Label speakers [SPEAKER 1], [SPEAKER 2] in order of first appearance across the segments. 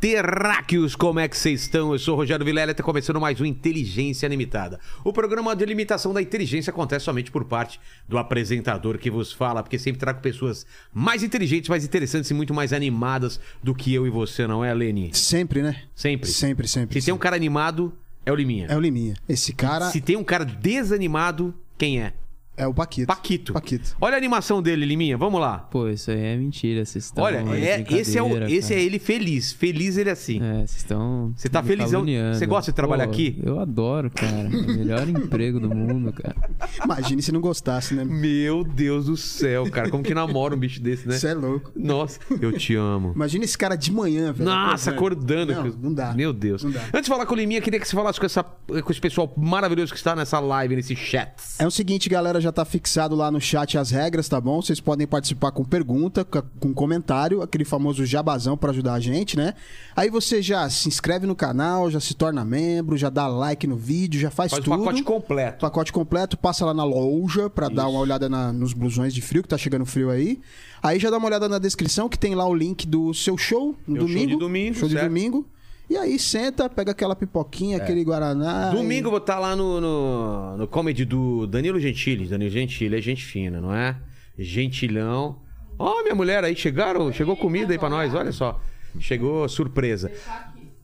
[SPEAKER 1] terráqueos! Como é que vocês estão? Eu sou o Rogério Vilela e está começando mais um Inteligência Limitada. O programa de limitação da inteligência acontece somente por parte do apresentador que vos fala, porque sempre trago pessoas mais inteligentes, mais interessantes e muito mais animadas do que eu e você, não é, Leni?
[SPEAKER 2] Sempre, né?
[SPEAKER 1] Sempre.
[SPEAKER 2] Sempre, sempre.
[SPEAKER 1] Se tem um cara animado, é o Liminha.
[SPEAKER 2] É o Liminha. Esse cara
[SPEAKER 1] Se tem um cara desanimado, quem é?
[SPEAKER 2] é o Paquito.
[SPEAKER 1] Paquito.
[SPEAKER 2] Paquito.
[SPEAKER 1] Olha a animação dele, Liminha. Vamos lá.
[SPEAKER 3] Pô, isso aí é mentira, vocês estão.
[SPEAKER 1] Olha,
[SPEAKER 3] de
[SPEAKER 1] é- esse, é o,
[SPEAKER 3] brincadeira,
[SPEAKER 1] esse é
[SPEAKER 3] cara.
[SPEAKER 1] ele feliz. Feliz ele é assim.
[SPEAKER 3] tá. É, vocês estão.
[SPEAKER 1] Você tá
[SPEAKER 3] me
[SPEAKER 1] felizão?
[SPEAKER 3] caluniando.
[SPEAKER 1] Você gosta de trabalhar
[SPEAKER 3] Pô,
[SPEAKER 1] aqui?
[SPEAKER 3] Eu adoro, cara. É o melhor emprego do mundo, cara.
[SPEAKER 2] Imagine se não gostasse, né?
[SPEAKER 1] Meu Deus do céu, cara. Como que namora um bicho desse, né?
[SPEAKER 2] Você é louco.
[SPEAKER 1] Nossa, eu te amo.
[SPEAKER 2] Imagina esse cara de manhã, velho.
[SPEAKER 1] Nossa, acordando.
[SPEAKER 2] Não, não dá.
[SPEAKER 1] Meu Deus.
[SPEAKER 2] Não dá.
[SPEAKER 1] Antes de falar com o Liminha, queria que você falasse com, essa, com esse pessoal maravilhoso que está nessa live, nesse chat.
[SPEAKER 2] É o seguinte, galera, já tá fixado lá no chat as regras, tá bom? Vocês podem participar com pergunta, ca- com comentário, aquele famoso jabazão pra ajudar a gente, né? Aí você já se inscreve no canal, já se torna membro, já dá like no vídeo, já faz,
[SPEAKER 1] Faz o
[SPEAKER 2] tudo.
[SPEAKER 1] pacote completo.
[SPEAKER 2] Pacote completo, passa lá na loja pra dar uma olhada na- nos blusões de frio, que tá chegando frio aí. Aí já dá uma olhada na descrição, que tem lá o link do seu show no
[SPEAKER 1] Meu É show
[SPEAKER 2] domingo.
[SPEAKER 1] de domingo,
[SPEAKER 2] Show de
[SPEAKER 1] certo. É.
[SPEAKER 2] domingo. E aí senta, pega aquela pipoquinha, aquele guaraná.
[SPEAKER 1] Domingo eu vou estar lá no, no, no comedy do Danilo Gentili. Danilo Gentili é gente fina, não é? Gentilão. Ó, minha mulher aí, chegaram, chegou comida aí pra nós, olha só. Chegou surpresa.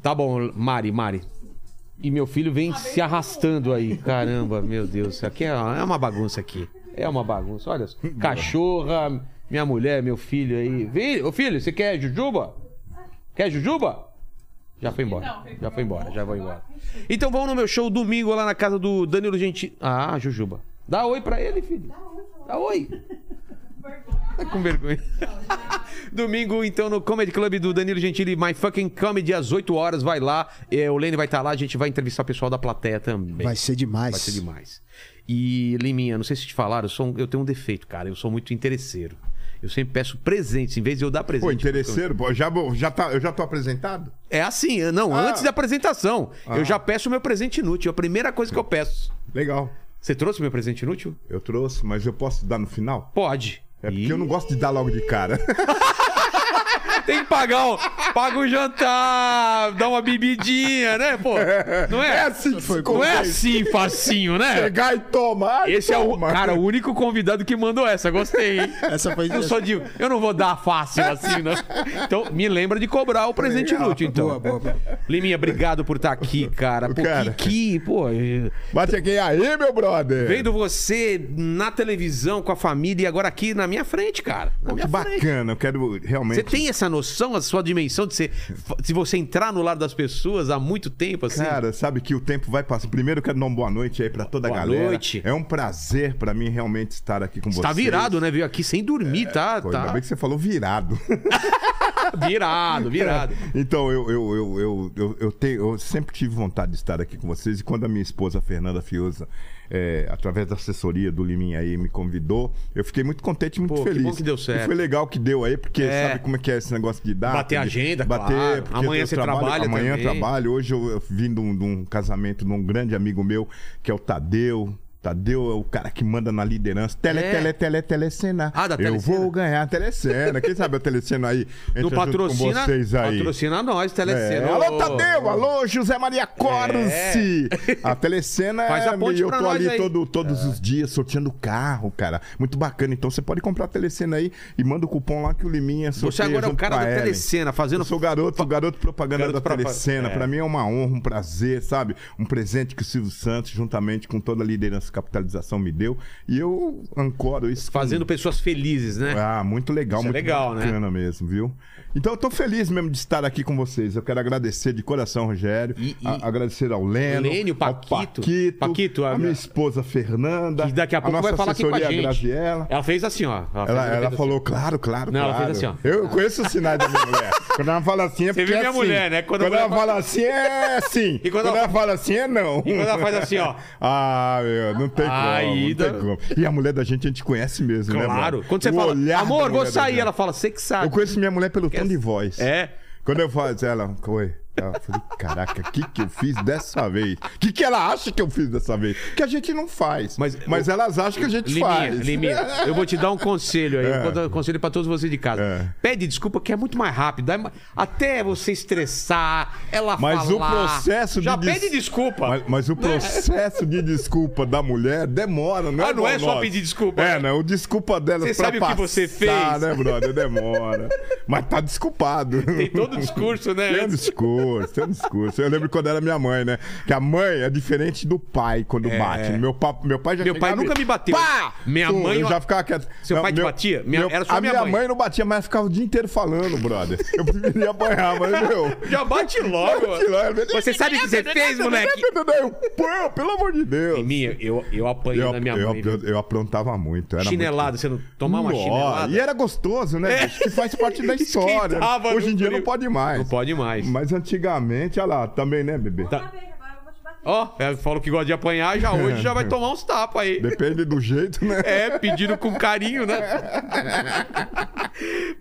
[SPEAKER 1] Tá bom, Mari, Mari. E meu filho vem se arrastando aí. Caramba, meu Deus. Isso aqui é é uma bagunça aqui. É uma bagunça. Olha só. Cachorra, minha mulher, meu filho aí. Vem, ô filho, você quer jujuba? Quer jujuba? Já foi embora. Já foi embora, já vou embora. Então vão no meu show domingo lá na casa do Danilo Gentili. Ah, Jujuba. Dá oi pra ele, filho. Dá oi. Tá com vergonha. Domingo, então, no Comedy Club do Danilo Gentili, My Fucking Comedy, às 8 horas. Vai lá. É, o Lene vai estar lá, a gente vai entrevistar o pessoal da plateia também.
[SPEAKER 2] Vai ser demais.
[SPEAKER 1] Vai ser demais. E, Liminha, não sei se te falaram, eu, sou um- eu tenho um defeito, cara. Eu sou muito interesseiro. Eu sempre peço presentes, em vez de eu dar presente.
[SPEAKER 4] Pô, interesseiro, pô, já, vou- já tá, eu já tô apresentado?
[SPEAKER 1] É assim, eu- não,
[SPEAKER 4] Ah.
[SPEAKER 1] antes da apresentação. Eu já peço o meu presente inútil. É a primeira coisa que eu peço.
[SPEAKER 4] Legal.
[SPEAKER 1] Você trouxe o meu presente inútil?
[SPEAKER 4] Eu trouxe, mas eu posso dar no final?
[SPEAKER 1] Pode.
[SPEAKER 4] É porque eu não gosto de dar logo de cara.
[SPEAKER 1] Tem que pagar o. Paga o jantar, dá uma bebidinha, né, pô? Não é?
[SPEAKER 4] É assim que se
[SPEAKER 1] não é
[SPEAKER 4] convence.
[SPEAKER 1] assim facinho, né?
[SPEAKER 4] Pegar e É, tomar. ai,
[SPEAKER 1] Esse é o.
[SPEAKER 4] toma.
[SPEAKER 1] Cara, o único convidado que mandou essa. Gostei, hein?
[SPEAKER 2] Essa foi
[SPEAKER 1] Eu só digo, eu não vou dar fácil assim, não. Então, me lembra de cobrar o presente
[SPEAKER 4] Legal.
[SPEAKER 1] inútil, então.
[SPEAKER 2] Boa, boa, boa.
[SPEAKER 1] Liminha, obrigado por estar aqui, cara. Pô,
[SPEAKER 4] Cara.
[SPEAKER 1] que, que, pô. eh,
[SPEAKER 4] Bate aqui, aí, meu brother.
[SPEAKER 1] Vendo você na televisão com a família e agora aqui na minha frente, cara. Na
[SPEAKER 4] Pô,
[SPEAKER 1] minha
[SPEAKER 4] que
[SPEAKER 1] frente.
[SPEAKER 4] bacana, eu quero realmente.
[SPEAKER 1] Você tem essa noção, a sua dimensão de ser. Se você entrar no lado das pessoas há muito tempo, assim.
[SPEAKER 4] Cara, sabe que o tempo vai passar. Primeiro, eu quero dar uma boa noite aí pra toda
[SPEAKER 1] Boa
[SPEAKER 4] a galera.
[SPEAKER 1] noite.
[SPEAKER 4] É um prazer pra mim realmente estar aqui com
[SPEAKER 1] você
[SPEAKER 4] vocês.
[SPEAKER 1] tá virado, né? Veio aqui sem dormir, tá?
[SPEAKER 4] Pô, Ainda
[SPEAKER 1] tá
[SPEAKER 4] bem que você falou virado.
[SPEAKER 1] virado, virado.
[SPEAKER 4] Então, eu, eu, eu, eu, eu, eu tenho, eu sempre tive vontade de estar aqui com vocês. E quando a minha esposa, Fernanda Fiuza, é, através da assessoria do Liminha aí, me convidou, eu fiquei muito contente e muito
[SPEAKER 1] Pô, que
[SPEAKER 4] feliz.
[SPEAKER 1] bom que deu certo.
[SPEAKER 4] E foi legal que deu aí, porque
[SPEAKER 1] É.
[SPEAKER 4] sabe como é que é esse negócio de dar.
[SPEAKER 1] Bater agenda,
[SPEAKER 4] bater,
[SPEAKER 1] claro.
[SPEAKER 4] porque
[SPEAKER 1] Amanhã
[SPEAKER 4] eu
[SPEAKER 1] você
[SPEAKER 4] trabalho-
[SPEAKER 1] trabalha
[SPEAKER 4] Amanhã eu
[SPEAKER 1] também.
[SPEAKER 4] trabalho. Hoje eu, eu vim de um, de um casamento de um grande amigo meu, que é o Tadeu. Tadeu é o cara que manda na liderança. Tele,
[SPEAKER 1] É.
[SPEAKER 4] tele, tele, telecena.
[SPEAKER 1] Ah, da
[SPEAKER 4] Eu
[SPEAKER 1] Telecena.
[SPEAKER 4] vou ganhar a telecena. Quem sabe a telecena aí?
[SPEAKER 1] Não
[SPEAKER 4] entra junto com
[SPEAKER 1] patrocina.
[SPEAKER 4] vocês aí.
[SPEAKER 1] Patrocina nós,
[SPEAKER 4] É,
[SPEAKER 1] Telecena.
[SPEAKER 4] Alô,
[SPEAKER 1] Ô, É.
[SPEAKER 4] Tadeu! Alô, José Maria Corsi! A Telecena
[SPEAKER 1] Faz a
[SPEAKER 4] é-
[SPEAKER 1] ponte
[SPEAKER 4] Eu
[SPEAKER 1] pra
[SPEAKER 4] tô
[SPEAKER 1] nós
[SPEAKER 4] ali
[SPEAKER 1] aí. É.
[SPEAKER 4] todo- todos os dias sorteando carro, cara. Muito bacana. Então você pode comprar a Telecena aí e manda o cupom lá que o Liminha
[SPEAKER 1] Você
[SPEAKER 4] sorteia
[SPEAKER 1] agora é o
[SPEAKER 4] junto
[SPEAKER 1] cara
[SPEAKER 4] com a
[SPEAKER 1] da
[SPEAKER 4] Ellen.
[SPEAKER 1] Telecena,
[SPEAKER 4] Eu
[SPEAKER 1] fazendo.
[SPEAKER 4] sou garoto, garoto propaganda
[SPEAKER 1] Garoto
[SPEAKER 4] da
[SPEAKER 1] propa-
[SPEAKER 4] Telecena.
[SPEAKER 1] é.
[SPEAKER 4] Pra mim é uma honra, um prazer, sabe? Um presente que o Silvio Santos, juntamente com toda a liderança e capitalização, me deu. E eu ancoro isso. com-
[SPEAKER 1] Fazendo pessoas felizes, né?
[SPEAKER 4] ah, muito legal,
[SPEAKER 1] Isso é
[SPEAKER 4] muito
[SPEAKER 1] legal, né?
[SPEAKER 4] bacana mesmo, viu? Então eu tô feliz mesmo de estar aqui com vocês. Eu quero agradecer de coração, Rogério.
[SPEAKER 1] E- e-
[SPEAKER 4] a- agradecer ao Leno,
[SPEAKER 1] Lênio, Paquito.
[SPEAKER 4] ao Paquito,
[SPEAKER 1] Paquito,
[SPEAKER 4] a,
[SPEAKER 1] a-
[SPEAKER 4] minha esposa Fernanda.
[SPEAKER 1] E daqui a pouco
[SPEAKER 4] nossa
[SPEAKER 1] vai falar aqui com a
[SPEAKER 4] assessoria,
[SPEAKER 1] gente.
[SPEAKER 4] Graziella.
[SPEAKER 1] Ela fez assim, ó. fez-
[SPEAKER 4] Ela,
[SPEAKER 1] fez
[SPEAKER 4] ela
[SPEAKER 1] assim.
[SPEAKER 4] falou, claro, claro,
[SPEAKER 1] Não, ela
[SPEAKER 4] claro.
[SPEAKER 1] fez assim, ó.
[SPEAKER 4] Eu conheço os sinais da minha mulher. Quando ela fala assim, é porque
[SPEAKER 1] viu
[SPEAKER 4] é
[SPEAKER 1] minha
[SPEAKER 4] assim.
[SPEAKER 1] mulher, né? Quando
[SPEAKER 4] Quando,
[SPEAKER 1] a mulher
[SPEAKER 4] ela fala assim, é sim.
[SPEAKER 1] E quando
[SPEAKER 4] quando,
[SPEAKER 1] ela-
[SPEAKER 4] ela fala assim, é não.
[SPEAKER 1] E quando ela faz assim, ó.
[SPEAKER 4] Ah, meu não tem
[SPEAKER 1] Aí
[SPEAKER 4] como.
[SPEAKER 1] dá-
[SPEAKER 4] Não tem como. E a mulher da gente a gente conhece mesmo, né?
[SPEAKER 1] Claro.
[SPEAKER 4] mano?
[SPEAKER 1] Quando você
[SPEAKER 4] O
[SPEAKER 1] fala,
[SPEAKER 4] olhar da
[SPEAKER 1] amor, vou
[SPEAKER 4] mulher da
[SPEAKER 1] sair,
[SPEAKER 4] gente.
[SPEAKER 1] ela fala, você que
[SPEAKER 4] Eu
[SPEAKER 1] sabe.
[SPEAKER 4] conheço minha mulher pelo tom de voz.
[SPEAKER 1] É.
[SPEAKER 4] Quando eu faço ela, oi. Ela falou, caraca, o que, que eu fiz dessa vez? O que, que ela acha que eu fiz dessa vez? Que a gente não faz.
[SPEAKER 1] Mas-
[SPEAKER 4] Mas, elas acham que a gente
[SPEAKER 1] Liminha,
[SPEAKER 4] faz.
[SPEAKER 1] Liminha, eu vou te dar um conselho aí. Eu vou dar um conselho pra todos vocês de casa.
[SPEAKER 4] É.
[SPEAKER 1] Pede desculpa que é muito mais rápido. Dá ma- Até você estressar, ela
[SPEAKER 4] Mas o
[SPEAKER 1] falar.
[SPEAKER 4] processo de
[SPEAKER 1] Já
[SPEAKER 4] des-
[SPEAKER 1] pede desculpa. Né?
[SPEAKER 4] Mas, mas o processo de desculpa da mulher demora, não é?
[SPEAKER 1] Ah, não
[SPEAKER 4] igual
[SPEAKER 1] é só
[SPEAKER 4] nós.
[SPEAKER 1] pedir desculpa,
[SPEAKER 4] É,
[SPEAKER 1] né?
[SPEAKER 4] não. O desculpa dela
[SPEAKER 1] Você
[SPEAKER 4] pra
[SPEAKER 1] sabe o que você
[SPEAKER 4] passar,
[SPEAKER 1] fez?
[SPEAKER 4] né, brother? Demora. mas tá desculpado.
[SPEAKER 1] Tem todo o discurso, né?
[SPEAKER 4] Tem um discurso, tem um discurso. Eu lembro quando era minha mãe, né? Que a mãe é diferente do pai quando bate. Meu, pa- meu pai já
[SPEAKER 1] É. Meu pai
[SPEAKER 4] chegava e-
[SPEAKER 1] nunca me bateu.
[SPEAKER 4] Pá!
[SPEAKER 1] Minha
[SPEAKER 4] Pum,
[SPEAKER 1] mãe-
[SPEAKER 4] Eu já ficava quieto.
[SPEAKER 1] Seu pai te batia? Minha- era só
[SPEAKER 4] a
[SPEAKER 1] minha
[SPEAKER 4] minha
[SPEAKER 1] mãe.
[SPEAKER 4] mãe. não batia, mas ficava o dia inteiro falando, brother. Eu preferia apanhar, mas meu.
[SPEAKER 1] Já bate logo. Você sabe o que você fez, moleque?
[SPEAKER 4] Eu, Pô, pelo amor de Deus.
[SPEAKER 1] Liminha, eu, eu apanhei
[SPEAKER 4] Eu,
[SPEAKER 1] na minha
[SPEAKER 4] eu-
[SPEAKER 1] mãe. né?
[SPEAKER 4] eu- eu aprontava muito. Era
[SPEAKER 1] chinelada, você não tomar uma
[SPEAKER 4] Nossa,
[SPEAKER 1] chinelada. É.
[SPEAKER 4] E é era gostoso, né? bicho? Que faz parte da história.
[SPEAKER 1] Esquentava
[SPEAKER 4] Hoje
[SPEAKER 1] no
[SPEAKER 4] em dia
[SPEAKER 1] frio.
[SPEAKER 4] não pode mais.
[SPEAKER 1] Não pode mais.
[SPEAKER 4] Mas antigamente, olha lá, também, né, bebê?
[SPEAKER 1] Tá.
[SPEAKER 5] Beijo, agora eu vou te bater.
[SPEAKER 1] Ó, ela falou que gosta de apanhar, já hoje já vai tomar uns tapas aí.
[SPEAKER 4] Depende do jeito, né?
[SPEAKER 1] É, pedindo com carinho, né?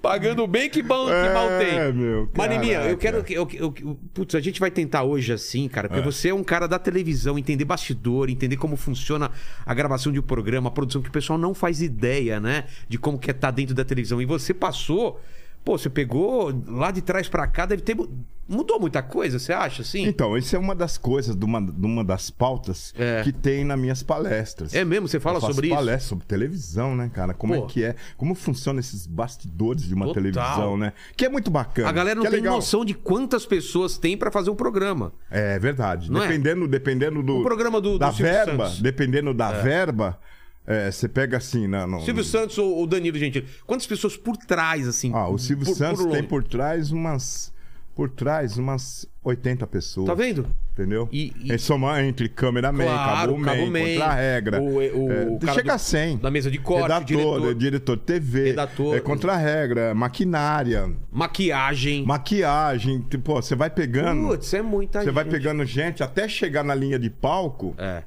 [SPEAKER 1] Pagando bem que bom que mal
[SPEAKER 4] É,
[SPEAKER 1] tem.
[SPEAKER 4] meu,
[SPEAKER 1] Mas, Liminha, eu
[SPEAKER 4] caraca.
[SPEAKER 1] quero que. Eu, eu- eu- putz, a gente vai tentar hoje assim, cara, porque você é um cara da televisão, entender bastidor, entender como funciona a gravação de um programa, a produção, que o pessoal não faz ideia, né? De como que é estar dentro da televisão. E você passou. Pô, você pegou lá de trás pra cá, deve ter. mu- Mudou muita coisa, você acha, assim?
[SPEAKER 4] Então, isso é uma das coisas, de uma, de uma das pautas
[SPEAKER 1] É.
[SPEAKER 4] que tem nas minhas palestras.
[SPEAKER 1] É mesmo? Você fala
[SPEAKER 4] Eu faço
[SPEAKER 1] sobre isso?
[SPEAKER 4] palestra sobre televisão, né, cara? Como
[SPEAKER 1] Pô.
[SPEAKER 4] é que é? Como funciona esses bastidores de uma
[SPEAKER 1] Total.
[SPEAKER 4] televisão, né? Que é muito bacana.
[SPEAKER 1] A galera não
[SPEAKER 4] que é
[SPEAKER 1] tem
[SPEAKER 4] legal.
[SPEAKER 1] noção de quantas pessoas tem pra fazer um programa.
[SPEAKER 4] É verdade.
[SPEAKER 1] Não é?
[SPEAKER 4] dependendo, dependendo do.
[SPEAKER 1] O programa do- do
[SPEAKER 4] da
[SPEAKER 1] Silvio
[SPEAKER 4] verba.
[SPEAKER 1] Santos.
[SPEAKER 4] Dependendo da verba, é, você pega assim, né? no-
[SPEAKER 1] Silvio Santos ou o Danilo Gentili? Quantas pessoas por trás, assim?
[SPEAKER 4] Ah, o Silvio
[SPEAKER 1] por-
[SPEAKER 4] Santos
[SPEAKER 1] longe?
[SPEAKER 4] tem por trás umas. Por trás, umas 80 pessoas.
[SPEAKER 1] Tá vendo?
[SPEAKER 4] Entendeu?
[SPEAKER 1] E- e-
[SPEAKER 4] É somar entre cameraman,
[SPEAKER 1] Claro,
[SPEAKER 4] cabo man,
[SPEAKER 1] caboman,
[SPEAKER 4] contra-regra.
[SPEAKER 1] o- o-
[SPEAKER 4] É,
[SPEAKER 1] o cara
[SPEAKER 4] chega
[SPEAKER 1] do-
[SPEAKER 4] a 100.
[SPEAKER 1] da mesa de corte,
[SPEAKER 4] redator,
[SPEAKER 1] diretor.
[SPEAKER 4] é, diretor de TV,
[SPEAKER 1] Redator.
[SPEAKER 4] é contra-regra, maquinária,
[SPEAKER 1] Maquiagem.
[SPEAKER 4] maquiagem. Tipo, ó, você vai pegando,
[SPEAKER 1] Putz, é muita
[SPEAKER 4] você vai
[SPEAKER 1] gente.
[SPEAKER 4] pegando gente até chegar na linha de palco.
[SPEAKER 1] É.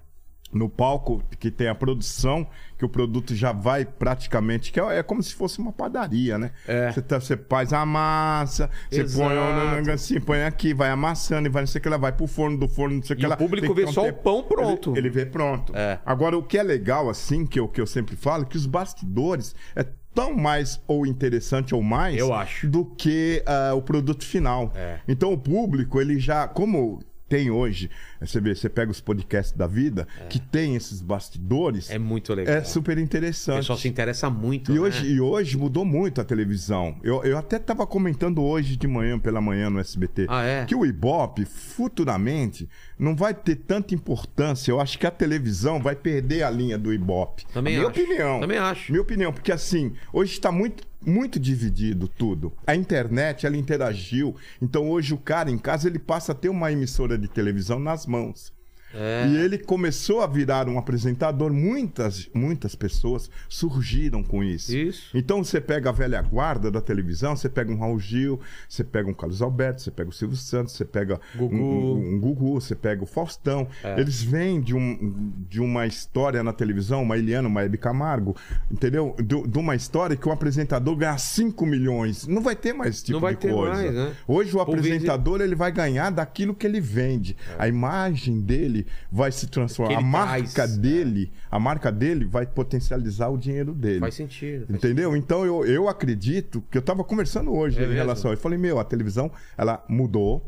[SPEAKER 4] No palco que tem a produção, que o produto já vai praticamente. que É, é como se fosse uma padaria, né?
[SPEAKER 1] É.
[SPEAKER 4] Você, tá- você faz a massa, você põe
[SPEAKER 1] Exato.
[SPEAKER 4] o assim, põe aqui, vai amassando e vai não sei o que lá, vai pro forno do forno, não sei o que
[SPEAKER 1] E o
[SPEAKER 4] lá.
[SPEAKER 1] público
[SPEAKER 4] Tem que
[SPEAKER 1] vê
[SPEAKER 4] ter
[SPEAKER 1] só o
[SPEAKER 4] tempo.
[SPEAKER 1] pão pronto.
[SPEAKER 4] Ele, ele vê pronto.
[SPEAKER 1] É.
[SPEAKER 4] Agora, o que é legal, assim, que eu, que eu sempre falo, que os bastidores é tão mais ou interessante ou mais
[SPEAKER 1] Eu acho.
[SPEAKER 4] do que ah, o produto final.
[SPEAKER 1] É.
[SPEAKER 4] Então o público, ele já. Como tem hoje, eh, você vê, você pega os podcasts da vida, que tem esses bastidores,
[SPEAKER 1] É
[SPEAKER 4] é,
[SPEAKER 1] muito legal.
[SPEAKER 4] super
[SPEAKER 1] O
[SPEAKER 4] interessante.
[SPEAKER 1] pessoal se interessa muito.
[SPEAKER 4] E
[SPEAKER 1] né?
[SPEAKER 4] hoje, e hoje mudou muito a televisão. Eu, eu até estava comentando hoje de manhã, pela manhã no SBT,
[SPEAKER 1] Ah, é?
[SPEAKER 4] que o Ibope, futuramente, não vai ter tanta importância. Eu acho que a televisão vai perder a linha do Ibope.
[SPEAKER 1] Também
[SPEAKER 4] Minha
[SPEAKER 1] acho.
[SPEAKER 4] opinião.
[SPEAKER 1] Também acho.
[SPEAKER 4] Minha opinião, porque assim, hoje está muito, muito dividido tudo. A internet, ela interagiu. Então hoje o cara em casa, ele passa a ter uma emissora de televisão nas mãos.
[SPEAKER 1] É,
[SPEAKER 4] E ele começou a virar um apresentador. Muitas, muitas pessoas surgiram com isso.
[SPEAKER 1] Isso.
[SPEAKER 4] Então você pega a velha guarda da televisão, você pega um Raul Gil, você pega um Carlos Alberto, você pega o Silvio Santos, você pega
[SPEAKER 1] Gugu. É.
[SPEAKER 4] Um, um- um Gugu, você pega o Faustão. Eles vêm de, um, de uma história na televisão, uma Eliana, uma Hebe Camargo, entendeu? Do- De, uma história que o apresentador ganha 5 milhões. Não vai ter mais esse tipo
[SPEAKER 1] Não vai
[SPEAKER 4] de
[SPEAKER 1] ter
[SPEAKER 4] coisa.
[SPEAKER 1] mais, né?
[SPEAKER 4] Hoje o
[SPEAKER 1] Ou vende- É.
[SPEAKER 4] apresentador ele vai ganhar daquilo que ele vende. A imagem dele vai se transformar.
[SPEAKER 1] Que
[SPEAKER 4] A
[SPEAKER 1] ele
[SPEAKER 4] marca
[SPEAKER 1] traz, né?
[SPEAKER 4] dele, a marca dele vai potencializar o dinheiro dele.
[SPEAKER 1] Faz sentido. faz
[SPEAKER 4] Entendeu? Então eu, eu acredito que eu estava conversando hoje
[SPEAKER 1] É
[SPEAKER 4] em
[SPEAKER 1] mesmo?
[SPEAKER 4] relação. Eu falei, meu, a televisão ela mudou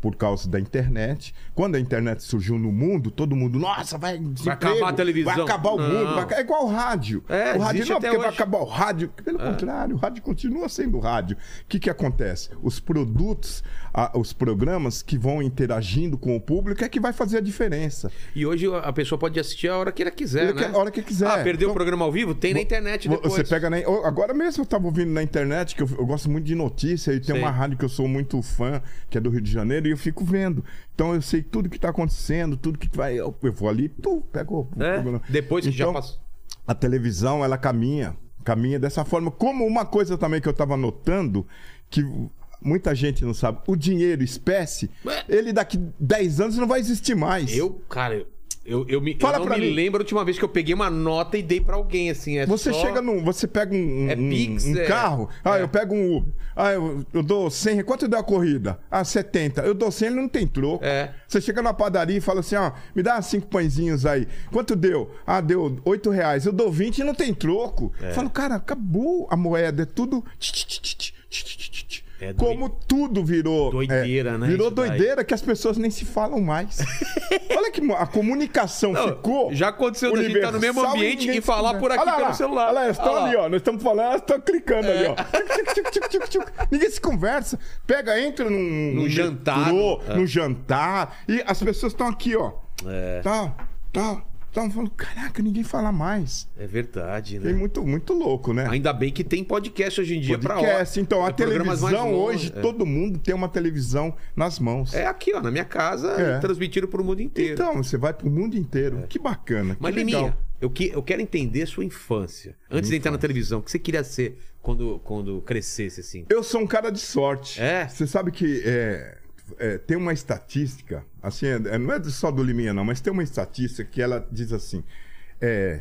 [SPEAKER 4] por causa da internet. Quando a internet surgiu no mundo, todo mundo, nossa, vai, desemprego,
[SPEAKER 1] acabar a televisão."
[SPEAKER 4] vai acabar o
[SPEAKER 1] Não.
[SPEAKER 4] mundo, vai, aca- é igual o rádio.
[SPEAKER 1] É,
[SPEAKER 4] o rádio
[SPEAKER 1] existe
[SPEAKER 4] não,
[SPEAKER 1] até
[SPEAKER 4] porque
[SPEAKER 1] hoje. É.
[SPEAKER 4] vai acabar o rádio. Pelo contrário, o rádio continua sendo rádio. O que, que acontece? Os produtos, a- os programas que vão interagindo com o público é que vai fazer a diferença.
[SPEAKER 1] sentido. E hoje a pessoa pode assistir a hora que ela quiser,
[SPEAKER 4] Eu que-
[SPEAKER 1] né?
[SPEAKER 4] a hora que quiser.
[SPEAKER 1] Ah, perdeu o
[SPEAKER 4] Então-
[SPEAKER 1] programa ao vivo? Tem na internet depois.
[SPEAKER 4] Você pega na. eu- Agora mesmo eu tava ouvindo na internet, que eu, eu gosto muito de notícia, e tem
[SPEAKER 1] Sei.
[SPEAKER 4] uma rádio que eu sou muito fã, que é do Rio de Janeiro, e eu fico vendo. Então eu sei tudo que tá acontecendo, tudo que vai. Eu, eu vou ali, tu, pego. o
[SPEAKER 1] É,
[SPEAKER 4] programa.
[SPEAKER 1] depois que já
[SPEAKER 4] Então,
[SPEAKER 1] passou.
[SPEAKER 4] A televisão, ela caminha. Caminha dessa forma. Como uma coisa também que eu tava notando, que. Muita gente não sabe. O dinheiro, espécie,
[SPEAKER 1] Ué.
[SPEAKER 4] ele daqui 10 anos não vai existir mais.
[SPEAKER 1] Eu, cara, eu, eu Eu, eu me,
[SPEAKER 4] Fala
[SPEAKER 1] eu não
[SPEAKER 4] pra
[SPEAKER 1] me
[SPEAKER 4] mim.
[SPEAKER 1] lembro a última vez que eu peguei uma nota e dei pra alguém, assim. É
[SPEAKER 4] Você
[SPEAKER 1] só-
[SPEAKER 4] chega num. Você pega um,
[SPEAKER 1] É
[SPEAKER 4] um-
[SPEAKER 1] Pix,
[SPEAKER 4] um
[SPEAKER 1] é.
[SPEAKER 4] carro. Ah,
[SPEAKER 1] É.
[SPEAKER 4] eu pego um Uber. Ah, eu, eu dou 100. re- Quanto deu a corrida? Ah, 70. Eu dou 100, ele não tem troco.
[SPEAKER 1] É.
[SPEAKER 4] Você chega na padaria e fala assim: ó, me dá cinco pãezinhos aí. Quanto deu? Ah, deu 8 reais. Eu dou 20 e não tem troco.
[SPEAKER 1] É.
[SPEAKER 4] Eu falo, cara, acabou a moeda. É tudo. tch, tch, tch, tch, tch, tch, tch, tch.
[SPEAKER 1] É doi-
[SPEAKER 4] Como tudo virou.
[SPEAKER 1] Doideira,
[SPEAKER 4] é,
[SPEAKER 1] né,
[SPEAKER 4] Virou
[SPEAKER 1] isso daí.
[SPEAKER 4] doideira que as pessoas nem se falam mais. Olha que mo- a comunicação
[SPEAKER 1] Não,
[SPEAKER 4] ficou.
[SPEAKER 1] já aconteceu da gente estar no mesmo
[SPEAKER 4] universal e
[SPEAKER 1] ambiente
[SPEAKER 4] ninguém
[SPEAKER 1] e
[SPEAKER 4] se
[SPEAKER 1] falar
[SPEAKER 4] conversa.
[SPEAKER 1] por aqui
[SPEAKER 4] Olha lá,
[SPEAKER 1] pelo
[SPEAKER 4] lá,
[SPEAKER 1] celular.
[SPEAKER 4] Olha lá, eles estão
[SPEAKER 1] Olha lá. É.
[SPEAKER 4] ali, ó. Nós estamos falando, elas estão clicando ali, ó. Tchuc, tchuc, tchuc, tchuc, tchuc. Ninguém se conversa. Pega, entra num.
[SPEAKER 1] Num
[SPEAKER 4] num
[SPEAKER 1] jantar,
[SPEAKER 4] metrô,
[SPEAKER 1] é.
[SPEAKER 4] Num jantar. E as pessoas estão aqui, ó.
[SPEAKER 1] É.
[SPEAKER 4] Tal, tal. Estavam falando, caraca, ninguém fala mais.
[SPEAKER 1] É verdade, né?
[SPEAKER 4] Tem muito, muito louco, né?
[SPEAKER 1] Ainda bem que tem podcast hoje em dia pra
[SPEAKER 4] Podcast.
[SPEAKER 1] hora.
[SPEAKER 4] Então, a
[SPEAKER 1] É programas mais
[SPEAKER 4] televisão
[SPEAKER 1] longos,
[SPEAKER 4] hoje,
[SPEAKER 1] é.
[SPEAKER 4] todo mundo tem uma televisão nas mãos.
[SPEAKER 1] É aqui, ó, na minha casa,
[SPEAKER 4] É.
[SPEAKER 1] e transmitiram pro mundo inteiro.
[SPEAKER 4] Então, você vai pro mundo inteiro. Que bacana.
[SPEAKER 1] É. Mas,
[SPEAKER 4] que
[SPEAKER 1] Liminha,
[SPEAKER 4] legal.
[SPEAKER 1] eu, que, eu quero entender a sua infância. Antes de entrar na televisão, o que você queria ser quando, quando crescesse, assim?
[SPEAKER 4] Eu sou um cara de sorte.
[SPEAKER 1] É?
[SPEAKER 4] Você sabe que é, é, tem uma estatística, assim, é, não é só do Liminha, não, mas tem uma estatística que ela diz assim: é,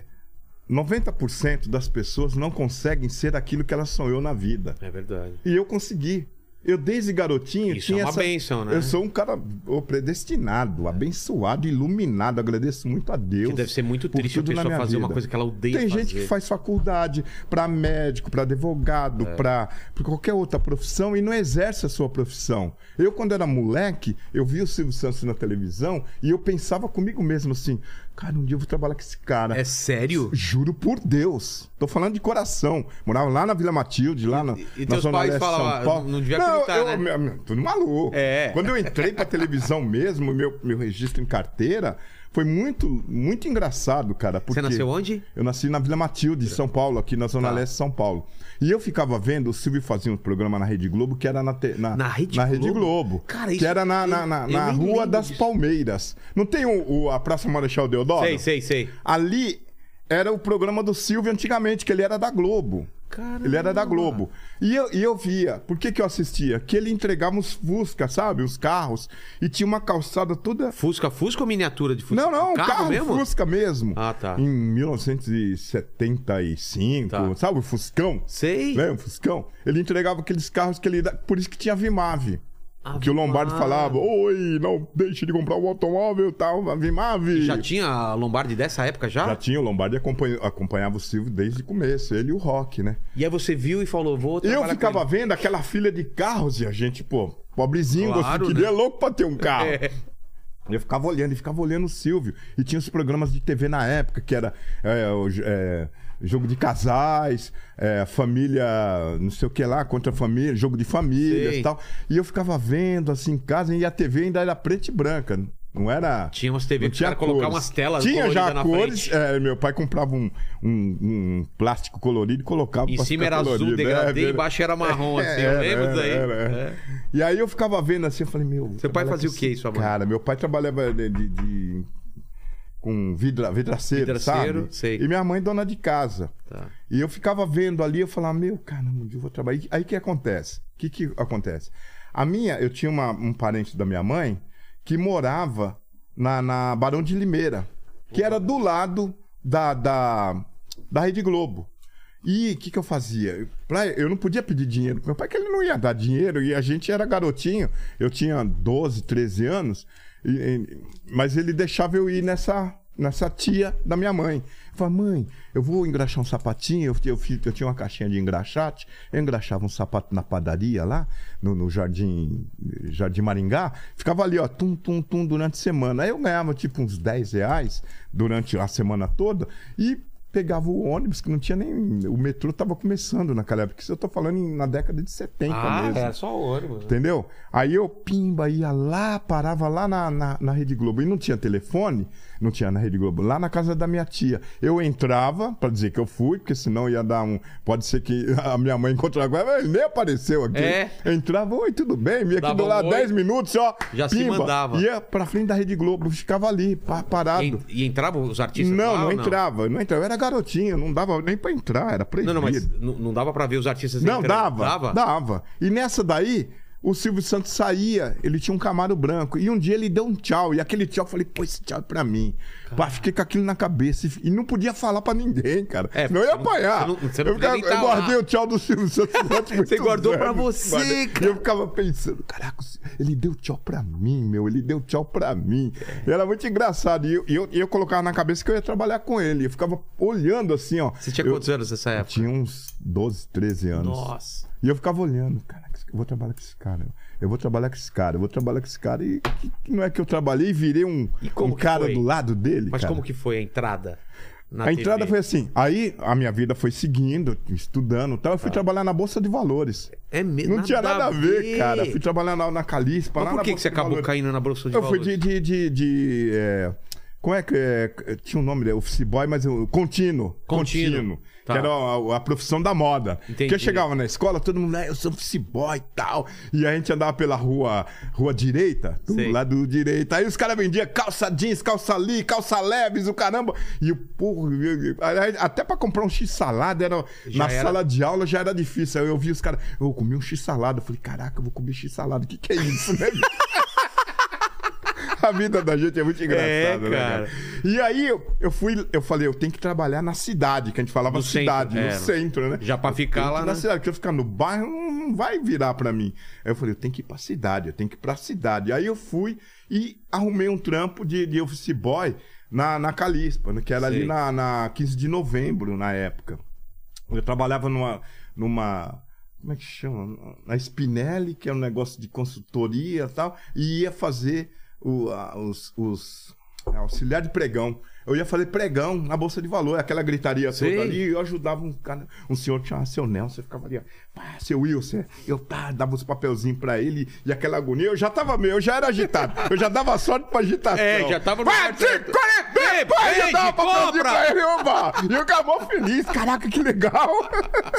[SPEAKER 4] 90% das pessoas não conseguem ser aquilo que elas sonhou na vida.
[SPEAKER 1] É verdade.
[SPEAKER 4] E eu consegui. Eu, desde garotinho,
[SPEAKER 1] Isso
[SPEAKER 4] tinha
[SPEAKER 1] é uma
[SPEAKER 4] essa...
[SPEAKER 1] bênção, né?
[SPEAKER 4] Eu sou um cara ô, predestinado, abençoado, iluminado. Agradeço muito a Deus.
[SPEAKER 1] Que deve ser muito
[SPEAKER 4] por
[SPEAKER 1] triste a
[SPEAKER 4] tudo na
[SPEAKER 1] pessoa
[SPEAKER 4] minha
[SPEAKER 1] fazer uma
[SPEAKER 4] vida.
[SPEAKER 1] coisa que ela odeia
[SPEAKER 4] Tem gente
[SPEAKER 1] fazer.
[SPEAKER 4] que faz faculdade para médico, para advogado,
[SPEAKER 1] É.
[SPEAKER 4] pra para qualquer outra profissão e não exerce a sua profissão. Eu, quando era moleque, eu via o Silvio Santos na televisão e eu pensava comigo mesmo assim, cara, um dia eu vou trabalhar com esse cara.
[SPEAKER 1] É sério?
[SPEAKER 4] Juro por Deus. Tô falando de coração. Morava lá na Vila Matilde, lá na,
[SPEAKER 1] e
[SPEAKER 4] na
[SPEAKER 1] teus
[SPEAKER 4] Zona
[SPEAKER 1] pais
[SPEAKER 4] Leste de
[SPEAKER 1] falavam,
[SPEAKER 4] São Paulo.
[SPEAKER 1] "Ah, não devia acreditar,
[SPEAKER 4] eu,
[SPEAKER 1] né?"
[SPEAKER 4] meu- meu, tudo maluco.
[SPEAKER 1] É.
[SPEAKER 4] Quando eu entrei pra televisão mesmo, meu, meu registro em carteira, foi muito, muito engraçado, cara. Porque
[SPEAKER 1] Você nasceu onde?
[SPEAKER 4] Eu nasci na Vila Matilde, São Paulo, aqui na Zona
[SPEAKER 1] Tá.
[SPEAKER 4] Leste de São Paulo. E eu ficava vendo, o Silvio fazia um programa na Rede Globo que era na, te- na,
[SPEAKER 1] Na Rede Globo?
[SPEAKER 4] Globo,
[SPEAKER 1] Cara, isso-
[SPEAKER 4] que era na, na, na-
[SPEAKER 1] eu
[SPEAKER 4] na
[SPEAKER 1] nem
[SPEAKER 4] Rua
[SPEAKER 1] lembro
[SPEAKER 4] das
[SPEAKER 1] disso.
[SPEAKER 4] Palmeiras. Não tem o, o- a Praça Marechal Deodoro?
[SPEAKER 1] Sei, sei, sei.
[SPEAKER 4] Ali era o programa do Silvio antigamente, que ele era da Globo.
[SPEAKER 1] Caramba.
[SPEAKER 4] Ele era da Globo. E eu, e eu via. Por que, que eu assistia? Que ele entregava uns Fusca, sabe? Uns carros. E tinha uma calçada toda.
[SPEAKER 1] Fusca, Fusca ou miniatura de Fusca?
[SPEAKER 4] Não, não, um carro,
[SPEAKER 1] mesmo?
[SPEAKER 4] Fusca mesmo.
[SPEAKER 1] Ah, tá.
[SPEAKER 4] Em 1975,
[SPEAKER 1] Tá.
[SPEAKER 4] sabe? O Fuscão.
[SPEAKER 1] Sei.
[SPEAKER 4] Lembra? O Fuscão. Ele entregava aqueles carros que ele. dá- Por isso que tinha Vimave.
[SPEAKER 1] Ah,
[SPEAKER 4] que o Lombardi
[SPEAKER 1] Vimave.
[SPEAKER 4] falava: Oi, não deixe de comprar um automóvel, tal, Vimave.
[SPEAKER 1] Já tinha a Lombardi dessa época já?
[SPEAKER 4] Já tinha, o Lombardi acompanha- acompanhava o Silvio desde o começo, ele e o Rock, né?
[SPEAKER 1] E aí você viu e falou, vou
[SPEAKER 4] Eu
[SPEAKER 1] trabalhar com
[SPEAKER 4] ficava
[SPEAKER 1] ele.
[SPEAKER 4] vendo aquela filha de carros e a gente, pô, pobrezinho,
[SPEAKER 1] Claro,
[SPEAKER 4] você queria
[SPEAKER 1] né?
[SPEAKER 4] louco pra ter um carro.
[SPEAKER 1] É.
[SPEAKER 4] Eu ficava olhando, e ficava olhando o Silvio. E tinha os programas de TV na época, que era é, o j- é, jogo de casais, é, família, não sei o que lá, contra a família, jogo de famílias
[SPEAKER 1] Sei.
[SPEAKER 4] e tal. E eu ficava vendo assim em casa, e a TV ainda era preta e branca. Não era.
[SPEAKER 1] Tinha umas TV
[SPEAKER 4] não
[SPEAKER 1] que o cara colocava umas telas
[SPEAKER 4] Tinha já
[SPEAKER 1] coloridas na
[SPEAKER 4] cores.
[SPEAKER 1] frente.
[SPEAKER 4] é, meu pai comprava um, um- um plástico colorido e colocava
[SPEAKER 1] Em
[SPEAKER 4] pra
[SPEAKER 1] cima
[SPEAKER 4] ficar
[SPEAKER 1] era azul,
[SPEAKER 4] colorido, né?
[SPEAKER 1] degradê,
[SPEAKER 4] Era-
[SPEAKER 1] embaixo era marrom, assim. eu
[SPEAKER 4] era,
[SPEAKER 1] lembro É,
[SPEAKER 4] era,
[SPEAKER 1] daí.
[SPEAKER 4] era, era. E aí eu ficava vendo assim, eu falei, meu.
[SPEAKER 1] Seu pai
[SPEAKER 4] trabalhar
[SPEAKER 1] fazia
[SPEAKER 4] com
[SPEAKER 1] o quê,
[SPEAKER 4] esse
[SPEAKER 1] sua mãe?
[SPEAKER 4] Cara, meu pai trabalhava de. de- de- com vidra, vidraceiro,
[SPEAKER 1] Vidraceiro,
[SPEAKER 4] sabe?
[SPEAKER 1] sei.
[SPEAKER 4] E minha mãe dona de casa.
[SPEAKER 1] Tá.
[SPEAKER 4] E eu ficava vendo ali, eu falava, meu, caramba, um dia eu vou trabalhar. E Aí o que acontece? O que, que acontece? A minha, eu tinha uma- um parente da minha mãe que morava na, na Barão de Limeira, que era do lado da, da, da Rede Globo. E o que, que eu fazia? Eu- pra- eu não podia pedir dinheiro pro meu pai, que ele não ia dar dinheiro, e a gente era garotinho, eu tinha 12, 13 anos, e- e- mas ele deixava eu ir nessa, nessa tia da minha mãe. Eu falava, mãe, eu vou engraxar um sapatinho, eu, eu, fi- eu tinha uma caixinha de engraxate, eu engraxava um sapato na padaria lá, no, no Jardim Jardim Maringá, ficava ali, ó, tum, tum, tum, durante a semana. Aí eu ganhava tipo uns 10 reais durante a semana toda e pegava o ônibus, que não tinha nem. O metrô tava começando naquela época. Isso eu tô falando em- na década de 70
[SPEAKER 1] Ah,
[SPEAKER 4] mesmo.
[SPEAKER 1] era só ouro, mano.
[SPEAKER 4] Entendeu? Aí eu, pimba, ia lá, parava lá na, na, na Rede Globo. E não tinha telefone, não tinha na Rede Globo, lá na casa da minha tia. Eu entrava pra dizer que eu fui, porque senão ia dar um. Pode ser que a minha mãe encontrou agora, ele nem apareceu aqui.
[SPEAKER 1] É.
[SPEAKER 4] Entrava, oi, tudo bem? Vinha aqui
[SPEAKER 1] Dava
[SPEAKER 4] do
[SPEAKER 1] um
[SPEAKER 4] lado
[SPEAKER 1] oi.
[SPEAKER 4] 10 minutos, ó.
[SPEAKER 1] Já se mandava.
[SPEAKER 4] Ia pra frente da Rede Globo, ficava ali, pa- parado.
[SPEAKER 1] E, en- e entravam os artistas
[SPEAKER 4] não,
[SPEAKER 1] lá
[SPEAKER 4] não
[SPEAKER 1] ou
[SPEAKER 4] entrava, não entrava. Eu era garotinho, não dava nem pra entrar, era proibido.
[SPEAKER 1] Não, não, mas n- não dava pra ver os artistas
[SPEAKER 4] Não,
[SPEAKER 1] entrando.
[SPEAKER 4] dava, dava. E nessa daí, o Silvio Santos saía, ele tinha um camaro branco. E um dia ele deu um tchau. E aquele tchau, eu falei, pô, esse tchau é pra mim. Pá, fiquei com aquilo na cabeça. e- E não podia falar pra ninguém, cara.
[SPEAKER 1] É,
[SPEAKER 4] não ia
[SPEAKER 1] você não-
[SPEAKER 4] apanhar.
[SPEAKER 1] você não- você não podia
[SPEAKER 4] eu, ficava-
[SPEAKER 1] nem
[SPEAKER 4] eu
[SPEAKER 1] tá lá.
[SPEAKER 4] guardei o tchau do Silvio Santos. durante muitos
[SPEAKER 1] guardou pra
[SPEAKER 4] anos.
[SPEAKER 1] você,
[SPEAKER 4] Guardei.
[SPEAKER 1] cara.
[SPEAKER 4] E eu ficava pensando, caraca, ele deu tchau pra mim, meu. Ele deu tchau pra mim.
[SPEAKER 1] É.
[SPEAKER 4] E Era muito engraçado. E eu, e eu, e eu colocava na cabeça que eu ia trabalhar com ele. Eu ficava olhando assim, ó.
[SPEAKER 1] Você tinha
[SPEAKER 4] eu,
[SPEAKER 1] quantos anos nessa época?
[SPEAKER 4] Tinha uns 12, 13 anos.
[SPEAKER 1] Nossa.
[SPEAKER 4] E eu ficava olhando, cara, eu vou trabalhar com esse cara. Eu vou trabalhar com esse cara, eu vou trabalhar com esse cara. E que- que não é que eu trabalhei e virei um,
[SPEAKER 1] E como
[SPEAKER 4] um
[SPEAKER 1] que
[SPEAKER 4] cara
[SPEAKER 1] foi?
[SPEAKER 4] do lado dele.
[SPEAKER 1] Mas
[SPEAKER 4] cara.
[SPEAKER 1] como que foi a entrada? na
[SPEAKER 4] A entrada
[SPEAKER 1] TV?
[SPEAKER 4] foi assim. Aí a minha vida foi seguindo, estudando e tal. Eu
[SPEAKER 1] Ah.
[SPEAKER 4] fui trabalhar na Bolsa de Valores.
[SPEAKER 1] É mesmo.
[SPEAKER 4] Não tinha nada a ver, cara. Fui trabalhar na, na Calispa.
[SPEAKER 1] Mas
[SPEAKER 4] lá
[SPEAKER 1] por
[SPEAKER 4] na
[SPEAKER 1] que, que
[SPEAKER 4] Bolsa
[SPEAKER 1] você
[SPEAKER 4] de
[SPEAKER 1] acabou
[SPEAKER 4] Valores.
[SPEAKER 1] caindo na bolsa de
[SPEAKER 4] Eu fui
[SPEAKER 1] valores?
[SPEAKER 4] de. de, de, de, é, Como é que. é, tinha um nome, né? Office Boy, mas eu. Contínuo.
[SPEAKER 1] Contínuo. Tá.
[SPEAKER 4] Que era a, a profissão da moda.
[SPEAKER 1] Entendi.
[SPEAKER 4] Porque eu chegava na escola, todo mundo, "Ah, eu sou Office Boy e tal. E a gente andava pela rua, rua direita, do
[SPEAKER 1] Sei.
[SPEAKER 4] lado direito. Aí os caras vendiam calça jeans, calça ali, calça leves, o caramba. E o porra. eu- eu- aí, Até pra comprar um x-salada, era,
[SPEAKER 1] Já
[SPEAKER 4] na
[SPEAKER 1] era-
[SPEAKER 4] sala de aula já era difícil. Aí eu vi os caras, eu comi um x-salada. Eu falei, caraca, eu vou comer x-salada. O que, que é isso, né? bicho?" A vida da gente é muito engraçada,
[SPEAKER 1] É,
[SPEAKER 4] né,
[SPEAKER 1] cara.
[SPEAKER 4] cara? E aí eu, eu fui, eu falei, eu tenho que trabalhar na cidade, que a gente falava
[SPEAKER 1] No centro,
[SPEAKER 4] cidade,
[SPEAKER 1] é.
[SPEAKER 4] no centro, né?
[SPEAKER 1] Já pra
[SPEAKER 4] Tem
[SPEAKER 1] ficar
[SPEAKER 4] que ir
[SPEAKER 1] lá
[SPEAKER 4] na
[SPEAKER 1] na...
[SPEAKER 4] cidade, porque eu ficar no bairro não não vai virar pra mim. Aí eu falei, eu tenho que ir pra cidade, eu tenho que ir pra cidade. Aí eu fui e arrumei um trampo de, de office boy na, na Calispa, né, que era
[SPEAKER 1] Sei.
[SPEAKER 4] ali na, na 15 de novembro, na época. Eu trabalhava numa. numa como é que chama? Na Spinelli, que é um negócio de consultoria e tal, e ia fazer o, a- os, os- é, auxiliar de pregão. Eu ia fazer pregão na Bolsa de Valor, aquela gritaria
[SPEAKER 1] Sei.
[SPEAKER 4] toda ali, e eu ajudava um cara, um senhor que chamava seu Nelson, eu ficava ali, ó, pá, seu Wilson, eu pá, dava os papelzinhos pra ele, e aquela agonia, eu já tava meio, eu já era agitado, eu já dava sorte pra agitação.
[SPEAKER 1] É, já tava no
[SPEAKER 4] Vai,
[SPEAKER 1] lugar
[SPEAKER 4] te
[SPEAKER 1] certo.
[SPEAKER 4] conectar, pá, e eu dava um
[SPEAKER 1] Depende,
[SPEAKER 4] papelzinho
[SPEAKER 1] compra.
[SPEAKER 4] pra ele, eu, pá, e eu acabou feliz, caraca, que legal.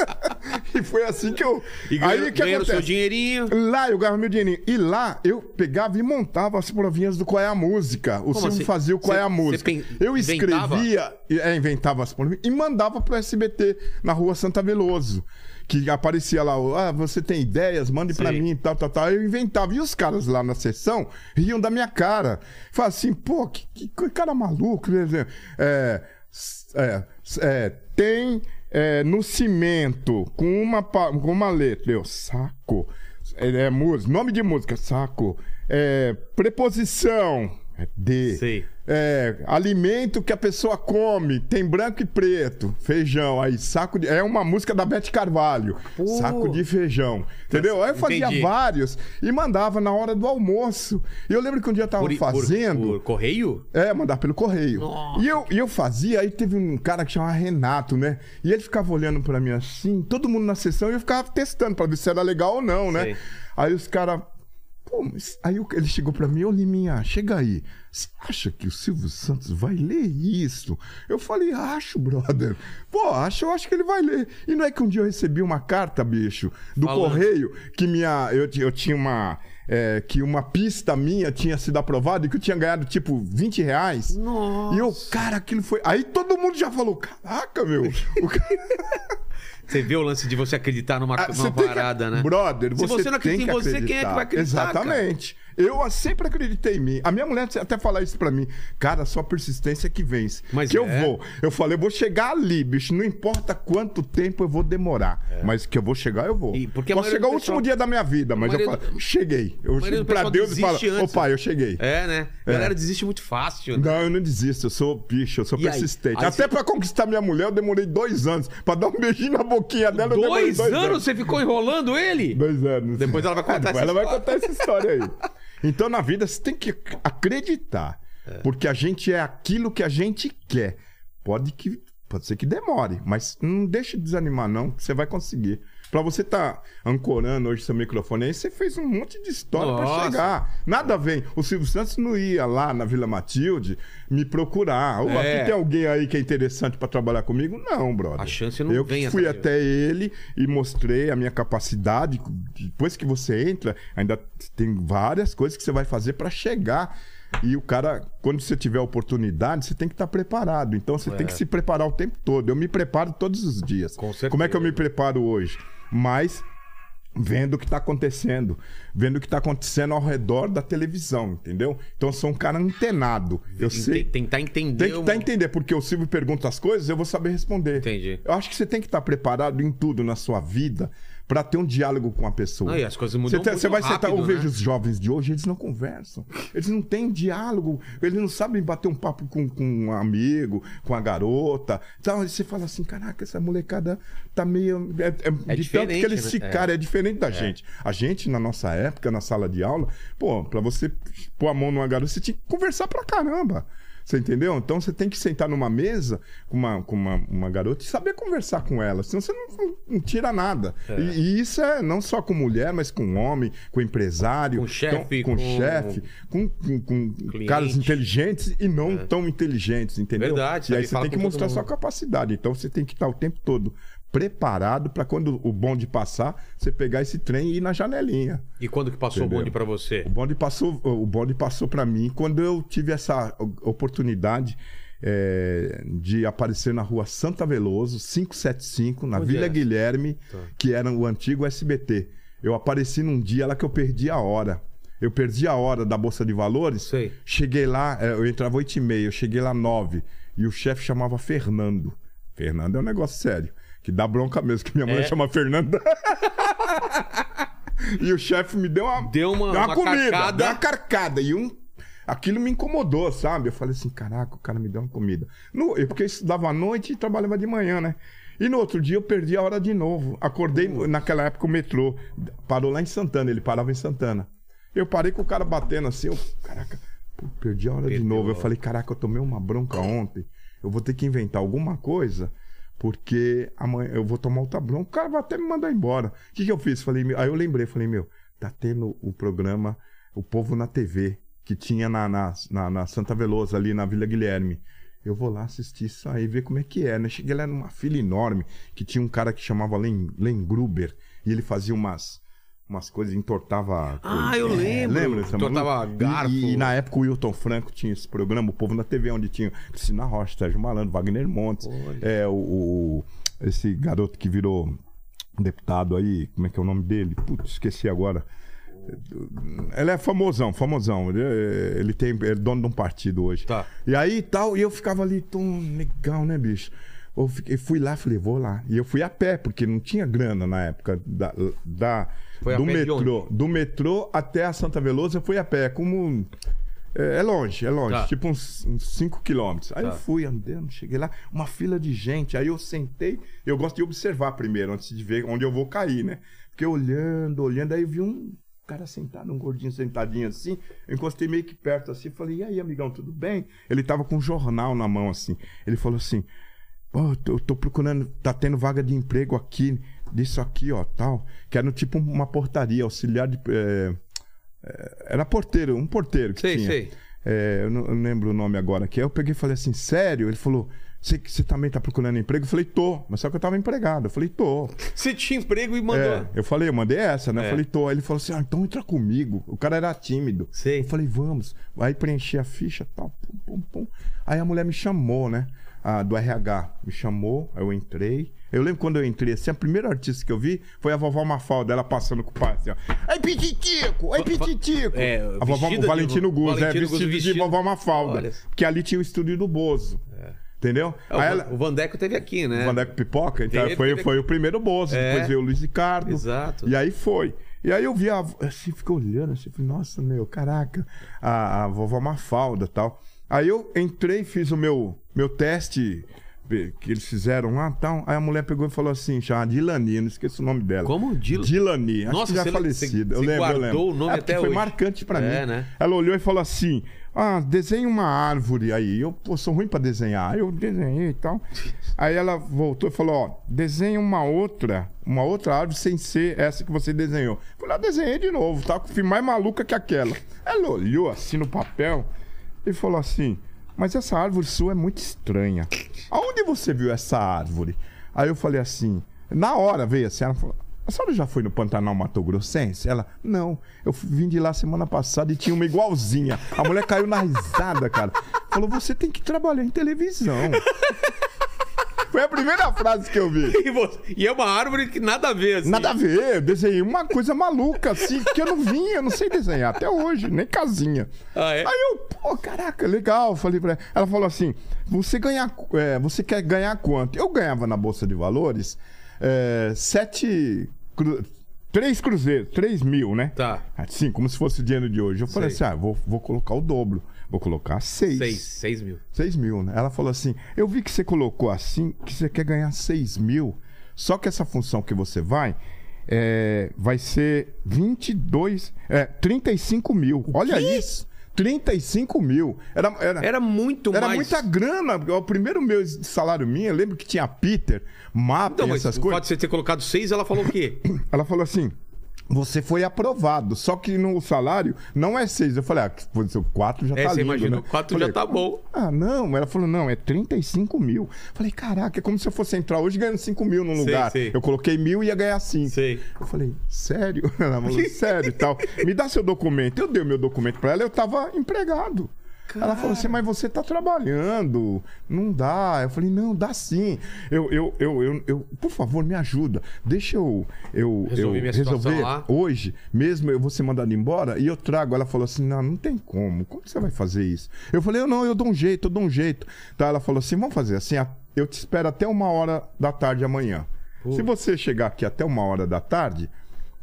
[SPEAKER 4] e foi assim que eu...
[SPEAKER 1] E
[SPEAKER 4] aí
[SPEAKER 1] ganha-
[SPEAKER 4] o que
[SPEAKER 1] ganharam o seu
[SPEAKER 4] acontece?
[SPEAKER 1] dinheirinho.
[SPEAKER 4] Lá eu ganhava meu dinheirinho. E lá eu pegava e montava as provinhas do Qual é a Música. O Silvio
[SPEAKER 1] assim?
[SPEAKER 4] fazia o Qual é
[SPEAKER 1] Cê-
[SPEAKER 4] a
[SPEAKER 1] cê
[SPEAKER 4] Música.
[SPEAKER 1] pen-
[SPEAKER 4] Eu
[SPEAKER 1] inventava?
[SPEAKER 4] escrevia, e- é, inventava as provinhas e mandava pro SBT, na rua Santa Veloso. Que aparecia lá, ah, você tem ideias, mande pra
[SPEAKER 1] Sim.
[SPEAKER 4] mim, tal, tal, tal. Eu inventava. E os caras lá na sessão riam da minha cara. Falavam assim, pô, que, que- que cara maluco. né? É, s- é, s- é, tem é, no cimento, com uma, pa- com uma letra, eu, saco. É, é música, nome de música, saco. É, preposição, é D.
[SPEAKER 1] Sei.
[SPEAKER 4] É, alimento que a pessoa come, tem branco e preto, feijão, aí saco de. É uma música da Beth Carvalho. Saco de feijão. Entendeu? Aí eu fazia
[SPEAKER 1] Entendi.
[SPEAKER 4] vários e mandava na hora do almoço. E eu lembro que um dia eu tava
[SPEAKER 1] Por- por-
[SPEAKER 4] fazendo.
[SPEAKER 1] por correio?
[SPEAKER 4] É, mandar pelo correio. E eu, e eu fazia, aí teve um cara que chamava Renato, né? E ele ficava olhando pra mim assim, todo mundo na sessão, e eu ficava testando pra ver se era legal ou não, né?
[SPEAKER 1] Sei.
[SPEAKER 4] Aí os caras. Pô, mas... Aí o- ele chegou pra mim, ô Liminha, chega aí. Você acha que o Silvio Santos vai ler isso? Eu falei, acho, brother. Pô, acho, eu acho que ele vai ler. E não é que um dia eu recebi uma carta, bicho, do
[SPEAKER 1] Falando.
[SPEAKER 4] correio, que minha. Eu, ti- eu tinha uma. é, que uma pista minha tinha sido aprovada e que eu tinha ganhado tipo 20 reais. Nossa. E eu, cara, aquilo foi. Aí todo mundo já falou: caraca, meu. O cara...
[SPEAKER 1] Você vê o lance de você acreditar numa,
[SPEAKER 4] Ah,
[SPEAKER 1] numa
[SPEAKER 4] tem que-
[SPEAKER 1] parada, né?
[SPEAKER 4] Brother,
[SPEAKER 1] Se
[SPEAKER 4] você,
[SPEAKER 1] você não acredita
[SPEAKER 4] tem que
[SPEAKER 1] em você, quem é que vai acreditar,
[SPEAKER 4] Exatamente. Eu sempre acreditei em mim. A minha mulher até fala isso pra mim. Cara, só a persistência que vence.
[SPEAKER 1] Mas
[SPEAKER 4] que eu
[SPEAKER 1] é.
[SPEAKER 4] vou. Eu falei, eu vou chegar ali, bicho. Não importa quanto tempo eu vou demorar. Mas que eu vou chegar, eu vou.
[SPEAKER 1] É. E porque a
[SPEAKER 4] Pode
[SPEAKER 1] maioria
[SPEAKER 4] chegar
[SPEAKER 1] do
[SPEAKER 4] o último
[SPEAKER 1] pessoal-
[SPEAKER 4] dia da minha vida, mas eu
[SPEAKER 1] maioria
[SPEAKER 4] falo, cheguei. Eu
[SPEAKER 1] maioria
[SPEAKER 4] chego
[SPEAKER 1] do
[SPEAKER 4] pra
[SPEAKER 1] pessoal
[SPEAKER 4] Deus e falo,
[SPEAKER 1] desiste
[SPEAKER 4] ô
[SPEAKER 1] antes.
[SPEAKER 4] pai, eu cheguei.
[SPEAKER 1] É, né? A galera desiste muito fácil. Né?
[SPEAKER 4] Não, eu não desisto, eu sou bicho, eu sou
[SPEAKER 1] E aí?
[SPEAKER 4] persistente.
[SPEAKER 1] Aí
[SPEAKER 4] Até
[SPEAKER 1] você-
[SPEAKER 4] pra conquistar minha mulher, eu demorei dois anos. Pra dar um beijinho na boquinha dela, eu demorei
[SPEAKER 1] Dois,
[SPEAKER 4] dois
[SPEAKER 1] anos você ficou enrolando ele?
[SPEAKER 4] Dois anos.
[SPEAKER 1] Depois ela vai contar
[SPEAKER 4] Depois
[SPEAKER 1] essa
[SPEAKER 4] ela vai
[SPEAKER 1] história.
[SPEAKER 4] contar essa história aí. Então, na vida, você tem que acreditar. Porque a gente é aquilo que a gente quer. Pode, que, pode ser que demore, mas não deixe de desanimar, não, que você vai conseguir. Pra você tá ancorando hoje seu microfone aí, você fez um monte de história pra
[SPEAKER 1] Nossa.
[SPEAKER 4] chegar. Nada vem. O Silvio Santos não ia lá na Vila Matilde me procurar. Ô,
[SPEAKER 1] É.
[SPEAKER 4] aqui tem alguém aí que é interessante pra trabalhar comigo? Não, brother.
[SPEAKER 1] A chance não
[SPEAKER 4] Eu
[SPEAKER 1] vem
[SPEAKER 4] fui
[SPEAKER 1] atrás.
[SPEAKER 4] até até ele e mostrei a minha capacidade. Depois que você entra, ainda tem várias coisas que você vai fazer para chegar. E o cara, quando você tiver a oportunidade, você tem que estar preparado. Então você tem que se preparar o tempo todo. Eu me preparo todos os dias.
[SPEAKER 1] Com certeza.
[SPEAKER 4] Como é que eu me preparo hoje? Mas vendo o que está acontecendo, vendo o que está acontecendo ao redor da televisão, entendeu? Então eu sou um cara antenado. Eu sei.
[SPEAKER 1] Tentar entender.
[SPEAKER 4] Tem que
[SPEAKER 1] o-
[SPEAKER 4] estar entender, porque o Silvio pergunta as coisas, eu vou saber responder.
[SPEAKER 1] Entendi.
[SPEAKER 4] Eu acho que você tem que estar preparado em tudo na sua vida para ter um diálogo com a pessoa.
[SPEAKER 1] Ah, e as coisas mudam
[SPEAKER 4] Você, tem-
[SPEAKER 1] muito
[SPEAKER 4] você vai sentar, um
[SPEAKER 1] rápido,
[SPEAKER 4] eu vejo
[SPEAKER 1] né?
[SPEAKER 4] os jovens de hoje, eles não conversam. Eles não têm diálogo, eles não sabem bater um papo com, com um amigo, com a garota. Então aí você fala assim: caraca, essa molecada tá meio. É,
[SPEAKER 1] É
[SPEAKER 4] é de tanto que
[SPEAKER 1] diferente,
[SPEAKER 4] eles
[SPEAKER 1] né?
[SPEAKER 4] ficaram, é. diferente da gente. A gente, na nossa época, na sala de aula, pô, pra você pôr a mão numa garota, você tinha que conversar pra caramba. Você entendeu? Então você tem que sentar numa mesa com uma, com uma, uma garota e saber conversar com ela, senão você não, não- não tira nada. E, e isso é não só com mulher, mas com homem, com empresário, então,
[SPEAKER 1] Com chefe,
[SPEAKER 4] com, com
[SPEAKER 1] com-
[SPEAKER 4] chefe, com, com, com caras inteligentes e não tão inteligentes, entendeu?
[SPEAKER 1] Verdade,
[SPEAKER 4] E aí
[SPEAKER 1] sabe,
[SPEAKER 4] você
[SPEAKER 1] fala
[SPEAKER 4] tem que
[SPEAKER 1] com todo
[SPEAKER 4] mostrar
[SPEAKER 1] mundo.
[SPEAKER 4] sua capacidade. Então você tem que estar o tempo todo preparado para quando o bonde passar, você pegar esse trem e ir na janelinha.
[SPEAKER 1] E quando que passou
[SPEAKER 4] Entendeu?
[SPEAKER 1] o bonde pra você?
[SPEAKER 4] O bonde passou, o bonde passou para mim quando eu tive essa o- oportunidade eh, de aparecer na rua Santa Veloso, 575, na
[SPEAKER 1] Onde
[SPEAKER 4] Vila
[SPEAKER 1] é essa?
[SPEAKER 4] Guilherme, que era o antigo SBT. Eu apareci num dia lá que eu perdi a hora. Eu perdi a hora da Bolsa de Valores.
[SPEAKER 1] Sei.
[SPEAKER 4] Cheguei lá, eh, eu entrava 8 e meia, eu cheguei lá 9 e o chefe chamava Fernando. Fernando é um negócio sério, que dá bronca mesmo, que minha
[SPEAKER 1] É?
[SPEAKER 4] mãe chama Fernanda. E o chefe me deu uma.
[SPEAKER 1] Deu uma- uma
[SPEAKER 4] comida,
[SPEAKER 1] carcada.
[SPEAKER 4] deu uma carcada. E um. Aquilo me incomodou, sabe? Eu falei assim: caraca, o cara me deu uma comida. No, eu, porque eu estudava à noite e trabalhava de manhã, né? E no outro dia eu perdi a hora de novo. Acordei, naquela época o metrô parou lá em Santana, ele parava em Santana. Eu parei com o cara batendo assim, eu, caraca, pô, perdi a hora de
[SPEAKER 1] Perdeu a
[SPEAKER 4] novo. Eu
[SPEAKER 1] hora.
[SPEAKER 4] falei: caraca, eu tomei uma bronca ontem, eu vou ter que inventar alguma coisa porque amanhã eu vou tomar outra bronca. O cara vai até me mandar embora. O que, que eu fiz? Falei, meu- aí eu lembrei, falei, meu, tá tendo o programa O Povo na TV, que tinha na, na, na- na Santa Velosa, ali na Vila Guilherme. Eu vou lá assistir isso aí, ver como é que é, né? Cheguei lá numa fila enorme, que tinha um cara que chamava Len, Len Gruber, e ele fazia umas, umas coisas, entortava... É,
[SPEAKER 1] Ah, eu lembro.
[SPEAKER 4] Lembra? dessa
[SPEAKER 1] Entortava
[SPEAKER 4] maluca?
[SPEAKER 1] garfo.
[SPEAKER 4] E, e na época o Wilton Franco tinha esse programa, o Povo na TV, onde tinha Cristina Rocha, Sérgio Malandro, Wagner Montes, é, o, o- esse garoto que virou deputado aí, como é que é o nome dele? Putz, esqueci agora. Ele é famosão, famosão. Ele, é- ele tem, ele é dono de um partido hoje.
[SPEAKER 1] Tá.
[SPEAKER 4] E aí e tal, e eu ficava ali, tão legal, né, bicho? Eu fiquei- fui lá, falei, vou lá. E eu fui a pé, porque não tinha grana na época da, da-
[SPEAKER 1] Foi a
[SPEAKER 4] do
[SPEAKER 1] pé de
[SPEAKER 4] metrô. Do metrô até a Santa Veloso, eu fui a pé. Como. É, é longe, é longe.
[SPEAKER 1] Tá.
[SPEAKER 4] Tipo uns 5 quilômetros. Aí eu fui andando, cheguei lá, uma fila de gente. Aí eu sentei, eu gosto de observar primeiro, antes de ver onde eu vou cair, né? Fiquei olhando, olhando, aí eu vi um cara sentado, um gordinho sentadinho assim. Eu encostei meio que perto assim, falei, e aí, amigão, tudo bem? Ele tava com um jornal na mão assim. Ele falou assim: Ó, eu tô, eu tô procurando, tá tendo vaga de emprego aqui, disso aqui, ó, tal. Que era tipo uma portaria, auxiliar de. eh, eh, era porteiro, um porteiro que
[SPEAKER 1] Sei,
[SPEAKER 4] tinha.
[SPEAKER 1] sei.
[SPEAKER 4] É, eu não eu não lembro o nome agora aqui. Aí eu peguei e falei assim, sério? Ele falou, você você também tá procurando emprego? Eu falei, tô. Mas só que eu tava empregado. Eu falei, tô.
[SPEAKER 1] Você tinha emprego e mandou.
[SPEAKER 4] É, eu falei, eu mandei essa, né?
[SPEAKER 1] É.
[SPEAKER 4] Eu falei, tô. Aí ele falou assim, ah, então entra comigo. O cara era tímido.
[SPEAKER 1] Sei.
[SPEAKER 4] Eu falei, vamos. Aí preenchi a ficha, tal, pum, pum, pum. Aí a mulher me chamou, né? A, do RH. Me chamou, aí eu entrei. Eu lembro quando eu entrei, assim, a primeira artista que eu vi foi a vovó Mafalda, ela passando com o pai, assim, ó. Ai, pititico! Ai, pititico!
[SPEAKER 1] é,
[SPEAKER 4] a vovó,
[SPEAKER 1] vestida
[SPEAKER 4] o
[SPEAKER 1] de-
[SPEAKER 4] Valentino Guz, é,
[SPEAKER 1] Valentino Guz
[SPEAKER 4] vestido, de
[SPEAKER 1] vestido.
[SPEAKER 4] vovó Mafalda.
[SPEAKER 1] Olha só.
[SPEAKER 4] Porque ali tinha o estúdio do Bozo. Entendeu?
[SPEAKER 1] É, o,
[SPEAKER 4] Aí ela-
[SPEAKER 1] o Vandeco teve aqui, né?
[SPEAKER 4] o Vandeco Pipoca, então
[SPEAKER 1] Teve,
[SPEAKER 4] foi,
[SPEAKER 1] teve-
[SPEAKER 4] foi o primeiro Bozo,
[SPEAKER 1] É.
[SPEAKER 4] depois veio o Luiz Ricardo.
[SPEAKER 1] Exato.
[SPEAKER 4] E aí foi. E aí eu vi a. Assim, fiquei olhando, assim, falei, nossa, meu, caraca, a, a vovó Mafalda e tal. Aí eu entrei, fiz o meu, meu teste eh, que eles fizeram lá tal. Aí a mulher pegou e falou assim, já, Dilani, eu não esqueço o nome dela.
[SPEAKER 1] Como? Dil-
[SPEAKER 4] Dilani, acho
[SPEAKER 1] Nossa,
[SPEAKER 4] que já
[SPEAKER 1] você-
[SPEAKER 4] é falecida.
[SPEAKER 1] você-
[SPEAKER 4] Eu
[SPEAKER 1] você
[SPEAKER 4] lembro, eu
[SPEAKER 1] guardou
[SPEAKER 4] lembro.
[SPEAKER 1] o nome
[SPEAKER 4] É, porque
[SPEAKER 1] até
[SPEAKER 4] foi
[SPEAKER 1] hoje.
[SPEAKER 4] marcante pra
[SPEAKER 1] É,
[SPEAKER 4] mim.
[SPEAKER 1] né?
[SPEAKER 4] Ela olhou e falou assim: Ah, desenha uma árvore aí. Eu pô, sou ruim pra desenhar. Aí Eu desenhei e tal. Aí ela voltou e falou: Ó, desenha uma outra, uma outra árvore sem ser essa que você desenhou. Eu Falei, ah, desenhei de novo, tá? Fui mais maluca que aquela. Ela olhou assim no papel e falou assim: Mas essa árvore sua é muito estranha. Aonde você viu essa árvore? Aí eu falei assim, na hora veio assim, ela falou. A senhora já foi no Pantanal Mato Grossense? Ela, não, eu fui- vim de lá semana passada e tinha uma igualzinha. A mulher caiu na risada, cara. Falou, você tem que trabalhar em televisão. Foi a primeira frase que eu vi.
[SPEAKER 1] E, você- e é uma árvore que nada a ver, assim.
[SPEAKER 4] Nada a ver, eu desenhei uma coisa maluca, assim, que eu não vinha, eu não sei desenhar até hoje, nem casinha.
[SPEAKER 1] Ah, é?
[SPEAKER 4] Aí eu, pô, caraca, legal, falei pra ela. Ela falou assim: você ganhar, é, você quer ganhar quanto? Eu ganhava na Bolsa de Valores é, sete. cru- três cruzeiros, três mil, né?
[SPEAKER 1] Tá.
[SPEAKER 4] Assim, como se fosse o dinheiro de hoje. Eu falei
[SPEAKER 1] Sei.
[SPEAKER 4] assim: ah, vou, vou colocar o dobro, vou colocar
[SPEAKER 1] Seis, seis mil.
[SPEAKER 4] 6 mil, né? Ela falou assim: Eu vi que você colocou assim, que você quer ganhar 6 mil. Só que essa função que você vai é, vai ser 22, é, 35 mil. Olha isso! 35 mil. Era, era,
[SPEAKER 1] Era muito
[SPEAKER 4] É. era
[SPEAKER 1] mais...
[SPEAKER 4] muita grana. O primeiro meu salário minha, eu lembro que tinha Peter, mapa
[SPEAKER 1] Então,
[SPEAKER 4] e
[SPEAKER 1] mas
[SPEAKER 4] essas
[SPEAKER 1] o
[SPEAKER 4] coisas.
[SPEAKER 1] fato de você ter colocado seis, ela falou o quê?
[SPEAKER 4] Ela falou assim. Você foi aprovado, só que no salário não é seis. Eu falei, ah, pô, seu quatro já
[SPEAKER 1] É,
[SPEAKER 4] tá
[SPEAKER 1] você
[SPEAKER 4] lindo,
[SPEAKER 1] imaginou,
[SPEAKER 4] né?
[SPEAKER 1] quatro
[SPEAKER 4] Falei,
[SPEAKER 1] já tá bom.
[SPEAKER 4] ah, não. Ela falou, não, é 35 mil. Falei, caraca, é como se eu fosse entrar hoje ganhando 5 mil num
[SPEAKER 1] Sei,
[SPEAKER 4] lugar.
[SPEAKER 1] sei.
[SPEAKER 4] Eu coloquei mil e ia ganhar 5.
[SPEAKER 1] Sei.
[SPEAKER 4] Eu falei, sério? Ela falou, sério e tal. Me dá seu documento. Eu dei o meu documento pra ela, eu tava empregado. Ela falou assim, mas você tá trabalhando, não dá. Eu falei, não, dá sim. Eu, eu, eu, eu, eu- por favor, me ajuda. Deixa eu, eu,
[SPEAKER 1] Resolvi
[SPEAKER 4] eu
[SPEAKER 1] minha situação
[SPEAKER 4] resolver
[SPEAKER 1] lá.
[SPEAKER 4] hoje, mesmo eu vou ser mandado embora, e eu trago. Ela falou assim: não, não tem como, como você vai fazer isso? Eu falei: eu não, eu dou um jeito, eu dou um jeito. Tá, ela falou assim: vamos fazer assim, a- eu te espero até uma hora da tarde amanhã. Se você chegar aqui até uma hora da tarde,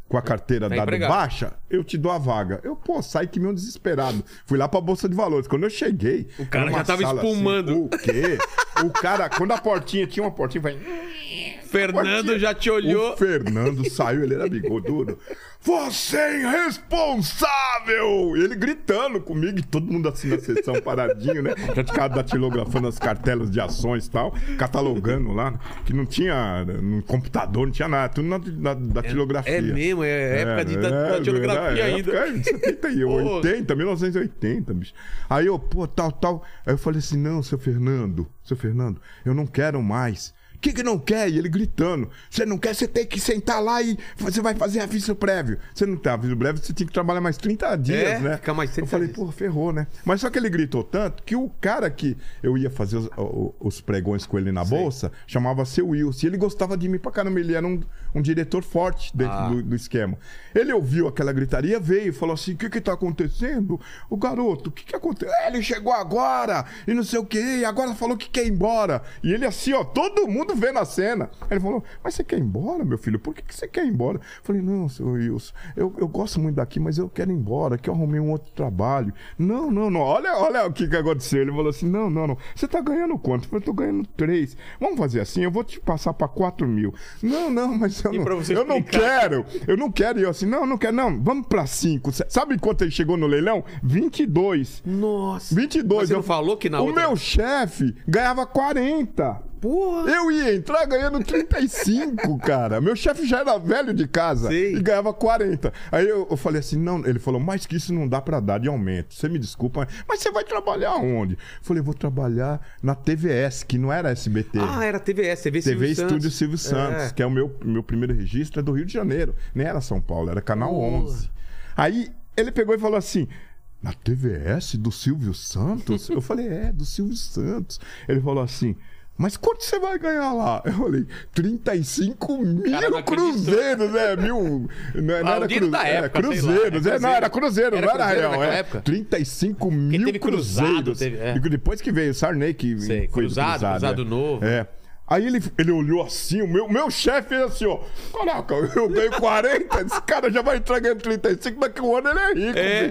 [SPEAKER 4] com a carteira
[SPEAKER 1] Tá
[SPEAKER 4] dada
[SPEAKER 1] empregado.
[SPEAKER 4] baixa, eu te dou a vaga. Eu, pô, saí que meio desesperado. Fui lá pra Bolsa de Valores. Quando eu cheguei. O
[SPEAKER 1] cara já tava espumando.
[SPEAKER 4] o quê? o cara, quando a portinha tinha uma portinha, vai.
[SPEAKER 1] Fernando já te olhou.
[SPEAKER 4] O Fernando saiu, ele era bigodudo. Você é irresponsável! Ele gritando comigo e todo mundo assim na sessão paradinho, né? Já ficava datilografando as cartelas de ações e tal, catalogando lá, que não tinha no computador, não tinha nada, tudo na, na datilografia.
[SPEAKER 1] É mesmo, é época de da- datilografia
[SPEAKER 4] né? é,
[SPEAKER 1] ainda.
[SPEAKER 4] Época de 70 e
[SPEAKER 1] Porra.
[SPEAKER 4] 80, 1980, bicho. Aí eu, pô, tal, tal. Aí eu falei assim: não, seu Fernando, seu Fernando, eu não quero mais. O que, que não quer? E ele gritando. Você não quer, você tem que sentar lá e você vai fazer aviso prévio. Você não tem aviso prévio, você tinha que trabalhar mais 30 dias,
[SPEAKER 1] É,
[SPEAKER 4] né?
[SPEAKER 1] fica mais 30
[SPEAKER 4] Eu falei,
[SPEAKER 1] dias.
[SPEAKER 4] pô, ferrou, né? Mas só que ele gritou tanto que o cara que eu ia fazer os, o- os pregões com ele na bolsa chamava seu Wilson. E ele gostava de mim pra caramba. Ele era um, um diretor forte dentro
[SPEAKER 1] Ah,
[SPEAKER 4] do, do esquema. Ele ouviu aquela gritaria, veio e falou assim: o que que tá acontecendo? O garoto, o que que aconteceu? "É, Ele chegou agora e não sei o que, agora falou que quer ir embora. E ele assim, ó, todo mundo vendo a cena. Aí Ele falou: mas você quer ir embora, meu filho? Por que, que você quer ir embora? Eu falei: não, seu Wilson, eu, eu gosto muito daqui, mas eu quero ir embora, que eu arrumei um outro trabalho. Não, não, não. Olha, olha o que, que aconteceu. Ele falou assim: não, não, não. Você tá ganhando quanto? Eu falei, tô ganhando três. Vamos fazer assim, eu vou te passar pra quatro mil. Não, não, mas eu,
[SPEAKER 1] pra
[SPEAKER 4] não,
[SPEAKER 1] você
[SPEAKER 4] eu não
[SPEAKER 1] explicar?
[SPEAKER 4] quero. Eu não quero. E eu assim, não, não quero, não. Vamos pra cinco. Sabe quanto ele chegou no leilão? 22.
[SPEAKER 1] Nossa.
[SPEAKER 4] 22.
[SPEAKER 1] Mas você
[SPEAKER 4] eu-
[SPEAKER 1] não falou que na
[SPEAKER 4] O
[SPEAKER 1] outra-
[SPEAKER 4] meu chefe ganhava 40.
[SPEAKER 1] Porra.
[SPEAKER 4] Eu ia entrar ganhando 35, cara. Meu chefe já era velho de casa
[SPEAKER 1] Sei.
[SPEAKER 4] e ganhava 40. Aí eu, eu falei assim: não, ele falou, mas que isso não dá pra dar de aumento. Você me desculpa, mas você vai trabalhar onde? Eu falei, vou trabalhar na TVS, que não era SBT.
[SPEAKER 1] Ah, era TVS, TV Silvio
[SPEAKER 4] TV
[SPEAKER 1] Santos.
[SPEAKER 4] É. Estúdio Silvio Santos,
[SPEAKER 1] É.
[SPEAKER 4] que é o meu, meu primeiro registro, é do Rio de Janeiro. Nem era São Paulo, era Canal 11. Aí ele pegou e falou assim. Na TVS do Silvio Santos? Eu falei, é, do Silvio Santos. Ele falou assim, mas quanto você vai ganhar lá? Eu falei, 35 mil
[SPEAKER 1] Cara, não acreditou.
[SPEAKER 4] cruzeiros, né? Mil. Não,
[SPEAKER 1] Ah, o
[SPEAKER 4] não era
[SPEAKER 1] dinheiro
[SPEAKER 4] cruzeiro,
[SPEAKER 1] da
[SPEAKER 4] era
[SPEAKER 1] época, sei lá, é
[SPEAKER 4] cruzeiros. é, não,
[SPEAKER 1] cruzeiro.
[SPEAKER 4] era cruzeiro,
[SPEAKER 1] Era
[SPEAKER 4] não era
[SPEAKER 1] cruzeiro
[SPEAKER 4] real.
[SPEAKER 1] naquela
[SPEAKER 4] É,
[SPEAKER 1] época?
[SPEAKER 4] 35 mil
[SPEAKER 1] teve cruzado,
[SPEAKER 4] cruzeiros.
[SPEAKER 1] teve- é.
[SPEAKER 4] Depois que veio o Sarney, que
[SPEAKER 1] Sei,
[SPEAKER 4] foi do
[SPEAKER 1] cruzado, cruzado
[SPEAKER 4] né?
[SPEAKER 1] novo.
[SPEAKER 4] É. Aí ele, ele olhou assim, o meu, meu chefe fez assim, ó. Caraca, eu ganho 40, esse cara já vai entrar ganhando 35, daqui a um ano ele é rico,
[SPEAKER 1] É.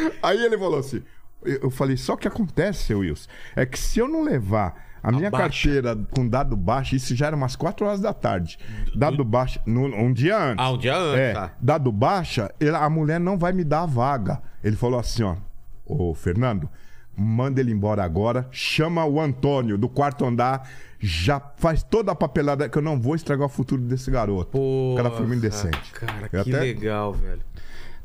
[SPEAKER 4] bicho. Aí ele falou assim. Eu eu falei, só que acontece, seu Wilson, é que se eu não levar a minha
[SPEAKER 1] baixa.
[SPEAKER 4] carteira com dado baixo, isso já era umas 4 horas da tarde. Dado baixo, no- um dia antes.
[SPEAKER 1] Ah, um dia antes,
[SPEAKER 4] É,
[SPEAKER 1] tá.
[SPEAKER 4] dado baixa, ele- a mulher não vai me dar a vaga. Ele falou assim, ó. Ô, Fernando, manda ele embora agora. Chama o Antônio do quarto andar. Já faz toda a papelada que eu não vou estragar o futuro desse garoto. o cara foi muito
[SPEAKER 1] Porra, Ah,
[SPEAKER 4] indecente.
[SPEAKER 1] Cara, que
[SPEAKER 4] Eu até-
[SPEAKER 1] legal, velho.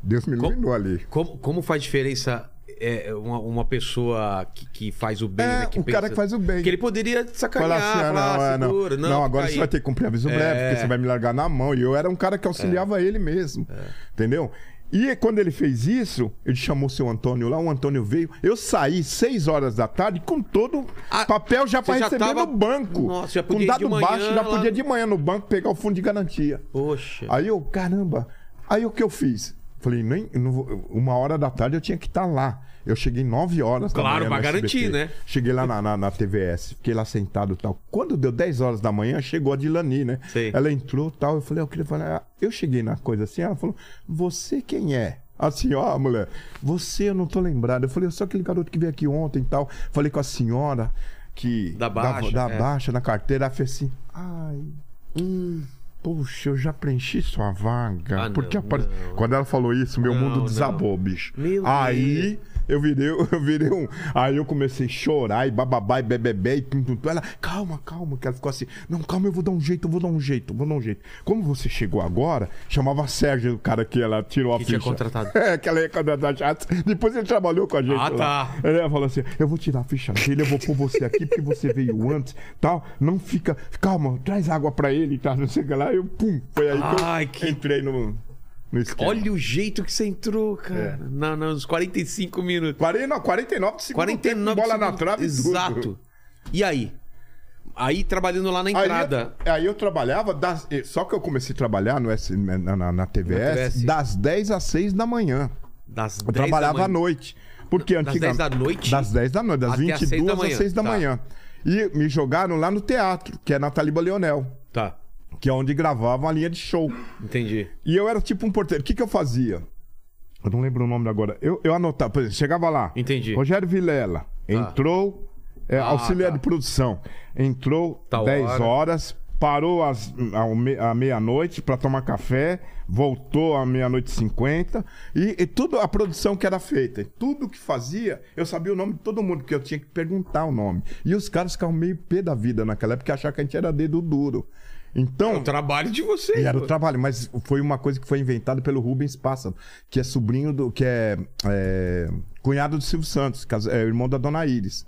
[SPEAKER 4] Deus me iluminou ali.
[SPEAKER 1] Como, como faz diferença é, uma, uma pessoa que, que faz o bem,
[SPEAKER 4] É,
[SPEAKER 1] né?
[SPEAKER 4] o cara que faz o bem.
[SPEAKER 1] Que ele poderia te sacanear,
[SPEAKER 4] Falar assim, ah,
[SPEAKER 1] falar,
[SPEAKER 4] não, é, não.
[SPEAKER 1] segura,
[SPEAKER 4] Não,
[SPEAKER 1] fica
[SPEAKER 4] agora você
[SPEAKER 1] aí.
[SPEAKER 4] vai ter que cumprir aviso breve,
[SPEAKER 1] É.
[SPEAKER 4] porque você vai me largar na mão. E eu era um cara que auxiliava ele mesmo. Entendeu? E quando ele fez isso, ele chamou seu Antônio lá, o Antônio veio. Eu saí seis horas da tarde com todo o
[SPEAKER 1] Ah,
[SPEAKER 4] papel já para
[SPEAKER 1] você já
[SPEAKER 4] receber
[SPEAKER 1] tava-
[SPEAKER 4] no banco.
[SPEAKER 1] Nossa, já
[SPEAKER 4] com
[SPEAKER 1] podia ir
[SPEAKER 4] dado
[SPEAKER 1] de manhã
[SPEAKER 4] baixo, já
[SPEAKER 1] lá-
[SPEAKER 4] podia de manhã no banco pegar o fundo de garantia.
[SPEAKER 1] Poxa.
[SPEAKER 4] Aí eu, caramba. Aí o que eu fiz? Falei, nem, eu não vou- uma hora da tarde eu tinha que estar lá. Eu cheguei nove horas da
[SPEAKER 1] Claro,
[SPEAKER 4] manhã
[SPEAKER 1] pra
[SPEAKER 4] no SBT.
[SPEAKER 1] garantir, né?
[SPEAKER 4] Cheguei lá na, na, na TVS, fiquei lá sentado e tal. Quando deu 10 horas da manhã, chegou a Dilani, né?
[SPEAKER 1] Sei.
[SPEAKER 4] Ela entrou e tal. Eu falei, "Ah, eu queria falar. Eu cheguei na coisa assim, ela falou, você quem é? Assim, ó, mulher, você eu não tô lembrado. Eu falei, eu sou aquele garoto que veio aqui ontem e tal. Falei com a senhora que.
[SPEAKER 1] Da baixa,
[SPEAKER 4] Da,
[SPEAKER 1] é.
[SPEAKER 4] baixa na carteira. Ela fez assim, ai. Hum, Poxa, eu já preenchi sua vaga.
[SPEAKER 1] Ah,
[SPEAKER 4] porque
[SPEAKER 1] não,
[SPEAKER 4] apare-
[SPEAKER 1] não.
[SPEAKER 4] quando ela falou isso, meu
[SPEAKER 1] Não,
[SPEAKER 4] mundo
[SPEAKER 1] não.
[SPEAKER 4] desabou, bicho.
[SPEAKER 1] Meu
[SPEAKER 4] aí eu virei, eu virei um. Aí eu comecei a chorar e bababá e bebebé e tum, tum, tum. Ela, calma, calma, que ela ficou assim, não, calma, eu vou dar um jeito, eu vou dar um jeito, eu vou dar um jeito. Como você chegou agora, chamava Sérgio, o cara que ela tirou a
[SPEAKER 1] Que tinha
[SPEAKER 4] ficha.
[SPEAKER 1] contratado.
[SPEAKER 4] É, que ela ia contratar já. Depois ele trabalhou com a gente.
[SPEAKER 1] Ah,
[SPEAKER 4] lá.
[SPEAKER 1] tá.
[SPEAKER 4] Ela falou assim: eu vou tirar a ficha dele, eu vou pôr você aqui, porque você veio antes, tal. Não fica. Calma, traz água pra ele, tá? Não sei o que lá. Eu, pum, foi aí que eu
[SPEAKER 1] Ai, que-
[SPEAKER 4] entrei no, no esquema.
[SPEAKER 1] Olha o jeito que você entrou,
[SPEAKER 4] É.
[SPEAKER 1] cara. Na, nos 45 minutos.
[SPEAKER 4] 40, não, 49 de segundo
[SPEAKER 1] 49
[SPEAKER 4] tempo, bola na
[SPEAKER 1] segundos.
[SPEAKER 4] trave e tudo.
[SPEAKER 1] Exato. E aí? Aí trabalhando lá na entrada.
[SPEAKER 4] Aí, aí eu trabalhava, das- só que eu comecei a trabalhar no S, na, na- na TVS,
[SPEAKER 1] Na TVS.
[SPEAKER 4] das 10 às 6 da manhã.
[SPEAKER 1] Das
[SPEAKER 4] Eu
[SPEAKER 1] 10
[SPEAKER 4] trabalhava
[SPEAKER 1] da
[SPEAKER 4] à
[SPEAKER 1] manhã.
[SPEAKER 4] noite. Porque
[SPEAKER 1] Das 10 da noite?
[SPEAKER 4] Das 10 da noite, das
[SPEAKER 1] Até às
[SPEAKER 4] 22
[SPEAKER 1] seis da manhã,
[SPEAKER 4] às 6 da
[SPEAKER 1] tá.
[SPEAKER 4] manhã. E me jogaram lá no teatro, que é na Taliba Leonel,
[SPEAKER 1] Tá,
[SPEAKER 4] que é onde gravavam a linha de show.
[SPEAKER 1] entendi.
[SPEAKER 4] E eu era tipo um porteiro. O que, que eu fazia? Eu não lembro o nome agora. Eu, eu anotava, por exemplo, chegava lá.
[SPEAKER 1] Entendi. Ah.
[SPEAKER 4] Rogério Vilela entrou, é, auxiliar
[SPEAKER 1] tá.
[SPEAKER 4] de produção, entrou
[SPEAKER 1] Tal
[SPEAKER 4] 10
[SPEAKER 1] hora.
[SPEAKER 4] horas, parou às, ao me- à meia-noite pra tomar café, voltou à meia-noite e 50. E, e tudo, a produção que era feita, e tudo que fazia, eu sabia o nome de todo mundo, porque eu tinha que perguntar o nome. E os caras ficavam meio pé da vida naquela época, achavam que a gente era dedo duro. Então,
[SPEAKER 1] O trabalho de vocês.
[SPEAKER 4] e era o
[SPEAKER 1] pô.
[SPEAKER 4] trabalho, mas foi uma coisa que foi inventada pelo Rubens Pássaro, que é sobrinho do. que é, é, cunhado do Silvio Santos, cas- é, irmão da dona Iris.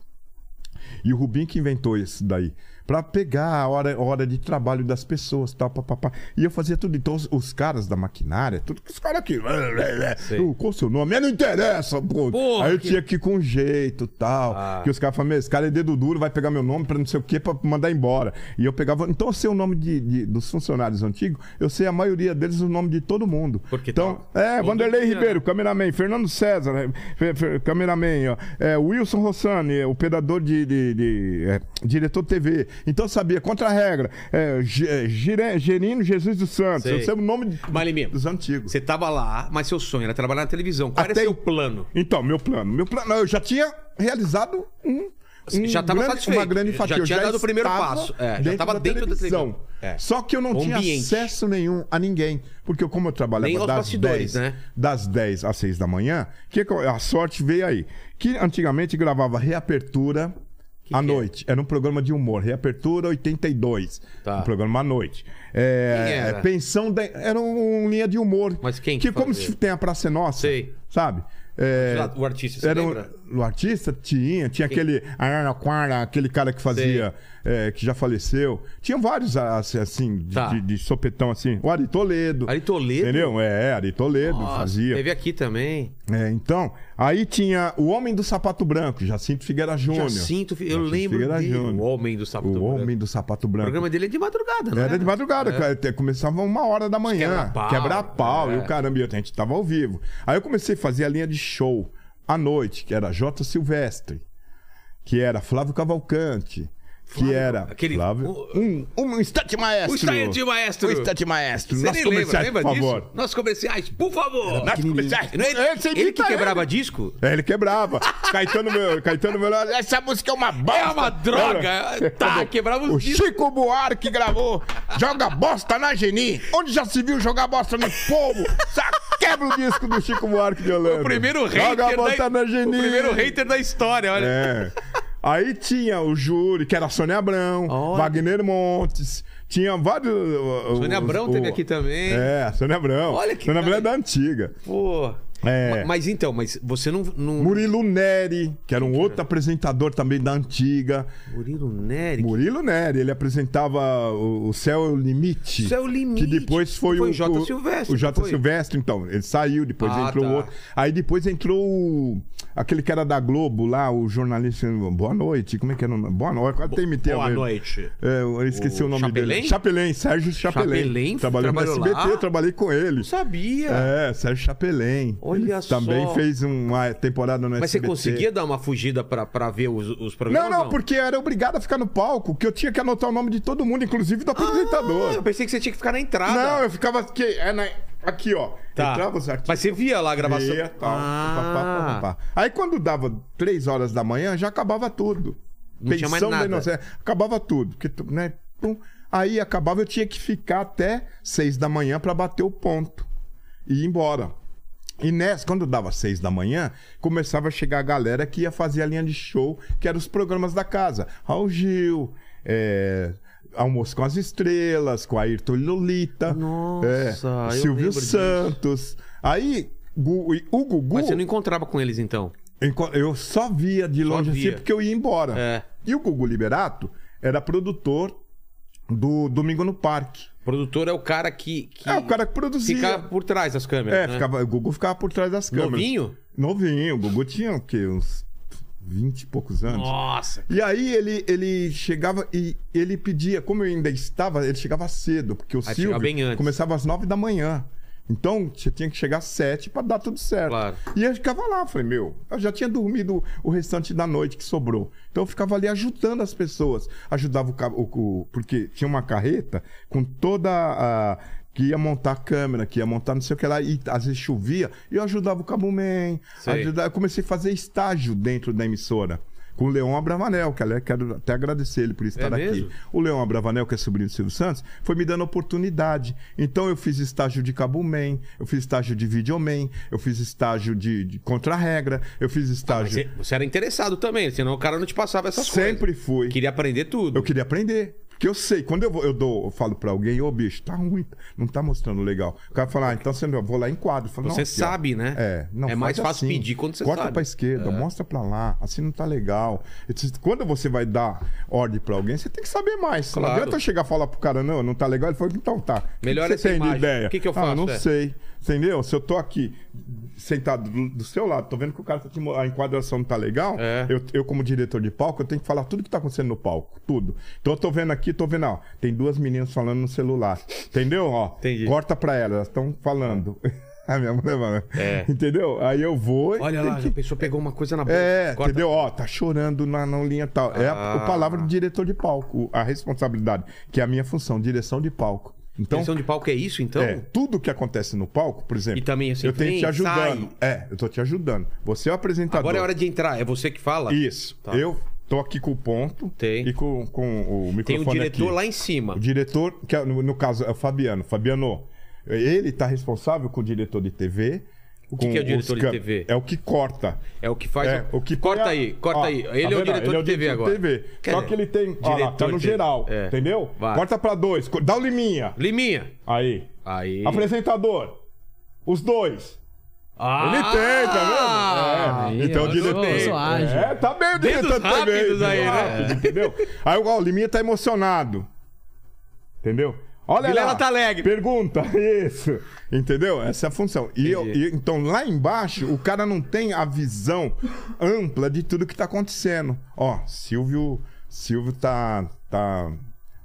[SPEAKER 4] E o Rubinho que inventou isso daí. Pra pegar a hora, a hora de trabalho das pessoas, tal, papapá. E eu fazia tudo. Então, os, os caras da maquinária, tudo que os caras aqui. "Ah, Qual o seu nome? "Ah, Não interessa, pô.
[SPEAKER 1] Porra,
[SPEAKER 4] Aí eu
[SPEAKER 1] que-
[SPEAKER 4] tinha que ir com jeito tal.
[SPEAKER 1] Ah.
[SPEAKER 4] Que os caras falam, "Meu, esse cara é dedo duro, vai pegar meu nome pra não sei o que, pra mandar embora. E eu pegava. Então, eu sei o nome de, de- dos funcionários antigos, eu sei a maioria deles o nome de todo mundo.
[SPEAKER 1] Porque
[SPEAKER 4] então,
[SPEAKER 1] tá-
[SPEAKER 4] é,
[SPEAKER 1] todo
[SPEAKER 4] Vanderlei
[SPEAKER 1] dia, né?
[SPEAKER 4] Ribeiro, cameraman, Fernando César, eh, fe- fe- cameraman, ó, é, Wilson Rossani, eh, operador de, de- de, eh, diretor de TV. Então eu sabia, contra a regra, é, G- eh, Gire- Gerino Jesus dos Santos,
[SPEAKER 1] Sei.
[SPEAKER 4] eu sei o nome de-
[SPEAKER 1] Mas, Liminha,
[SPEAKER 4] dos antigos.
[SPEAKER 1] Você tava lá, mas seu sonho era trabalhar na televisão. Qual
[SPEAKER 4] Até
[SPEAKER 1] era seu
[SPEAKER 4] o-
[SPEAKER 1] plano?
[SPEAKER 4] Então, meu plano, meu plano, eu já tinha realizado um
[SPEAKER 1] Você
[SPEAKER 4] um
[SPEAKER 1] Assim, já tava
[SPEAKER 4] grande-
[SPEAKER 1] satisfeito.
[SPEAKER 4] Uma grande
[SPEAKER 1] Já
[SPEAKER 4] fatia. Eu
[SPEAKER 1] tinha dado o primeiro
[SPEAKER 4] estava
[SPEAKER 1] passo. É, já tava dentro da televisão. É.
[SPEAKER 4] Só que eu não
[SPEAKER 1] O
[SPEAKER 4] tinha
[SPEAKER 1] ambiente.
[SPEAKER 4] acesso nenhum a ninguém. Porque eu, como eu trabalhava
[SPEAKER 1] Nem aos
[SPEAKER 4] das,
[SPEAKER 1] bastidores,
[SPEAKER 4] 10,
[SPEAKER 1] né?
[SPEAKER 4] das 10 às 6 da manhã, que que eu- a sorte veio aí. Que antigamente gravava reapertura à
[SPEAKER 1] é?
[SPEAKER 4] noite. Era um programa de humor. Reapertura 82.
[SPEAKER 1] Tá.
[SPEAKER 4] Um programa à noite.
[SPEAKER 1] Quem
[SPEAKER 4] É,
[SPEAKER 1] era?
[SPEAKER 4] Pensão... da- era um, um linha de humor.
[SPEAKER 1] Mas quem
[SPEAKER 4] Que
[SPEAKER 1] que
[SPEAKER 4] como
[SPEAKER 1] fazia?
[SPEAKER 4] se tem a Praça é Nossa.
[SPEAKER 1] Sei.
[SPEAKER 4] Sabe? É,
[SPEAKER 1] O artista, você
[SPEAKER 4] era um-
[SPEAKER 1] lembra?
[SPEAKER 4] o artista tinha, tinha aquele Araraquara, aquele cara que fazia, eh, que já faleceu. Tinha vários ah, assim, assim, de,
[SPEAKER 1] Tá.
[SPEAKER 4] de- de sopetão assim. O Ari Toledo.
[SPEAKER 1] Ari Toledo?
[SPEAKER 4] Entendeu? É, Ari Toledo
[SPEAKER 1] Nossa,
[SPEAKER 4] fazia.
[SPEAKER 1] Teve aqui também.
[SPEAKER 4] É, então, aí tinha o Homem do Sapato Branco, Jacinto Figueira Júnior.
[SPEAKER 1] Jacinto, eu
[SPEAKER 4] Jacinto
[SPEAKER 1] lembro
[SPEAKER 4] Figueira
[SPEAKER 1] dele.
[SPEAKER 4] Júnior.
[SPEAKER 1] O Homem do Sapato
[SPEAKER 4] O
[SPEAKER 1] Branco.
[SPEAKER 4] Homem do Sapato
[SPEAKER 1] O
[SPEAKER 4] Branco.
[SPEAKER 1] programa dele é de madrugada, né?
[SPEAKER 4] Era de madrugada, cara, até começava uma hora da manhã.
[SPEAKER 1] Quebra-pau.
[SPEAKER 4] Quebra-pau.
[SPEAKER 1] É.
[SPEAKER 4] E o caramba, e a gente tava ao vivo. Aí eu comecei a fazer a linha de show à noite, que era J. Silvestre, que era Flávio Cavalcante, que era.
[SPEAKER 1] aquele-
[SPEAKER 4] Flávio, um, um instante maestro.
[SPEAKER 1] O instante maestro.
[SPEAKER 4] Um instante maestro.
[SPEAKER 1] Você
[SPEAKER 4] Nosso
[SPEAKER 1] nem lembra,
[SPEAKER 4] comerciais,
[SPEAKER 1] lembra
[SPEAKER 4] por
[SPEAKER 1] disso?
[SPEAKER 4] favor.
[SPEAKER 1] Nossos comerciais, por favor.
[SPEAKER 4] Nossos comerciais.
[SPEAKER 1] Não é ele-
[SPEAKER 4] Esse tá
[SPEAKER 1] ele que
[SPEAKER 4] imita
[SPEAKER 1] quebrava disco?
[SPEAKER 4] É, ele quebrava. Caetano meu, Caetano meu, essa música é uma bosta.
[SPEAKER 1] É uma droga. Tá, quebrava os
[SPEAKER 4] O
[SPEAKER 1] discos.
[SPEAKER 4] Chico Buarque gravou Joga bosta na Geni. Onde já se viu jogar bosta no povo? Sa- Quebra o disco do Chico Buarque de Holanda.
[SPEAKER 1] O primeiro hater
[SPEAKER 4] Joga
[SPEAKER 1] da-
[SPEAKER 4] bosta na Geni.
[SPEAKER 1] O primeiro hater da história, olha.
[SPEAKER 4] É. Aí tinha o Júri, que era a Sônia Abrão,
[SPEAKER 1] Olha.
[SPEAKER 4] Wagner Montes. Tinha vários.
[SPEAKER 1] Sônia Abrão teve aqui também.
[SPEAKER 4] É, a Sônia Abrão.
[SPEAKER 1] Olha que
[SPEAKER 4] Sônia Abrão é
[SPEAKER 1] cara.
[SPEAKER 4] da antiga.
[SPEAKER 1] Pô.
[SPEAKER 4] É.
[SPEAKER 1] Ma- Mas então, mas você não. não...
[SPEAKER 4] Murilo Neri, que era um outro apresentador também da antiga.
[SPEAKER 1] Murilo Nery.
[SPEAKER 4] Murilo Neri, ele apresentava o o Céu é o Limite.
[SPEAKER 1] Céu é o Limite,
[SPEAKER 4] Que depois foi,
[SPEAKER 1] foi
[SPEAKER 4] o
[SPEAKER 1] o Jota Silvestre,
[SPEAKER 4] O Jota
[SPEAKER 1] foi?
[SPEAKER 4] Silvestre, então. Ele saiu, depois
[SPEAKER 1] Ah,
[SPEAKER 4] entrou o
[SPEAKER 1] tá.
[SPEAKER 4] outro. Aí depois entrou o- aquele que era da Globo lá, o jornalista. Boa noite. Como é que era? o nome? Boa noite. Quase tem MT
[SPEAKER 1] Boa
[SPEAKER 4] agora.
[SPEAKER 1] noite.
[SPEAKER 4] É, eu esqueci o,
[SPEAKER 1] O
[SPEAKER 4] nome dele.
[SPEAKER 1] Chapelein?
[SPEAKER 4] Chapelein, Sérgio Chapelein.
[SPEAKER 1] Chapelein
[SPEAKER 4] Trabalhou no
[SPEAKER 1] trabalhou
[SPEAKER 4] SBT,
[SPEAKER 1] lá?
[SPEAKER 4] eu trabalhei com ele.
[SPEAKER 1] Não sabia.
[SPEAKER 4] É, Sérgio Chapelein.
[SPEAKER 1] Olha
[SPEAKER 4] Ele
[SPEAKER 1] só.
[SPEAKER 4] Também fez uma temporada no
[SPEAKER 1] Mas você
[SPEAKER 4] SBT.
[SPEAKER 1] conseguia dar uma fugida pra, pra ver os, os
[SPEAKER 4] Não,
[SPEAKER 1] programas?
[SPEAKER 4] não, porque eu era obrigado a ficar no palco, que eu tinha que anotar o nome de todo mundo, inclusive do apresentador.
[SPEAKER 1] Ah, eu pensei que você tinha que ficar na entrada.
[SPEAKER 4] tá não, eu ficava aqui, é na- aqui ó.
[SPEAKER 1] Ah, Tá.
[SPEAKER 4] Entrava os artistas.
[SPEAKER 1] Mas você via lá a gravação.
[SPEAKER 4] ia, tal,
[SPEAKER 1] Ah.
[SPEAKER 4] pá, pá, pá, pá, pá. Aí quando dava três horas da manhã, já acabava tudo.
[SPEAKER 1] Não tinha mais nada.
[SPEAKER 4] da inocência. Acabava tudo. Porque, tu- né, pum. Aí acabava, eu tinha que ficar até seis da manhã pra bater o ponto. E ir embora. E nessa, quando dava seis da manhã, começava a chegar a galera que ia fazer a linha de show, que eram os programas da casa. Raul Gil, é, Almoço com as Estrelas, com Ayrton e Lolita.
[SPEAKER 1] Nossa, eu
[SPEAKER 4] é, Silvio
[SPEAKER 1] lembro disso.
[SPEAKER 4] Santos. Aí, Gu- o Gugu.
[SPEAKER 1] Mas você não encontrava com eles então.
[SPEAKER 4] Enqu- Eu só via de
[SPEAKER 1] Só
[SPEAKER 4] longe
[SPEAKER 1] via.
[SPEAKER 4] assim porque eu ia embora.
[SPEAKER 1] É.
[SPEAKER 4] E o Gugu Liberato era produtor do Domingo no Parque.
[SPEAKER 1] O produtor é o cara que. que
[SPEAKER 4] É, o cara que produzia.
[SPEAKER 1] Fica por trás das câmeras.
[SPEAKER 4] É,
[SPEAKER 1] né?
[SPEAKER 4] ficava, o Gugu ficava por trás das câmeras.
[SPEAKER 1] Novinho?
[SPEAKER 4] Novinho. O Gugu tinha o quê? Uns 20 e poucos anos.
[SPEAKER 1] Nossa.
[SPEAKER 4] E aí ele, ele chegava e ele pedia, como eu ainda estava, ele chegava cedo, porque o
[SPEAKER 1] chegava
[SPEAKER 4] Silvio
[SPEAKER 1] bem antes.
[SPEAKER 4] começava às nove da manhã. Então, você tinha que chegar às sete para dar tudo certo.
[SPEAKER 1] Claro.
[SPEAKER 4] E eu ficava lá, falei, meu, eu já tinha dormido o restante da noite que sobrou. Então eu ficava ali ajudando as pessoas. Ajudava o, ca- o- o- porque tinha uma carreta com toda a. que ia montar a câmera, que ia montar não sei o que lá, e às vezes chovia, e eu ajudava o Cabo Man,
[SPEAKER 1] Sei.
[SPEAKER 4] ajudava- eu comecei a fazer estágio dentro da emissora. Com o Leon Abravanel, que aliás quero até agradecer ele por estar aqui.
[SPEAKER 1] É mesmo?
[SPEAKER 4] O Leon Abravanel, que é sobrinho do Silvio Santos, foi me dando oportunidade. Então eu fiz estágio de Cabo Man, eu fiz estágio de Videoman, eu fiz estágio de, de Contra-Regra, eu fiz
[SPEAKER 1] Mas é
[SPEAKER 4] estágio.
[SPEAKER 1] Você, você era interessado também, senão o cara não te passava essas coisas.
[SPEAKER 4] Sempre fui.
[SPEAKER 1] Queria aprender tudo.
[SPEAKER 4] Eu queria aprender. Porque eu sei, quando eu, vou, eu dou, eu falo pra alguém, ô bicho, tá ruim, não tá mostrando legal. O cara fala, ah, então você não, eu vou lá em quadro.
[SPEAKER 1] Você sabe, né?
[SPEAKER 4] É, não
[SPEAKER 1] É
[SPEAKER 4] faz
[SPEAKER 1] mais fácil
[SPEAKER 4] assim.
[SPEAKER 1] pedir quando você
[SPEAKER 4] Corta
[SPEAKER 1] sabe. É.
[SPEAKER 4] pra esquerda, mostra pra lá, assim não tá legal. Eu disse, Quando você vai dar ordem pra alguém, você tem que saber mais. Não
[SPEAKER 1] Claro.
[SPEAKER 4] adianta eu chegar e falar pro cara, não, não tá legal. Ele falou, então tá. O que
[SPEAKER 1] Melhor
[SPEAKER 4] que
[SPEAKER 1] essa
[SPEAKER 4] você tem de
[SPEAKER 1] imagem.
[SPEAKER 4] ideia?
[SPEAKER 1] O que que eu
[SPEAKER 4] Ah,
[SPEAKER 1] faço,
[SPEAKER 4] não
[SPEAKER 1] é?
[SPEAKER 4] sei. Entendeu? Se eu tô aqui sentado do, do seu lado, tô vendo que o cara tá te mo- a enquadração não tá legal,
[SPEAKER 1] É.
[SPEAKER 4] eu, eu, como diretor de palco, eu tenho que falar tudo que tá acontecendo no palco. Tudo. Então eu tô vendo aqui, tô vendo, ó, tem duas meninas falando no celular. Entendeu? Ó,
[SPEAKER 1] Entendi.
[SPEAKER 4] corta pra elas, elas estão falando. A minha mulher mano.
[SPEAKER 1] É.
[SPEAKER 4] Entendeu? Aí eu vou. e
[SPEAKER 1] Olha
[SPEAKER 4] tem
[SPEAKER 1] lá,
[SPEAKER 4] que-
[SPEAKER 1] a pessoa pegou uma coisa na boca.
[SPEAKER 4] É,
[SPEAKER 1] Corta. Ah.
[SPEAKER 4] entendeu? Ó, tá chorando na, na linha tal. É a, a palavra do diretor de palco, a responsabilidade, que é a minha função, direção de palco. Então,
[SPEAKER 1] Direção de palco é isso, então?
[SPEAKER 4] é, tudo que acontece no palco, por exemplo,
[SPEAKER 1] E também, assim,
[SPEAKER 4] eu tenho
[SPEAKER 1] vem,
[SPEAKER 4] te ajudando. É, eu tô te ajudando. Você é o apresentador.
[SPEAKER 1] Agora é hora de entrar, é você que fala.
[SPEAKER 4] Isso.
[SPEAKER 1] Tá.
[SPEAKER 4] Eu tô aqui com o ponto
[SPEAKER 1] Tem.
[SPEAKER 4] e com, com o microfone
[SPEAKER 1] Tem o diretor
[SPEAKER 4] aqui.
[SPEAKER 1] lá em cima.
[SPEAKER 4] O diretor, que é, no, no caso é o Fabiano. Fabiano, ele tá responsável com o diretor de TV. O
[SPEAKER 1] que que é o diretor de TV?
[SPEAKER 4] É o que corta.
[SPEAKER 1] É o que faz.
[SPEAKER 4] É, o que
[SPEAKER 1] corta
[SPEAKER 4] põe a-
[SPEAKER 1] aí, corta
[SPEAKER 4] Ó,
[SPEAKER 1] aí.
[SPEAKER 4] tá
[SPEAKER 1] Ele é o
[SPEAKER 4] vendo?
[SPEAKER 1] diretor
[SPEAKER 4] Ele
[SPEAKER 1] de TV agora.
[SPEAKER 4] TV.
[SPEAKER 1] Quer
[SPEAKER 4] Só
[SPEAKER 1] dizer,
[SPEAKER 4] que ele tem. Ó lá, tá
[SPEAKER 1] diretor
[SPEAKER 4] no
[SPEAKER 1] de TV.
[SPEAKER 4] geral.
[SPEAKER 1] É.
[SPEAKER 4] Entendeu?
[SPEAKER 1] Vai.
[SPEAKER 4] Corta pra dois. co- Dá o Liminha.
[SPEAKER 1] Liminha.
[SPEAKER 4] Aí.
[SPEAKER 1] Aí.
[SPEAKER 4] assim, Apresentador. Os dois.
[SPEAKER 1] Ah!
[SPEAKER 4] Ele tem, tá vendo? É.
[SPEAKER 3] Aí,
[SPEAKER 4] então
[SPEAKER 3] ó,
[SPEAKER 4] o
[SPEAKER 3] eu
[SPEAKER 4] diretor.
[SPEAKER 3] sou- eu sou ágil.
[SPEAKER 4] É, tá bem o
[SPEAKER 1] Dedos
[SPEAKER 4] diretor de TV.
[SPEAKER 1] rápidos aí, né?
[SPEAKER 4] rápido, Entendeu? Aí ó, o Liminha tá emocionado. Entendeu? Olha
[SPEAKER 1] Vilela
[SPEAKER 4] lá.
[SPEAKER 1] tá alegre.
[SPEAKER 4] Pergunta, isso. Entendeu? Essa é a função. E, eu- e- então lá embaixo, o cara não tem a visão ampla de tudo que tá acontecendo. Ó, Silvio, Silvio tá tá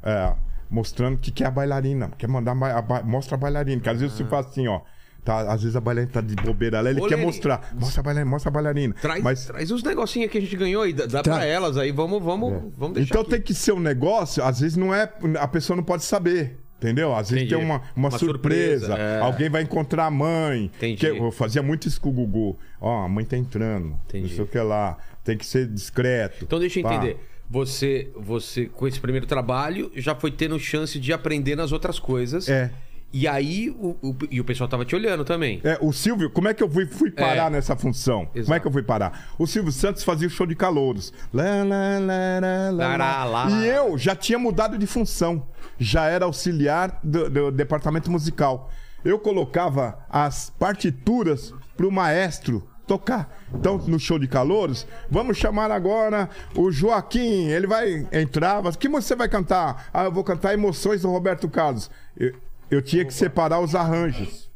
[SPEAKER 4] é, mostrando que quer a bailarina, quer mandar ba- a ba- mostra a bailarina, que às vezes se faz assim, ó. Tá, às vezes a bailarina tá de bobeira lá, ele
[SPEAKER 1] Ô,
[SPEAKER 4] quer
[SPEAKER 1] Lene,
[SPEAKER 4] mostrar. Mostra a bailarina, mostra a bailarina.
[SPEAKER 1] Traz,
[SPEAKER 4] Mas Tá.
[SPEAKER 1] traz os negocinhos que a gente ganhou aí, dá, dá pra
[SPEAKER 2] Traz.
[SPEAKER 1] elas aí, vamos, vamos, vamos deixar.
[SPEAKER 4] Então
[SPEAKER 1] aqui.
[SPEAKER 4] tem que ser um negócio, às vezes não é. A pessoa não pode saber. Entendeu? Às vezes
[SPEAKER 1] Entendi.
[SPEAKER 4] tem uma, uma,
[SPEAKER 1] Uma
[SPEAKER 4] surpresa.
[SPEAKER 1] surpresa, é.
[SPEAKER 4] Alguém vai encontrar a mãe.
[SPEAKER 1] Entendi.
[SPEAKER 4] Que eu fazia muito isso com o Gugu. Ó, a mãe tá entrando.
[SPEAKER 1] Entendi.
[SPEAKER 4] Não sei o que lá. Tem que ser discreto.
[SPEAKER 1] Então deixa eu
[SPEAKER 4] Pá.
[SPEAKER 1] entender. Você, você, com esse primeiro trabalho, já foi tendo chance de aprender nas outras coisas.
[SPEAKER 4] É.
[SPEAKER 1] E aí, o, o- e o pessoal tava te olhando também.
[SPEAKER 4] É, o Silvio, como é que eu fui, fui parar
[SPEAKER 1] É.
[SPEAKER 4] nessa função? Como é
[SPEAKER 1] Exato.
[SPEAKER 4] que eu fui parar? O Silvio Santos fazia o show de calouros. Lá, lá, lá, lá, lá,
[SPEAKER 1] Lá, lá, lá.
[SPEAKER 4] E eu já tinha mudado de função. Já era auxiliar do, do departamento musical. Eu colocava as partituras pro maestro tocar. Então, no show de calouros, vamos chamar agora o Joaquim. Ele vai entrar. Mas, que música você vai cantar? Ah, eu vou cantar Emoções do Roberto Carlos. Eu, eu tinha que separar os arranjos.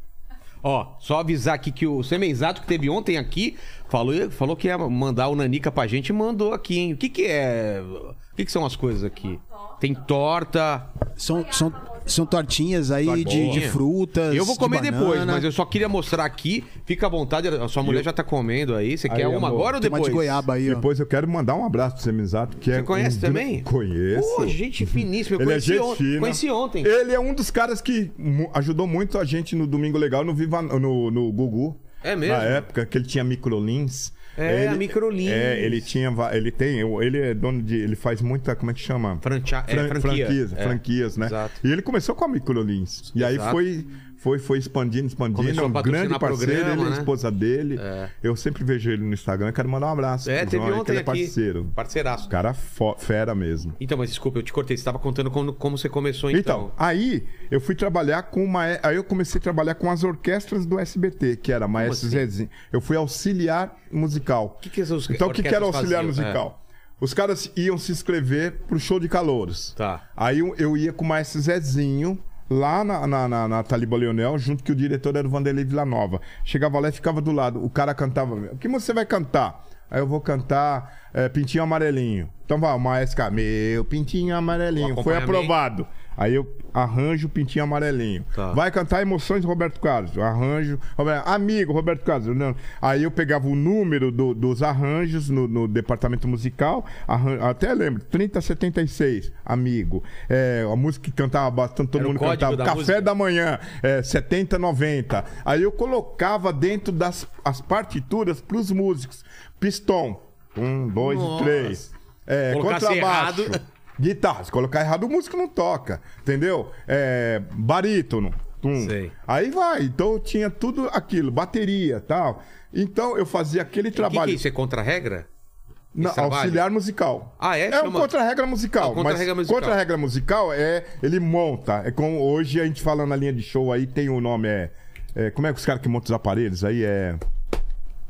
[SPEAKER 1] Ó, só avisar aqui que o Semenzato que teve ontem aqui falou, falou que ia mandar o Nanica pra gente e mandou aqui, hein? O que que é? O que que são as coisas aqui? Tem torta.
[SPEAKER 2] São, são, são tortinhas aí de, de frutas.
[SPEAKER 1] Eu vou comer
[SPEAKER 2] de
[SPEAKER 1] depois,
[SPEAKER 2] banana.
[SPEAKER 1] mas eu só queria mostrar aqui. Fica à vontade, a sua mulher já tá comendo aí. Você quer uma
[SPEAKER 4] amor.
[SPEAKER 1] agora ou
[SPEAKER 2] Tem uma
[SPEAKER 1] depois?
[SPEAKER 2] de goiaba aí, ó.
[SPEAKER 4] Depois eu quero mandar um abraço pro Semizato. Que
[SPEAKER 1] Você
[SPEAKER 4] é
[SPEAKER 1] conhece
[SPEAKER 4] um gran-
[SPEAKER 1] também?
[SPEAKER 4] Conheço.
[SPEAKER 1] Pô, gente finíssima. Eu
[SPEAKER 4] Ele é
[SPEAKER 1] conheci,
[SPEAKER 4] gente
[SPEAKER 1] on-
[SPEAKER 4] fina.
[SPEAKER 1] conheci ontem.
[SPEAKER 4] Ele é um dos caras que mu- ajudou muito a gente no Domingo Legal, no Viva no, no Gugu.
[SPEAKER 1] É mesmo?
[SPEAKER 4] Na época que ele tinha microlins.
[SPEAKER 1] É, a microlins.
[SPEAKER 4] É, ele tinha, va- ele tem, ele é dono de, ele faz muita, como é que chama?
[SPEAKER 1] Francha- é,
[SPEAKER 4] Fran-
[SPEAKER 1] franquia.
[SPEAKER 4] franquias,
[SPEAKER 1] É.
[SPEAKER 4] franquias, né?
[SPEAKER 1] Exato.
[SPEAKER 4] E ele começou com a microlins. E aí
[SPEAKER 1] Exato.
[SPEAKER 4] foi foi foi expandindo, expandindo,
[SPEAKER 1] Começou
[SPEAKER 4] é um
[SPEAKER 1] a
[SPEAKER 4] grande
[SPEAKER 1] patrocinar
[SPEAKER 4] parceiro,
[SPEAKER 1] programa,
[SPEAKER 4] ele,
[SPEAKER 1] né?
[SPEAKER 4] a esposa dele.
[SPEAKER 1] É.
[SPEAKER 4] Eu sempre vejo ele no Instagram, quero mandar um abraço.
[SPEAKER 1] É,
[SPEAKER 4] pro
[SPEAKER 1] teve
[SPEAKER 4] João aí, que
[SPEAKER 1] ontem
[SPEAKER 4] ele é
[SPEAKER 1] aqui.
[SPEAKER 4] parceiro.
[SPEAKER 1] Parceiraço.
[SPEAKER 4] Cara fo- fera mesmo.
[SPEAKER 1] Então, mas desculpa, eu te cortei. Você tava contando como, como você começou
[SPEAKER 4] Então,
[SPEAKER 1] então.
[SPEAKER 4] aí eu fui trabalhar com uma. Aí eu comecei a trabalhar com as orquestras do SBT, que era Maestro
[SPEAKER 1] assim?
[SPEAKER 4] Zezinho. Eu fui auxiliar musical.
[SPEAKER 1] que que essas
[SPEAKER 4] Então, o que, que era
[SPEAKER 1] orquestras
[SPEAKER 4] auxiliar
[SPEAKER 1] faziam? É.
[SPEAKER 4] musical? Os caras iam se inscrever pro show de calouros.
[SPEAKER 1] Tá.
[SPEAKER 4] Aí eu, eu ia com o Maestro Zezinho. Lá na, na, na, na Taliba Leonel, junto que o diretor era o Vanderlei Villanova. Chegava lá e ficava do lado. O cara cantava. O que você vai cantar? Aí eu vou cantar eh, Pintinho Amarelinho. Então vai, o maestro cara, meu Pintinho Amarelinho.
[SPEAKER 1] O
[SPEAKER 4] Foi
[SPEAKER 1] acompanhamento.
[SPEAKER 4] aprovado. Aí eu arranjo o Pintinho Amarelinho.
[SPEAKER 1] Tá.
[SPEAKER 4] Vai cantar Emoções do Roberto Carlos. Eu Arranjo. Roberto- amigo Roberto Carlos. Não. Aí eu pegava o número do- dos arranjos no, no departamento musical. arran- até lembro, 3076, amigo. É, a música que cantava bastante, todo
[SPEAKER 1] Era o
[SPEAKER 4] mundo
[SPEAKER 1] código
[SPEAKER 4] cantava.
[SPEAKER 1] da
[SPEAKER 4] Café
[SPEAKER 1] música?
[SPEAKER 4] da manhã, é, 7090. Aí eu colocava dentro das as partituras pros músicos. Pistão. Um, dois,
[SPEAKER 1] Nossa.
[SPEAKER 4] três. É,
[SPEAKER 1] Colocasse
[SPEAKER 4] contrabaixo.
[SPEAKER 1] errado.
[SPEAKER 4] Guitarra, se colocar errado, o músico não toca, entendeu? É, barítono. tum.
[SPEAKER 1] Sei.
[SPEAKER 4] Aí vai, então eu tinha tudo aquilo, bateria tal. Então eu fazia aquele
[SPEAKER 1] O que, que é
[SPEAKER 4] trabalho
[SPEAKER 1] isso? É contra-regra?
[SPEAKER 4] na,
[SPEAKER 1] trabalho?
[SPEAKER 4] auxiliar musical.
[SPEAKER 1] Ah, é?
[SPEAKER 4] É um
[SPEAKER 1] Chama-
[SPEAKER 4] contra-regra musical.
[SPEAKER 1] Ah, um contra-regra
[SPEAKER 4] mas
[SPEAKER 1] musical.
[SPEAKER 4] contra-regra musical é. Ele monta. É como hoje a gente fala na linha de show aí, tem o nome, é. é, como é que os caras que montam os aparelhos aí é.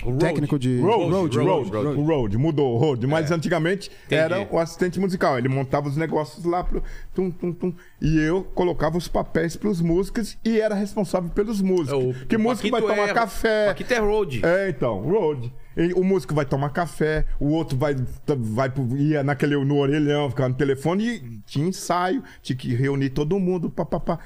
[SPEAKER 1] O road.
[SPEAKER 2] Técnico de.
[SPEAKER 4] Road,
[SPEAKER 1] Road,
[SPEAKER 4] road,
[SPEAKER 1] road,
[SPEAKER 4] road,
[SPEAKER 1] road. É.
[SPEAKER 4] O road, mudou o road. Mas antigamente era o assistente musical. Ele montava os negócios lá pro. Tum, tum, tum, e eu colocava os papéis pros músicos e era responsável pelos músicos.
[SPEAKER 1] É, o-
[SPEAKER 4] que
[SPEAKER 1] o
[SPEAKER 4] músico vai
[SPEAKER 1] Paquito
[SPEAKER 4] tomar
[SPEAKER 1] é-
[SPEAKER 4] café.
[SPEAKER 1] Paquito é road.
[SPEAKER 4] É, então, road. E o músico vai tomar café, o outro vai, vai pro- ia naquele, no orelhão, ficava no telefone e tinha ensaio, tinha que reunir todo mundo, papapá.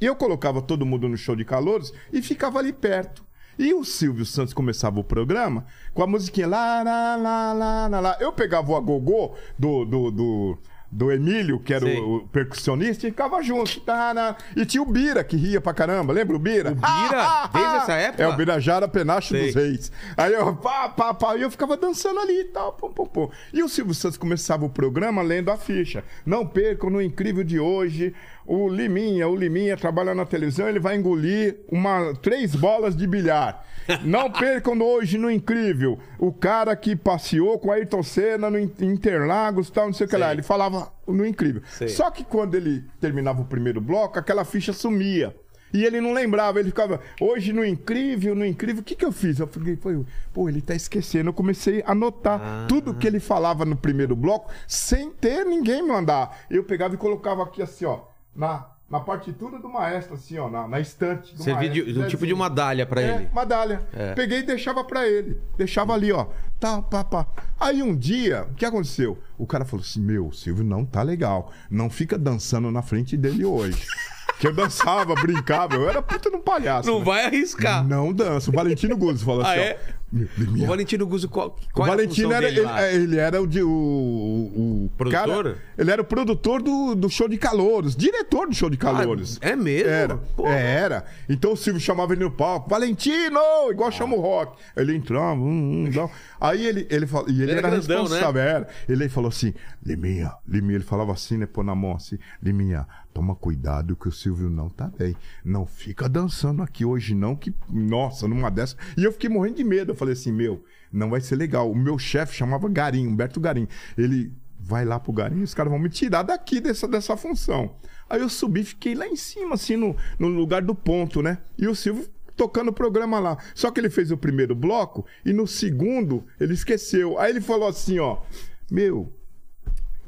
[SPEAKER 4] Eu colocava todo mundo no show de calouros e ficava ali perto. E o Silvio Santos começava o programa com a musiquinha lá, lá, lá, lá, lá, lá. Eu pegava o agogô do, do, do, do Emílio, que era
[SPEAKER 1] Sei.
[SPEAKER 4] o, o percussionista, e ficava junto. Tá, lá. E tinha o Bira, que ria pra caramba, lembra o Bira? O
[SPEAKER 1] Bira? Desde essa época?
[SPEAKER 4] É, o Bira Birajara Penacho
[SPEAKER 1] Sei.
[SPEAKER 4] dos Reis. Aí eu, pá, pá, pá, e eu ficava dançando ali e tal, pum, pum, pum. E o Silvio Santos começava o programa lendo a ficha. Não percam no incrível de hoje, o Liminha, o Liminha trabalha na televisão, ele vai engolir uma, três bolas de bilhar. Não percam no hoje no incrível, o cara que passeou com Ayrton Senna no In- Interlagos, tal, não sei o que lá. Ele falava no incrível.
[SPEAKER 1] Sei.
[SPEAKER 4] Só que quando ele terminava o primeiro bloco, aquela ficha sumia. E ele não lembrava, ele ficava, hoje no incrível, no incrível, o que que eu fiz? Eu fiquei, foi, pô, ele tá esquecendo. Eu comecei a anotar
[SPEAKER 1] Ah.
[SPEAKER 4] tudo que ele falava no primeiro bloco, sem ter ninguém me mandar. Eu pegava e colocava aqui assim, ó, na, na partitura do maestro, assim, ó, na, na estante do
[SPEAKER 1] Servir de,
[SPEAKER 4] maestro.
[SPEAKER 1] um tipo de
[SPEAKER 4] Zezinho.
[SPEAKER 1] medalha pra
[SPEAKER 4] É,
[SPEAKER 1] ele.
[SPEAKER 4] medalha. Peguei e deixava pra ele. Deixava ali, ó. Tá, pá, pá. Aí um dia, o que aconteceu? O cara falou assim: Meu, Silvio não tá legal. Não fica dançando na frente dele hoje. que eu dançava, brincava. Eu era puta de um palhaço.
[SPEAKER 1] Não
[SPEAKER 4] né?
[SPEAKER 1] vai arriscar.
[SPEAKER 4] Não dança. O Valentino Guzzo falou
[SPEAKER 1] Ah,
[SPEAKER 4] assim:
[SPEAKER 1] é?
[SPEAKER 4] ó, "Meu,
[SPEAKER 1] O
[SPEAKER 4] minha
[SPEAKER 1] Valentino Guzzo, qual, qual era
[SPEAKER 4] o
[SPEAKER 1] a
[SPEAKER 4] Valentino
[SPEAKER 1] função
[SPEAKER 4] era,
[SPEAKER 1] dele
[SPEAKER 4] ele,
[SPEAKER 1] lá?
[SPEAKER 4] ele era o, de- o- o- o
[SPEAKER 1] Produtor?
[SPEAKER 4] cara- ele era o produtor do, do show de calouros, diretor do show de calouros.
[SPEAKER 1] é mesmo?
[SPEAKER 4] Era.
[SPEAKER 1] Pô.
[SPEAKER 4] É, era. Então o Silvio chamava ele no palco, Valentino! Igual chama o rock. Ele entrava, hum, hum, tal. aí ele, ele falou, e ele,
[SPEAKER 1] era
[SPEAKER 4] era,
[SPEAKER 1] grandão, né?
[SPEAKER 4] responsável, era. Ele falou assim: Liminha, Liminha, ele falava assim, né, pô na mão assim, Liminha, toma cuidado que o Silvio não tá bem. Não fica dançando aqui hoje, não, que, nossa, numa dessa. E eu fiquei morrendo de medo. Eu falei assim, meu, não vai ser legal. O meu chefe chamava Garim, Humberto Garim. Ele vai lá pro Garim, os caras vão me tirar daqui dessa, dessa função. Aí eu subi, fiquei lá em cima, assim, no, no lugar do ponto, né? E o Silvio tocando o programa lá. Só que ele fez o primeiro bloco e no segundo ele esqueceu. Aí ele falou assim, ó, meu,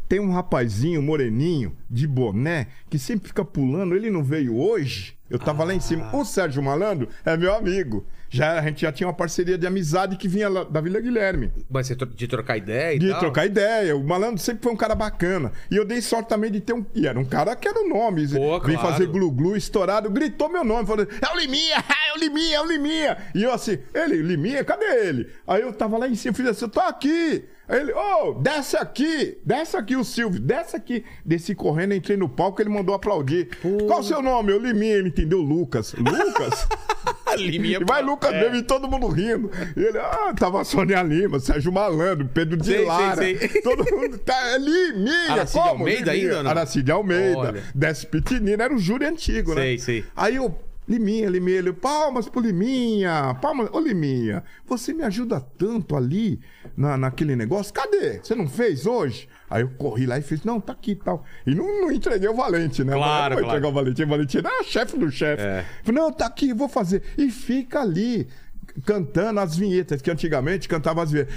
[SPEAKER 4] tem um rapazinho moreninho de boné que sempre fica pulando, ele não veio hoje. Eu tava lá em cima. O Sérgio Malandro é meu amigo. Já a gente já tinha uma parceria de amizade que vinha lá da Vila Guilherme.
[SPEAKER 1] Mas você tro- de trocar ideia e
[SPEAKER 4] De
[SPEAKER 1] tal?
[SPEAKER 4] trocar ideia. O malandro sempre foi um cara bacana. E eu dei sorte também de ter um. E era um cara que era o nome.
[SPEAKER 1] Pô,
[SPEAKER 4] Vim
[SPEAKER 1] claro.
[SPEAKER 4] fazer glu-glu, estourado, gritou meu nome, falando: É o Liminha, é o Liminha, é o Liminha. E eu assim, ele, Liminha, cadê ele? Aí eu tava lá em cima, fiz assim, tô aqui. Aí Ele, ô, desce aqui, desce aqui o Silvio, desce aqui. Desci correndo, entrei no palco, ele mandou aplaudir. Qual o seu nome? Eu, Liminha, ele entendeu, Lucas. Lucas?
[SPEAKER 1] Liminha,
[SPEAKER 4] e vai
[SPEAKER 1] pô.
[SPEAKER 4] Lucas mesmo e todo mundo rindo. E ele, ah, tava a Sônia Lima, Sérgio Malandro, Pedro de
[SPEAKER 1] Sei, sei,
[SPEAKER 4] Lara.
[SPEAKER 1] sei.
[SPEAKER 4] Todo mundo tá ali, Mia,
[SPEAKER 1] Aracide
[SPEAKER 4] como?
[SPEAKER 1] Almeida
[SPEAKER 4] Liminha?
[SPEAKER 1] ainda ou não?
[SPEAKER 4] Aracide Almeida,
[SPEAKER 1] Olha.
[SPEAKER 4] Desce Pitinina, era um júri antigo, né?
[SPEAKER 1] Sei, sei.
[SPEAKER 4] Aí eu, Liminha, Liminha, ele, palmas pro Liminha, palmas. Ô, Liminha, você me ajuda tanto ali na, naquele negócio, cadê? Você não fez hoje? Aí eu corri lá e fiz, não, tá aqui e tal. E não, não entreguei o Valente, né?
[SPEAKER 1] Claro,
[SPEAKER 4] não vou
[SPEAKER 1] claro.
[SPEAKER 4] entregar o Valente. O Valente era chefe do chefe.
[SPEAKER 1] É.
[SPEAKER 4] Falei, não, tá aqui, vou fazer. E fica ali cantando as vinhetas, que antigamente cantava as vinhetas.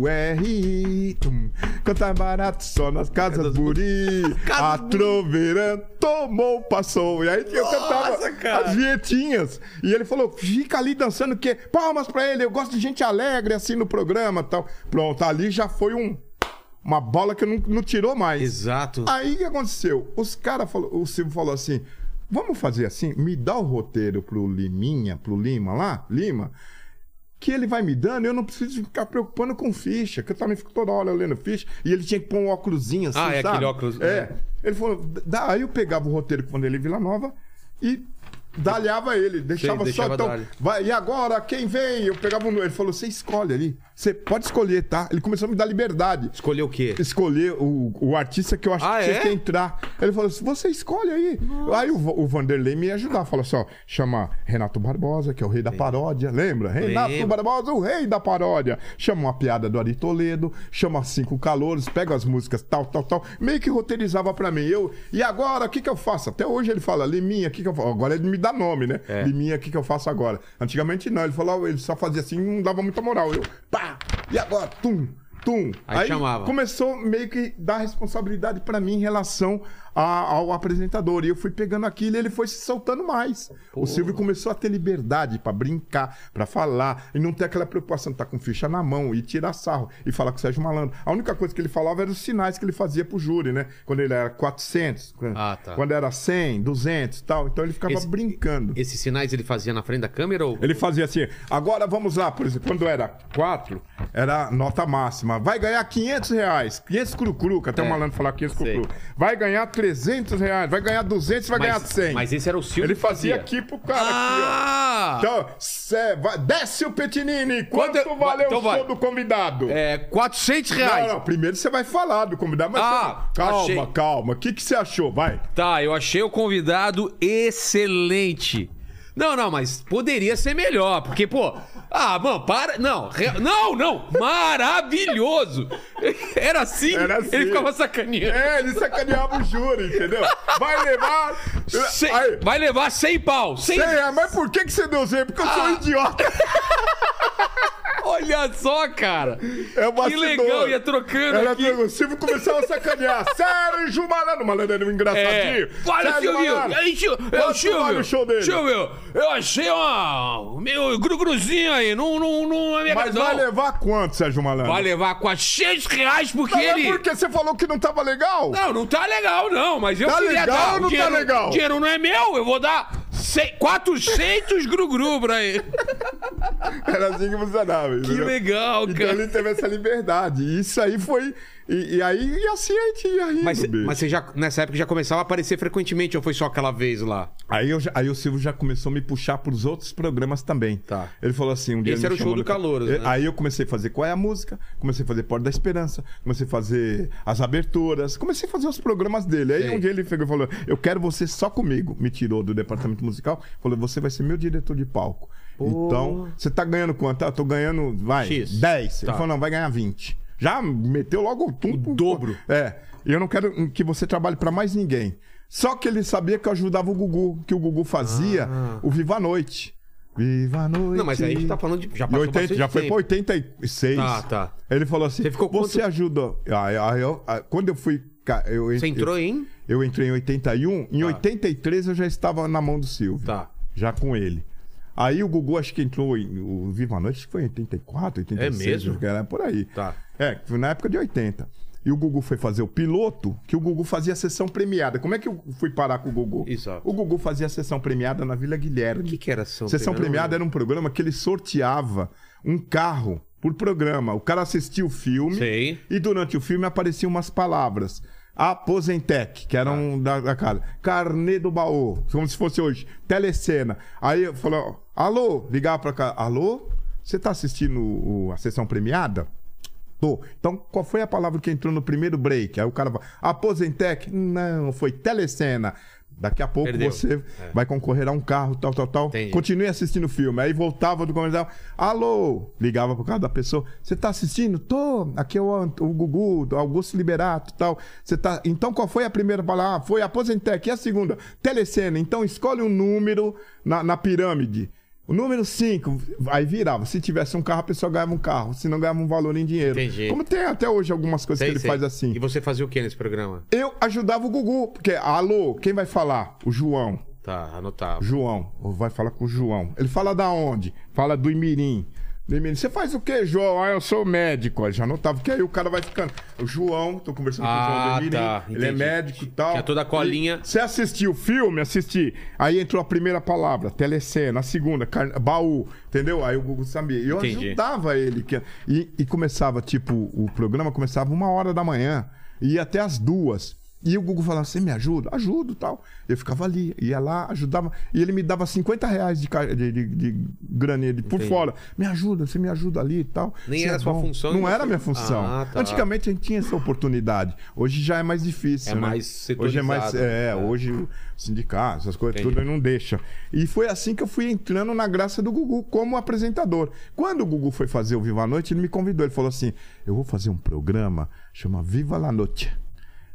[SPEAKER 4] B-U-R-I. tum. Cantar um. barato só nas casas buri. A troveirã tomou, passou. E aí eu cantava
[SPEAKER 1] cara.
[SPEAKER 4] as vinhetinhas. E ele falou, fica ali dançando, que palmas pra ele, eu gosto de gente alegre assim no programa e tal. Pronto, ali já foi um. Uma bola que não, não tirou mais.
[SPEAKER 1] Exato.
[SPEAKER 4] Aí o que aconteceu? Os cara falou, o Silvio falou assim: vamos fazer assim, me dá o roteiro pro Liminha, pro Lima lá, Lima, que ele vai me dando, eu não preciso ficar preocupando com ficha, que eu também fico toda hora olhando ficha, e ele tinha que pôr um óculosinho assim,
[SPEAKER 1] Ah, é
[SPEAKER 4] sabe?
[SPEAKER 1] aquele óculos,
[SPEAKER 4] É.
[SPEAKER 1] é.
[SPEAKER 4] Ele falou, dá, aí eu pegava o roteiro quando ele Vila Nova e dalhava ele, deixava
[SPEAKER 1] deixava
[SPEAKER 4] só então,
[SPEAKER 1] dar-lhe.
[SPEAKER 4] vai, e agora quem vem? Eu pegava um, ele falou, você escolhe ali, você pode escolher, tá? Ele começou a me dar liberdade
[SPEAKER 1] Escolheu o quê?
[SPEAKER 4] escolher o, o artista que eu acho
[SPEAKER 1] Ah,
[SPEAKER 4] que tinha
[SPEAKER 1] é?
[SPEAKER 4] que entrar. Ele falou assim: você escolhe aí. Aí o, Va- o Vanderlei me ajudava. Falou assim: ó, chama Renato Barbosa, que é o rei da paródia. Lembra? Renato Barbosa, o rei da paródia. Chama uma piada do Ari Toledo, chama cinco calores, pega as músicas tal, tal, tal. Meio que roteirizava pra mim. Eu, e agora, o que que eu faço? Até hoje ele fala: Liminha, o que que eu faço? Agora ele me dá nome, né?
[SPEAKER 1] É.
[SPEAKER 4] Liminha, o que que eu faço agora? Antigamente não, ele falava, ele só fazia assim, não dava muita moral. Eu, pá, e agora? Tum. Tum.
[SPEAKER 1] Aí chamava.
[SPEAKER 4] come- começou meio que dar responsabilidade pra mim em relação a- ao apresentador. E eu fui pegando aquilo e ele foi se soltando mais. O Silvio começou a ter liberdade pra brincar, pra falar, e não ter aquela preocupação de estar com ficha na mão e tirar sarro e falar com o Sérgio Malandro. A única coisa que ele falava eram os sinais que ele fazia pro júri, né? Quando ele era 400, quando-
[SPEAKER 1] Ah, tá.
[SPEAKER 4] quando era 100, 200 e tal. Então ele ficava
[SPEAKER 1] Esse-
[SPEAKER 4] brincando.
[SPEAKER 1] Esses sinais ele fazia na frente da câmera ou...
[SPEAKER 4] Ele fazia assim, agora vamos lá, por exemplo, quando era 4, era nota máxima. Vai ganhar 500 reais, 500 cru-cru, que até o um malandro falar 500
[SPEAKER 1] É. sei.
[SPEAKER 4] cru-cru. Vai ganhar 300 reais, vai ganhar 200, vai ganhar 100.
[SPEAKER 1] mas esse era o Silvio
[SPEAKER 4] Ele
[SPEAKER 1] que fazia.
[SPEAKER 4] fazia, aqui pro cara, aqui, ó.
[SPEAKER 1] Ah!
[SPEAKER 4] Então, cê vai- desce o Petinini, quanto,
[SPEAKER 1] Quanto-
[SPEAKER 4] valeu
[SPEAKER 1] então
[SPEAKER 4] o
[SPEAKER 1] vai.
[SPEAKER 4] show do convidado?
[SPEAKER 1] É, 400 reais.
[SPEAKER 4] Não, não, primeiro você vai falar do convidado, mas
[SPEAKER 1] Ah,
[SPEAKER 4] você- calma,
[SPEAKER 1] achei.
[SPEAKER 4] calma. O que, que você achou? Vai.
[SPEAKER 1] Tá, eu achei o convidado excelente. Não, não, mas poderia ser melhor, porque, pô. Ah, mano, para. Não, re- não, não! Maravilhoso! Era assim,
[SPEAKER 4] Era assim.
[SPEAKER 1] ele ficava sacaneando.
[SPEAKER 4] É, ele sacaneava o júri, entendeu? Vai levar.
[SPEAKER 1] Cem-
[SPEAKER 4] É, Aí,
[SPEAKER 1] vai levar 100 pau! 100
[SPEAKER 4] Sei, é, mas por que, que você deu zero? Porque eu
[SPEAKER 1] Ah,
[SPEAKER 4] sou um idiota.
[SPEAKER 1] Olha só, cara!
[SPEAKER 4] É o
[SPEAKER 1] que
[SPEAKER 4] bastidor.
[SPEAKER 1] legal, ia trocando
[SPEAKER 4] Era
[SPEAKER 1] aqui.
[SPEAKER 4] O Silvio começava assim, a sacanear. Sérgio Malandro. Malandro era um
[SPEAKER 1] É.
[SPEAKER 4] engraçadinho.
[SPEAKER 1] Fala,
[SPEAKER 4] Sérgio
[SPEAKER 1] Silvio!
[SPEAKER 4] Malandro.
[SPEAKER 1] Aí, Sil- é o
[SPEAKER 4] Quanto vale
[SPEAKER 1] Silvio!
[SPEAKER 4] o show dele?
[SPEAKER 1] Silvio, eu achei uma. Meu grugruzinho aí, não, não, não me
[SPEAKER 4] Mas
[SPEAKER 1] agradou.
[SPEAKER 4] vai levar quanto, Sérgio Malandro?
[SPEAKER 1] Vai levar 400 reais porque
[SPEAKER 4] Não,
[SPEAKER 1] ele.
[SPEAKER 4] é porque você falou que não tava legal?
[SPEAKER 1] Não, não tá legal, não, mas eu
[SPEAKER 4] Tá
[SPEAKER 1] queria
[SPEAKER 4] legal
[SPEAKER 1] dar.
[SPEAKER 4] ou
[SPEAKER 1] O
[SPEAKER 4] não tá
[SPEAKER 1] dinheiro,
[SPEAKER 4] legal?
[SPEAKER 1] o dinheiro não é meu, eu vou dar cem- 400 grugru pra ele.
[SPEAKER 4] Era assim que funcionava.
[SPEAKER 1] Que legal,
[SPEAKER 4] Então
[SPEAKER 1] cara.
[SPEAKER 4] ele teve essa liberdade. E isso aí foi... E, e aí, e assim a gente ia rindo,
[SPEAKER 1] Mas,
[SPEAKER 4] bicho.
[SPEAKER 1] mas você já, nessa época já começava a aparecer frequentemente, ou foi só aquela vez lá?
[SPEAKER 4] Aí, eu já- aí o Silvio já começou a me puxar pros outros programas também.
[SPEAKER 1] Tá.
[SPEAKER 4] Ele falou assim, um dia
[SPEAKER 1] Esse era
[SPEAKER 4] ele me
[SPEAKER 1] o show
[SPEAKER 4] chamou
[SPEAKER 1] do
[SPEAKER 4] no ca-
[SPEAKER 1] Calouros, né?
[SPEAKER 4] Aí eu comecei a fazer Qual é a Música, comecei a fazer Porta da Esperança, comecei a fazer as aberturas, comecei a fazer os programas dele. Aí
[SPEAKER 1] Sei.
[SPEAKER 4] um dia ele pegou e falou, eu quero você só comigo. Me tirou do departamento musical, falou, você vai ser meu diretor de palco. Então, você tá ganhando quanto? Ah, Eu tô ganhando, vai,
[SPEAKER 1] X.
[SPEAKER 4] 10.
[SPEAKER 1] Tá.
[SPEAKER 4] Ele falou, não, vai ganhar 20. Já meteu logo o tumpo.
[SPEAKER 1] O dobro.
[SPEAKER 4] É. E eu não quero que você trabalhe pra mais ninguém. Só que ele sabia que eu ajudava o Gugu, que o Gugu fazia o Viva a Noite. Viva a noite.
[SPEAKER 1] Ah. Não, mas aí a gente tá falando de. Já
[SPEAKER 4] Em
[SPEAKER 1] passou
[SPEAKER 4] 80,
[SPEAKER 1] bastante
[SPEAKER 4] já foi
[SPEAKER 1] tempo.
[SPEAKER 4] pra 86.
[SPEAKER 1] Tá, tá.
[SPEAKER 4] Ele falou assim:
[SPEAKER 1] Você
[SPEAKER 4] você,
[SPEAKER 1] ficou quanto-
[SPEAKER 4] ajudou. Aí- aí eu- aí- quando eu fui. ca- Eu,
[SPEAKER 1] Você
[SPEAKER 4] en-
[SPEAKER 1] entrou em.
[SPEAKER 4] Eu, eu entrei em 81. Em 83 eu já estava na mão do Silvio.
[SPEAKER 1] Tá.
[SPEAKER 4] Já com ele. Aí o Gugu acho que entrou em. O Viva a Noite acho que foi em 84, 86.
[SPEAKER 1] É mesmo?
[SPEAKER 4] acho que Era por aí.
[SPEAKER 1] Tá.
[SPEAKER 4] É, foi na época de 80. E o Gugu foi fazer o piloto, que o Gugu fazia a sessão premiada. Como é que eu fui parar com o Gugu?
[SPEAKER 1] Exato.
[SPEAKER 4] O Gugu fazia a sessão premiada na Vila Guilherme.
[SPEAKER 1] O que, que era São
[SPEAKER 4] Sessão
[SPEAKER 1] Pedro?
[SPEAKER 4] premiada era um programa que ele sorteava um carro por programa. O cara assistia o filme
[SPEAKER 1] Sei.
[SPEAKER 4] e durante o filme apareciam umas palavras. Aposentec, que era um da, da casa. Carnê do baú, como se fosse hoje. Telecena. Aí eu falava, alô, ligava pra cá. Alô? Você tá assistindo o- a sessão premiada? Tô. Então, qual foi a palavra que entrou no primeiro break? Aí o cara fala, aposentec? Não, foi telecena. Daqui a pouco
[SPEAKER 1] Perdeu.
[SPEAKER 4] você vai concorrer a um carro, tal, tal, tal.
[SPEAKER 1] É. Entendi.
[SPEAKER 4] Continue assistindo o filme. Aí voltava do comercial. Alô! Ligava por causa da pessoa. Você tá assistindo? Tô. Aqui é o, Ant- o Gugu, do Augusto Liberato tal. Você tá. Então qual foi a primeira palavra? Ah, Foi Aposentec. E a segunda? Telecena. Então escolhe um número na, na pirâmide. O número 5, aí virava. Se tivesse um carro, a pessoa ganhava um carro. Se não, ganhava um valor em dinheiro.
[SPEAKER 1] Entendi.
[SPEAKER 4] Como tem até hoje algumas coisas
[SPEAKER 1] Sei,
[SPEAKER 4] que ele
[SPEAKER 1] sei.
[SPEAKER 4] faz assim.
[SPEAKER 1] E você fazia o que nesse programa?
[SPEAKER 4] Eu ajudava o Gugu, porque, alô, quem vai falar? O João.
[SPEAKER 1] Tá, anotava.
[SPEAKER 4] João, ou vai falar com o João. Ele fala da onde? Fala do Imirim. Do Imirim. Você faz o quê, João? Ah, eu sou médico. Ele já notava, porque aí o cara vai ficando. O João, tô conversando com o João
[SPEAKER 1] Ah,
[SPEAKER 4] do Imirim.
[SPEAKER 1] tá,
[SPEAKER 4] ele é
[SPEAKER 1] entendi.
[SPEAKER 4] médico e tal.
[SPEAKER 1] Tinha toda a colinha.
[SPEAKER 4] E Você assistiu o filme? Assisti. Aí entrou a primeira palavra, telecena. A segunda, car- baú. Entendeu? Aí o Google sabia. E eu
[SPEAKER 1] Entendi.
[SPEAKER 4] ajudava ele. que- E, e começava, tipo, o programa começava uma hora da manhã. E ia até as duas. E o Google falava, você me ajuda? Ajudo tal. Eu ficava ali, ia lá, ajudava. E ele me dava 50 reais de, ca- de, de, de graninha de- por fora. Me ajuda, você me ajuda ali e tal.
[SPEAKER 1] Nem
[SPEAKER 4] Você
[SPEAKER 1] era
[SPEAKER 4] é
[SPEAKER 1] sua
[SPEAKER 4] bom."
[SPEAKER 1] função,
[SPEAKER 4] Não
[SPEAKER 1] você-
[SPEAKER 4] era minha função.
[SPEAKER 1] Ah, tá.
[SPEAKER 4] Antigamente a gente tinha essa oportunidade. Hoje já é mais difícil.
[SPEAKER 1] É
[SPEAKER 4] né?
[SPEAKER 1] mais
[SPEAKER 4] Hoje é mais.
[SPEAKER 1] setorizado,
[SPEAKER 4] É,
[SPEAKER 1] né?
[SPEAKER 4] hoje o sindicato, essas coisas,
[SPEAKER 1] Entendi.
[SPEAKER 4] tudo não deixa. E foi assim que eu fui entrando na graça do Gugu como apresentador. Quando o Gugu foi fazer o Viva a Noite, ele me convidou. Ele falou assim: Eu vou fazer um programa, chama Viva la Noite.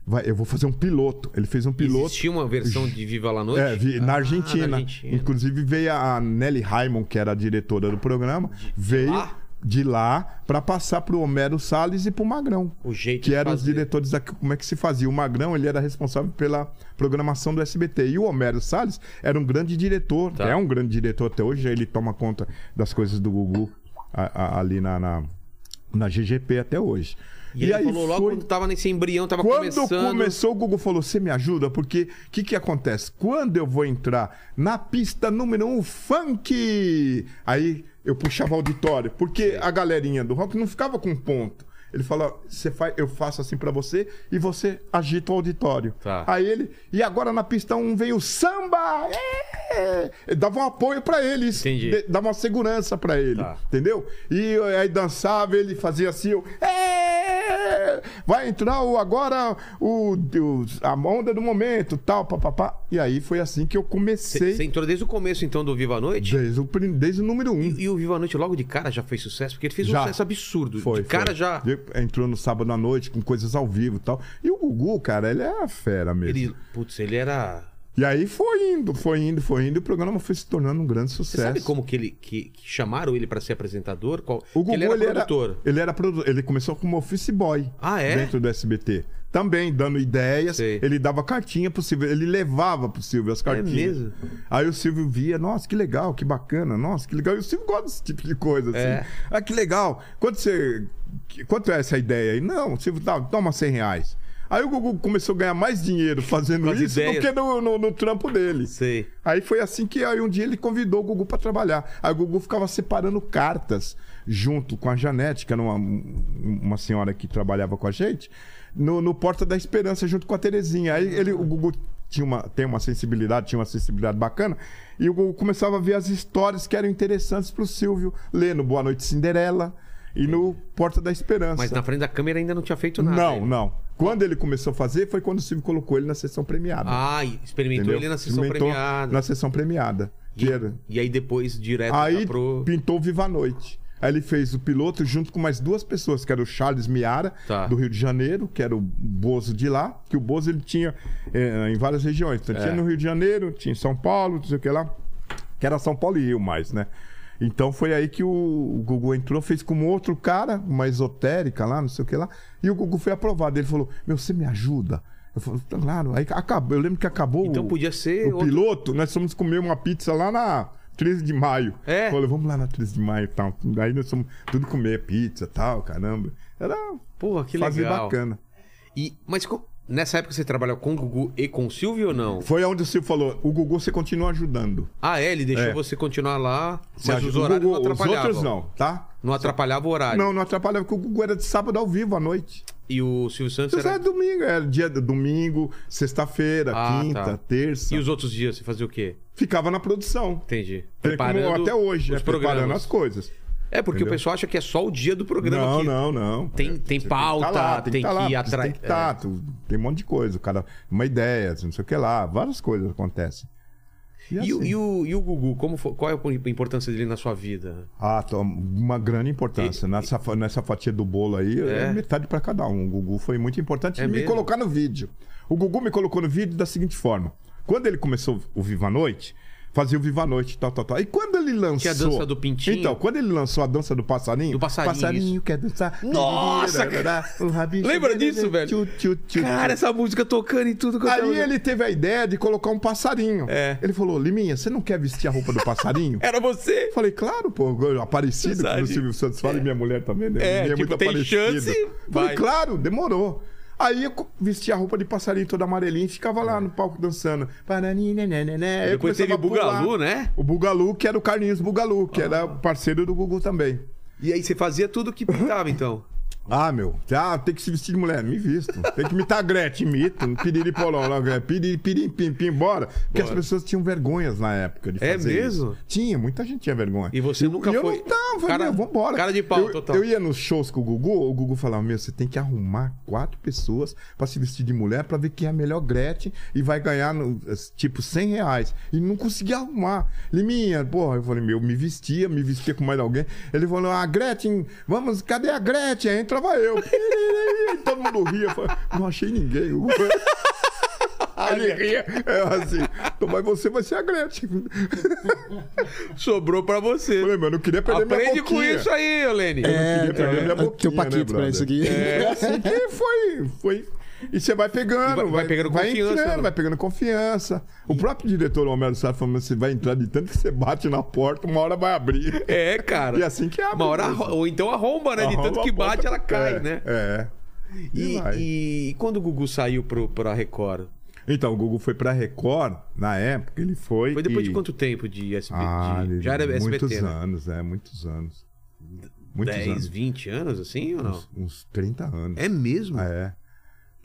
[SPEAKER 4] Vai, eu vou fazer um piloto. Ele fez um piloto.
[SPEAKER 1] Existia uma versão de Viva la Noite?
[SPEAKER 4] É, vi-
[SPEAKER 1] Ah,
[SPEAKER 4] na, Argentina.
[SPEAKER 1] Argentina.
[SPEAKER 4] Inclusive veio a Nelly Raimond, que era a diretora do programa, veio
[SPEAKER 1] lá?
[SPEAKER 4] de lá pra passar pro Homero Salles e pro Magrão.
[SPEAKER 1] O jeito
[SPEAKER 4] que
[SPEAKER 1] de
[SPEAKER 4] eram os
[SPEAKER 1] fazer.
[SPEAKER 4] diretores da como é que se fazia. O Magrão, ele era responsável pela programação do SBT e o Homero Salles era um grande diretor,
[SPEAKER 1] Tá.
[SPEAKER 4] é um grande diretor até hoje, ele toma conta das coisas do Gugu a- a- ali na, na na GGP até hoje.
[SPEAKER 1] E, ele falou logo quando tava nesse embrião, tava
[SPEAKER 4] Quando
[SPEAKER 1] começando.
[SPEAKER 4] começou, o Google falou: Você me ajuda? Porque o que, que acontece? Quando eu vou entrar na pista número um, funk! Aí eu puxava o auditório, porque a galerinha do rock não ficava com ponto. Ele fala, você faz, eu faço assim pra você e você agita o auditório.
[SPEAKER 1] Tá.
[SPEAKER 4] Aí ele, e agora na pista 1 veio o samba! É! Ele Dava um apoio pra ele, isso
[SPEAKER 1] Entendi.
[SPEAKER 4] de- dava uma segurança pra ele,
[SPEAKER 1] Tá.
[SPEAKER 4] entendeu? E aí dançava, ele fazia assim, eu, "É! vai entrar o, agora o, o- a onda do momento, tal, papapá. E aí foi assim que eu comecei
[SPEAKER 1] Você entrou desde o começo, então, do Viva a Noite?
[SPEAKER 4] desde o, prim- desde o número 1. Um.
[SPEAKER 1] E, e o Viva a Noite logo de cara já fez sucesso, porque ele fez um
[SPEAKER 4] Já.
[SPEAKER 1] sucesso absurdo.
[SPEAKER 4] Foi,
[SPEAKER 1] de cara
[SPEAKER 4] foi.
[SPEAKER 1] já.
[SPEAKER 4] Entrou no sábado à noite com coisas ao vivo e tal. E o Gugu, cara, ele é a fera mesmo.
[SPEAKER 1] Ele, putz, ele era.
[SPEAKER 4] E aí foi indo, foi indo, foi indo. E o programa foi se tornando um grande
[SPEAKER 1] Você
[SPEAKER 4] sucesso.
[SPEAKER 1] sabe como que ele que, que chamaram ele pra ser apresentador? Qual...
[SPEAKER 4] O
[SPEAKER 1] que
[SPEAKER 4] Gugu,
[SPEAKER 1] ele era produtor.
[SPEAKER 4] Ele, era produ- ele começou como office boy
[SPEAKER 1] Ah, é?
[SPEAKER 4] dentro do SBT. Também, dando ideias.
[SPEAKER 1] Sei. É
[SPEAKER 4] Ele dava cartinha pro Silvio. Ele levava pro Silvio as cartinhas.
[SPEAKER 1] mesmo?
[SPEAKER 4] Aí o Silvio via, nossa, que legal, que bacana, nossa, que legal. E o Silvio gosta desse tipo de coisa, assim.
[SPEAKER 1] É.
[SPEAKER 4] Ah, que legal. Quanto você. que- Quanto é essa ideia aí? Não, o Silvio, tá, toma 100 reais. Aí o Gugu começou a ganhar mais dinheiro fazendo
[SPEAKER 1] Com as
[SPEAKER 4] isso do
[SPEAKER 1] ideias.
[SPEAKER 4] que no, no- no trampo dele.
[SPEAKER 1] Sei.
[SPEAKER 4] Aí foi assim que aí um dia ele convidou o Gugu pra trabalhar. Aí o Gugu ficava separando cartas junto com a Janete, que era uma, uma senhora que trabalhava com a gente, no, no Porta da Esperança, junto com a Terezinha. Aí ele, o Gugu tinha uma, tem uma sensibilidade, tinha uma sensibilidade bacana, e o Gugu começava a ver as histórias que eram interessantes pro Silvio ler no Boa Noite Cinderela e no Porta da Esperança.
[SPEAKER 1] Mas na frente da câmera ainda não tinha feito nada.
[SPEAKER 4] não,
[SPEAKER 1] ele.
[SPEAKER 4] não. Quando ele começou a fazer, foi quando o Silvio colocou ele na sessão premiada.
[SPEAKER 1] Ah, e experimentou
[SPEAKER 4] Entendeu?
[SPEAKER 1] ele na sessão
[SPEAKER 4] Experimentou
[SPEAKER 1] premiada.
[SPEAKER 4] Na sessão premiada. Que era-
[SPEAKER 1] E aí depois direto
[SPEAKER 4] Aí
[SPEAKER 1] já pro.
[SPEAKER 4] pintou o Viva a Noite. Aí ele fez o piloto junto com mais duas pessoas, que era o Charles Miara,
[SPEAKER 1] Tá.
[SPEAKER 4] do Rio de Janeiro, que era o Bozo de lá, que o
[SPEAKER 1] É.
[SPEAKER 4] Bozo ele tinha eh, em várias regiões. Então, tinha no Rio de Janeiro, tinha em São Paulo, não sei o que lá. que era São Paulo e Rio mais, né? Então foi aí que o, o Gugu entrou, fez com um outro cara, uma esotérica lá, não sei o que lá, e o Gugu foi aprovado. Ele falou: Meu, você me ajuda? Eu falei, claro, aí acabou. Eu lembro que acabou
[SPEAKER 1] Então
[SPEAKER 4] o-
[SPEAKER 1] podia ser
[SPEAKER 4] o
[SPEAKER 1] outro-
[SPEAKER 4] piloto, nós fomos comer uma pizza lá na 13 de maio.
[SPEAKER 1] É?
[SPEAKER 4] Falei, vamos lá na 13 de maio e tal. Aí nós fomos tudo comer pizza e tal, caramba. Era
[SPEAKER 1] Porra, que
[SPEAKER 4] fase
[SPEAKER 1] legal.
[SPEAKER 4] bacana.
[SPEAKER 1] E, mas co- nessa época você trabalhou com o Gugu e com o Silvio ou não?
[SPEAKER 4] Foi onde o Silvio falou, o Gugu você continua ajudando.
[SPEAKER 1] Ah, é, ele deixou
[SPEAKER 4] É.
[SPEAKER 1] você continuar lá,
[SPEAKER 4] Você
[SPEAKER 1] mas
[SPEAKER 4] ajuda
[SPEAKER 1] os
[SPEAKER 4] o
[SPEAKER 1] horários
[SPEAKER 4] Gugu,
[SPEAKER 1] não
[SPEAKER 4] Os
[SPEAKER 1] atrapalhavam.
[SPEAKER 4] outros não, tá?
[SPEAKER 1] Não atrapalhava o horário.
[SPEAKER 4] Não, não atrapalhava, porque o Gugu era de sábado ao vivo à noite.
[SPEAKER 1] E o Silvio Santos
[SPEAKER 4] Isso
[SPEAKER 1] era...
[SPEAKER 4] era domingo, era dia de domingo, sexta-feira,
[SPEAKER 1] Ah,
[SPEAKER 4] quinta,
[SPEAKER 1] tá.
[SPEAKER 4] terça.
[SPEAKER 1] E os outros dias você fazia o quê?
[SPEAKER 4] Ficava na produção.
[SPEAKER 1] Entendi.
[SPEAKER 4] Tem como até hoje,
[SPEAKER 1] os
[SPEAKER 4] é, preparando
[SPEAKER 1] programas.
[SPEAKER 4] as coisas.
[SPEAKER 1] É, porque o
[SPEAKER 4] Entendeu?
[SPEAKER 1] pessoal acha que é só o dia do programa.
[SPEAKER 4] não,
[SPEAKER 1] que-
[SPEAKER 4] não, não. É,
[SPEAKER 1] Tem- tem
[SPEAKER 4] Você
[SPEAKER 1] pauta,
[SPEAKER 4] tá lá,
[SPEAKER 1] tem
[SPEAKER 4] tá
[SPEAKER 1] que é.
[SPEAKER 4] lá,
[SPEAKER 1] ir atrás-
[SPEAKER 4] Tem que tá, tu- tem um monte de coisa. O cara, uma ideia, não sei o que lá. Várias coisas acontecem.
[SPEAKER 1] E, o,
[SPEAKER 4] assim.
[SPEAKER 1] e o- e o Gugu, como foi- qual é a importância dele na sua vida?
[SPEAKER 4] Ah, to- uma grande importância. nessa, fa- nessa fatia do bolo aí, é,
[SPEAKER 1] É?
[SPEAKER 4] metade pra cada um. O Gugu foi muito importante
[SPEAKER 1] É
[SPEAKER 4] me
[SPEAKER 1] mesmo?
[SPEAKER 4] colocar no vídeo. O Gugu me colocou no vídeo da seguinte forma. Quando ele começou o Viva a Noite, fazia o Viva a Noite, tal, tal, tal. E quando ele lançou...
[SPEAKER 1] Tinha a dança do pintinho?
[SPEAKER 4] Então, quando ele lançou a dança do passarinho...
[SPEAKER 1] Do passarinho,
[SPEAKER 4] Passarinho
[SPEAKER 1] isso.
[SPEAKER 4] quer dançar...
[SPEAKER 1] Nossa,
[SPEAKER 4] O rabinho...
[SPEAKER 1] Lembra disso, velho?
[SPEAKER 4] Tchu, tchu, tchu,
[SPEAKER 1] Cara, essa música tocando e tudo é que eu tava-
[SPEAKER 4] Aí ele teve a ideia de colocar um passarinho.
[SPEAKER 1] É.
[SPEAKER 4] Ele falou, Liminha, você não quer vestir a roupa do passarinho?
[SPEAKER 1] Era você!
[SPEAKER 4] Eu falei, claro, pô, eu- aparecido,
[SPEAKER 1] Você
[SPEAKER 4] como o
[SPEAKER 1] sabe.
[SPEAKER 4] Silvio Santos fala, e minha mulher também, né?
[SPEAKER 1] É,
[SPEAKER 4] Minha
[SPEAKER 1] tipo, tem chance,
[SPEAKER 4] Falei,
[SPEAKER 1] vai.
[SPEAKER 4] claro, demorou. Aí eu co- vesti a roupa de passarinho toda amarelinha e ficava lá no palco dançando. né, Paraninenenenene. Aí eu
[SPEAKER 1] Depois teve o
[SPEAKER 4] começava a pular.
[SPEAKER 1] Bugalu, né? Ah.
[SPEAKER 4] O Bugalu, que era o Carlinhos Bugalu, que era parceiro do Gugu também.
[SPEAKER 1] E aí você fazia tudo que pintava, então.
[SPEAKER 4] Ah, meu, ah, tem que se vestir de mulher, me visto. Tem que imitar a Gretchen, imito, um piririporão, lá, é, piriri, pirim, pim, pim, bora. Porque as pessoas tinham vergonhas na época de
[SPEAKER 1] É
[SPEAKER 4] fazer
[SPEAKER 1] mesmo?
[SPEAKER 4] isso. Tinha, muita gente tinha vergonha.
[SPEAKER 1] E você nunca
[SPEAKER 4] E eu
[SPEAKER 1] foi-
[SPEAKER 4] não tava,
[SPEAKER 1] Cara-
[SPEAKER 4] meu, vambora.
[SPEAKER 1] cara de pau,
[SPEAKER 4] eu,
[SPEAKER 1] total.
[SPEAKER 4] Eu ia nos shows com o Gugu, o Gugu falava, meu, você tem que arrumar quatro pessoas pra se vestir de mulher pra ver quem é a melhor Gretchen e vai ganhar, no- tipo, 100 reais. E não conseguia arrumar. Liminha, porra, eu falei, meu, me vestia, me vestia com mais alguém. Ele falou, ah, Gretchen, vamos, cadê a Gretchen? Aí entrava eu. E Todo mundo ria. Eu falei, não achei ninguém. O Gugu- Ele ria. Eu assim, então, mas você vai ser a Gretchen.
[SPEAKER 1] Sobrou pra
[SPEAKER 4] Eu
[SPEAKER 1] você.
[SPEAKER 4] falei, meu, eu não queria perder
[SPEAKER 1] Aprende
[SPEAKER 4] minha
[SPEAKER 1] com
[SPEAKER 4] boquinha. É.
[SPEAKER 1] isso aí, Olene.
[SPEAKER 4] queria perder minha boquinha,
[SPEAKER 2] É, Tem um
[SPEAKER 4] né,
[SPEAKER 2] paquito pra
[SPEAKER 4] brother?
[SPEAKER 2] isso aqui.
[SPEAKER 4] É assim que foi. foi. E você vai
[SPEAKER 1] E
[SPEAKER 4] pegando,
[SPEAKER 1] vai-
[SPEAKER 4] vai,
[SPEAKER 1] vai pegando confiança,
[SPEAKER 4] entrando,
[SPEAKER 1] né?
[SPEAKER 4] vai pegando confiança. O próprio diretor Homero Sá falou: você vai entrar de tanto que você bate na porta, uma hora vai abrir.
[SPEAKER 1] É, cara.
[SPEAKER 4] E assim que abre.
[SPEAKER 1] Uma hora,
[SPEAKER 4] mesmo.
[SPEAKER 1] arro- ou então arromba, né? De tanto
[SPEAKER 4] Arromba
[SPEAKER 1] que
[SPEAKER 4] a porta,
[SPEAKER 1] bate, ela cai,
[SPEAKER 4] é,
[SPEAKER 1] né?
[SPEAKER 4] É.
[SPEAKER 1] E,
[SPEAKER 4] vai.
[SPEAKER 1] e quando o Gugu saiu pro, pra Record?
[SPEAKER 4] Então, o Gugu foi pra Record, na época, ele foi.
[SPEAKER 1] Foi depois
[SPEAKER 4] e-
[SPEAKER 1] de quanto tempo de SBT?
[SPEAKER 4] Ah, ele-
[SPEAKER 1] Já era
[SPEAKER 4] muitos
[SPEAKER 1] SBT, né?
[SPEAKER 4] anos, é, muitos anos. Muitos
[SPEAKER 1] 10,
[SPEAKER 4] anos.
[SPEAKER 1] 20 anos, assim, ou não?
[SPEAKER 4] Uns, uns 30 anos.
[SPEAKER 1] É mesmo?
[SPEAKER 4] É.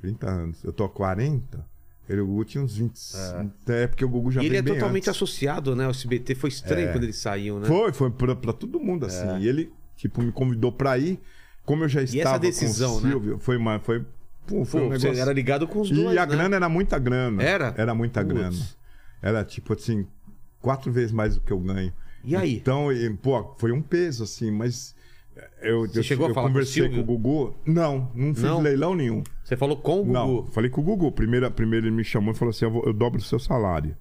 [SPEAKER 4] 30 anos. Eu tô há 40. Ele, o Gugu tinha uns 25. É, porque o Gugu já
[SPEAKER 1] e ele
[SPEAKER 4] vem
[SPEAKER 1] é
[SPEAKER 4] bem
[SPEAKER 1] totalmente
[SPEAKER 4] antes.
[SPEAKER 1] associado, né? O SBT foi estranho
[SPEAKER 4] É.
[SPEAKER 1] quando ele saiu, né? É.
[SPEAKER 4] Foi, foi pra, pra todo mundo, assim. E ele, tipo, me convidou pra ir. Como eu já
[SPEAKER 1] essa
[SPEAKER 4] estava
[SPEAKER 1] decisão,
[SPEAKER 4] com o
[SPEAKER 1] né?
[SPEAKER 4] Silvio, foi uma... Foi, pô,
[SPEAKER 1] Pô,
[SPEAKER 4] foi um
[SPEAKER 1] você
[SPEAKER 4] negócio...
[SPEAKER 1] era ligado com os
[SPEAKER 4] E
[SPEAKER 1] dois, né?
[SPEAKER 4] a grana era muita grana.
[SPEAKER 1] Era?
[SPEAKER 4] Era muita
[SPEAKER 1] Putz.
[SPEAKER 4] grana. Era, tipo, assim, quatro vezes mais do que eu ganho.
[SPEAKER 1] E aí?
[SPEAKER 4] Então, e, pô, foi um peso, assim, mas... Eu,
[SPEAKER 1] Você
[SPEAKER 4] eu-
[SPEAKER 1] chegou a
[SPEAKER 4] eu
[SPEAKER 1] falar com o
[SPEAKER 4] conversei com
[SPEAKER 1] Silvio?
[SPEAKER 4] o Gugu. Não, não fiz
[SPEAKER 1] Não?
[SPEAKER 4] leilão nenhum.
[SPEAKER 1] Você falou com o
[SPEAKER 4] Não,
[SPEAKER 1] Gugu.
[SPEAKER 4] falei com o Gugu. Primeiro, primeiro ele me chamou e falou assim: eu, vou- eu dobro o seu salário.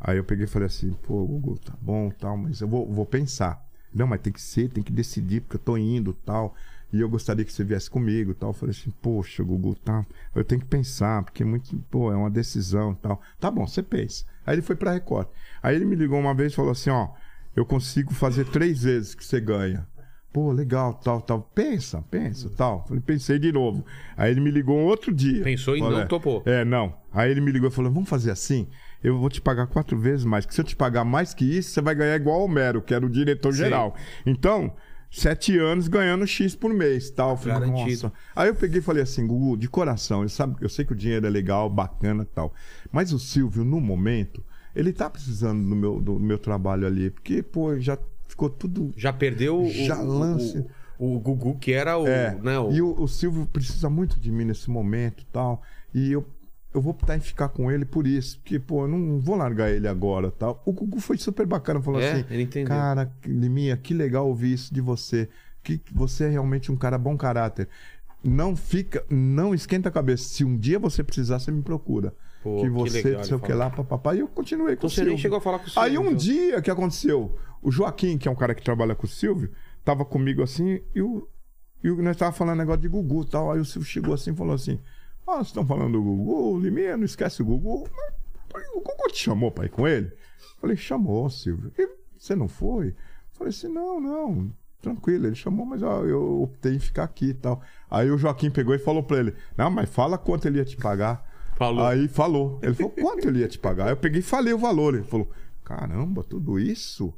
[SPEAKER 4] Aí eu peguei e falei assim: pô, Gugu, tá bom, tal, mas eu vou, vou pensar. Não, mas tem que ser, tem que decidir, porque eu tô indo tal. E eu gostaria que você viesse comigo tal. Eu falei assim: poxa, Gugu, tá. Eu tenho que pensar, porque é muito, pô, é uma decisão tal. Tá bom, você pensa. Aí ele foi pra Record. Aí ele me ligou uma vez e falou assim: ó, eu consigo fazer três vezes que você ganha. Pô, legal, tal, tal. Pensa, pensa, tal. Falei, pensei de novo. Aí ele me ligou um outro dia.
[SPEAKER 1] Pensou e
[SPEAKER 4] Falei,
[SPEAKER 1] não topou.
[SPEAKER 4] É, não. Aí ele me ligou e falou: vamos fazer assim? Eu vou te pagar quatro vezes mais. Que se eu te pagar mais que isso, você vai ganhar igual ao Homero, que era o diretor-geral. Então, sete anos ganhando X por mês, tal. Eu Falei,
[SPEAKER 1] Garantido.
[SPEAKER 4] nossa. Aí eu peguei e falei assim, Gugu, de coração, eu, sabe, eu sei que o dinheiro é legal, bacana e tal. Mas o Silvio, no momento, ele tá precisando do meu, do meu trabalho ali. Porque, pô, já ficou tudo
[SPEAKER 1] Já perdeu o,
[SPEAKER 4] Já
[SPEAKER 1] o-
[SPEAKER 4] lance.
[SPEAKER 1] o, o Gugu, que era o.
[SPEAKER 4] é.
[SPEAKER 1] né, o-
[SPEAKER 4] E o, o Silvio precisa muito de mim nesse momento e tal. E eu, eu vou optar em ficar com ele por isso. Porque, pô, eu não vou largar ele agora tal. O Gugu foi super bacana. Falou
[SPEAKER 1] É,
[SPEAKER 4] assim:
[SPEAKER 1] ele entendeu.
[SPEAKER 4] Cara, Liminha, que legal ouvir isso de você. Que que você é realmente um cara bom caráter. Não fica, não esquenta a cabeça. Se um dia você precisar, você me procura.
[SPEAKER 1] Pô,
[SPEAKER 4] que
[SPEAKER 1] que
[SPEAKER 4] você,
[SPEAKER 1] legal
[SPEAKER 4] não sei o
[SPEAKER 1] ele
[SPEAKER 4] que
[SPEAKER 1] fala.
[SPEAKER 4] lá, papapá. E eu continuei com
[SPEAKER 1] Então
[SPEAKER 4] o
[SPEAKER 1] você
[SPEAKER 4] Silvio.
[SPEAKER 1] nem chegou a falar com o
[SPEAKER 4] Aí
[SPEAKER 1] Silvio,
[SPEAKER 4] um
[SPEAKER 1] então.
[SPEAKER 4] dia, o que aconteceu? O Joaquim, que é um cara que trabalha com o Silvio, tava comigo assim e o, e o- nós tava falando negócio de Gugu e tal. Aí o Silvio chegou assim e falou assim: Ah, vocês estão falando do Gugu, Limeira, não esquece o Gugu. Mas, pai, O Gugu te chamou pra ir com ele? Falei: Chamou, Silvio. E você não foi? Falei assim: Não, não. Tranquilo, ele chamou, mas ó, eu optei em ficar aqui e tal. Aí o Joaquim pegou e falou pra ele: Não, mas fala quanto ele ia te pagar.
[SPEAKER 1] Falou.
[SPEAKER 4] Aí falou. Ele falou quanto ele ia te pagar. Aí eu peguei e falei o valor. Ele falou: Caramba, tudo isso?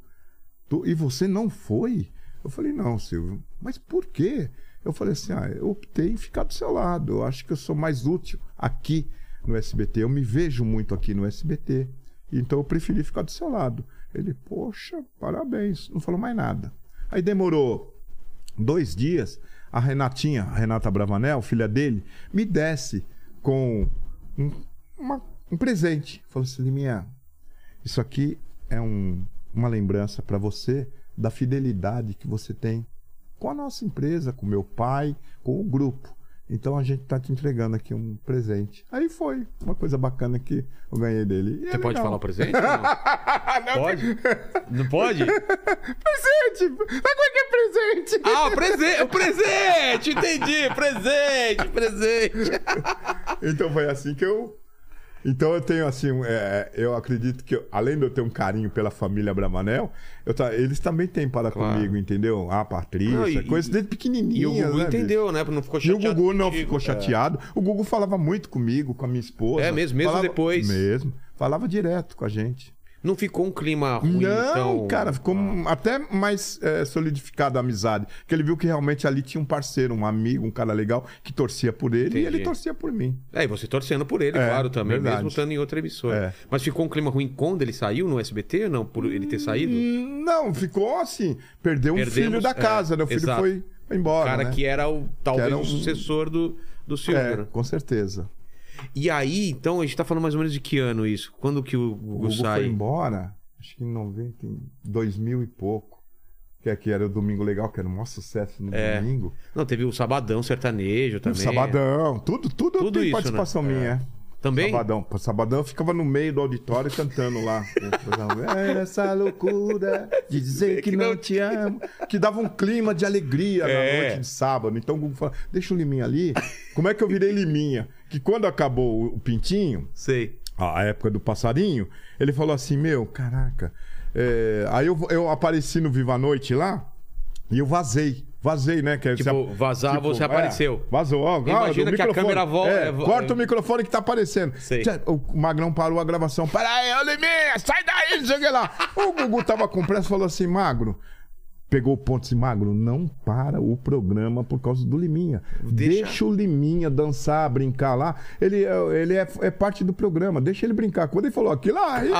[SPEAKER 4] Tu- E você não foi? Eu falei: Não, Silvio, mas por quê? Eu falei assim: Ah, eu optei em ficar do seu lado. Eu acho que eu sou mais útil aqui no SBT. Eu me vejo muito aqui no SBT. Então eu preferi ficar do seu lado. Ele, poxa, parabéns. Não falou mais nada. Aí demorou dois dias, a Renatinha, a Renata Bravanel, filha dele, me desce com um, uma- um presente. Falou assim, Liminha, isso aqui é um- uma lembrança para você da fidelidade que você tem com a nossa empresa, com meu pai, com o grupo. Então a gente tá te entregando aqui um presente. Aí foi uma coisa bacana que eu ganhei dele. é
[SPEAKER 1] Você pode falar o presente?
[SPEAKER 4] Não,
[SPEAKER 1] Pode? Não pode?
[SPEAKER 4] Presente! Mas como é que é presente?
[SPEAKER 1] Ah, presente! Presente! Entendi! Presente! Presente!
[SPEAKER 4] Então foi assim que eu. Então eu tenho assim, um, é, eu acredito que eu- além de eu ter um carinho pela família Bramanel, eu ta- eles também têm para
[SPEAKER 1] Claro.
[SPEAKER 4] comigo, entendeu? Ah, Patrícia,
[SPEAKER 1] Não, e-
[SPEAKER 4] coisa desde pequenininho.
[SPEAKER 1] E o Gugu
[SPEAKER 4] né,
[SPEAKER 1] entendeu, né? Não ficou
[SPEAKER 4] bicho? E o
[SPEAKER 1] chateado.
[SPEAKER 4] Gugu não
[SPEAKER 1] contigo, É.
[SPEAKER 4] ficou
[SPEAKER 1] cara.
[SPEAKER 4] chateado. O Gugu falava muito comigo, com a minha esposa.
[SPEAKER 1] É mesmo, mesmo
[SPEAKER 4] Falava-
[SPEAKER 1] depois.
[SPEAKER 4] Mesmo. Falava direto com a gente.
[SPEAKER 1] Não ficou um clima ruim,
[SPEAKER 4] não,
[SPEAKER 1] então.
[SPEAKER 4] cara, ficou um- até mais é, solidificada a amizade. Porque ele viu que realmente ali tinha um parceiro, um amigo, um cara legal que torcia por ele e
[SPEAKER 1] Entendi.
[SPEAKER 4] ele torcia por mim.
[SPEAKER 1] É, e você torcendo por ele,
[SPEAKER 4] É,
[SPEAKER 1] claro, também,
[SPEAKER 4] verdade.
[SPEAKER 1] mesmo estando em outra emissora.
[SPEAKER 4] É.
[SPEAKER 1] Mas ficou um clima ruim quando ele saiu no SBT ou não? Por ele ter
[SPEAKER 4] Hum,
[SPEAKER 1] saído?
[SPEAKER 4] Não, ficou assim. Perdeu um
[SPEAKER 1] Perdemos,
[SPEAKER 4] filho da
[SPEAKER 1] é,
[SPEAKER 4] casa, né? O filho
[SPEAKER 1] exato.
[SPEAKER 4] foi foi
[SPEAKER 1] O
[SPEAKER 4] embora.
[SPEAKER 1] cara
[SPEAKER 4] né?
[SPEAKER 1] que era o, talvez
[SPEAKER 4] Que era um-
[SPEAKER 1] o sucessor do, do Silvio.
[SPEAKER 4] é,
[SPEAKER 1] né?
[SPEAKER 4] com certeza.
[SPEAKER 1] E aí, então, a gente tá falando mais ou menos de que ano isso? Quando que o
[SPEAKER 4] O
[SPEAKER 1] Gugu
[SPEAKER 4] Gugu foi
[SPEAKER 1] sai?
[SPEAKER 4] embora, acho que em 90, em 2000 e pouco. Que aqui era o Domingo Legal, que era o maior sucesso no
[SPEAKER 1] É.
[SPEAKER 4] domingo.
[SPEAKER 1] Não, teve o Sabadão Sertanejo
[SPEAKER 4] O
[SPEAKER 1] também.
[SPEAKER 4] Sabadão, tudo, tudo,
[SPEAKER 1] Tudo
[SPEAKER 4] tem
[SPEAKER 1] isso,
[SPEAKER 4] participação
[SPEAKER 1] né?
[SPEAKER 4] minha.
[SPEAKER 1] Também?
[SPEAKER 4] Sabadão. Pô, Sabadão eu ficava no meio do auditório cantando lá. Era É essa loucura de dizer que não te amo. Que dava um clima de alegria
[SPEAKER 1] É.
[SPEAKER 4] na noite de sábado. Então o Gugu falava, deixa o Liminha ali. Como é que eu virei Liminha? Que quando acabou o- o Pintinho,
[SPEAKER 1] Sei.
[SPEAKER 4] a a época do passarinho, ele falou assim, meu, caraca. é, Aí eu, eu apareci no Viva a Noite lá e eu vazei. Vazei, né? Que é-
[SPEAKER 1] Tipo, vazar, você apareceu.
[SPEAKER 4] Vazou, ó, ó,
[SPEAKER 1] Imagina
[SPEAKER 4] do
[SPEAKER 1] que a
[SPEAKER 4] microfone.
[SPEAKER 1] câmera volta-
[SPEAKER 4] É,
[SPEAKER 1] é, vo-
[SPEAKER 4] corta o
[SPEAKER 1] é.
[SPEAKER 4] microfone que tá aparecendo.
[SPEAKER 1] Sei.
[SPEAKER 4] Tchá, O Magrão parou a gravação. Para aí, ô Liminha, sai daí, não sei o que lá. O Gugu tava com pressa e falou assim, Magro... Pegou o ponto e disse, Magro, não para o programa por causa do Liminha. Deixa, o Liminha dançar, brincar lá. Ele, é- ele é, é parte do programa, deixa ele brincar. Quando ele falou aquilo, aí,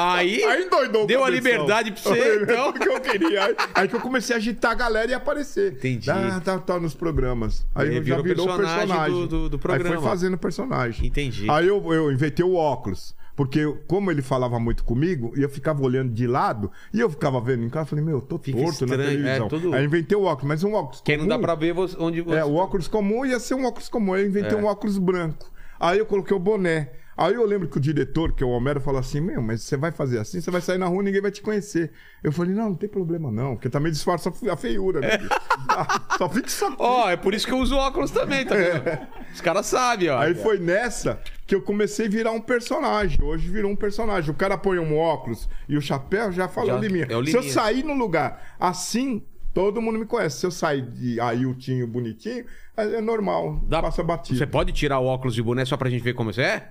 [SPEAKER 1] Aí,
[SPEAKER 4] doidou o
[SPEAKER 1] deu a
[SPEAKER 4] cabeção.
[SPEAKER 1] liberdade pra você, então.
[SPEAKER 4] Porque eu queria. Aí, aí que eu comecei a agitar a galera e aparecer.
[SPEAKER 1] Entendi.
[SPEAKER 4] Ah, tá, tá nos programas. Aí
[SPEAKER 1] Ele
[SPEAKER 4] eu já
[SPEAKER 1] virou
[SPEAKER 4] virou o
[SPEAKER 1] personagem
[SPEAKER 4] personagem.
[SPEAKER 1] do- do- do programa.
[SPEAKER 4] Aí foi fazendo personagem.
[SPEAKER 1] Entendi.
[SPEAKER 4] Aí eu, eu inventei o óculos. Porque, eu- como ele falava muito comigo, e eu ficava olhando de lado, e eu ficava vendo em casa, eu falei, meu, eu tô
[SPEAKER 1] Fica
[SPEAKER 4] torto na
[SPEAKER 1] estranho,
[SPEAKER 4] televisão.
[SPEAKER 1] é, tudo-
[SPEAKER 4] Aí eu inventei o óculos, mas um óculos
[SPEAKER 1] Que aí não dá
[SPEAKER 4] comum-
[SPEAKER 1] pra ver você- onde você. É.
[SPEAKER 4] é, o óculos comum ia ser um óculos comum. Aí Eu inventei um óculos branco. Aí eu coloquei o boné. Aí eu lembro que o diretor, que é o Homero, falou assim: Meu, mas você vai fazer assim, você vai sair na rua e ninguém vai te conhecer. Eu falei: Não, não tem problema não, porque também disfarça a feiura. Né? Só fica só.
[SPEAKER 1] Ó, é por isso que eu uso óculos também, tá vendo? Os caras sabem, ó.
[SPEAKER 4] Aí foi nessa que eu comecei a virar um personagem. Hoje virou um personagem. O cara põe um óculos e o chapéu, já falou
[SPEAKER 1] Já-
[SPEAKER 4] de mim.
[SPEAKER 1] é o
[SPEAKER 4] Se eu
[SPEAKER 1] Liminha.
[SPEAKER 4] sair no lugar assim, todo mundo me conhece. Se eu sair de aiutinho, bonitinho, é é normal.
[SPEAKER 1] Dá-
[SPEAKER 4] Passa batido.
[SPEAKER 1] Você pode tirar o óculos e o boné só pra gente ver como você é?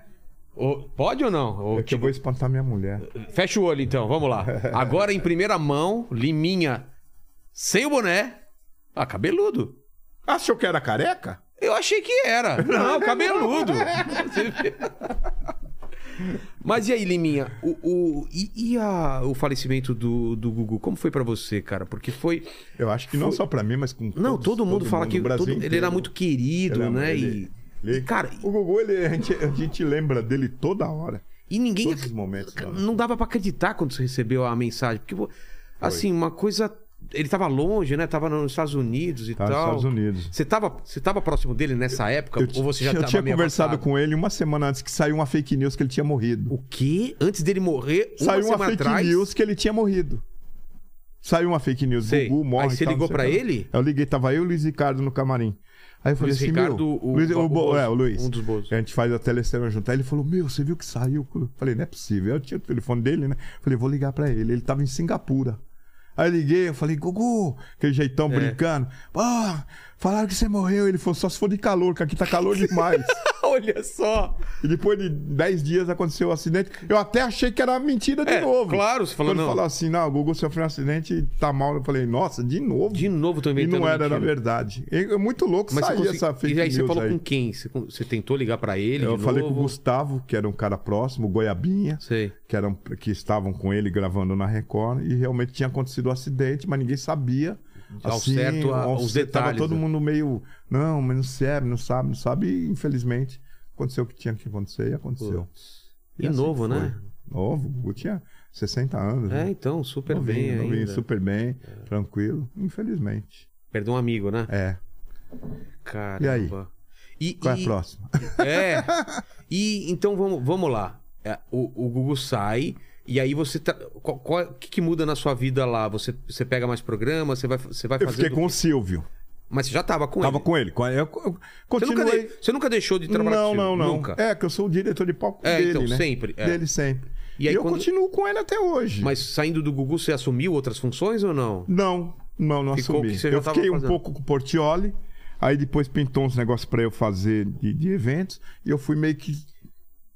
[SPEAKER 1] Ou- Pode ou não? Ou
[SPEAKER 4] É que eu vou espantar minha mulher.
[SPEAKER 1] Fecha o olho então, vamos lá. Agora em primeira mão, Liminha sem o boné. Ah, cabeludo.
[SPEAKER 4] Achou que era careca?
[SPEAKER 1] Eu achei que era. Não, cabeludo. Mas e aí, Liminha? O, o- e e a- o falecimento do, do Gugu? Como foi pra você, cara? Porque foi.
[SPEAKER 4] Eu acho que não só pra mim, mas com
[SPEAKER 1] Não,
[SPEAKER 4] todos-
[SPEAKER 1] todo mundo fala que
[SPEAKER 4] o Brasil
[SPEAKER 1] todo- ele
[SPEAKER 4] inteiro.
[SPEAKER 1] era muito querido,
[SPEAKER 4] Ele era-
[SPEAKER 1] né?
[SPEAKER 4] ele-
[SPEAKER 1] e,
[SPEAKER 4] ele-
[SPEAKER 1] e, cara,
[SPEAKER 4] O Gugu, ele- a, gente, a gente lembra dele toda hora.
[SPEAKER 1] e ninguém.
[SPEAKER 4] Todos os momentos. Tá
[SPEAKER 1] Não dava pra acreditar quando você recebeu a mensagem. Porque, pô, assim, uma coisa Ele tava longe, né? Tava nos Estados Unidos e
[SPEAKER 4] Tava nos
[SPEAKER 1] tal.
[SPEAKER 4] Estados Unidos.
[SPEAKER 1] Você tava, você tava próximo dele nessa época?
[SPEAKER 4] Eu, ti-
[SPEAKER 1] ou você já
[SPEAKER 4] eu
[SPEAKER 1] tava
[SPEAKER 4] tinha
[SPEAKER 1] meio
[SPEAKER 4] conversado
[SPEAKER 1] avançado?
[SPEAKER 4] com ele uma semana antes que saiu uma fake news que ele tinha morrido.
[SPEAKER 1] O quê? Antes dele morrer, uma
[SPEAKER 4] saiu uma
[SPEAKER 1] semana
[SPEAKER 4] fake
[SPEAKER 1] atrás?
[SPEAKER 4] news que ele tinha morrido. Saiu uma fake news,
[SPEAKER 1] Sei.
[SPEAKER 4] Gugu morre.
[SPEAKER 1] Aí você
[SPEAKER 4] e tal, não
[SPEAKER 1] ligou
[SPEAKER 4] sei
[SPEAKER 1] pra
[SPEAKER 4] o quê.
[SPEAKER 1] ele?
[SPEAKER 4] Eu liguei, tava eu e o Luiz Ricardo no camarim. Aí eu falei
[SPEAKER 1] Luiz
[SPEAKER 4] assim,
[SPEAKER 1] Ricardo,
[SPEAKER 4] meu...
[SPEAKER 1] o-
[SPEAKER 4] Luiz,
[SPEAKER 1] o-
[SPEAKER 4] o, Bo-
[SPEAKER 1] o-
[SPEAKER 4] é, o Luiz.
[SPEAKER 1] um dos Bozos.
[SPEAKER 4] A gente faz a telecena junto. Aí ele falou, meu, você viu que saiu? Eu falei, não é possível. Eu tinha o telefone dele, né? Eu falei, vou ligar pra ele. Ele tava em Singapura. Aí eu liguei, eu falei, Gugu, aquele jeitão
[SPEAKER 1] É.
[SPEAKER 4] brincando. Ah, falaram que você morreu. Ele falou, só se for de calor, que aqui tá calor demais.
[SPEAKER 1] Olha só!
[SPEAKER 4] E depois de 10 dias aconteceu o acidente. Eu até achei que era mentira de
[SPEAKER 1] É,
[SPEAKER 4] novo.
[SPEAKER 1] claro, você falou,
[SPEAKER 4] Quando
[SPEAKER 1] não.
[SPEAKER 4] falou assim, não, o Google sofreu um acidente e tá mal. Eu falei, nossa, de novo.
[SPEAKER 1] De novo tô
[SPEAKER 4] e
[SPEAKER 1] inventando
[SPEAKER 4] não era,
[SPEAKER 1] mentira.
[SPEAKER 4] na verdade. É é muito louco
[SPEAKER 1] Mas
[SPEAKER 4] sair
[SPEAKER 1] você consegui-
[SPEAKER 4] essa fake
[SPEAKER 1] E aí você
[SPEAKER 4] news
[SPEAKER 1] falou
[SPEAKER 4] aí.
[SPEAKER 1] com quem? Você, com- você tentou ligar pra ele
[SPEAKER 4] Eu
[SPEAKER 1] de
[SPEAKER 4] falei
[SPEAKER 1] novo?
[SPEAKER 4] com o Gustavo, que era um cara próximo, o Goiabinha,
[SPEAKER 1] Sei.
[SPEAKER 4] que, eram, que estavam com ele gravando na Record. E realmente tinha acontecido o acidente, mas ninguém sabia. assim,
[SPEAKER 1] Ao certo, a-
[SPEAKER 4] ao-
[SPEAKER 1] os
[SPEAKER 4] Tava
[SPEAKER 1] detalhes,
[SPEAKER 4] todo
[SPEAKER 1] né?
[SPEAKER 4] mundo meio, não, mas não serve, não sabe, não sabe. E infelizmente aconteceu o que tinha que acontecer e aconteceu. assim
[SPEAKER 1] E novo, né?
[SPEAKER 4] Novo, o Gugu tinha 60 anos.
[SPEAKER 1] É,
[SPEAKER 4] né?
[SPEAKER 1] então, super
[SPEAKER 4] Novinho,
[SPEAKER 1] bem
[SPEAKER 4] novinho,
[SPEAKER 1] ainda. É.
[SPEAKER 4] super bem, tranquilo, infelizmente.
[SPEAKER 1] Perdeu um amigo, né?
[SPEAKER 4] É.
[SPEAKER 1] Caramba.
[SPEAKER 4] aí?
[SPEAKER 1] E,
[SPEAKER 4] Qual é
[SPEAKER 1] e-
[SPEAKER 4] a próxima?
[SPEAKER 1] É. E então vamos, vamos lá. É, O, o Gugu sai e aí você tá, qual, qual- o que, que muda na sua vida lá? Você, você pega mais programas, você vai você vai
[SPEAKER 4] Eu
[SPEAKER 1] fazer
[SPEAKER 4] fiquei com o Silvio.
[SPEAKER 1] Mas você já tava com
[SPEAKER 4] Tava
[SPEAKER 1] ele.
[SPEAKER 4] com ele. com- Eu eu
[SPEAKER 1] Você nunca,
[SPEAKER 4] continuei.
[SPEAKER 1] de- você nunca deixou de trabalhar
[SPEAKER 4] não,
[SPEAKER 1] com o
[SPEAKER 4] não,
[SPEAKER 1] Silvio?
[SPEAKER 4] não.
[SPEAKER 1] Nunca.
[SPEAKER 4] É, que eu sou o diretor de palco
[SPEAKER 1] É,
[SPEAKER 4] dele,
[SPEAKER 1] então,
[SPEAKER 4] né?
[SPEAKER 1] sempre, é.
[SPEAKER 4] Dele sempre.
[SPEAKER 1] E
[SPEAKER 4] E,
[SPEAKER 1] aí
[SPEAKER 4] eu
[SPEAKER 1] quando-
[SPEAKER 4] continuo com ele até hoje.
[SPEAKER 1] Mas saindo do Gugu, você assumiu outras funções ou não?
[SPEAKER 4] Não, não, não
[SPEAKER 1] Ficou o
[SPEAKER 4] assumi.
[SPEAKER 1] que você já
[SPEAKER 4] Eu
[SPEAKER 1] tava
[SPEAKER 4] fiquei um
[SPEAKER 1] fazendo.
[SPEAKER 4] pouco com o Portioli, aí depois pintou uns negócios pra eu fazer de, de eventos, e eu fui meio que...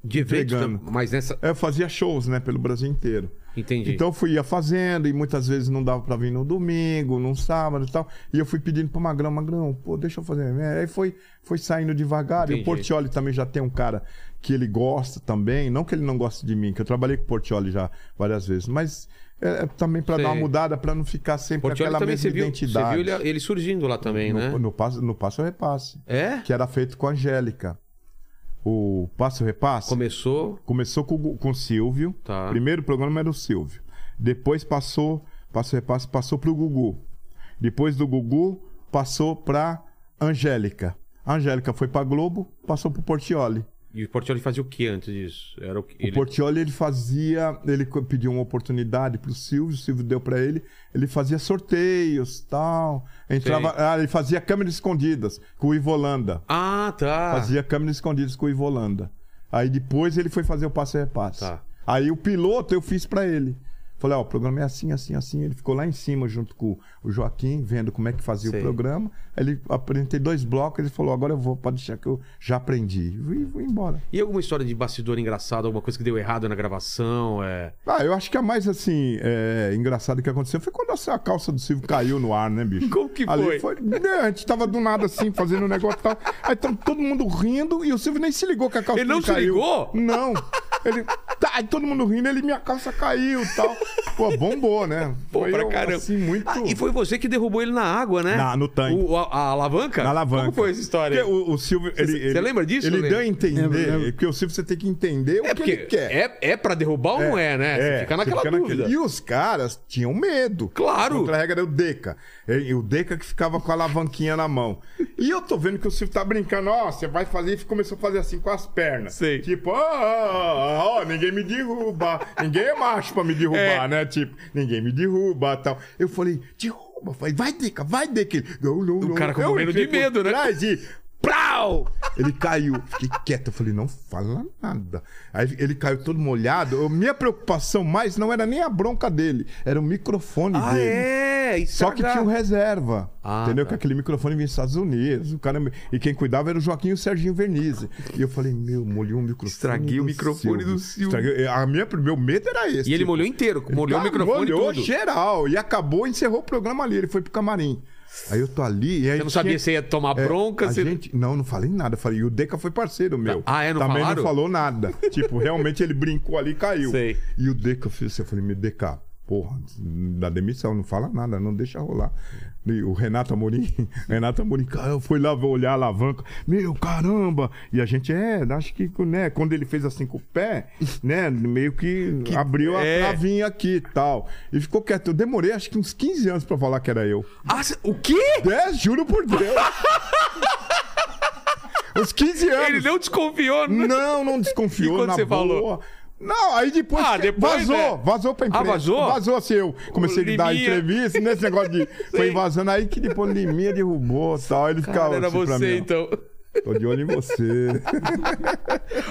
[SPEAKER 1] De evento,
[SPEAKER 4] Entregando.
[SPEAKER 1] tam- mas nessa.
[SPEAKER 4] Eu fazia shows, né, pelo Brasil inteiro.
[SPEAKER 1] Entendi.
[SPEAKER 4] Então eu fui ia fazendo e muitas vezes não dava pra vir no domingo, num sábado e tal. E eu fui pedindo pro Magrão, Magrão, pô, deixa eu fazer. um Aí foi, foi saindo devagar. E
[SPEAKER 1] Entendi.
[SPEAKER 4] o Portioli também já tem um cara que ele gosta também. Não que ele não goste de mim, que eu trabalhei com o Portioli já várias vezes, mas é, é também pra
[SPEAKER 1] Sei.
[SPEAKER 4] dar uma mudada, pra não ficar sempre
[SPEAKER 1] Portioli
[SPEAKER 4] aquela
[SPEAKER 1] também
[SPEAKER 4] mesma
[SPEAKER 1] você viu, você
[SPEAKER 4] identidade.
[SPEAKER 1] viu ele, ele surgindo lá também, né?
[SPEAKER 4] no, no passo, no passo repasse.
[SPEAKER 1] É?
[SPEAKER 4] Que era feito com a Angélica. O passo repasse.
[SPEAKER 1] Começou.
[SPEAKER 4] Começou com, o- com o Silvio.
[SPEAKER 1] Tá.
[SPEAKER 4] Primeiro programa era o Silvio. Depois passou, passou repasse, passou pro Gugu. Depois do Gugu, passou pra Angélica. A Angélica foi pra Globo, passou pro Portioli.
[SPEAKER 1] E o Portioli fazia o que antes disso? Era o que.
[SPEAKER 4] O Portioli ele fazia, ele co- pediu uma oportunidade pro Silvio, o Silvio deu pra ele, ele fazia sorteios, tal, entrava, ah, ele fazia câmeras escondidas com o Ivolanda.
[SPEAKER 1] Ah, tá.
[SPEAKER 4] Fazia câmeras escondidas com o Ivolanda. Aí depois ele foi fazer o passo a repasso.
[SPEAKER 1] Tá.
[SPEAKER 4] Aí o piloto eu fiz pra ele. Falei, ó, o programa é assim, assim, assim. Ele ficou lá em cima junto com o Joaquim, vendo como é que fazia
[SPEAKER 1] Sei.
[SPEAKER 4] o programa. Aí Ele apresentei dois blocos, ele falou, agora eu vou, pode deixar que eu já aprendi. E fui, fui embora.
[SPEAKER 1] E alguma história de bastidor engraçada, alguma coisa que deu errado na gravação? É...
[SPEAKER 4] Ah, eu acho que a mais, assim, é, engraçada que aconteceu foi quando a calça do Silvio caiu no ar, né, bicho?
[SPEAKER 1] Como que foi?
[SPEAKER 4] Ali foi... né, a gente tava do nada, assim, fazendo um negócio e tal. Aí tava todo mundo rindo e o Silvio nem se ligou que a calça
[SPEAKER 1] Ele não
[SPEAKER 4] dele
[SPEAKER 1] se
[SPEAKER 4] caiu.
[SPEAKER 1] ligou?
[SPEAKER 4] Não. Ele... Tá, aí todo mundo rindo, ele, minha calça caiu e tal. Pô, bombou, né?
[SPEAKER 1] Pô, pra
[SPEAKER 4] um,
[SPEAKER 1] caramba.
[SPEAKER 4] Assim, muito...
[SPEAKER 1] Ah, e foi você que derrubou ele na água, né?
[SPEAKER 4] Na- no tanque.
[SPEAKER 1] O- a, a alavanca?
[SPEAKER 4] Na alavanca.
[SPEAKER 1] Como foi essa história?
[SPEAKER 4] Porque o, o Silvio... ele-
[SPEAKER 1] cê
[SPEAKER 4] ele-
[SPEAKER 1] lembra disso,
[SPEAKER 4] Ele
[SPEAKER 1] Lê?
[SPEAKER 4] deu a entender.
[SPEAKER 2] Lembro, lembro.
[SPEAKER 4] Porque o Silvio você tem que entender
[SPEAKER 1] É
[SPEAKER 4] o que
[SPEAKER 1] porque
[SPEAKER 4] ele quer.
[SPEAKER 1] é, é pra derrubar ou não é, né? você fica
[SPEAKER 4] você
[SPEAKER 1] naquela
[SPEAKER 4] fica naquele-
[SPEAKER 1] dúvida.
[SPEAKER 4] E os caras tinham medo.
[SPEAKER 1] Claro.
[SPEAKER 4] Outra regra era o Deca. E o Deca que ficava com a alavanquinha na mão. E eu tô vendo que o Silvio tá brincando. Ó, você vai fazer... E começou a fazer assim com as pernas.
[SPEAKER 1] Sei.
[SPEAKER 4] Tipo, ó, ó, ó, ó, ninguém me derruba. ninguém é macho pra me derrubar,
[SPEAKER 1] É.
[SPEAKER 4] né? Tipo, ninguém me derruba tal. Eu falei, derruba. Eu Falei, vai, Deca, vai, Deca. Ele, Não, não, não. É um
[SPEAKER 1] cara com
[SPEAKER 4] Eu
[SPEAKER 1] medo de
[SPEAKER 4] entrei por
[SPEAKER 1] medo, né?
[SPEAKER 4] trás e... Prau! Ele caiu. Fiquei quieto. Eu falei, não fala nada. Aí ele caiu todo molhado. Eu- minha preocupação mais não era nem a bronca dele, era o microfone
[SPEAKER 1] Ah,
[SPEAKER 4] dele.
[SPEAKER 1] é? Isso
[SPEAKER 4] Só que
[SPEAKER 1] era-
[SPEAKER 4] tinha um reserva.
[SPEAKER 1] Ah,
[SPEAKER 4] entendeu?
[SPEAKER 1] tá.
[SPEAKER 4] Que aquele microfone vinha dos Estados Unidos. O cara... E quem cuidava era o Joaquim e o Serginho Vernizzi. E eu falei, meu, molhou o microfone.
[SPEAKER 1] Estraguei
[SPEAKER 4] do
[SPEAKER 1] o microfone do Silvio.
[SPEAKER 4] Estraguei- É, A minha, meu medo era esse.
[SPEAKER 1] E ele
[SPEAKER 4] tipo,
[SPEAKER 1] molhou inteiro, molhou
[SPEAKER 4] ah,
[SPEAKER 1] o microfone
[SPEAKER 4] molhou
[SPEAKER 1] todo.
[SPEAKER 4] geral. E acabou, encerrou o programa ali. Ele foi pro camarim. Aí eu tô ali. E aí
[SPEAKER 1] Você não sabia
[SPEAKER 4] tinha-
[SPEAKER 1] se ia tomar
[SPEAKER 4] é,
[SPEAKER 1] bronca,
[SPEAKER 4] a
[SPEAKER 1] se...
[SPEAKER 4] gente, não, não falei nada. Eu Falei, e o Deca foi parceiro meu.
[SPEAKER 1] Ah, é? Não
[SPEAKER 4] Também
[SPEAKER 1] falaram?
[SPEAKER 4] não falou nada. tipo, realmente ele brincou ali e caiu.
[SPEAKER 1] Sei.
[SPEAKER 4] E o Deca, eu fiz assim, eu falei, meu Deca, Porra, da demissão, não fala nada, não deixa rolar. E o Renato Amorim, Renato Amorim, cara, eu fui lá vou olhar a alavanca, meu caramba! E a gente, é, acho que, né, quando ele fez assim com o pé, né, meio que, abriu a
[SPEAKER 6] é.
[SPEAKER 4] travinha aqui e tal. E ficou quieto. Eu demorei acho que uns 15 anos pra falar que era eu.
[SPEAKER 6] Ah, cê- o quê?
[SPEAKER 4] É, juro por Deus! Uns 15 anos!
[SPEAKER 6] Ele não desconfiou, né?
[SPEAKER 4] Não, não desconfiou
[SPEAKER 6] E quando
[SPEAKER 4] na
[SPEAKER 6] você
[SPEAKER 4] boa.
[SPEAKER 6] falou?
[SPEAKER 4] Não, aí depois,
[SPEAKER 6] Ah,
[SPEAKER 4] que-
[SPEAKER 6] depois,
[SPEAKER 4] vazou,
[SPEAKER 6] né?
[SPEAKER 4] vazou
[SPEAKER 1] Ah,
[SPEAKER 4] pra imprensa.
[SPEAKER 6] vazou?
[SPEAKER 4] Vazou assim, eu comecei
[SPEAKER 6] O
[SPEAKER 4] a dar
[SPEAKER 6] Liminha.
[SPEAKER 4] entrevista nesse negócio de foi vazando aí que depois Liminha derrubou, tal, ele ficava
[SPEAKER 1] Cara, era
[SPEAKER 4] assim pra
[SPEAKER 1] você,
[SPEAKER 4] mim, ó,
[SPEAKER 1] então.
[SPEAKER 4] Tô de olho em você.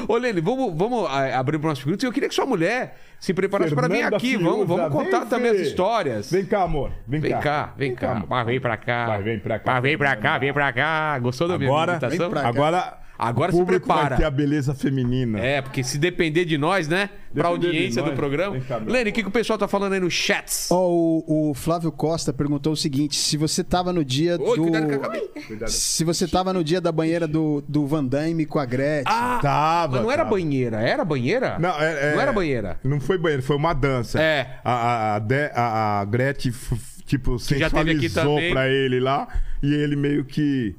[SPEAKER 1] Ô, Lene, vamos, vamos ah, abrir para nosso grupo. Eu queria que sua mulher se preparasse para vir
[SPEAKER 4] Fernanda
[SPEAKER 1] aqui.
[SPEAKER 4] Fiuza,
[SPEAKER 1] Vamos, vamos contar
[SPEAKER 4] vem,
[SPEAKER 1] também as
[SPEAKER 4] Fê.
[SPEAKER 1] histórias.
[SPEAKER 4] Vem cá, amor. Vem,
[SPEAKER 1] Vem cá, vem cá.
[SPEAKER 4] amor.
[SPEAKER 1] Mas vem pra cá.
[SPEAKER 4] Vai, vem pra cá.
[SPEAKER 1] Mas vem pra cá, vem pra cá. Gostou da minha
[SPEAKER 4] Agora,
[SPEAKER 1] imitação?
[SPEAKER 2] pra cá.
[SPEAKER 4] agora,
[SPEAKER 1] Agora
[SPEAKER 4] o
[SPEAKER 1] se
[SPEAKER 4] público
[SPEAKER 1] prepara.
[SPEAKER 4] vai ter a beleza feminina.
[SPEAKER 1] É, porque se depender de nós, né? pra
[SPEAKER 4] Depender de
[SPEAKER 1] audiência
[SPEAKER 4] nós.
[SPEAKER 1] do programa.
[SPEAKER 4] Vem cá, meu.
[SPEAKER 1] Lene, o que, que o pessoal tá falando aí no chats?
[SPEAKER 2] Ó, o, o Flávio Costa perguntou o seguinte: se você tava no dia
[SPEAKER 1] Oi,
[SPEAKER 2] do.
[SPEAKER 1] cuidado com a cabeça.
[SPEAKER 2] Se você tava no dia da banheira do, do Van Damme com a Gretchen.
[SPEAKER 1] Ah,
[SPEAKER 4] Tava,
[SPEAKER 1] mas não era
[SPEAKER 4] tava.
[SPEAKER 1] banheira. Era banheira?
[SPEAKER 4] Não, é- é-
[SPEAKER 1] Não era banheira.
[SPEAKER 4] Não foi banheiro, foi uma dança.
[SPEAKER 1] É.
[SPEAKER 4] A, a, a, De- a- a Gretchen, f- f- tipo,
[SPEAKER 1] já teve aqui
[SPEAKER 4] sensualizou
[SPEAKER 1] também.
[SPEAKER 4] pra ele lá. E ele meio que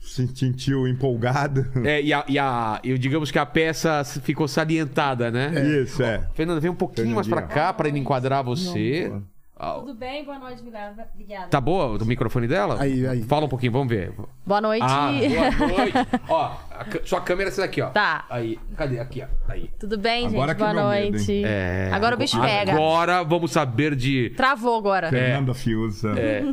[SPEAKER 4] se sentiu empolgado.
[SPEAKER 1] É, e, a, e a- e digamos que a peça ficou salientada, né?
[SPEAKER 4] Isso, é.
[SPEAKER 1] Fernanda, vem um pouquinho mais pra cá pra ele enquadrar você. Ah,
[SPEAKER 5] Tudo bem? Boa noite, obrigada. Obrigada.
[SPEAKER 1] Tá boa o microfone dela?
[SPEAKER 2] Aí, aí.
[SPEAKER 1] Fala um pouquinho, vamos ver.
[SPEAKER 5] Boa noite.
[SPEAKER 1] Ah, boa noite. ó, a cã- sua câmera é essa daqui, ó.
[SPEAKER 5] Tá.
[SPEAKER 1] Aí, cadê? Aqui, ó. Aí.
[SPEAKER 5] Tudo bem,
[SPEAKER 4] Agora
[SPEAKER 5] gente?
[SPEAKER 4] que
[SPEAKER 5] Boa
[SPEAKER 4] deu medo,
[SPEAKER 5] noite.
[SPEAKER 1] É,
[SPEAKER 5] Agora o bicho pega.
[SPEAKER 1] Agora vamos saber de.
[SPEAKER 5] Travou agora.
[SPEAKER 4] Fernanda Fiuza.
[SPEAKER 1] É.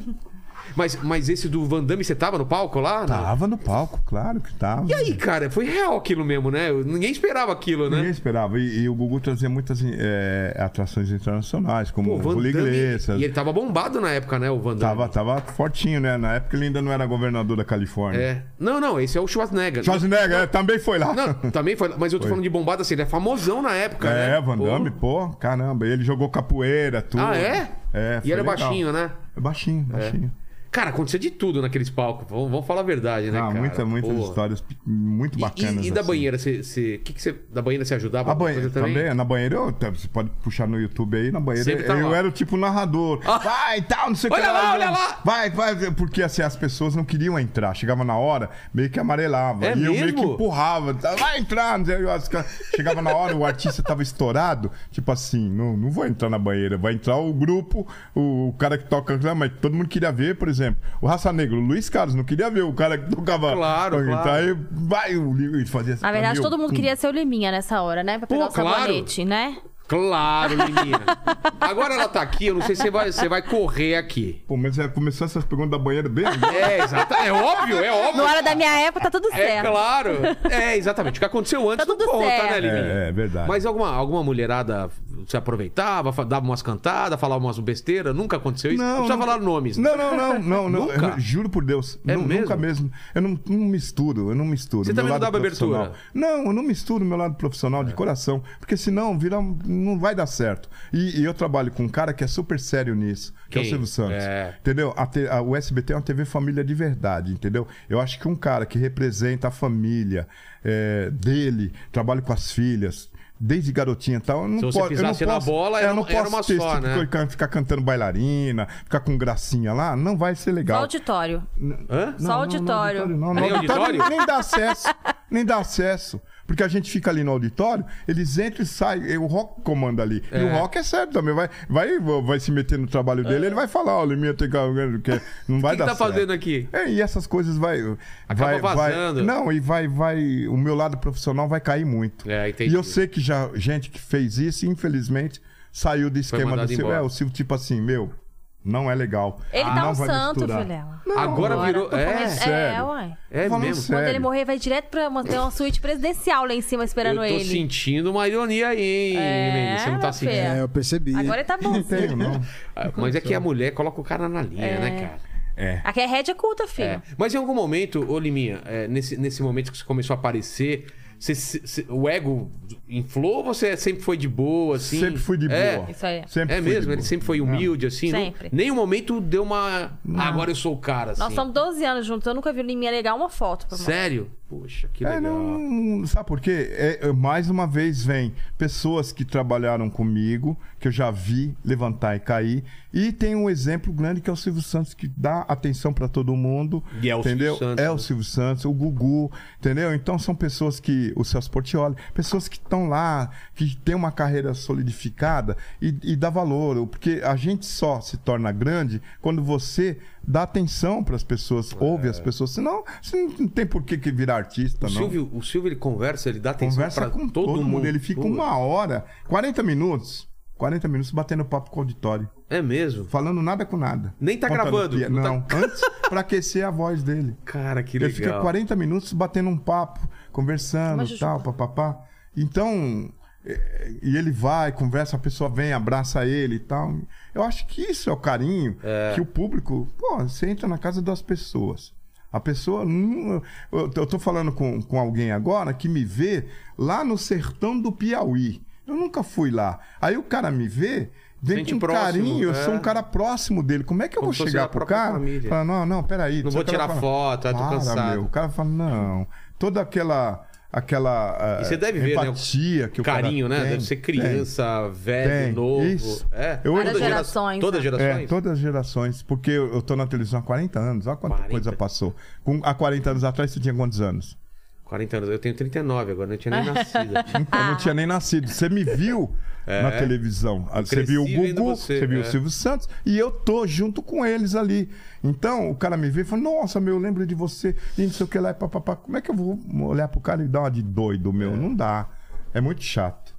[SPEAKER 1] Mas, mas esse do Van Damme, você tava no palco lá?
[SPEAKER 4] Tava no palco, claro que tava.
[SPEAKER 1] E aí, né? cara, foi real aquilo mesmo, né? Eu- Ninguém esperava aquilo, né?
[SPEAKER 4] Ninguém esperava. E, e o Gugu trazia muitas eh, atrações internacionais, como
[SPEAKER 1] Pô,
[SPEAKER 4] o
[SPEAKER 1] Van
[SPEAKER 4] Julio
[SPEAKER 1] Damme-
[SPEAKER 4] Iglesias.
[SPEAKER 1] E ele tava bombado na época, né, o Van Damme?
[SPEAKER 4] Tava, tava fortinho, né? Na época ele ainda não era governador da Califórnia.
[SPEAKER 1] É. Não, não, esse é o Schwarzenegger.
[SPEAKER 4] Schwarzenegger eh, também foi lá.
[SPEAKER 1] Não, também foi. Mas eu tô falando de bombada assim, ele é famosão na época, né?
[SPEAKER 4] É, Van Damme, pô, caramba. Ele jogou capoeira, tudo.
[SPEAKER 1] Ah, é?
[SPEAKER 4] É,
[SPEAKER 1] E
[SPEAKER 4] foi
[SPEAKER 1] ele é
[SPEAKER 4] legal.
[SPEAKER 1] baixinho, né?
[SPEAKER 4] É Baixinho, baixinho.
[SPEAKER 1] Cara, acontecia de tudo naqueles palcos. Vamos, vamos falar a verdade, né,
[SPEAKER 4] Ah,
[SPEAKER 1] cara?
[SPEAKER 4] muita, muitas
[SPEAKER 1] Porra.
[SPEAKER 4] histórias pe- muito
[SPEAKER 1] E-
[SPEAKER 4] bacanas.
[SPEAKER 1] E, e da
[SPEAKER 4] assim.
[SPEAKER 1] banheira, você, você, que que você. Da banheira você ajudava?
[SPEAKER 4] A
[SPEAKER 1] alguma
[SPEAKER 4] banheira
[SPEAKER 1] coisa
[SPEAKER 4] também? Na banheira, eu- tá, você pode puxar no YouTube aí, na banheira.
[SPEAKER 1] Sempre tá
[SPEAKER 4] eu
[SPEAKER 1] lá. Ah!
[SPEAKER 4] era o tipo narrador. Vai, tal, não sei o que.
[SPEAKER 1] Olha lá,
[SPEAKER 4] eu-
[SPEAKER 1] olha lá!
[SPEAKER 4] Vai, vai. Porque assim, as pessoas não queriam entrar. Chegava na hora, meio que amarelava.
[SPEAKER 1] É
[SPEAKER 4] e eu meio que
[SPEAKER 1] mesmo?
[SPEAKER 4] empurrava. tá, Vai entrar, não sei, eu acho que- Chegava na hora, o artista tava estourado. Tipo assim, não, não vou entrar na banheira. Vai entrar o grupo, o, o cara que toca. Não, mas todo mundo queria ver, por exemplo. O Raça Negra, o Luiz Carlos, não queria ver o cara que tocava.
[SPEAKER 1] Claro,
[SPEAKER 4] Então,
[SPEAKER 1] claro.
[SPEAKER 4] aí, vai, o livro e fazia assim.
[SPEAKER 5] Na verdade,
[SPEAKER 4] meu,
[SPEAKER 5] todo mundo
[SPEAKER 4] pum.
[SPEAKER 5] queria ser o Liminha nessa hora, né? Pra pegar o
[SPEAKER 1] claro.
[SPEAKER 5] sabonete, né?
[SPEAKER 1] Claro, menina. Agora ela tá aqui, eu não sei se você vai, você vai correr aqui.
[SPEAKER 4] Pô, mas é, começou essas perguntas da banheira bem agora.
[SPEAKER 1] É, exato. É óbvio, é óbvio.
[SPEAKER 5] Na hora da minha época tá tudo
[SPEAKER 1] É
[SPEAKER 5] certo.
[SPEAKER 1] claro. É, exatamente. O que aconteceu antes
[SPEAKER 5] Tá
[SPEAKER 1] não
[SPEAKER 5] tudo
[SPEAKER 1] conta,
[SPEAKER 5] certo.
[SPEAKER 1] né, Liminha?
[SPEAKER 4] É, é verdade.
[SPEAKER 1] Mas alguma, alguma mulherada se aproveitava, fa- dava umas cantadas, falava umas besteiras? Nunca aconteceu isso? não precisa falar nomes. né?
[SPEAKER 4] Não, não, não, não, não.
[SPEAKER 1] Nunca?
[SPEAKER 4] Eu juro por Deus.
[SPEAKER 1] É
[SPEAKER 4] nu-
[SPEAKER 1] mesmo?
[SPEAKER 4] Nunca mesmo. Eu não, não misturo, eu não misturo.
[SPEAKER 1] Você
[SPEAKER 4] Meu
[SPEAKER 1] também não
[SPEAKER 4] lado
[SPEAKER 1] dava abertura? É.
[SPEAKER 4] profissional- Não, eu não misturo meu lado profissional de coração, porque senão vira, um- não vai dar certo. E, e eu trabalho com um cara que é super sério nisso, que é o
[SPEAKER 1] Quem?
[SPEAKER 4] Silvio Santos.
[SPEAKER 1] É.
[SPEAKER 4] Entendeu? A, te- a- o SBT é uma TV família de verdade, entendeu? Eu acho que um cara que representa a família é, dele, trabalha com as filhas, desde garotinha e tal, eu não
[SPEAKER 1] Se você
[SPEAKER 4] pode- eu não
[SPEAKER 1] pisasse na
[SPEAKER 4] posso-
[SPEAKER 1] bola,
[SPEAKER 4] é, eu
[SPEAKER 1] era-
[SPEAKER 4] não
[SPEAKER 1] era
[SPEAKER 4] posso
[SPEAKER 1] uma
[SPEAKER 4] ter esse
[SPEAKER 1] só,
[SPEAKER 4] tipo de
[SPEAKER 1] né?
[SPEAKER 4] coisa, cara ficar cantando bailarina, ficar com gracinha lá, não vai ser
[SPEAKER 5] Só
[SPEAKER 4] legal.
[SPEAKER 5] auditório.
[SPEAKER 1] Hã?
[SPEAKER 5] Só auditório.
[SPEAKER 4] Não, no
[SPEAKER 1] Nem
[SPEAKER 4] auditório
[SPEAKER 1] auditório?
[SPEAKER 4] nem, nem dá acesso. Nem dá acesso. Porque a gente fica ali no auditório, eles entram e saem. e O rock comanda ali. E o rock é sério também. Vai, vai, vai se meter no trabalho dele, ele vai falar, olha, minha tem que. que Não
[SPEAKER 1] É. O
[SPEAKER 4] vai
[SPEAKER 1] que, que tá
[SPEAKER 4] dar certo.
[SPEAKER 1] fazendo aqui?
[SPEAKER 4] É, e essas coisas vai.
[SPEAKER 1] Acaba
[SPEAKER 4] vai, vai-
[SPEAKER 1] vazando.
[SPEAKER 4] não, e vai, vai. O meu lado profissional vai cair muito.
[SPEAKER 1] É, entendi.
[SPEAKER 4] E eu sei que já gente que fez isso, infelizmente, saiu do esquema do
[SPEAKER 1] mandado
[SPEAKER 4] Silvio.
[SPEAKER 1] embora.
[SPEAKER 4] É, o Silvio, tipo assim, meu, não é legal.
[SPEAKER 5] Ele
[SPEAKER 1] Ah,
[SPEAKER 5] tá
[SPEAKER 4] não
[SPEAKER 5] um
[SPEAKER 4] vai
[SPEAKER 5] santo,
[SPEAKER 4] misturar.
[SPEAKER 1] É?
[SPEAKER 5] Vilela.
[SPEAKER 1] Agora
[SPEAKER 5] Agora,
[SPEAKER 1] virou.
[SPEAKER 5] tô
[SPEAKER 1] É,
[SPEAKER 5] falando- É,
[SPEAKER 4] sério.
[SPEAKER 5] ué.
[SPEAKER 1] é
[SPEAKER 4] falando
[SPEAKER 1] mesmo.
[SPEAKER 4] sério.
[SPEAKER 5] Quando ele morrer, vai direto pra uma, ter uma suíte presidencial lá em cima
[SPEAKER 1] Eu
[SPEAKER 5] esperando
[SPEAKER 1] tô
[SPEAKER 5] ele.
[SPEAKER 1] sentindo uma ironia aí, hein,
[SPEAKER 5] É,
[SPEAKER 1] Lene? Você não tá
[SPEAKER 5] meu filho.
[SPEAKER 1] sentindo.
[SPEAKER 2] É, eu percebi.
[SPEAKER 5] Agora ele tá
[SPEAKER 4] Não tenho,
[SPEAKER 5] bonzinho.
[SPEAKER 4] não.
[SPEAKER 1] Ah, Mas é que a mulher coloca o cara na linha, né, cara?
[SPEAKER 4] É.
[SPEAKER 5] Aqui é rédea culta, filho.
[SPEAKER 1] É. Mas em algum momento, ô Liminha, é, nesse, nesse momento que você começou a aparecer, você, se- se- o ego inflou ou você sempre foi de boa, assim?
[SPEAKER 4] Sempre fui de boa.
[SPEAKER 1] É.
[SPEAKER 5] Isso aí.
[SPEAKER 4] Sempre
[SPEAKER 1] é
[SPEAKER 4] fui de
[SPEAKER 1] mesmo,
[SPEAKER 4] boa.
[SPEAKER 1] ele sempre foi humilde, assim. não-
[SPEAKER 5] Sempre.
[SPEAKER 1] nenhum momento deu uma. "Ah, agora eu sou o cara, assim.
[SPEAKER 5] Nós somos 12 anos juntos, eu nunca vi o Liminha um legal uma foto pra mim.
[SPEAKER 1] Sério? Poxa, que
[SPEAKER 4] É,
[SPEAKER 1] legal.
[SPEAKER 4] não, não- sabe por quê? É, é, mais uma vez vem pessoas que trabalharam comigo, que eu já vi levantar e cair. E tem um exemplo grande que é o Silvio Santos, que dá atenção pra todo mundo.
[SPEAKER 1] E é o
[SPEAKER 4] entendeu?
[SPEAKER 1] Silvio Santos,
[SPEAKER 4] É
[SPEAKER 1] né?
[SPEAKER 4] o Silvio Santos, o Gugu, entendeu? Então são pessoas que. O Celso Portioli, pessoas que estão lá, que têm uma carreira solidificada e, e dá valor. Porque a gente só se torna grande quando você dá atenção pras pessoas, ouve as pessoas. Senão, você não não tem por que que virar artista,
[SPEAKER 1] É. O
[SPEAKER 4] não
[SPEAKER 1] Silvio, o Silvio, ele conversa, ele dá atenção
[SPEAKER 4] conversa
[SPEAKER 1] pra
[SPEAKER 4] com todo, mundo. Ele fica
[SPEAKER 1] Pô,
[SPEAKER 4] uma hora, 40 minutos, 40 minutos batendo papo com o auditório.
[SPEAKER 1] É mesmo?
[SPEAKER 4] Falando nada com nada.
[SPEAKER 1] Nem tá
[SPEAKER 4] Contando
[SPEAKER 1] gravando,
[SPEAKER 4] pia-
[SPEAKER 1] não tá-
[SPEAKER 4] Não, antes pra aquecer a voz dele.
[SPEAKER 1] Cara, que
[SPEAKER 4] ele
[SPEAKER 1] legal.
[SPEAKER 4] fica 40 minutos batendo um papo, conversando
[SPEAKER 5] Uma
[SPEAKER 4] e tal, papapá. Então, é, e ele vai, conversa, a pessoa vem, abraça ele e tal. Eu acho que isso é o carinho que o público. Pô, você entra na casa das pessoas. A pessoa. não- Eu eu tô falando com, com alguém agora que me vê lá no sertão do Piauí. Eu nunca fui lá. Aí o cara me vê, vem
[SPEAKER 1] Sente
[SPEAKER 4] com
[SPEAKER 1] próximo,
[SPEAKER 4] carinho, eu sou
[SPEAKER 1] é.
[SPEAKER 4] um cara próximo dele. Como é que eu
[SPEAKER 1] Como se
[SPEAKER 4] vou
[SPEAKER 1] fosse
[SPEAKER 4] chegar
[SPEAKER 1] da
[SPEAKER 4] pro
[SPEAKER 1] própria
[SPEAKER 4] cara?
[SPEAKER 1] família.
[SPEAKER 4] Falar, não, não, peraí.
[SPEAKER 1] Não
[SPEAKER 4] Só
[SPEAKER 1] vou
[SPEAKER 4] que ela
[SPEAKER 1] tirar foto, ah, tô
[SPEAKER 4] "Para,
[SPEAKER 1] cansado."
[SPEAKER 4] meu, o cara fala, não. Toda aquela. aquela
[SPEAKER 1] E
[SPEAKER 4] eh,
[SPEAKER 1] você deve ver, né?
[SPEAKER 4] empatia que o cara
[SPEAKER 1] Carinho, né?
[SPEAKER 4] tem,
[SPEAKER 1] Deve ser
[SPEAKER 4] tem.
[SPEAKER 1] criança, velho,
[SPEAKER 4] Tem.
[SPEAKER 1] novo.
[SPEAKER 4] Isso.
[SPEAKER 1] É.
[SPEAKER 4] Eu-
[SPEAKER 5] Várias
[SPEAKER 1] gera-
[SPEAKER 5] gerações,
[SPEAKER 1] Todas as
[SPEAKER 5] né?
[SPEAKER 4] É,
[SPEAKER 1] gerações?
[SPEAKER 4] todas as gerações. Porque eu, eu tô na televisão há 40 anos, olha quanta
[SPEAKER 1] 40.
[SPEAKER 4] coisa passou. Com, há 40 anos atrás você tinha quantos anos?
[SPEAKER 1] 40 anos. Eu tenho 39 agora, não tinha nem nascido.
[SPEAKER 4] Então, Eu não tinha nem nascido. Você me viu na televisão. Ah, Você
[SPEAKER 1] É. Cresci
[SPEAKER 4] viu o
[SPEAKER 1] vendo
[SPEAKER 4] Gugu,
[SPEAKER 1] você,
[SPEAKER 4] você, viu
[SPEAKER 1] é.
[SPEAKER 4] o Silvio Santos e eu tô junto com eles ali. Então o cara me vê e fala: Nossa, meu, eu lembro de você e não sei o que lá e papapá. Como é que eu vou olhar pro cara e dar uma de doido, meu? Não dá. É muito chato.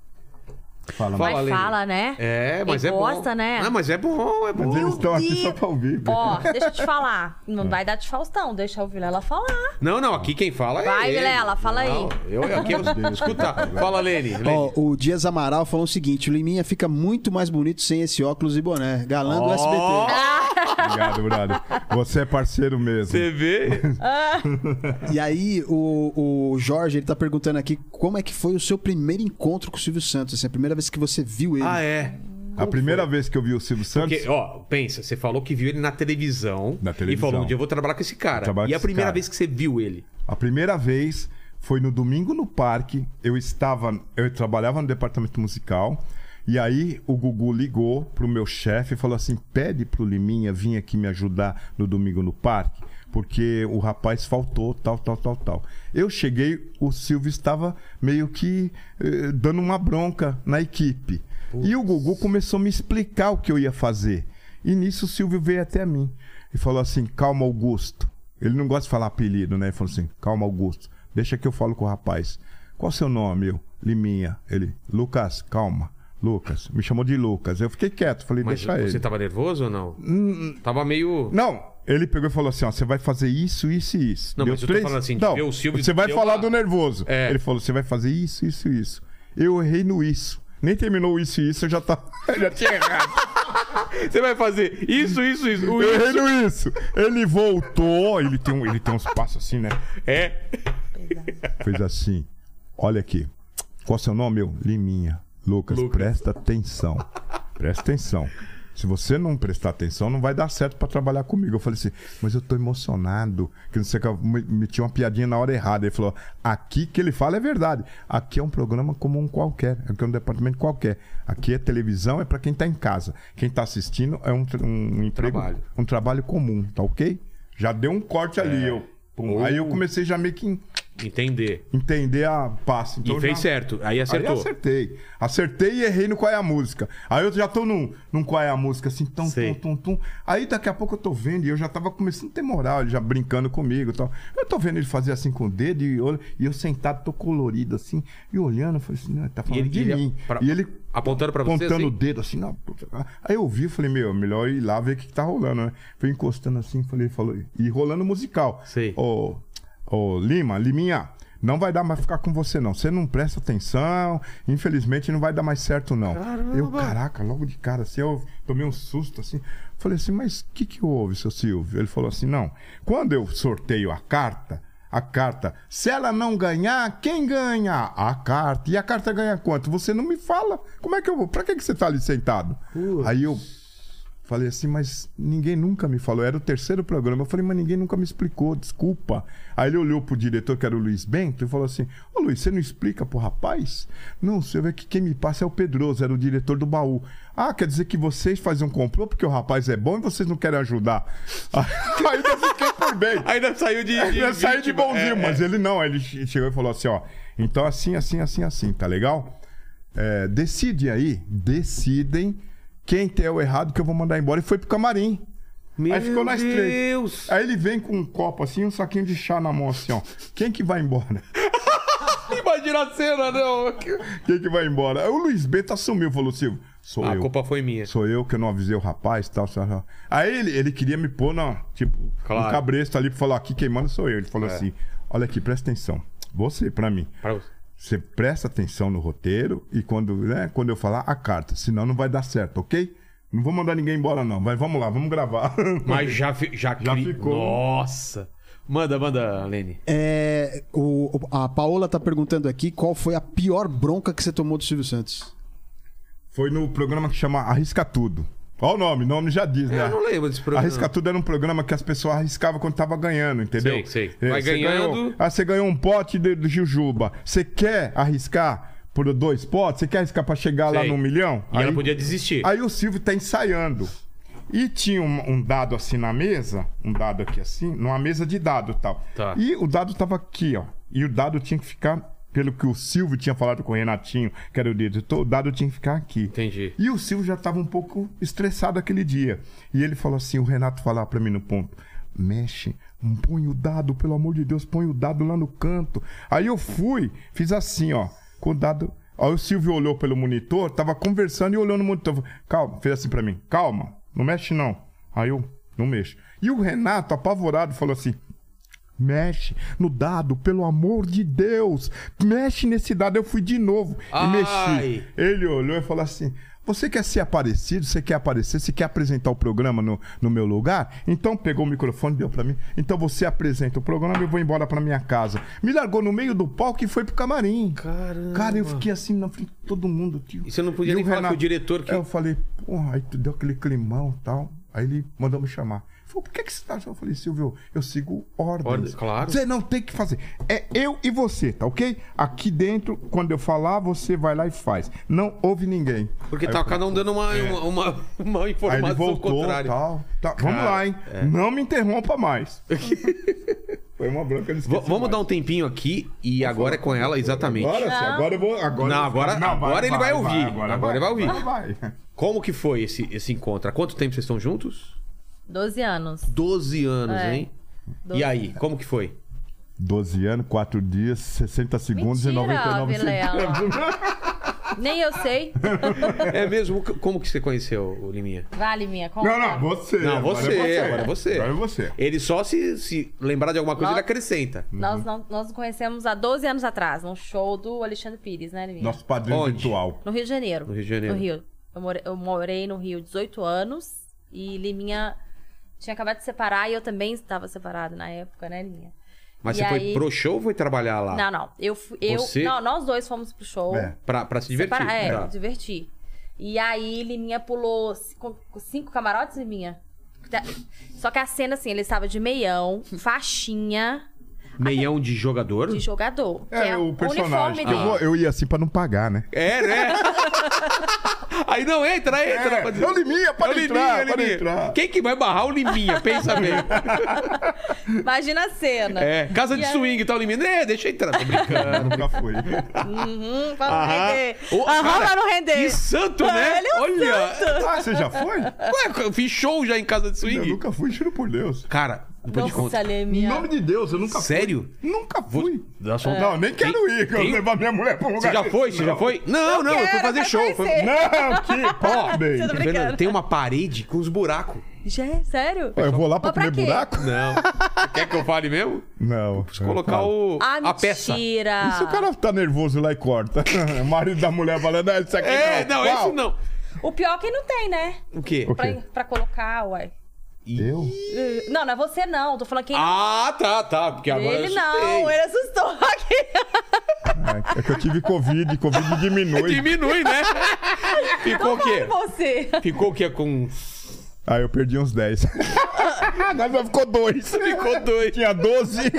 [SPEAKER 4] Fala,
[SPEAKER 1] Fala.
[SPEAKER 4] Fala.
[SPEAKER 5] Mas
[SPEAKER 1] Lene.
[SPEAKER 5] fala, né?
[SPEAKER 1] É, mas
[SPEAKER 5] Ele
[SPEAKER 1] é bom.
[SPEAKER 5] gosta, né?
[SPEAKER 1] Ah, mas é bom, é bom.
[SPEAKER 4] Mas eles estão aqui
[SPEAKER 5] Deus.
[SPEAKER 4] só pra ouvir.
[SPEAKER 5] Ó, deixa eu te falar. Não vai dar de Faustão, deixa o Vilela falar.
[SPEAKER 1] Não, não, aqui quem fala é.
[SPEAKER 5] Vai,
[SPEAKER 1] ele.
[SPEAKER 5] Vilela, fala aí.
[SPEAKER 1] Não, Eu aqui eu escutar. Fala, Lene. Lene.
[SPEAKER 2] Ó, o Dias Amaral falou o seguinte: o Liminha fica muito mais bonito sem esse óculos e boné. Galã do SBT.
[SPEAKER 4] Obrigado, brother. Você é parceiro mesmo.
[SPEAKER 1] Você vê?
[SPEAKER 2] E aí, o, o Jorge, ele tá perguntando aqui como é que foi o seu primeiro encontro com o Silvio Santos, assim, a primeira vez que você viu ele.
[SPEAKER 1] Ah, é.
[SPEAKER 4] A primeira vez que eu vi o Silvio Santos.
[SPEAKER 1] Porque, ó, pensa, você falou que viu ele na televisão.
[SPEAKER 4] Na televisão.
[SPEAKER 1] E falou: um dia eu vou trabalhar com esse cara.
[SPEAKER 4] Trabalhar
[SPEAKER 1] E
[SPEAKER 4] com
[SPEAKER 1] a
[SPEAKER 4] esse
[SPEAKER 1] primeira
[SPEAKER 4] cara.
[SPEAKER 1] vez que você viu ele.
[SPEAKER 4] A primeira vez foi no domingo no parque. Eu estava, eu trabalhava no departamento musical. E aí o Gugu ligou pro meu chefe e falou assim: "Pede pro Liminha vir aqui me ajudar no domingo no parque, porque o rapaz faltou, tal, tal, tal, tal". Eu cheguei, o Silvio estava meio que eh, dando uma bronca na equipe. E o Gugu começou a me explicar o que eu ia fazer. E nisso o Silvio veio até mim e falou assim: Calma, Augusto. Ele não gosta de falar apelido, né? Ele falou assim: Calma, Augusto. Deixa que eu falo com o rapaz. Qual seu nome? Eu, Liminha. Ele, Lucas, calma. Lucas. Me chamou de Lucas. Eu fiquei quieto. Falei:
[SPEAKER 1] Mas
[SPEAKER 4] Deixa
[SPEAKER 1] você tá
[SPEAKER 4] ele. Hum,
[SPEAKER 1] tava nervoso ou não? Tava meio.
[SPEAKER 4] Não. Ele pegou e falou assim: ó, você vai fazer isso, isso e isso.
[SPEAKER 1] Não, mas eu tô falando assim, de
[SPEAKER 4] não,
[SPEAKER 1] ver o Silvio
[SPEAKER 4] Você vai
[SPEAKER 1] deu
[SPEAKER 4] falar
[SPEAKER 1] uma-
[SPEAKER 4] do nervoso.
[SPEAKER 1] É.
[SPEAKER 4] Ele falou: você vai fazer isso, isso e isso. Eu errei no isso. Nem terminou isso e isso, eu já tava. eu já tinha errado.
[SPEAKER 1] Você vai fazer isso, isso, isso. o
[SPEAKER 4] Eu errei
[SPEAKER 1] isso.
[SPEAKER 4] no isso. Ele voltou, ele tem, um, ele tem uns passos assim, né?
[SPEAKER 1] É.
[SPEAKER 4] Fez assim. Olha aqui. Qual seu nome? Eu? Liminha. Lucas, presta atenção. Presta atenção. Se você não prestar atenção, não vai dar certo pra trabalhar comigo. Eu falei assim, mas eu tô emocionado. Que não sei o que eu me- meti uma piadinha na hora errada. Ele falou: aqui que ele fala é verdade. Aqui é um programa como um qualquer. Aqui é um departamento qualquer. Aqui é televisão, é pra quem tá em casa. Quem tá assistindo é um, tra- um emprego,
[SPEAKER 1] Trabalho.
[SPEAKER 4] um trabalho comum, tá ok? Já deu um corte ali.
[SPEAKER 1] É.
[SPEAKER 4] Eu, pum. Aí eu comecei já meio que
[SPEAKER 1] Entender.
[SPEAKER 4] entender a passe.
[SPEAKER 1] E
[SPEAKER 4] Então
[SPEAKER 1] fez
[SPEAKER 4] já-
[SPEAKER 1] certo. Aí acertou.
[SPEAKER 4] Aí acertei. Acertei e errei no qual é a música. Aí eu já tô num, num qual é a música, assim, tum,
[SPEAKER 1] Sei.
[SPEAKER 4] tum, tum, tum. Aí daqui a pouco eu tô vendo e eu já tava começando a ter moral, ele já brincando comigo e tal. Eu tô vendo ele fazer assim com o dedo e, olho- e eu sentado, tô colorido assim, e olhando, eu falei assim, não, ele tá falando
[SPEAKER 1] ele-
[SPEAKER 4] de
[SPEAKER 1] ele-
[SPEAKER 4] mim.
[SPEAKER 1] pra-
[SPEAKER 4] e ele
[SPEAKER 1] apontando pra você,
[SPEAKER 4] apontando
[SPEAKER 1] assim?
[SPEAKER 4] o dedo assim, não, puta. aí eu vi, falei, meu, melhor ir lá ver o que, que tá rolando, né? Fui encostando assim, falei, falou, e rolando musical.
[SPEAKER 1] Sei.
[SPEAKER 4] Ô, ô, Lima, Liminha, não vai dar mais ficar com você, não. Você não presta atenção, infelizmente não vai dar mais certo, não. Eu, caraca, logo de cara, assim, eu tomei um susto, assim. Falei assim, mas o que, que houve, seu Silvio? Ele falou assim, não, quando eu sorteio a carta, a carta, se ela não ganhar, quem ganha? A carta. E a carta ganha quanto? Você não me fala. Como é que eu vou? Pra que, que você tá ali sentado? Aí eu Falei assim, mas ninguém nunca me falou. Era o terceiro programa. Eu falei, mas ninguém nunca me explicou, desculpa. Aí ele olhou pro diretor, que era o Luiz Bento, e falou assim: Ô Luiz, você não explica pro rapaz? Não, você vê que quem me passa é o Pedroso, era o diretor do baú. Ah, quer dizer que vocês fazem um complô porque o rapaz é bom e vocês não querem ajudar. Aí eu fiquei por bem.
[SPEAKER 1] Ainda saiu de.
[SPEAKER 4] Ele ia sair de é,
[SPEAKER 1] vítima.
[SPEAKER 4] bonzinho, mas ele não. Ele che- chegou e falou assim, ó. Então assim, assim, assim, assim, tá legal? É, decide aí, decidem quem é o errado que eu vou mandar embora. E foi pro camarim.
[SPEAKER 1] É. Meu
[SPEAKER 4] aí ficou nós
[SPEAKER 1] Deus.
[SPEAKER 4] três. Aí ele vem com um copo assim, um saquinho de chá na mão assim, ó. Quem que vai embora?
[SPEAKER 1] Imagina a cena, né? não.
[SPEAKER 4] Quem que vai embora? Aí o Luiz Bento assumiu, falou, Silvio, sou
[SPEAKER 1] A
[SPEAKER 4] eu.
[SPEAKER 1] Ah, culpa é foi minha.
[SPEAKER 4] Sou eu que eu não avisei o rapaz tal, tal, tal. Aí ele, ele queria me pôr na, tipo,
[SPEAKER 1] Claro. É.
[SPEAKER 4] um cabresto ali pra falar, aqui quem manda sou eu. Ele falou assim, olha aqui, presta atenção. Você, pra mim,
[SPEAKER 1] Pra você.
[SPEAKER 4] você presta atenção no roteiro e quando, né, quando eu falar, a carta. Senão não vai dar certo, ok? Não vou mandar ninguém embora, não. Mas vamos lá, vamos gravar.
[SPEAKER 1] Mas já, fi- já,
[SPEAKER 4] Já
[SPEAKER 1] cri-
[SPEAKER 4] ficou.
[SPEAKER 1] Nossa. Manda, manda, Lene.
[SPEAKER 2] É, o, o- a Paola tá perguntando aqui qual foi a pior bronca que você tomou do Silvio Santos.
[SPEAKER 4] Foi no programa que chama Arrisca Tudo. Olha o nome, o nome já diz, né?
[SPEAKER 1] Eu não lembro desse programa.
[SPEAKER 4] Arrisca Tudo era um programa que as pessoas arriscavam quando tava ganhando, entendeu?
[SPEAKER 1] Sei, sei.
[SPEAKER 4] Eh,
[SPEAKER 1] Vai
[SPEAKER 4] você
[SPEAKER 1] ganhando.
[SPEAKER 4] ganhou- ah, você ganhou um pote de, de Jujuba. Você quer arriscar por dois potes? Você quer arriscar pra chegar lá
[SPEAKER 1] Sei.
[SPEAKER 4] no milhão?
[SPEAKER 1] E ela podia desistir.
[SPEAKER 4] Aí o Silvio tá ensaiando. E tinha um, um dado assim na mesa, um dado aqui assim, numa mesa de dado e tal.
[SPEAKER 1] Tá.
[SPEAKER 4] E o dado tava aqui, ó. E o dado tinha que ficar, pelo que o Silvio tinha falado com o Renatinho, que era o diretor, o dado tinha que ficar aqui.
[SPEAKER 1] Entendi.
[SPEAKER 4] E o Silvio já estava um pouco estressado aquele dia. E ele falou assim: o Renato falava para mim no ponto: mexe, põe o dado, pelo amor de Deus, põe o dado lá no canto. Aí eu fui, fiz assim, ó, com o dado. Aí o Silvio olhou pelo monitor, tava conversando e olhando no monitor. Calma, fez assim para mim: calma, não mexe não. Aí eu, não mexo. E o Renato, apavorado, falou assim: Mexe no dado, pelo amor de Deus. Mexe nesse dado. Eu fui de novo
[SPEAKER 1] Ai.
[SPEAKER 4] e mexi. Ele olhou e falou assim: Você quer ser aparecido? Você quer aparecer? Você quer apresentar o programa no, no meu lugar? Então pegou o microfone, deu pra mim. Então você apresenta o programa e eu vou embora pra minha casa. Me largou no meio do palco e foi pro camarim.
[SPEAKER 1] Caramba.
[SPEAKER 4] Cara, eu fiquei assim na frente de todo mundo. Tio.
[SPEAKER 1] E você não podia nem
[SPEAKER 4] o
[SPEAKER 1] falar com o diretor que-
[SPEAKER 4] É, Eu falei, porra, aí tu deu aquele climão e tal. Aí ele mandou me chamar. Ele Falou, por que, que você tá? Eu falei, Silvio, eu sigo ordens.
[SPEAKER 1] Ordem, claro.
[SPEAKER 4] Você não tem que fazer. É eu e você, tá ok? Aqui dentro, quando eu falar, você vai lá e faz. Não ouve ninguém.
[SPEAKER 1] Porque
[SPEAKER 4] Aí
[SPEAKER 1] tava
[SPEAKER 4] eu falei,
[SPEAKER 1] cada um dando uma, uma, uma, uma
[SPEAKER 4] Aí ele
[SPEAKER 1] informação
[SPEAKER 4] voltou
[SPEAKER 1] contrária.
[SPEAKER 4] tal. Tá, vamos
[SPEAKER 1] Cara, é.
[SPEAKER 4] lá, hein? Não me interrompa mais. Foi uma branca de
[SPEAKER 1] V- vamos dar um tempinho aqui e agora é com ela, exatamente.
[SPEAKER 4] Agora, sim, agora eu vou. Agora
[SPEAKER 1] Não,
[SPEAKER 4] eu-
[SPEAKER 1] agora- agora ele vai ouvir. Agora ele vai ouvir.
[SPEAKER 4] vai.
[SPEAKER 1] Como que foi esse, esse encontro? Há quanto tempo vocês estão juntos?
[SPEAKER 5] 12 anos.
[SPEAKER 1] 12 anos,
[SPEAKER 5] É.
[SPEAKER 1] hein?
[SPEAKER 5] Doze.
[SPEAKER 1] E aí, como que foi?
[SPEAKER 4] 12 anos, 4 dias, 60 segundos
[SPEAKER 5] Mentira,
[SPEAKER 4] e 99
[SPEAKER 5] Vilela.
[SPEAKER 4] segundos.
[SPEAKER 5] Nem eu sei.
[SPEAKER 1] É mesmo? C- Como que você conheceu o Liminha?
[SPEAKER 5] Vale, minha, conta.
[SPEAKER 4] Não, não, você.
[SPEAKER 1] Não, você, agora é você.
[SPEAKER 4] Agora é você.
[SPEAKER 1] Ele só se, se lembrar de alguma coisa,
[SPEAKER 5] Nossa.
[SPEAKER 1] ele acrescenta.
[SPEAKER 5] Nós, não, nós nos conhecemos há 12 anos atrás, num show do Alexandre Pires, né, Livinha?
[SPEAKER 4] Nosso padrinho
[SPEAKER 1] Onde?
[SPEAKER 4] virtual.
[SPEAKER 5] No Rio de Janeiro.
[SPEAKER 1] No Rio de Janeiro.
[SPEAKER 5] No Rio. Eu more- eu morei, no Rio 18 anos e Liminha tinha acabado de separar e eu também estava separada na época, né, Liminha?
[SPEAKER 1] Mas
[SPEAKER 5] E
[SPEAKER 1] você foi
[SPEAKER 5] aí-
[SPEAKER 1] pro show ou foi trabalhar lá?
[SPEAKER 5] Não, não. Eu fui. Eu...
[SPEAKER 1] Você-
[SPEAKER 5] Não, nós dois fomos pro show.
[SPEAKER 4] É.
[SPEAKER 1] Pra, pra se divertir.
[SPEAKER 5] Separar- é,
[SPEAKER 1] Tá.
[SPEAKER 5] divertir. E aí, Liminha pulou cinco, cinco camarotes, Liminha? Tá. Só que a cena, assim, ele estava de meião, faixinha
[SPEAKER 1] Meião de jogador?
[SPEAKER 5] de jogador. que
[SPEAKER 4] É, o personagem.
[SPEAKER 5] uniforme
[SPEAKER 4] Eu, vou-
[SPEAKER 5] dele.
[SPEAKER 4] eu ia assim pra não pagar, né?
[SPEAKER 1] É, né? Aí não, entra, entra.
[SPEAKER 4] É,
[SPEAKER 1] rapaz.
[SPEAKER 4] é o Liminha, pode
[SPEAKER 1] É o
[SPEAKER 4] entrar,
[SPEAKER 1] é o
[SPEAKER 4] pode entrar.
[SPEAKER 1] Quem que vai barrar o Liminha? Pensa bem.
[SPEAKER 5] Imagina a cena.
[SPEAKER 1] É, casa
[SPEAKER 5] E
[SPEAKER 1] de
[SPEAKER 5] aí-
[SPEAKER 1] swing e tal, Liminha. É, deixa eu entrar. Tô brincando.
[SPEAKER 4] É, Eu nunca fui.
[SPEAKER 5] Uhum, pra não
[SPEAKER 1] Aham.
[SPEAKER 5] render.
[SPEAKER 1] Ô,
[SPEAKER 5] Aham,
[SPEAKER 1] cara,
[SPEAKER 5] pra não
[SPEAKER 1] Que
[SPEAKER 5] render.
[SPEAKER 1] santo, né?
[SPEAKER 5] Ele é um
[SPEAKER 1] Olha.
[SPEAKER 4] ah, você já foi?
[SPEAKER 1] Ué, eu fiz show já em casa de
[SPEAKER 4] Eu
[SPEAKER 1] swing.
[SPEAKER 4] nunca fui, juro por Deus.
[SPEAKER 1] Cara, depois eu te
[SPEAKER 5] Nossa,
[SPEAKER 1] conto.
[SPEAKER 4] Em
[SPEAKER 5] Leminha.
[SPEAKER 4] nome de Deus, eu nunca
[SPEAKER 1] Sério?
[SPEAKER 4] fui. Nunca fui.
[SPEAKER 1] Dá só um-
[SPEAKER 4] Não, nem quero ir, que eu
[SPEAKER 1] tem-
[SPEAKER 4] vou levar minha mulher pra um lugar.
[SPEAKER 1] Você já
[SPEAKER 4] desse.
[SPEAKER 1] foi? Você já
[SPEAKER 4] Não.
[SPEAKER 1] foi? Não, não, eu fui
[SPEAKER 5] quero,
[SPEAKER 1] fazer
[SPEAKER 5] quero
[SPEAKER 1] show. Foi...
[SPEAKER 5] conhecer.
[SPEAKER 4] Não, que
[SPEAKER 1] Ó,
[SPEAKER 4] pode bem.
[SPEAKER 5] Tudo bem.
[SPEAKER 1] Fernando, tem uma parede com uns buracos.
[SPEAKER 5] Já, sério?
[SPEAKER 4] Eu vou lá pra
[SPEAKER 5] Mas pra
[SPEAKER 4] comer
[SPEAKER 5] quê?
[SPEAKER 4] buraco?
[SPEAKER 1] Não. Quer que eu fale mesmo?
[SPEAKER 4] Não.
[SPEAKER 1] Colocar o,
[SPEAKER 5] Ah,
[SPEAKER 1] a peça.
[SPEAKER 5] mentira.
[SPEAKER 4] E se o cara tá nervoso lá e corta? o marido da mulher falando, "Ah, isso aqui
[SPEAKER 1] É, não,
[SPEAKER 4] Qual?"
[SPEAKER 1] isso não.
[SPEAKER 5] O pior é que não tem, né?
[SPEAKER 1] O quê?
[SPEAKER 4] O-
[SPEAKER 5] Pra,
[SPEAKER 4] quê?
[SPEAKER 5] pra colocar, uai.
[SPEAKER 4] Eu?
[SPEAKER 5] Uh, Não, não é você não. Tô falando quem... é
[SPEAKER 1] Ah, tá, tá. Porque agora
[SPEAKER 5] ele
[SPEAKER 1] eu
[SPEAKER 5] não,
[SPEAKER 1] chutei.
[SPEAKER 5] ele assustou aqui.
[SPEAKER 4] É que eu tive Covid,
[SPEAKER 1] É
[SPEAKER 4] Covid diminui.
[SPEAKER 5] Então
[SPEAKER 1] Diminui, né? Ficou o quê?
[SPEAKER 5] é Você.
[SPEAKER 1] Ficou o quê? Com
[SPEAKER 4] Aí eu perdi uns 10. Agora só ficou dois. Ficou dois. Tinha 12.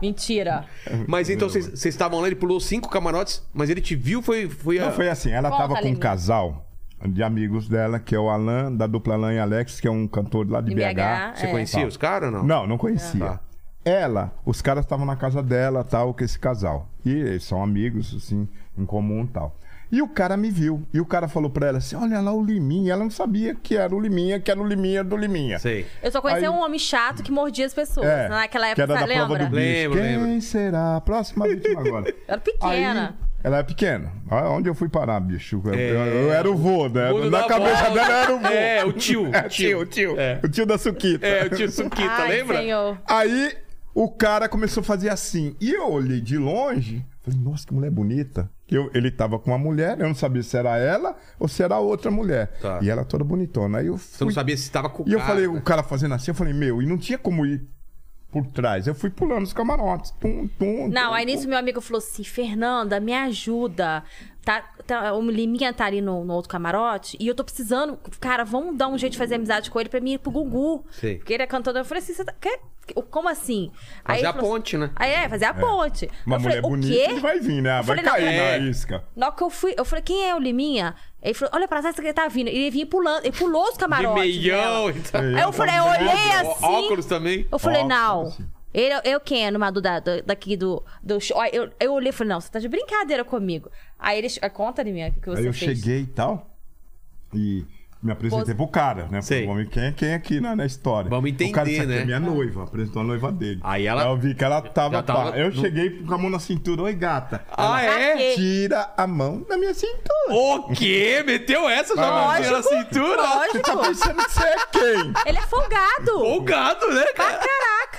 [SPEAKER 5] Mentira.
[SPEAKER 4] É,
[SPEAKER 1] Mas então vocês vocês estavam lá, ele pulou cinco camarotes, mas ele te viu, foi. foi a-
[SPEAKER 4] Não, foi assim, ela
[SPEAKER 5] Conta,
[SPEAKER 4] tava com um
[SPEAKER 5] Lenin.
[SPEAKER 4] casal de amigos dela, que é o Alan, da dupla Alan e Alex, que é um cantor lá de
[SPEAKER 5] Em
[SPEAKER 4] BH.
[SPEAKER 1] Você
[SPEAKER 5] é.
[SPEAKER 1] conhecia os caras ou não?
[SPEAKER 4] Não, não conhecia.
[SPEAKER 1] Tá.
[SPEAKER 4] Ela, os caras estavam na casa dela, tal, com esse casal. E eles são amigos, assim, em comum tal. E o cara me viu. E o cara falou pra ela assim: olha lá o Liminha. Ela não sabia que era o Liminha, que era o Liminha do Liminha.
[SPEAKER 1] Sei.
[SPEAKER 5] Eu só conhecia
[SPEAKER 4] Aí-
[SPEAKER 5] um homem chato que mordia as pessoas. né?
[SPEAKER 4] É,
[SPEAKER 5] Naquela
[SPEAKER 4] que
[SPEAKER 5] época,
[SPEAKER 4] era da
[SPEAKER 5] sabe,
[SPEAKER 4] prova
[SPEAKER 5] lembra?
[SPEAKER 4] do bicho.
[SPEAKER 1] Lembro,
[SPEAKER 4] Quem
[SPEAKER 1] lembro.
[SPEAKER 4] será? a Próxima vítima agora.
[SPEAKER 5] Eu era pequena.
[SPEAKER 4] Aí, ela é pequena. Olha onde eu fui parar, bicho. Eu,
[SPEAKER 1] É.
[SPEAKER 4] eu- eu era o vô, né?
[SPEAKER 1] Mundo
[SPEAKER 4] Na
[SPEAKER 1] da
[SPEAKER 4] cabeça
[SPEAKER 1] bola.
[SPEAKER 4] dela eu era o vô.
[SPEAKER 1] É, o tio.
[SPEAKER 4] É, tio, tio.
[SPEAKER 1] É.
[SPEAKER 4] O tio da Suquita.
[SPEAKER 1] É, o tio Suquita,
[SPEAKER 5] Ai,
[SPEAKER 1] lembra?
[SPEAKER 5] senhor.
[SPEAKER 4] Aí o cara começou a fazer assim. E eu olhei de longe, falei, nossa, que mulher bonita. Eu, ele tava com uma mulher, eu não sabia se era ela ou se era outra mulher.
[SPEAKER 1] Tá.
[SPEAKER 4] E ela toda bonitona. Aí eu
[SPEAKER 1] Você não
[SPEAKER 4] fui-
[SPEAKER 1] sabia se tava com o
[SPEAKER 4] E eu
[SPEAKER 1] cara.
[SPEAKER 4] falei, o cara fazendo assim, eu falei, meu, e não tinha como ir por trás. Eu fui pulando os camarotes. Tum, tum,
[SPEAKER 5] Não,
[SPEAKER 4] tum,
[SPEAKER 5] aí
[SPEAKER 4] tum.
[SPEAKER 5] nisso meu amigo falou assim: Fernanda, me ajuda. Tá, tá, o Liminha tá ali no, no outro camarote e eu tô precisando. Cara, vamos dar um jeito de fazer amizade com ele pra mim ir pro Gugu.
[SPEAKER 1] Sei.
[SPEAKER 5] Porque ele é cantor. Eu falei assim: você tá, quer- como assim? Aí
[SPEAKER 1] Fazer
[SPEAKER 5] ele
[SPEAKER 1] a
[SPEAKER 5] falou
[SPEAKER 1] ponte, né?
[SPEAKER 5] Aí é, fazer a ponte.
[SPEAKER 4] Uma
[SPEAKER 5] eu
[SPEAKER 4] mulher
[SPEAKER 5] falei, o
[SPEAKER 4] bonita,
[SPEAKER 5] quê?
[SPEAKER 4] ele vai vir, né?
[SPEAKER 5] Eu
[SPEAKER 4] Vai
[SPEAKER 5] falei, não,
[SPEAKER 4] cair
[SPEAKER 1] é.
[SPEAKER 4] na isca.
[SPEAKER 5] Na hora que eu fui, eu falei, quem é o Liminha? Ele falou, olha pra trás que ele tá vindo. Ele vinha pulando, ele pulou os camarotes.
[SPEAKER 1] De meião então. tá e
[SPEAKER 5] dela.
[SPEAKER 1] tal.
[SPEAKER 5] Aí eu falei, eu olhei assim.
[SPEAKER 1] Óculos também.
[SPEAKER 5] Eu falei,
[SPEAKER 4] Óculos,
[SPEAKER 5] não.
[SPEAKER 4] assim.
[SPEAKER 5] Ele, eu quem é no Madu da, do- daqui do, do show? Aí Eu, eu olhei e falei, não, você tá de brincadeira comigo. Aí ele, aí conta de mim o que você
[SPEAKER 4] Aí eu
[SPEAKER 5] fez.
[SPEAKER 4] cheguei e tal. E me apresentei pro cara, né?
[SPEAKER 1] Sei.
[SPEAKER 4] Falei, vamos ver quem é quem aqui na, na história.
[SPEAKER 1] Vamos entender,
[SPEAKER 4] o cara disse, "Aqui
[SPEAKER 1] né?
[SPEAKER 4] é minha
[SPEAKER 5] Ah.
[SPEAKER 4] noiva, apresentou a noiva dele.
[SPEAKER 1] Aí ela-
[SPEAKER 4] eu vi que ela tava.
[SPEAKER 1] Já tava
[SPEAKER 4] pá. Eu
[SPEAKER 1] no-
[SPEAKER 4] cheguei com a mão na cintura, oi gata.
[SPEAKER 1] Ah,
[SPEAKER 4] Ela,
[SPEAKER 1] é?
[SPEAKER 5] quê?
[SPEAKER 4] Tira a mão da minha cintura.
[SPEAKER 1] O quê? Meteu essa já
[SPEAKER 4] Ah.
[SPEAKER 1] bateu na
[SPEAKER 5] Lógico,
[SPEAKER 1] cintura?
[SPEAKER 4] Você tá
[SPEAKER 5] Lógico.
[SPEAKER 4] pensando que você é quem?
[SPEAKER 5] Ele é folgado.
[SPEAKER 1] O gado, né, cara?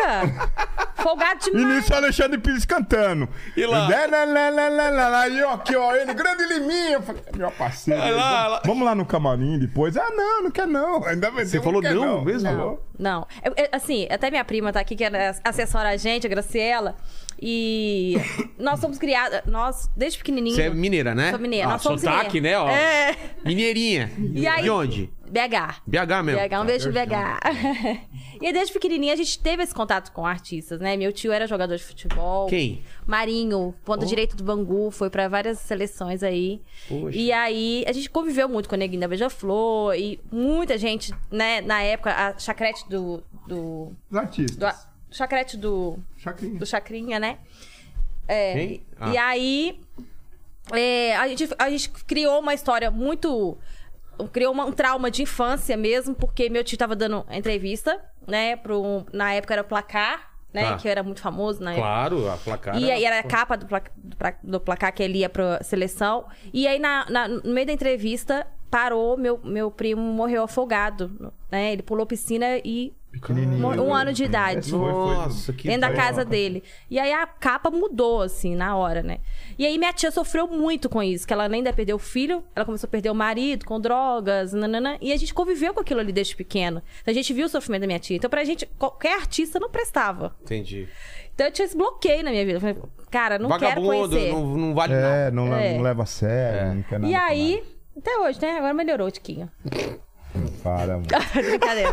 [SPEAKER 5] Caraca. folgado
[SPEAKER 4] E
[SPEAKER 5] demais.
[SPEAKER 4] nisso Alexandre Pires cantando.
[SPEAKER 1] E lá?
[SPEAKER 4] Lá, lá, lá, lá, lá, lá, lá. E eu aqui, ó, ele, grande liminha. Eu falei, "É meu parceiro.
[SPEAKER 1] Vai lá,
[SPEAKER 4] vamos,
[SPEAKER 1] lá.
[SPEAKER 4] vamos lá no camarim depois. Ah, não, não quer não. Ainda bem,
[SPEAKER 1] Você
[SPEAKER 4] não
[SPEAKER 1] falou
[SPEAKER 4] quer
[SPEAKER 1] não mesmo?
[SPEAKER 4] Falou.
[SPEAKER 5] Não. Eu- eu- assim, até minha prima tá aqui, que ela assessora a gente, a Graciela. E nós somos criadas, nós, desde pequenininho.
[SPEAKER 1] Você é mineira, né?
[SPEAKER 5] Sou mineira.
[SPEAKER 1] Ah,
[SPEAKER 5] nós somos
[SPEAKER 1] sotaque,
[SPEAKER 5] mineira.
[SPEAKER 1] né? Ó.
[SPEAKER 5] É.
[SPEAKER 1] Mineirinha.
[SPEAKER 5] E aí?
[SPEAKER 1] De onde?
[SPEAKER 5] BH.
[SPEAKER 1] BH mesmo. Tá,
[SPEAKER 5] BH, um beijo pro BH. e desde pequenininha a gente teve esse contato com artistas, né? Meu tio era jogador de futebol.
[SPEAKER 1] Quem? Oh.
[SPEAKER 5] Marinho, ponta direita do Bangu, foi pra várias seleções aí.
[SPEAKER 1] Poxa.
[SPEAKER 5] E aí a gente conviveu muito com o Neguinho da Beija-Flor e muita gente, né? Na época, a chacrete do. do,
[SPEAKER 4] Os artistas.
[SPEAKER 5] do a- chacrete do,
[SPEAKER 4] Chacrinha.
[SPEAKER 5] do Chacrinha, né? É,
[SPEAKER 1] Quem?
[SPEAKER 5] E
[SPEAKER 1] Ah.
[SPEAKER 5] aí. é, a, gente, a gente criou uma história muito. Criou uma- um trauma de infância mesmo, porque meu tio tava dando entrevista, né? Pro, na época era o placar, né?
[SPEAKER 1] Tá.
[SPEAKER 5] Que era muito famoso na época.
[SPEAKER 1] Claro, a placar.
[SPEAKER 5] E aí era a capa do, placa- do pra- do placar que ele ia pra seleção. E aí, na- na- no meio da entrevista, parou, meu, meu primo morreu afogado, né? Ele pulou piscina e.
[SPEAKER 4] Pequenininho.
[SPEAKER 5] Um ano de idade.
[SPEAKER 1] Nossa, que
[SPEAKER 5] dentro da
[SPEAKER 1] dó.
[SPEAKER 5] casa dele. E aí a capa mudou, assim, na hora, né? E aí minha tia sofreu muito com isso, que ela ainda perdeu o filho, ela começou a perder o marido com drogas, nanana, e a gente conviveu com aquilo ali desde pequeno. A gente viu o sofrimento da minha tia. Então, pra gente, qualquer artista não prestava.
[SPEAKER 1] Entendi.
[SPEAKER 5] Então eu tinha esse bloqueio na minha vida. Eu falei, cara, não quero
[SPEAKER 1] Vagabundo,
[SPEAKER 5] conhecer.
[SPEAKER 1] não, não vale nada.
[SPEAKER 4] É, não,
[SPEAKER 5] É.
[SPEAKER 4] não leva a sério, não quer nada.
[SPEAKER 5] E
[SPEAKER 4] com
[SPEAKER 5] aí, até hoje, né? Agora melhorou, Tiquinho.
[SPEAKER 4] nada.
[SPEAKER 5] Tá
[SPEAKER 4] Para, mano.
[SPEAKER 5] Brincadeira.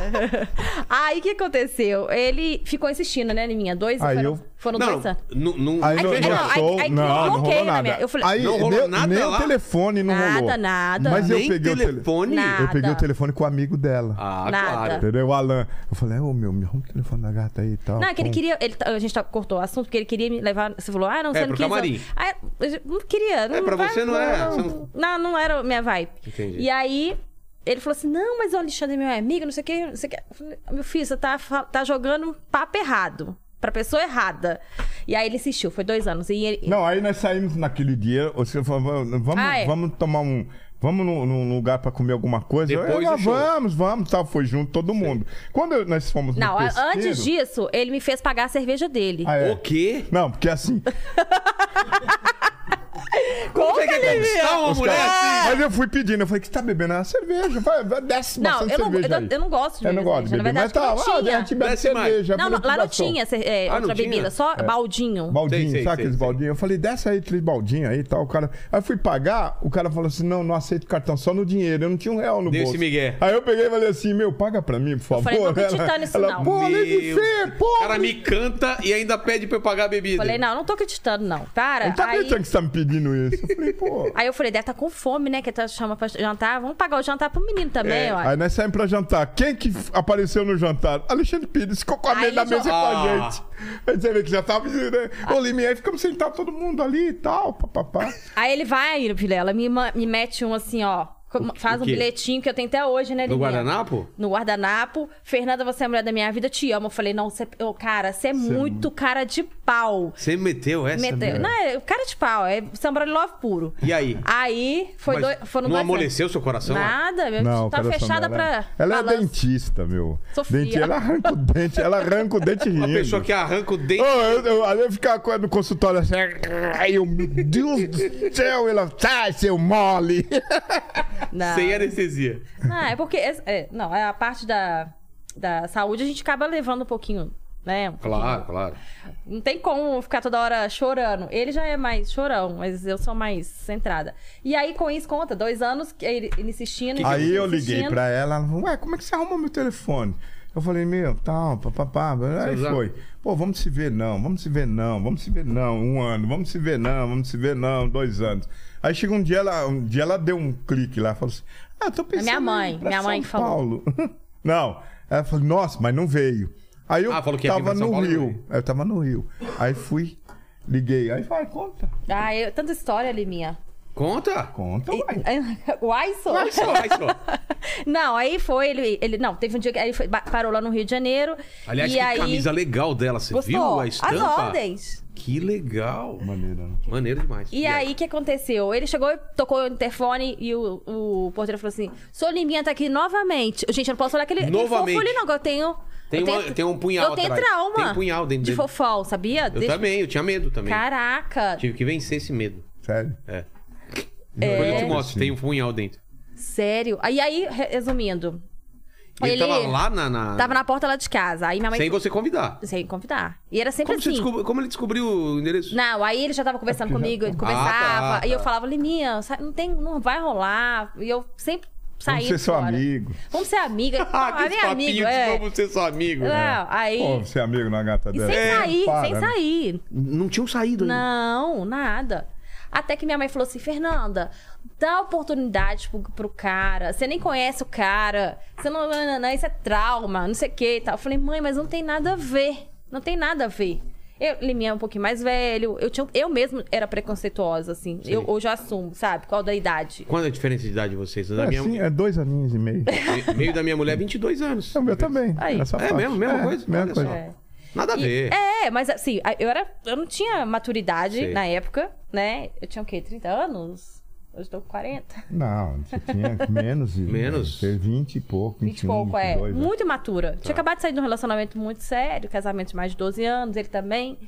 [SPEAKER 5] aí o que aconteceu? Ele ficou insistindo, né, em minha? Dois
[SPEAKER 4] Aí
[SPEAKER 5] foram,
[SPEAKER 4] eu-
[SPEAKER 5] foram
[SPEAKER 1] Não,
[SPEAKER 5] dois anos.
[SPEAKER 1] não, não,
[SPEAKER 4] Aí
[SPEAKER 5] Aí
[SPEAKER 4] não,
[SPEAKER 5] que-
[SPEAKER 1] veja,
[SPEAKER 5] não,
[SPEAKER 4] não,
[SPEAKER 5] aí-
[SPEAKER 4] show,
[SPEAKER 5] aí que
[SPEAKER 4] não,
[SPEAKER 5] eu
[SPEAKER 4] não
[SPEAKER 5] bloqueei
[SPEAKER 4] rolou
[SPEAKER 5] na
[SPEAKER 4] nada.
[SPEAKER 5] minha- eu falei-
[SPEAKER 4] aí,
[SPEAKER 1] Não rolou
[SPEAKER 4] nem,
[SPEAKER 1] nada
[SPEAKER 4] nem
[SPEAKER 1] lá?
[SPEAKER 4] o telefone não
[SPEAKER 5] Nada,
[SPEAKER 4] rolou.
[SPEAKER 5] nada.
[SPEAKER 4] Mas eu
[SPEAKER 1] nem
[SPEAKER 4] peguei o telefone.
[SPEAKER 1] telefone.
[SPEAKER 5] Nada.
[SPEAKER 4] Eu peguei o telefone com o amigo dela.
[SPEAKER 1] Ah,
[SPEAKER 5] Nada.
[SPEAKER 1] claro.
[SPEAKER 4] Entendeu? O Alan. Eu falei, "É, ô meu, me arruma o telefone da gata aí e tal.
[SPEAKER 5] Não, é que ele
[SPEAKER 4] Pum.
[SPEAKER 5] queria. ele tá- a gente tá- cortou o assunto, porque ele queria me levar. Você falou, ah, não, você
[SPEAKER 1] É,
[SPEAKER 5] não
[SPEAKER 1] pro
[SPEAKER 5] quis.
[SPEAKER 1] camarim.
[SPEAKER 5] não. Ah, eu não queria. Não
[SPEAKER 1] pra
[SPEAKER 5] vai-
[SPEAKER 1] você não é, você
[SPEAKER 5] Não, não, não era minha vibe.
[SPEAKER 1] Entendi.
[SPEAKER 5] E aí. Ele falou assim: não, mas o Alexandre é meu amigo, não sei o que, não sei o que. Eu falei, Meu filho, você tá, fa- tá jogando um papo errado. Pra pessoa errada. E aí ele insistiu, foi dois anos. E ele-
[SPEAKER 4] Não, aí nós saímos naquele dia. Você falou, vamos, vamos-
[SPEAKER 5] Ah, é.
[SPEAKER 4] vamos tomar um. Vamos num, num lugar pra comer alguma coisa? Eu,
[SPEAKER 1] Depois
[SPEAKER 4] "Ah,
[SPEAKER 1] do show."
[SPEAKER 4] vamos, vamos, tal. Foi junto todo mundo. Quando eu- nós fomos no
[SPEAKER 5] Não, a-
[SPEAKER 4] pesqueiro- é?
[SPEAKER 5] antes disso, ele me fez pagar a cerveja dele.
[SPEAKER 4] Ah, é.
[SPEAKER 1] O quê?
[SPEAKER 4] Não, porque assim.
[SPEAKER 1] Como é você quer conquistar uma
[SPEAKER 4] Os
[SPEAKER 1] mulher
[SPEAKER 4] caras-
[SPEAKER 1] assim?
[SPEAKER 4] Mas eu fui pedindo, eu falei, que você tá bebendo? Ah, cerveja, vai, vai, desce
[SPEAKER 5] Não,
[SPEAKER 4] bastante
[SPEAKER 5] eu não, eu,
[SPEAKER 4] cerveja aí.
[SPEAKER 5] não- eu não gosto de
[SPEAKER 4] Eu não
[SPEAKER 5] beber
[SPEAKER 4] gosto de
[SPEAKER 5] cerveja.
[SPEAKER 4] beber,
[SPEAKER 5] Na
[SPEAKER 4] mas
[SPEAKER 5] verdade,
[SPEAKER 4] tá,
[SPEAKER 5] acho
[SPEAKER 4] ah,
[SPEAKER 5] que não
[SPEAKER 4] a gente
[SPEAKER 5] tinha.
[SPEAKER 4] bebe
[SPEAKER 1] Desce mais.
[SPEAKER 4] cerveja.
[SPEAKER 5] Não, não, lá não tinha cer- é,
[SPEAKER 1] Ah, não
[SPEAKER 5] outra
[SPEAKER 1] tinha?
[SPEAKER 5] bebida, só baldinho.
[SPEAKER 4] Baldinho,
[SPEAKER 1] Sei, sei,
[SPEAKER 4] sabe
[SPEAKER 1] sei,
[SPEAKER 4] aqueles
[SPEAKER 1] sei.
[SPEAKER 4] baldinhos? Eu falei, desce aí três baldinhos aí e tal. O cara... Aí eu fui pagar, o cara falou assim: não, não aceito cartão, só no dinheiro. Eu não tinha um real no
[SPEAKER 1] Deu esse
[SPEAKER 4] bolso.
[SPEAKER 1] migué.
[SPEAKER 4] Aí eu peguei e falei assim: meu, paga pra mim, por favor.
[SPEAKER 5] falei, não tô
[SPEAKER 4] Ela-
[SPEAKER 5] acreditando nisso,
[SPEAKER 4] ela,
[SPEAKER 5] não.
[SPEAKER 4] Pô, além de
[SPEAKER 1] Meu
[SPEAKER 4] ser,
[SPEAKER 1] Deus.
[SPEAKER 4] pô.
[SPEAKER 1] O cara me canta e ainda pede pra eu pagar a bebida.
[SPEAKER 5] Falei, não, não tô acreditando, não. Para.
[SPEAKER 4] Não tá
[SPEAKER 5] aí,
[SPEAKER 4] acreditando que você tá me pedindo isso. Eu falei, pô.
[SPEAKER 5] aí eu falei, deve tá com fome, né? Que tá chama pra jantar. Vamos pagar o jantar pro menino também, ó.
[SPEAKER 4] Aí nós saímos pra jantar. Quem que f- apareceu no jantar? Alexandre Pires ficou com a
[SPEAKER 5] Aí
[SPEAKER 4] meia da
[SPEAKER 5] ele já-
[SPEAKER 4] mesa com a
[SPEAKER 1] Ah.
[SPEAKER 4] gente. Aí você vê que já tava. Né? Ô, Limier, ficamos sentados todo mundo ali e tal, papapá.
[SPEAKER 5] Aí ele vai, Vilela, me, ma- me mete um assim, ó. como- Faz
[SPEAKER 1] o
[SPEAKER 5] um
[SPEAKER 1] quê?
[SPEAKER 5] bilhetinho que eu tenho até hoje, né,
[SPEAKER 1] No
[SPEAKER 5] Liminha?
[SPEAKER 1] guardanapo?
[SPEAKER 5] No guardanapo. Fernanda, você é a mulher da minha vida, te amo. Eu falei, não, você, ô, cara, você é muito cara de pau.
[SPEAKER 1] Você meteu essa?
[SPEAKER 5] Meteu.
[SPEAKER 1] meu?
[SPEAKER 5] Não, é cara de pau, é Sambra Love puro.
[SPEAKER 1] E aí?
[SPEAKER 5] Aí foi
[SPEAKER 1] Mas
[SPEAKER 5] dois, foram
[SPEAKER 1] não
[SPEAKER 5] dois anos.
[SPEAKER 1] amoleceu seu coração?
[SPEAKER 5] Nada, meu
[SPEAKER 4] Não,
[SPEAKER 5] tá
[SPEAKER 4] o coração
[SPEAKER 5] fechada
[SPEAKER 4] dela é-
[SPEAKER 5] pra.
[SPEAKER 4] Ela é
[SPEAKER 5] balanço.
[SPEAKER 4] dentista, meu.
[SPEAKER 5] Sofia.
[SPEAKER 4] Dente- ela arranca o dente, ela arranca o dente rindo.
[SPEAKER 1] Uma pessoa que arranca o
[SPEAKER 4] Ô,
[SPEAKER 1] dente.
[SPEAKER 4] eu, eu, ali eu ficava com- no consultório assim, ai, eu, meu Deus do céu, ela, sai, seu mole.
[SPEAKER 5] Não.
[SPEAKER 1] Sem anestesia.
[SPEAKER 5] Não, é porque. é- é, não, é a parte da, da saúde a gente acaba levando um pouquinho, né? um pouquinho.
[SPEAKER 1] Claro, claro.
[SPEAKER 5] Não tem como ficar toda hora chorando. Ele já é mais chorão, mas eu sou mais centrada. E aí, com isso, conta, dois anos, que ele ele insistindo.
[SPEAKER 4] Aí eu
[SPEAKER 5] insistindo.
[SPEAKER 4] liguei pra ela, ela falou, ué, como é que você arrumou meu telefone? Eu falei, meu, tal, papapá, aí
[SPEAKER 1] usar?
[SPEAKER 4] foi. Pô, vamos se ver não, vamos se ver não, vamos se ver não, um ano, vamos se ver não, vamos se ver não, dois anos. Aí chega um dia, ela, um dia ela deu um clique lá, falou assim, ah, eu tô pensando
[SPEAKER 5] minha
[SPEAKER 4] em ir
[SPEAKER 5] mãe,
[SPEAKER 4] pra
[SPEAKER 5] minha
[SPEAKER 4] São
[SPEAKER 5] mãe que falou.
[SPEAKER 4] Paulo. Não, ela falou, nossa, mas não veio. Aí eu
[SPEAKER 1] Ah, falou que ia vir
[SPEAKER 4] tava
[SPEAKER 1] pra São
[SPEAKER 4] no
[SPEAKER 1] Paulo e não
[SPEAKER 4] Rio, eu tava no Rio. Aí fui, liguei, aí vai, conta,
[SPEAKER 5] Ah, eu- tanta história ali minha.
[SPEAKER 1] Conta.
[SPEAKER 4] conta, vai.
[SPEAKER 5] Uai, sou.
[SPEAKER 1] Vai só, vai só.
[SPEAKER 5] Não, aí foi, ele, ele. Não, teve um dia que ele foi- ba- parou lá no Rio de Janeiro.
[SPEAKER 1] Aliás,
[SPEAKER 5] e
[SPEAKER 1] que
[SPEAKER 5] aí,
[SPEAKER 1] camisa legal dela. Você
[SPEAKER 5] Gostou?
[SPEAKER 1] viu a
[SPEAKER 5] As
[SPEAKER 1] estampa?
[SPEAKER 5] ordens.
[SPEAKER 1] Que legal.
[SPEAKER 4] Maneira, né?
[SPEAKER 1] Maneiro demais.
[SPEAKER 5] E aí, o que aconteceu? Ele chegou, tocou o interfone e o, o porteiro falou assim: Sou Liminha tá aqui novamente. Gente, eu não posso olhar aquele, aquele
[SPEAKER 1] Novamente.
[SPEAKER 5] é fofo ali, não, que eu tenho.
[SPEAKER 1] Tem
[SPEAKER 5] eu
[SPEAKER 1] uma-
[SPEAKER 5] tenho,
[SPEAKER 1] tem um punhal
[SPEAKER 5] Eu tenho
[SPEAKER 1] atrás.
[SPEAKER 5] trauma.
[SPEAKER 1] Tem um punhal dentro
[SPEAKER 5] De
[SPEAKER 1] dele.
[SPEAKER 5] fofol, sabia?
[SPEAKER 1] Eu também, eu tinha medo também.
[SPEAKER 5] Caraca.
[SPEAKER 1] Tive que vencer esse medo.
[SPEAKER 4] Sério.
[SPEAKER 1] É.
[SPEAKER 5] É.
[SPEAKER 1] Depois eu te mostro, tem um punhal dentro.
[SPEAKER 5] Sério. Aí, aí, re- resumindo.
[SPEAKER 1] E Ele, tava lá na. na-
[SPEAKER 5] tava na porta lá de casa. Aí minha mãe.
[SPEAKER 1] Sem você convidar.
[SPEAKER 5] sem convidar. E era sempre
[SPEAKER 1] Como, você
[SPEAKER 5] assim.
[SPEAKER 1] descobriu- como ele descobriu o endereço?
[SPEAKER 5] Não, aí ele já tava conversando comigo, ele conversava.
[SPEAKER 1] Ah, tá,
[SPEAKER 5] E eu
[SPEAKER 1] tá.
[SPEAKER 5] falava, Liminha, sa- não, tem, não vai rolar. E eu sempre saí.
[SPEAKER 4] Vamos ser seu
[SPEAKER 5] fora.
[SPEAKER 4] amigo.
[SPEAKER 5] Vamos ser amiga.
[SPEAKER 1] Ah, que
[SPEAKER 5] Ah, minha amiga.
[SPEAKER 1] de
[SPEAKER 5] É.
[SPEAKER 1] como ser seu amigo.
[SPEAKER 5] Não, aí.
[SPEAKER 4] Pô, você é amigo na gata
[SPEAKER 5] e
[SPEAKER 4] dela.
[SPEAKER 5] sem
[SPEAKER 1] É,
[SPEAKER 5] sair,
[SPEAKER 4] Para,
[SPEAKER 5] sem
[SPEAKER 4] né?
[SPEAKER 5] sair.
[SPEAKER 1] Não tinham saído ainda.
[SPEAKER 5] Não, nada. Até que minha mãe falou assim: Fernanda, dá oportunidade pro, pro cara. Você nem conhece o cara. Você não, não, não, não, Isso é trauma, não sei o que e tal. Eu falei, mãe, mas não tem nada a ver. Não tem nada a ver. Eu, ele me é um pouquinho mais velho. Eu, tinha, eu mesmo era preconceituosa, assim. Eu, hoje eu assumo, sabe? Qual da idade?
[SPEAKER 1] Qual é a diferença de idade de vocês? Da
[SPEAKER 4] É,
[SPEAKER 1] minha-
[SPEAKER 4] sim, é dois aninhos e meio.
[SPEAKER 1] me- Meio da minha mulher, 22 anos.
[SPEAKER 4] É o meu também.
[SPEAKER 5] Aí.
[SPEAKER 4] essa
[SPEAKER 1] É
[SPEAKER 4] faixa.
[SPEAKER 1] mesmo? Mesma
[SPEAKER 4] É,
[SPEAKER 1] coisa?
[SPEAKER 4] Mesma
[SPEAKER 1] Olha
[SPEAKER 4] coisa.
[SPEAKER 1] só.
[SPEAKER 5] É.
[SPEAKER 1] Nada a
[SPEAKER 5] E-
[SPEAKER 1] ver.
[SPEAKER 5] é, mas assim, a- eu era. Eu não tinha maturidade
[SPEAKER 1] Sei.
[SPEAKER 5] na época, né? Eu tinha o quê? 30 anos? Hoje eu tô com 40.
[SPEAKER 4] Não, você tinha menos. de-
[SPEAKER 1] Menos?
[SPEAKER 4] Ter 20 e um, pouco.
[SPEAKER 5] 20 e
[SPEAKER 4] 21,
[SPEAKER 5] pouco, é.
[SPEAKER 4] 22,
[SPEAKER 5] Muito imatura.
[SPEAKER 1] Tá.
[SPEAKER 5] Tinha acabado de sair de um relacionamento muito sério, casamento de mais de 12 anos, ele também.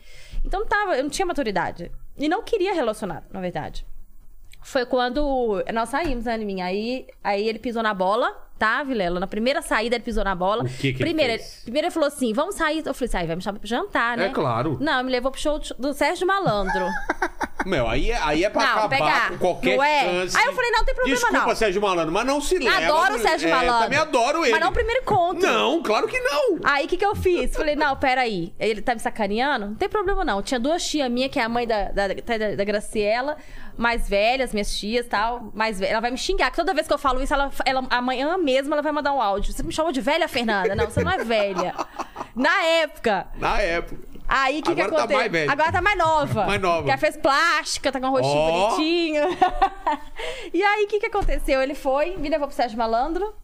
[SPEAKER 5] Então tava, eu não tinha maturidade. E não queria relacionar, na verdade. Foi quando nós saímos, né, minha? Aí, aí ele pisou na bola, tá, Vilela? Na primeira saída ele pisou na bola.
[SPEAKER 1] O que que ele
[SPEAKER 5] primeiro,
[SPEAKER 1] fez?
[SPEAKER 5] primeiro ele falou assim: vamos sair. Eu falei assim: "Ai, vai me chamar pra jantar, né?
[SPEAKER 1] É claro.
[SPEAKER 5] Não, me levou pro show do Sérgio Malandro.
[SPEAKER 1] Meu, aí é, aí é pra
[SPEAKER 5] Não,
[SPEAKER 1] acabar
[SPEAKER 5] pegar.
[SPEAKER 1] com qualquer
[SPEAKER 5] Não é?
[SPEAKER 1] chance.
[SPEAKER 5] Aí eu falei, não, tem problema
[SPEAKER 1] Desculpa,
[SPEAKER 5] não.
[SPEAKER 1] Sérgio Malandro, mas não se leva.
[SPEAKER 5] Adoro o
[SPEAKER 1] não-
[SPEAKER 5] Sérgio
[SPEAKER 1] é,
[SPEAKER 5] Malandro.
[SPEAKER 1] Também adoro ele.
[SPEAKER 5] Mas não o primeiro encontro.
[SPEAKER 1] Não, claro que não.
[SPEAKER 5] Aí o que, que eu fiz? Falei, não, peraí. Ele tá me sacaneando? Não tem problema, não. Tinha duas tias minhas, que é a mãe da, da, da, da Graciela, mais velhas, minhas tias e tal. Mais velha. Ela vai me xingar, que toda vez que eu falo isso, ela, ela, amanhã mesmo ela vai mandar um áudio. Você me chamou de velha, Fernanda? Não, você não é velha. Na época.
[SPEAKER 1] Na época.
[SPEAKER 5] Aí o que, que
[SPEAKER 1] Agora tá
[SPEAKER 5] aconteceu?
[SPEAKER 1] mais velha.
[SPEAKER 5] Agora tá mais nova.
[SPEAKER 1] Mais nova.
[SPEAKER 5] Que ela fez plástica, tá com um rostinho
[SPEAKER 1] Ó.
[SPEAKER 5] bonitinho. e aí o que, que aconteceu? Ele foi, me levou pro Sérgio Malandro.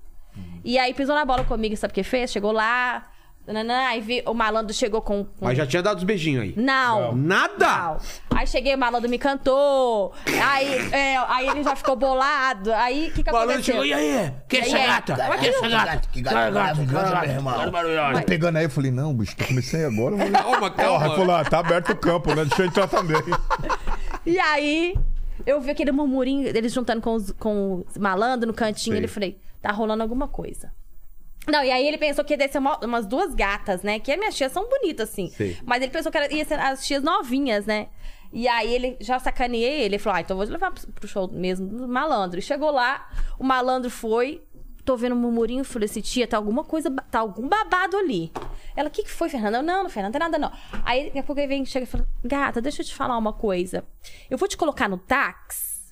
[SPEAKER 5] E aí pisou na bola comigo, sabe o que fez? Chegou lá. nananã, aí vi, o malandro chegou com. com-
[SPEAKER 1] Mas já tinha dado os beijinhos aí.
[SPEAKER 5] Não.
[SPEAKER 1] Nada?
[SPEAKER 5] Não. Aí cheguei, o malandro me cantou. Aí, é, aí ele já ficou bolado. Aí o que, que
[SPEAKER 1] O malandro
[SPEAKER 5] aconteceu?
[SPEAKER 1] chegou, e aí? Que
[SPEAKER 5] aí?
[SPEAKER 1] essa gata? é Que é? essa gata? Que gata? Que
[SPEAKER 4] Tô Tá pegando aí, eu falei, não, bicho, tô comecei agora. eu ah, vou-
[SPEAKER 1] Calma,
[SPEAKER 4] Ó,
[SPEAKER 1] calma.
[SPEAKER 4] Rafa, lá, tá aberto o campo, né? Deixa eu entrar também.
[SPEAKER 5] E aí, Eu vi aquele murmurinho, eles juntando com os, com os malandros no cantinho.
[SPEAKER 1] Sei.
[SPEAKER 5] Ele falei, tá rolando alguma coisa. Não, e aí ele pensou que ia descer uma- umas duas gatas, né? Que as minhas tias são bonitas, assim.
[SPEAKER 1] Sei.
[SPEAKER 5] Mas ele pensou que era, ia ser as tias novinhas, né? E aí ele já sacaneei ele. Ele falou, ah, então eu vou te levar pro pro show mesmo do malandro. E chegou lá, o malandro foi... Tô vendo um murmurinho, falei assim, tia, tá alguma coisa, ba- tá algum babado ali. Ela, o que, que foi, Fernanda? Eu, não, não, Fernanda, não tem nada não. Aí daqui a pouco ele vem, chega e fala, gata, deixa eu te falar uma coisa. Eu vou te colocar no táxi,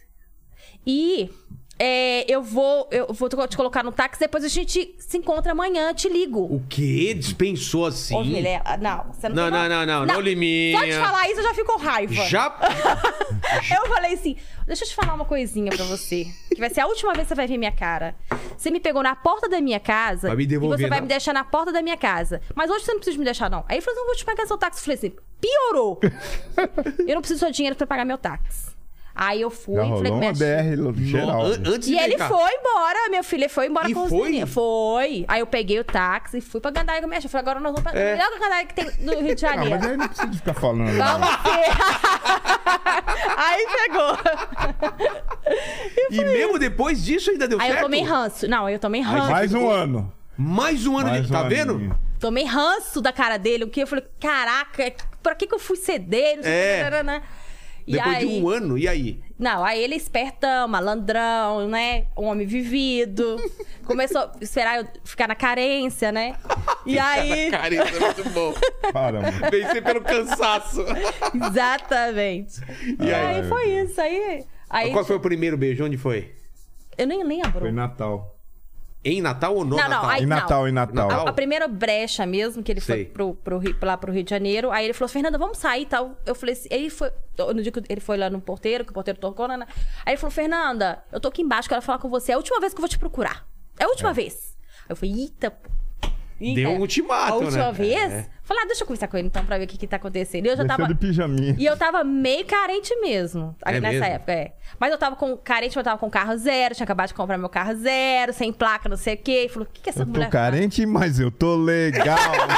[SPEAKER 5] e é, eu vou eu vou te colocar no táxi, depois a gente se encontra amanhã, te ligo.
[SPEAKER 1] O quê? Dispensou assim?
[SPEAKER 5] Ô, Vilela, não, você
[SPEAKER 1] Não, não,
[SPEAKER 5] não tem
[SPEAKER 1] não,
[SPEAKER 5] no-
[SPEAKER 1] não, não, Liminha.
[SPEAKER 5] Só de falar isso eu já fico com raiva.
[SPEAKER 1] Já.
[SPEAKER 5] Eu falei assim: deixa eu te falar uma coisinha pra você. Que vai ser a última vez que você vai ver minha cara. Você me pegou na porta da minha casa.
[SPEAKER 1] Vai me devolver,
[SPEAKER 5] E você vai
[SPEAKER 1] não.
[SPEAKER 5] me deixar na porta da minha casa. Mas hoje você não precisa me deixar, não. Aí ele falou: assim, não vou te pagar seu táxi. Eu falei assim: piorou. eu não preciso do seu dinheiro pra pagar meu táxi. Aí eu fui,
[SPEAKER 4] Já
[SPEAKER 5] falei
[SPEAKER 4] rolou
[SPEAKER 5] com minha
[SPEAKER 4] uma
[SPEAKER 5] tia.
[SPEAKER 4] BR geral.
[SPEAKER 1] An- antes
[SPEAKER 5] E
[SPEAKER 1] de
[SPEAKER 5] ele
[SPEAKER 1] cá.
[SPEAKER 5] foi embora, meu filho, ele foi embora
[SPEAKER 1] E
[SPEAKER 5] com
[SPEAKER 1] foi?
[SPEAKER 5] os meninos. Foi. Aí eu peguei o táxi e fui pra Gandaia com a minha tia. Falei, agora nós vamos pra
[SPEAKER 1] É.
[SPEAKER 5] melhor Gandaia que tem do Rio de
[SPEAKER 4] Ah,
[SPEAKER 5] Janeiro.
[SPEAKER 4] mas aí não precisa ficar falando. né?
[SPEAKER 5] Vamos ser. aí pegou.
[SPEAKER 1] E mesmo depois disso ainda deu
[SPEAKER 5] Aí
[SPEAKER 1] certo?
[SPEAKER 5] eu tomei ranço. Não, eu tomei ranço.
[SPEAKER 4] Mais um ano.
[SPEAKER 1] Mais um ano
[SPEAKER 4] Mais
[SPEAKER 1] de...
[SPEAKER 4] um
[SPEAKER 1] Tá
[SPEAKER 4] aninho.
[SPEAKER 1] vendo?
[SPEAKER 5] Tomei ranço da cara dele, o que eu falei, caraca, pra que que eu fui ceder? Não sei
[SPEAKER 1] É.
[SPEAKER 5] o que, tarará. E
[SPEAKER 1] Depois
[SPEAKER 5] aí...
[SPEAKER 1] de um ano, e aí?
[SPEAKER 5] Não, aí ele é espertão, malandrão, né? Um homem vivido. Começou a esperar eu ficar na carência, né? E aí.
[SPEAKER 1] Cara, isso é muito bom.
[SPEAKER 4] Para, mano.
[SPEAKER 1] Vencer pelo cansaço.
[SPEAKER 5] Exatamente. E aí,
[SPEAKER 4] aí?
[SPEAKER 5] foi isso. Aí. aí
[SPEAKER 1] Qual foi o primeiro beijo? Onde foi?
[SPEAKER 5] Eu nem lembro.
[SPEAKER 4] Foi Natal.
[SPEAKER 1] Em Natal ou no
[SPEAKER 5] Não, não,
[SPEAKER 1] Natal?
[SPEAKER 5] aí-
[SPEAKER 4] Ah, Em Natal, em Natal.
[SPEAKER 1] Natal?
[SPEAKER 5] A, a primeira brecha mesmo, que ele
[SPEAKER 1] Sei.
[SPEAKER 5] foi pro, pro, Rio- lá pro Rio de Janeiro. Aí ele falou assim, Fernanda, vamos sair e tal. Eu falei assim, ele foi. No dia que ele foi lá no porteiro, que o porteiro tocou, né? né? Aí ele falou, Fernanda, eu tô aqui embaixo, quero falar com você. É a última vez que eu vou te procurar. É a última vez. Aí eu falei, eita. pô. Eita.
[SPEAKER 1] Deu um ultimato,
[SPEAKER 5] é. A última
[SPEAKER 1] né?
[SPEAKER 5] vez?
[SPEAKER 1] É.
[SPEAKER 5] Falei, ah, deixa eu conversar com ele então pra ver o que, que tá acontecendo. E Eu já
[SPEAKER 4] Desceu
[SPEAKER 5] tava.
[SPEAKER 4] de pijaminha.
[SPEAKER 5] E eu tava meio carente mesmo.
[SPEAKER 1] É
[SPEAKER 5] ali nessa
[SPEAKER 1] mesmo?
[SPEAKER 5] época, é. Mas eu tava com carente, eu tava com carro zero, tinha acabado de comprar meu carro zero, sem placa, não sei o quê. E falou: o que, que essa
[SPEAKER 4] Eu tô
[SPEAKER 5] mulher. tá
[SPEAKER 4] carente, mas eu tô legal.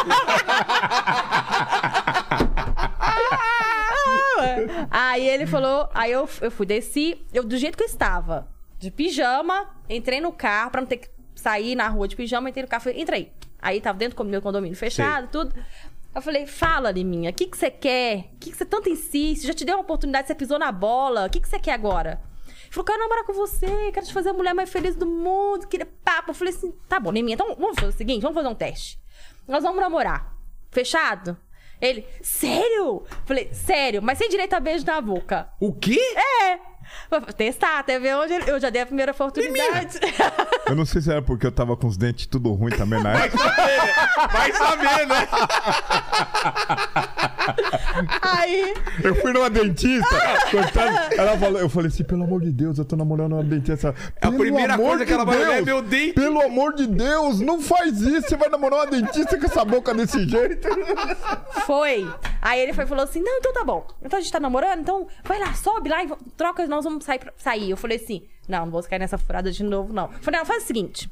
[SPEAKER 5] fala?" Aí ele falou, aí eu, eu fui, desci, eu do jeito que eu estava, de pijama, entrei no carro pra não ter que sair na rua de pijama, entrei no carro, falei, entrei. Aí tava dentro do meu condomínio fechado, tudo. Eu falei, fala, Liminha, o que que você quer? O que que você tanto insiste? Já te deu uma oportunidade, você pisou na bola, o que que você quer agora? Ele falou, quero namorar com você, quero te fazer a mulher mais feliz do mundo, queria papo. Eu falei assim, tá bom, Neminha, então vamos fazer o seguinte, vamos fazer um teste. Nós vamos namorar. Fechado? Ele, sério? Eu Falei, sério, mas sem direito a beijo na boca.
[SPEAKER 1] O quê?
[SPEAKER 5] É. Vou testar, até ver onde ele- eu já dei a primeira oportunidade.
[SPEAKER 4] eu não sei se era porque eu tava com os dentes tudo ruim também na época.
[SPEAKER 1] Vai saber, né?
[SPEAKER 5] Aí,
[SPEAKER 4] Eu fui numa dentista. coitada, ela falou, eu falei assim, pelo amor de Deus, eu tô namorando uma dentista.
[SPEAKER 1] É a
[SPEAKER 4] "Pelo
[SPEAKER 1] primeira
[SPEAKER 4] amor
[SPEAKER 1] coisa que
[SPEAKER 4] de
[SPEAKER 1] ela vai olhar é
[SPEAKER 4] Deus,
[SPEAKER 1] meu dente."
[SPEAKER 4] Pelo amor de Deus, não faz isso. Você vai namorar uma dentista com essa boca desse jeito.
[SPEAKER 5] foi. Aí ele foi e falou assim: não, então tá bom. Então a gente tá namorando, então vai lá, sobe lá e vo- troca, nós vamos sair. pra- sair. Eu falei assim: não, não vou cair nessa furada de novo, não. Eu falei, não, faz o seguinte.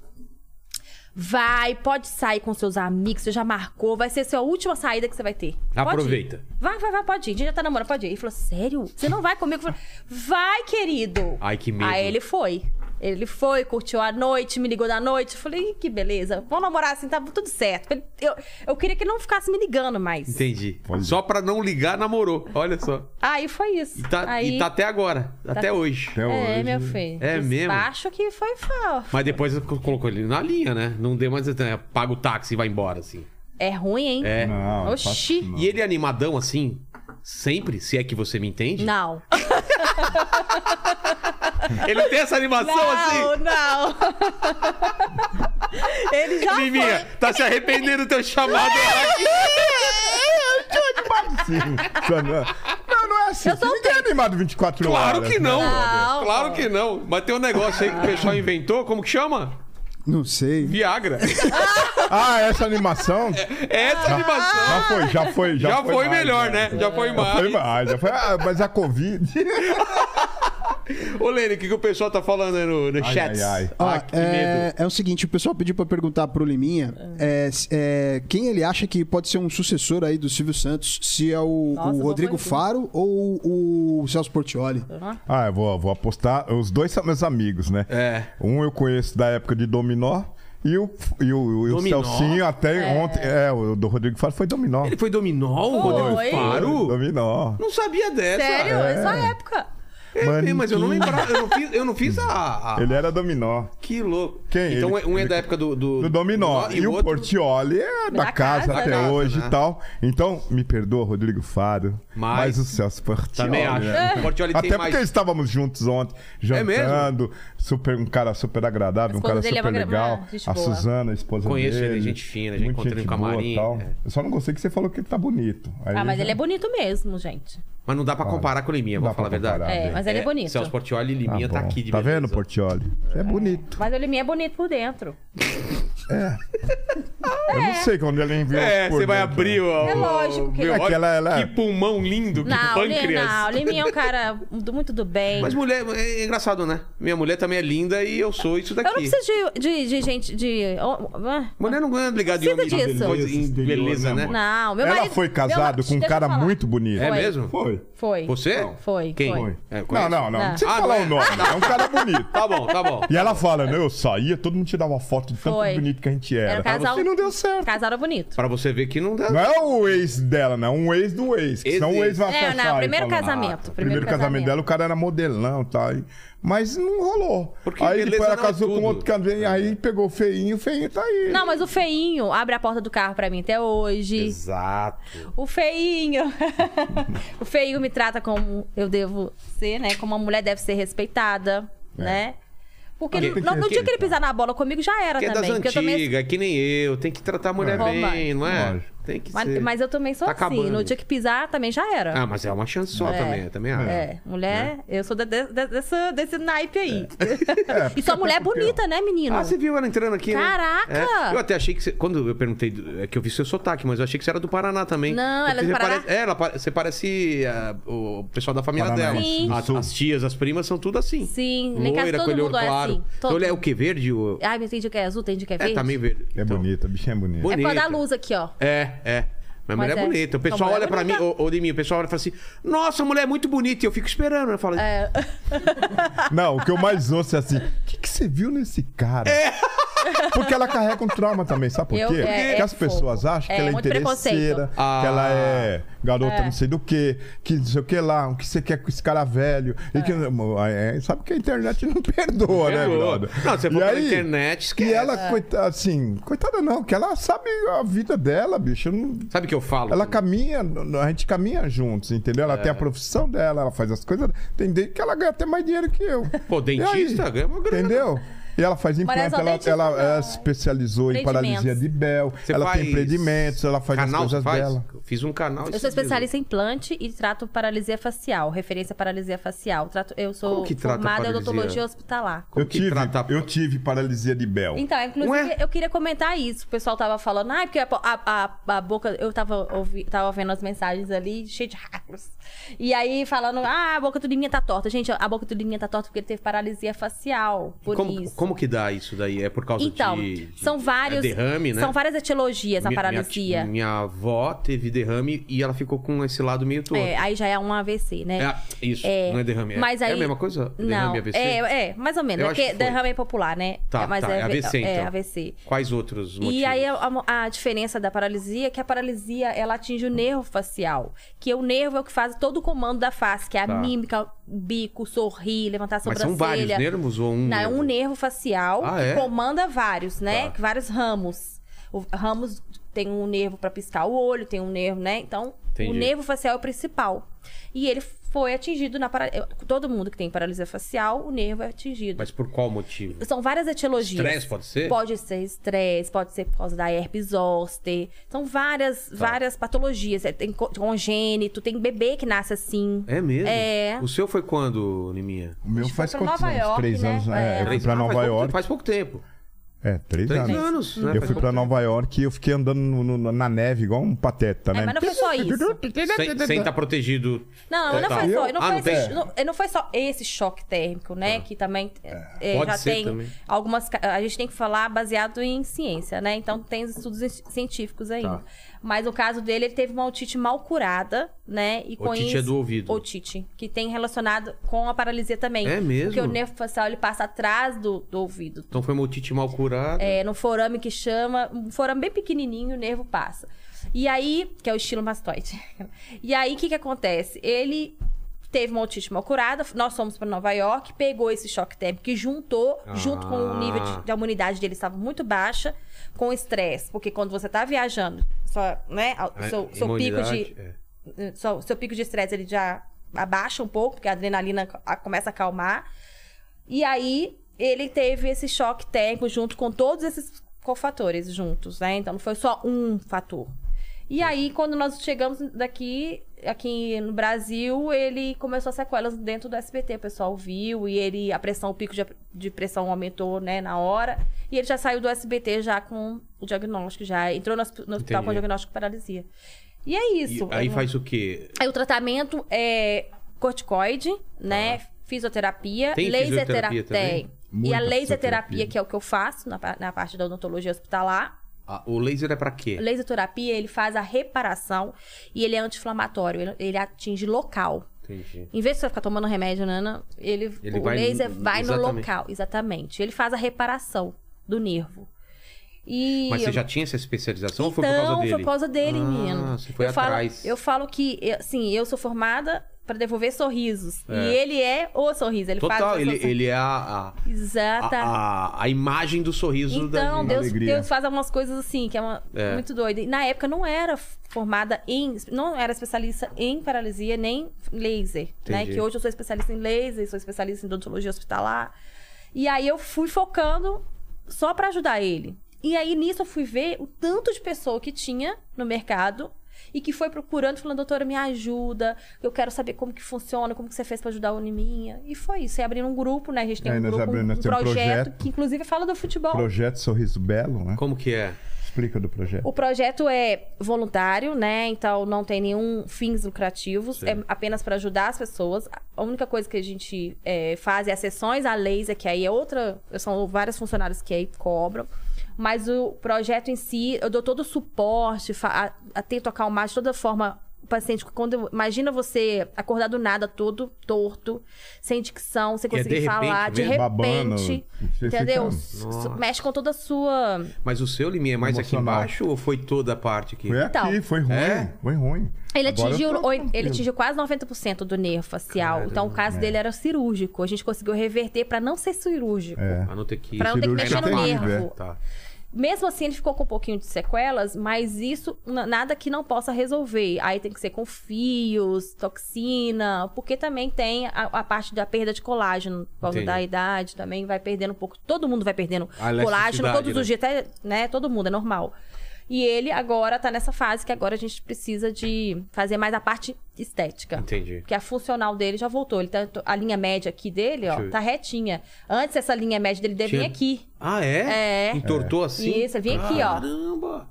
[SPEAKER 5] Vai, pode sair com seus amigos, você já marcou, vai ser a sua última saída que você vai ter. Pode ir.
[SPEAKER 1] Aproveita.
[SPEAKER 5] Vai, vai, vai, pode ir. A gente já tá namorando, pode ir. Ele falou, sério? Você não vai comigo? Eu falei, vai, querido.
[SPEAKER 1] Ai, que medo.
[SPEAKER 5] Aí ele foi. Ele foi, curtiu a noite, me ligou da noite. Eu falei, "Ih, que beleza. Vamos namorar assim, tá tudo certo. Ele- Eu, eu queria que ele não ficasse me ligando mais.
[SPEAKER 1] Entendi. Só pra não ligar, namorou. Olha só.
[SPEAKER 5] Aí foi isso.
[SPEAKER 1] E tá,
[SPEAKER 5] Aí,
[SPEAKER 1] e tá até agora. Até hoje.
[SPEAKER 4] Até
[SPEAKER 5] É,
[SPEAKER 4] hoje. né?
[SPEAKER 5] meu filho.
[SPEAKER 1] É mesmo?
[SPEAKER 5] Acho que foi fal.
[SPEAKER 1] Mas depois você colocou ele na linha, né? Não deu mais. né? Paga o táxi e vai embora, assim.
[SPEAKER 5] É ruim, hein?
[SPEAKER 1] É.
[SPEAKER 4] Não, não faço
[SPEAKER 5] Oxi.
[SPEAKER 4] isso não.
[SPEAKER 1] E ele é animadão, assim, sempre, se é que você me entende.
[SPEAKER 5] Não.
[SPEAKER 1] Ele tem essa animação,
[SPEAKER 5] Não,
[SPEAKER 1] assim.
[SPEAKER 5] não. Ele já foi.
[SPEAKER 1] Liminha, tá se arrependendo do teu chamado.
[SPEAKER 4] Sim, só não, é- não, não é assim.
[SPEAKER 5] Eu sou
[SPEAKER 4] Ninguém é animado 24 horas.
[SPEAKER 1] Claro que não.
[SPEAKER 5] Não.
[SPEAKER 1] Claro que não. Mas tem um negócio aí que o pessoal inventou, como que chama?
[SPEAKER 2] Não sei.
[SPEAKER 1] Viagra.
[SPEAKER 4] Ah, essa animação
[SPEAKER 1] É essa animação.
[SPEAKER 4] já foi, já foi, já,
[SPEAKER 1] Já, foi,
[SPEAKER 4] mais, né?
[SPEAKER 1] melhor, né? Já foi
[SPEAKER 4] Já
[SPEAKER 1] mais.
[SPEAKER 4] foi mais, já foi. Ah, mas a Covid.
[SPEAKER 1] Ô, Lene, o que, que o pessoal tá falando aí no, no
[SPEAKER 4] Ai,
[SPEAKER 1] chat?
[SPEAKER 4] ai, ai.
[SPEAKER 1] Ah,
[SPEAKER 2] Ó,
[SPEAKER 1] que medo.
[SPEAKER 2] é, é o seguinte, o pessoal pediu pra perguntar pro Liminha é, se- é, quem ele acha que pode ser um sucessor aí do Silvio Santos, se é o,
[SPEAKER 5] Nossa,
[SPEAKER 2] o
[SPEAKER 5] boa
[SPEAKER 2] Rodrigo
[SPEAKER 5] pergunta.
[SPEAKER 2] Faro ou o Celso Portioli.
[SPEAKER 4] Ah, eu vou, vou apostar. Os dois são meus amigos, né?
[SPEAKER 1] É.
[SPEAKER 4] Um eu conheço da época de Dominó. E o, e o, e o
[SPEAKER 1] Dominó?
[SPEAKER 4] Celcinho até ontem. É, o do Rodrigo Faro foi Dominó.
[SPEAKER 1] Ele é foi dominó, o Rodrigo
[SPEAKER 5] Foi.
[SPEAKER 1] Faro?
[SPEAKER 4] Dominó.
[SPEAKER 1] Não sabia dessa.
[SPEAKER 5] Sério? É só época.
[SPEAKER 1] É,
[SPEAKER 4] Manequim.
[SPEAKER 1] mas eu não lembrava, eu não fiz, eu não fiz a, a-
[SPEAKER 4] Ele era Dominó.
[SPEAKER 1] Que louco.
[SPEAKER 4] Quem?
[SPEAKER 1] Então
[SPEAKER 4] Ele-
[SPEAKER 1] um é
[SPEAKER 4] ele-
[SPEAKER 1] da época do... Do,
[SPEAKER 4] Do Dominó. E, o
[SPEAKER 1] outro-
[SPEAKER 4] Portioli é da,
[SPEAKER 5] Da
[SPEAKER 4] casa,
[SPEAKER 5] casa,
[SPEAKER 4] até
[SPEAKER 1] né?
[SPEAKER 4] hoje
[SPEAKER 1] Né?
[SPEAKER 4] e tal. Então, me perdoa, Rodrigo Faro.
[SPEAKER 1] Mas-
[SPEAKER 4] Mas, o Celso Portioli.
[SPEAKER 1] Também acho.
[SPEAKER 4] né?
[SPEAKER 1] O Portioli tem
[SPEAKER 4] Até porque
[SPEAKER 1] mais... É
[SPEAKER 4] estávamos juntos ontem, jantando. super, um cara super agradável,
[SPEAKER 5] A
[SPEAKER 4] um cara
[SPEAKER 5] esposa dele é
[SPEAKER 4] super
[SPEAKER 5] uma gra-
[SPEAKER 4] legal.
[SPEAKER 5] uma gente
[SPEAKER 4] a
[SPEAKER 5] boa.
[SPEAKER 4] Suzana, a esposa
[SPEAKER 1] Conheço
[SPEAKER 4] dele.
[SPEAKER 1] ele, gente fina, já
[SPEAKER 4] muito
[SPEAKER 1] encontrei no
[SPEAKER 4] gente boa
[SPEAKER 1] camarim,
[SPEAKER 4] e tal.
[SPEAKER 1] é.
[SPEAKER 4] Eu só não gostei que você falou que ele tá bonito. Aí
[SPEAKER 5] Ah, mas
[SPEAKER 4] já-
[SPEAKER 5] ele é bonito mesmo, gente.
[SPEAKER 1] Mas não dá pra comparar com o Liminha,
[SPEAKER 4] Ah. Não
[SPEAKER 1] vou
[SPEAKER 4] dá pra
[SPEAKER 1] falar a verdade.
[SPEAKER 4] comparar,
[SPEAKER 5] É, mas ele é bonito.
[SPEAKER 1] Celso Portioli e Liminha tá,
[SPEAKER 4] bom.
[SPEAKER 1] aqui de
[SPEAKER 4] Tá vendo,
[SPEAKER 1] beleza.
[SPEAKER 4] Portioli? É, bonito. É.
[SPEAKER 5] Mas o Liminha é bonito por dentro.
[SPEAKER 4] Eu não sei quando ele enviou né?
[SPEAKER 1] É,
[SPEAKER 4] os por
[SPEAKER 1] você vai
[SPEAKER 4] dentro.
[SPEAKER 1] abrir o...
[SPEAKER 5] É lógico que-
[SPEAKER 1] meu,
[SPEAKER 4] É que
[SPEAKER 1] olha
[SPEAKER 4] ela- ela-
[SPEAKER 1] Que pulmão lindo, que
[SPEAKER 5] Não, o Li-
[SPEAKER 1] pâncreas.
[SPEAKER 5] não, o Liminha é um cara do- muito do bem.
[SPEAKER 1] Mas mulher, é engraçado, né? Minha mulher também é linda e eu sou isso daqui.
[SPEAKER 5] Eu não preciso de, de, de gente de. oh, ah.
[SPEAKER 1] Mulher não ganha ligado em
[SPEAKER 5] Precisa
[SPEAKER 1] homem,
[SPEAKER 5] disso.
[SPEAKER 1] coisa em
[SPEAKER 4] Beleza
[SPEAKER 1] beleza,
[SPEAKER 4] exterior,
[SPEAKER 1] né?
[SPEAKER 4] né, amor?
[SPEAKER 5] Não, meu
[SPEAKER 4] Ela
[SPEAKER 5] marido-
[SPEAKER 4] foi
[SPEAKER 5] meu
[SPEAKER 4] casado
[SPEAKER 5] marido-
[SPEAKER 4] com um
[SPEAKER 5] deixa eu
[SPEAKER 4] cara
[SPEAKER 5] falar.
[SPEAKER 4] muito bonito.
[SPEAKER 1] É
[SPEAKER 5] Foi.
[SPEAKER 1] mesmo?
[SPEAKER 4] Foi.
[SPEAKER 5] Foi.
[SPEAKER 1] Você?
[SPEAKER 5] Foi,
[SPEAKER 1] Quem?
[SPEAKER 5] foi.
[SPEAKER 1] É, eu
[SPEAKER 4] Não,
[SPEAKER 1] conheço.
[SPEAKER 4] não, não. Não
[SPEAKER 5] Não.
[SPEAKER 4] precisa
[SPEAKER 1] Ah,
[SPEAKER 4] falar
[SPEAKER 1] não é.
[SPEAKER 4] o nome. É um cara bonito.
[SPEAKER 1] Tá bom, tá bom.
[SPEAKER 4] E ela fala, né? Eu saía, todo mundo tirava foto de tanto
[SPEAKER 5] Foi.
[SPEAKER 4] bonito que a gente era.
[SPEAKER 5] Era um casal-
[SPEAKER 4] E não deu certo.
[SPEAKER 5] Casaram bonito.
[SPEAKER 1] Pra você ver que não dá.
[SPEAKER 4] Não é o ex dela, não. Um ex do ex. Que
[SPEAKER 1] Ex-
[SPEAKER 4] são o ex vai
[SPEAKER 5] É,
[SPEAKER 4] acessar
[SPEAKER 5] não,
[SPEAKER 4] e
[SPEAKER 5] primeiro
[SPEAKER 4] falar.
[SPEAKER 5] casamento,
[SPEAKER 4] primeiro,
[SPEAKER 5] primeiro
[SPEAKER 4] casamento,
[SPEAKER 5] casamento.
[SPEAKER 4] dela, o cara era modelão tá, e tal. e- Mas não rolou.
[SPEAKER 1] Porque
[SPEAKER 4] aí
[SPEAKER 1] beleza
[SPEAKER 4] depois ela
[SPEAKER 1] não é
[SPEAKER 4] casou com
[SPEAKER 1] tudo. É.
[SPEAKER 4] outro cara, e aí pegou o feinho, o feinho tá aí.
[SPEAKER 5] Não, mas o feinho abre a porta do carro pra mim até hoje.
[SPEAKER 1] Exato.
[SPEAKER 5] O feinho. o feinho me trata como eu devo ser, né? Como uma mulher deve ser respeitada, né? Porque
[SPEAKER 1] Porque
[SPEAKER 5] no,
[SPEAKER 1] É. tem
[SPEAKER 5] no-
[SPEAKER 4] que
[SPEAKER 5] no dia que ele
[SPEAKER 4] respeitar.
[SPEAKER 5] pisar na bola comigo já era
[SPEAKER 1] Que é das
[SPEAKER 5] também. porque eu
[SPEAKER 1] antigas,
[SPEAKER 5] também.
[SPEAKER 1] que nem eu. Tem que tratar a mulher
[SPEAKER 5] É.
[SPEAKER 1] bem, não é?
[SPEAKER 4] Lógico.
[SPEAKER 1] Tem que
[SPEAKER 5] Mas,
[SPEAKER 1] ser.
[SPEAKER 5] mas eu também sou
[SPEAKER 1] Tá
[SPEAKER 5] assim.
[SPEAKER 1] acabando.
[SPEAKER 5] No dia que pisar também já era.
[SPEAKER 1] Ah, Né? mas é uma chance só também, eu também acho.
[SPEAKER 5] É, mulher, eu sou de- de- de- dessa- desse naipe aí. e só mulher
[SPEAKER 4] porque-
[SPEAKER 5] bonita, né, menino?
[SPEAKER 1] É. Ah, você viu ela entrando aqui? né?
[SPEAKER 5] Caraca!
[SPEAKER 1] É. Eu até achei que você... Quando eu perguntei... do- É que eu vi seu sotaque, mas eu achei que você era do Paraná também.
[SPEAKER 5] Não, ela é do
[SPEAKER 1] Porque você
[SPEAKER 5] Paraná?
[SPEAKER 1] parece- É, ela pare- você parece ah, o pessoal da família
[SPEAKER 4] Paraná,
[SPEAKER 1] dela.
[SPEAKER 5] Sim. do
[SPEAKER 1] As,
[SPEAKER 4] Sul.
[SPEAKER 1] as tias, as primas são tudo assim.
[SPEAKER 5] Sim, nem casa
[SPEAKER 1] Loira,
[SPEAKER 5] todo
[SPEAKER 1] com olho
[SPEAKER 5] mundo é
[SPEAKER 1] claro.
[SPEAKER 5] assim.
[SPEAKER 1] Então,
[SPEAKER 5] Todo-
[SPEAKER 1] ele é o que? Verde? O...
[SPEAKER 5] Ai, mas tem dia que é azul, tem dia que é
[SPEAKER 1] É,
[SPEAKER 5] verde.
[SPEAKER 1] tá meio verde.
[SPEAKER 4] É
[SPEAKER 1] Então.
[SPEAKER 4] bonita, a bichinha é bonita.
[SPEAKER 5] É por causa da
[SPEAKER 1] bonita.
[SPEAKER 5] luz aqui, ó.
[SPEAKER 1] É, é. Mas a mulher
[SPEAKER 5] Mas
[SPEAKER 1] é
[SPEAKER 5] é.
[SPEAKER 1] bonita. O pessoal
[SPEAKER 5] Então,
[SPEAKER 1] olha
[SPEAKER 5] mulher
[SPEAKER 1] pra mim,
[SPEAKER 5] bonita.
[SPEAKER 1] ô, ô de mim, o pessoal olha e fala assim: Nossa, a mulher é muito bonita. E eu fico esperando. Eu falo, é,
[SPEAKER 4] Não, o que eu mais ouço é assim: o que, que você viu nesse cara?
[SPEAKER 1] É.
[SPEAKER 4] Porque ela carrega um trauma também, sabe por
[SPEAKER 5] Eu-
[SPEAKER 4] quê?
[SPEAKER 5] é,
[SPEAKER 4] Porque
[SPEAKER 5] é
[SPEAKER 4] as pessoas
[SPEAKER 5] fofo.
[SPEAKER 4] acham que
[SPEAKER 5] É,
[SPEAKER 4] ela é
[SPEAKER 5] muito preconceito.
[SPEAKER 4] interesseira,
[SPEAKER 1] Ah.
[SPEAKER 4] que ela é garota não sei do que, que não sei o que lá, o que você quer com esse cara velho. E que, é, sabe que a internet não perdoa, né,
[SPEAKER 1] Perdoa.
[SPEAKER 4] brother?
[SPEAKER 1] Não, você
[SPEAKER 4] E
[SPEAKER 1] for pela
[SPEAKER 4] aí,
[SPEAKER 1] internet, esquece.
[SPEAKER 4] E ela, coitada, assim, coitada não, que ela sabe a vida dela, bicho. não-
[SPEAKER 1] sabe o que eu falo?
[SPEAKER 4] Ela caminha, a gente caminha juntos, entendeu? Ela tem
[SPEAKER 1] É.
[SPEAKER 4] a profissão dela, ela faz as coisas. Tem dia que ela ganha até mais dinheiro que eu.
[SPEAKER 1] Pô, dentista
[SPEAKER 4] E aí?
[SPEAKER 1] ganha uma grana.
[SPEAKER 4] Entendeu? E ela faz
[SPEAKER 5] é
[SPEAKER 4] implante,
[SPEAKER 5] só
[SPEAKER 4] ela,
[SPEAKER 5] dentista,
[SPEAKER 4] ela,
[SPEAKER 5] não.
[SPEAKER 4] ela se especializou em
[SPEAKER 5] Empreendimentos.
[SPEAKER 4] paralisia de Bell,
[SPEAKER 1] Você
[SPEAKER 4] ela
[SPEAKER 1] faz
[SPEAKER 4] tem empreendimentos, ela faz
[SPEAKER 1] canal,
[SPEAKER 4] as coisas
[SPEAKER 1] você faz?
[SPEAKER 4] dela.
[SPEAKER 1] Eu Fiz um canal.
[SPEAKER 5] Eu sou especialista em implante e trato paralisia facial, referência à paralisia facial. Trato, eu sou
[SPEAKER 1] Como que trata
[SPEAKER 5] formada em
[SPEAKER 1] paralisia?
[SPEAKER 5] odontologia hospitalar.
[SPEAKER 1] Como
[SPEAKER 4] eu,
[SPEAKER 1] que
[SPEAKER 4] tive,
[SPEAKER 1] trata-
[SPEAKER 4] eu tive paralisia de Bell.
[SPEAKER 5] Então, inclusive,
[SPEAKER 1] Ué?
[SPEAKER 5] eu queria comentar isso. O pessoal tava falando, ah, porque a, a- a- a boca. Eu tava, ouvi, tava vendo as mensagens ali, cheio de racos. E aí falando, ah, a boca do Liminha tá torta. Gente, a boca do Liminha tá torta porque ele teve paralisia facial. Por
[SPEAKER 1] Como,
[SPEAKER 5] isso.
[SPEAKER 1] como que dá isso daí? É por causa
[SPEAKER 5] Então,
[SPEAKER 1] de, de-
[SPEAKER 5] são vários.
[SPEAKER 1] é derrame, né?
[SPEAKER 5] São várias etiologias a
[SPEAKER 1] Minha-
[SPEAKER 5] paralisia.
[SPEAKER 1] Minha, minha avó teve derrame e ela ficou com esse lado meio torto.
[SPEAKER 5] É, aí já é um AVC, né?
[SPEAKER 1] É, isso,
[SPEAKER 5] É,
[SPEAKER 1] não é derrame. é-
[SPEAKER 5] Mas aí,
[SPEAKER 1] É a mesma coisa? Derrame
[SPEAKER 5] não,
[SPEAKER 1] e AVC?
[SPEAKER 5] É, é, mais ou menos.
[SPEAKER 1] Eu
[SPEAKER 5] é
[SPEAKER 1] acho
[SPEAKER 5] porque
[SPEAKER 1] que foi.
[SPEAKER 5] derrame é popular, né?
[SPEAKER 1] Tá,
[SPEAKER 5] é, mas
[SPEAKER 1] tá, é AVC,
[SPEAKER 5] É,
[SPEAKER 1] então.
[SPEAKER 5] AVC.
[SPEAKER 1] Quais outros motivos?
[SPEAKER 5] E aí, a, a- a diferença da paralisia é que a paralisia, ela atinge o
[SPEAKER 1] Hum.
[SPEAKER 5] nervo facial. Que é o nervo é o que faz todo o comando da face, que é a
[SPEAKER 1] Tá.
[SPEAKER 5] mímica, o bico, sorrir, levantar a
[SPEAKER 1] Mas
[SPEAKER 5] sobrancelha.
[SPEAKER 1] são vários nervos ou um
[SPEAKER 5] Não, é
[SPEAKER 1] nervo?
[SPEAKER 5] um nervo facial
[SPEAKER 1] Ah,
[SPEAKER 5] que
[SPEAKER 1] é?
[SPEAKER 5] comanda vários, né?
[SPEAKER 1] Tá.
[SPEAKER 5] Vários ramos. O- ramos tem um nervo pra piscar o olho, tem um nervo, né? Então,
[SPEAKER 1] Entendi.
[SPEAKER 5] o nervo facial é o principal. E ele foi atingido na para... Todo mundo que tem paralisia facial, o nervo é atingido.
[SPEAKER 1] Mas por qual motivo?
[SPEAKER 5] São várias etiologias.
[SPEAKER 1] Estresse pode ser?
[SPEAKER 5] Pode ser estresse, pode ser por causa da herpes zoster. São várias,
[SPEAKER 1] Tá.
[SPEAKER 5] várias patologias. É, Tem co- congênito, tem bebê que nasce assim.
[SPEAKER 1] É mesmo?
[SPEAKER 5] É.
[SPEAKER 1] O seu foi quando, Niminha?
[SPEAKER 4] O meu
[SPEAKER 5] Acho que
[SPEAKER 4] faz
[SPEAKER 5] foi pra
[SPEAKER 4] quantos
[SPEAKER 5] Nova
[SPEAKER 4] anos?
[SPEAKER 5] York,
[SPEAKER 4] Três
[SPEAKER 5] né?
[SPEAKER 4] anos, né?
[SPEAKER 5] É.
[SPEAKER 4] É, eu fui
[SPEAKER 1] Três-
[SPEAKER 4] pra
[SPEAKER 1] Ah, faz
[SPEAKER 4] Nova
[SPEAKER 1] pouco-
[SPEAKER 4] York.
[SPEAKER 1] Faz pouco tempo.
[SPEAKER 4] É, três,
[SPEAKER 1] Três
[SPEAKER 4] anos.
[SPEAKER 1] anos, né?
[SPEAKER 4] Eu fui pra Nova York e eu fiquei andando no- no- na neve igual um pateta,
[SPEAKER 5] É,
[SPEAKER 4] né?
[SPEAKER 5] mas não foi só isso.
[SPEAKER 1] Sem estar protegido.
[SPEAKER 5] Não, não
[SPEAKER 1] Tá.
[SPEAKER 5] foi só.
[SPEAKER 1] Eu-
[SPEAKER 5] Não,
[SPEAKER 1] Ah,
[SPEAKER 5] foi
[SPEAKER 1] não tem?
[SPEAKER 5] esse, não, não foi só esse choque térmico, né? Que também é,
[SPEAKER 1] Pode
[SPEAKER 5] já
[SPEAKER 1] ser
[SPEAKER 5] tem
[SPEAKER 1] também.
[SPEAKER 5] algumas. ca- A gente tem que falar baseado em ciência, né? Então tem os estudos ci- científicos ainda.
[SPEAKER 1] Tá.
[SPEAKER 5] Mas no caso dele, ele teve uma otite mal curada, né? E com
[SPEAKER 1] Otite
[SPEAKER 5] isso,
[SPEAKER 1] é do ouvido.
[SPEAKER 5] Otite, que tem relacionado com a paralisia também.
[SPEAKER 1] É mesmo?
[SPEAKER 5] Porque o nervo facial ele passa atrás do, do ouvido.
[SPEAKER 1] Então foi motite mal curado.
[SPEAKER 5] É, no forame que chama, um forame bem pequenininho, o nervo passa. E aí, que é o estilo mastoide. E aí, o que que acontece? Ele teve uma otite mal curada, nós fomos para Nova York, pegou esse choque térmico que juntou,
[SPEAKER 1] Ah.
[SPEAKER 5] junto com o nível de, da imunidade dele estava muito baixa, com estresse. Porque quando você está viajando, sua, né, a-
[SPEAKER 1] A
[SPEAKER 5] seu, seu pico
[SPEAKER 1] imunidade,
[SPEAKER 5] de...
[SPEAKER 1] é.
[SPEAKER 5] Seu, seu pico de estresse, ele já abaixa um pouco, porque a adrenalina a- começa a acalmar. E aí ele teve esse choque térmico junto com todos esses cofatores juntos, né? Então não foi só um fator. E aí, quando nós chegamos daqui, aqui no Brasil, ele começou as sequelas dentro do SBT. O pessoal viu e ele, a pressão, o pico de, de pressão aumentou, né, na hora. E ele já saiu do SBT já com o diagnóstico, já entrou no, hosp- no hospital
[SPEAKER 1] Entendi.
[SPEAKER 5] com o diagnóstico de paralisia. E é
[SPEAKER 1] E
[SPEAKER 5] isso.
[SPEAKER 1] aí
[SPEAKER 5] Eu-
[SPEAKER 1] faz o quê?
[SPEAKER 5] Aí o tratamento é corticoide, né? Fisioterapia,
[SPEAKER 1] Tem
[SPEAKER 5] laser
[SPEAKER 1] fisioterapia
[SPEAKER 5] terapia.
[SPEAKER 1] também?
[SPEAKER 5] Tem. E
[SPEAKER 4] Muita
[SPEAKER 5] a laser
[SPEAKER 4] fisioterapia.
[SPEAKER 5] terapia, que é o que eu faço na, pa- na parte da odontologia hospitalar.
[SPEAKER 1] Ah, o laser é pra quê?
[SPEAKER 5] O laser terapia, ele faz a reparação e ele é anti-inflamatório, ele, ele atinge local.
[SPEAKER 1] Entendi.
[SPEAKER 5] Em vez de você ficar tomando remédio, Nana, ele,
[SPEAKER 1] Ele
[SPEAKER 5] o
[SPEAKER 1] vai no-
[SPEAKER 5] laser vai
[SPEAKER 1] exatamente.
[SPEAKER 5] no local, exatamente. Ele faz a reparação do nervo. E
[SPEAKER 1] Mas você
[SPEAKER 5] eu-
[SPEAKER 1] já tinha essa especialização ou
[SPEAKER 5] então,
[SPEAKER 1] foi por causa dele?
[SPEAKER 5] foi por causa dele,
[SPEAKER 1] Ah,
[SPEAKER 5] menino.
[SPEAKER 1] você foi
[SPEAKER 5] eu
[SPEAKER 1] atrás.
[SPEAKER 5] Falo, eu falo que, eu- assim, eu sou formada pra devolver sorrisos.
[SPEAKER 1] É.
[SPEAKER 5] E ele é o sorriso. Ele faz
[SPEAKER 1] Total,
[SPEAKER 5] o
[SPEAKER 1] ele,
[SPEAKER 5] sorriso.
[SPEAKER 1] ele é a, a, a,
[SPEAKER 5] Exata.
[SPEAKER 1] a- a imagem do sorriso da
[SPEAKER 5] Então, Deus,
[SPEAKER 4] alegria.
[SPEAKER 5] Deus faz algumas coisas assim, que é, uma-
[SPEAKER 1] É.
[SPEAKER 5] muito doida. E na época eu não era formada em. Não era especialista em paralisia nem laser. Né?
[SPEAKER 1] Entendi.
[SPEAKER 5] Que hoje eu sou especialista em laser, sou especialista em odontologia hospitalar. E aí eu fui focando só pra ajudar ele. E aí nisso eu fui ver o tanto de pessoa que tinha no mercado. E que foi procurando, falando, doutora, me ajuda, eu quero saber como que funciona, como que você fez pra ajudar a Uniminha. E foi isso, aí abrindo um grupo, né? A gente tem
[SPEAKER 4] Aí
[SPEAKER 5] um
[SPEAKER 4] nós
[SPEAKER 5] grupo, um,
[SPEAKER 4] abrimos, nós
[SPEAKER 5] um
[SPEAKER 4] temos um
[SPEAKER 5] projeto,
[SPEAKER 4] projeto.
[SPEAKER 5] que inclusive fala do futebol.
[SPEAKER 4] Projeto Sorriso Belo, né?
[SPEAKER 1] Como que é?
[SPEAKER 4] Explica do projeto.
[SPEAKER 5] O projeto é voluntário, né? Então não tem nenhum fins lucrativos,
[SPEAKER 1] Sim.
[SPEAKER 5] é apenas para ajudar as pessoas. A única coisa que a gente é, faz é as sessões a laser, que aí é outra. São vários funcionários que aí cobram. Mas o projeto em si, eu dou todo o suporte, fa- a- a- tento acalmar de toda forma o paciente. Quando, imagina você acordar do nada, todo torto, sem dicção, sem
[SPEAKER 1] é de
[SPEAKER 5] conseguir
[SPEAKER 1] repente
[SPEAKER 5] falar, de
[SPEAKER 1] mesmo?
[SPEAKER 5] repente.
[SPEAKER 4] Babando, você
[SPEAKER 5] entendeu?
[SPEAKER 4] fica-
[SPEAKER 5] S- Mexe com toda a sua.
[SPEAKER 1] Mas o seu, Liminha, é mais aqui
[SPEAKER 4] Emocional.
[SPEAKER 1] embaixo ou foi toda a parte aqui?
[SPEAKER 4] Foi
[SPEAKER 5] Então.
[SPEAKER 4] aqui, foi ruim,
[SPEAKER 1] É?
[SPEAKER 4] foi ruim.
[SPEAKER 5] Ele
[SPEAKER 4] Agora eu
[SPEAKER 5] atingiu,
[SPEAKER 4] tô
[SPEAKER 5] oi- ele
[SPEAKER 4] tranquilo.
[SPEAKER 5] atingiu quase 90% do nervo facial. então, o caso dele era cirúrgico. A gente conseguiu reverter pra não ser cirúrgico.
[SPEAKER 4] É.
[SPEAKER 1] Pra não ter que...
[SPEAKER 5] Pra não ter que
[SPEAKER 4] Cirúrgico
[SPEAKER 5] mexer no
[SPEAKER 4] é
[SPEAKER 5] nervo.
[SPEAKER 4] terrível,
[SPEAKER 1] Tá.
[SPEAKER 5] Mesmo assim, ele ficou com um pouquinho de sequelas, mas isso, n- nada que não possa resolver. Aí tem que ser com fios, toxina, porque também tem a, a parte da perda de colágeno. Por causa
[SPEAKER 1] Entendi.
[SPEAKER 5] da idade também, vai perdendo um pouco. Todo mundo vai perdendo
[SPEAKER 1] A
[SPEAKER 5] colágeno
[SPEAKER 1] elasticidade,
[SPEAKER 5] todos
[SPEAKER 1] né?
[SPEAKER 5] os dias, até, né? Todo mundo, é normal. E ele agora tá nessa fase que agora a gente precisa de fazer mais a parte estética.
[SPEAKER 1] Tá, Entendi.
[SPEAKER 5] Porque a funcional dele já voltou. Ele tá, a linha média aqui dele,
[SPEAKER 1] Deixa eu
[SPEAKER 5] ó,
[SPEAKER 1] ver.
[SPEAKER 5] tá retinha. Antes essa linha média dele devia
[SPEAKER 1] Tinha-
[SPEAKER 5] vir aqui.
[SPEAKER 1] Ah, é?
[SPEAKER 5] É.
[SPEAKER 1] Entortou assim?
[SPEAKER 5] Isso, vem aqui, ó.
[SPEAKER 1] Caramba!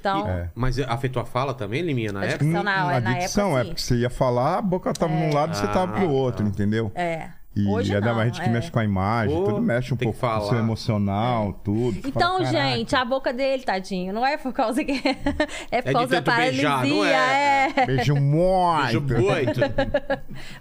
[SPEAKER 5] Então,
[SPEAKER 1] E- Mas afetou a fala também, Liminha, na
[SPEAKER 5] Acho
[SPEAKER 1] época?
[SPEAKER 5] Dicção na-
[SPEAKER 4] a
[SPEAKER 5] na época, assim.
[SPEAKER 4] dicção é
[SPEAKER 5] sim.
[SPEAKER 4] porque você ia falar, a boca tava num lado e você tava
[SPEAKER 1] Ah.
[SPEAKER 4] pro outro, entendeu?
[SPEAKER 5] é.
[SPEAKER 4] E
[SPEAKER 5] Hoje
[SPEAKER 4] ainda
[SPEAKER 5] não,
[SPEAKER 4] mais a gente que
[SPEAKER 5] é.
[SPEAKER 4] mexe com a imagem,
[SPEAKER 1] Pô,
[SPEAKER 4] tudo mexe um
[SPEAKER 1] tem que
[SPEAKER 4] pouco com o seu
[SPEAKER 1] falar. É.
[SPEAKER 4] emocional, tudo. Você
[SPEAKER 5] Então,
[SPEAKER 4] fala, "Caraca".
[SPEAKER 5] gente, a boca dele, tadinho, não é por causa que... é por
[SPEAKER 1] de
[SPEAKER 5] causa da
[SPEAKER 1] tanto
[SPEAKER 5] paralisia,
[SPEAKER 1] beijar, não é?
[SPEAKER 5] é.
[SPEAKER 4] Beijo muito.
[SPEAKER 1] Beijo muito.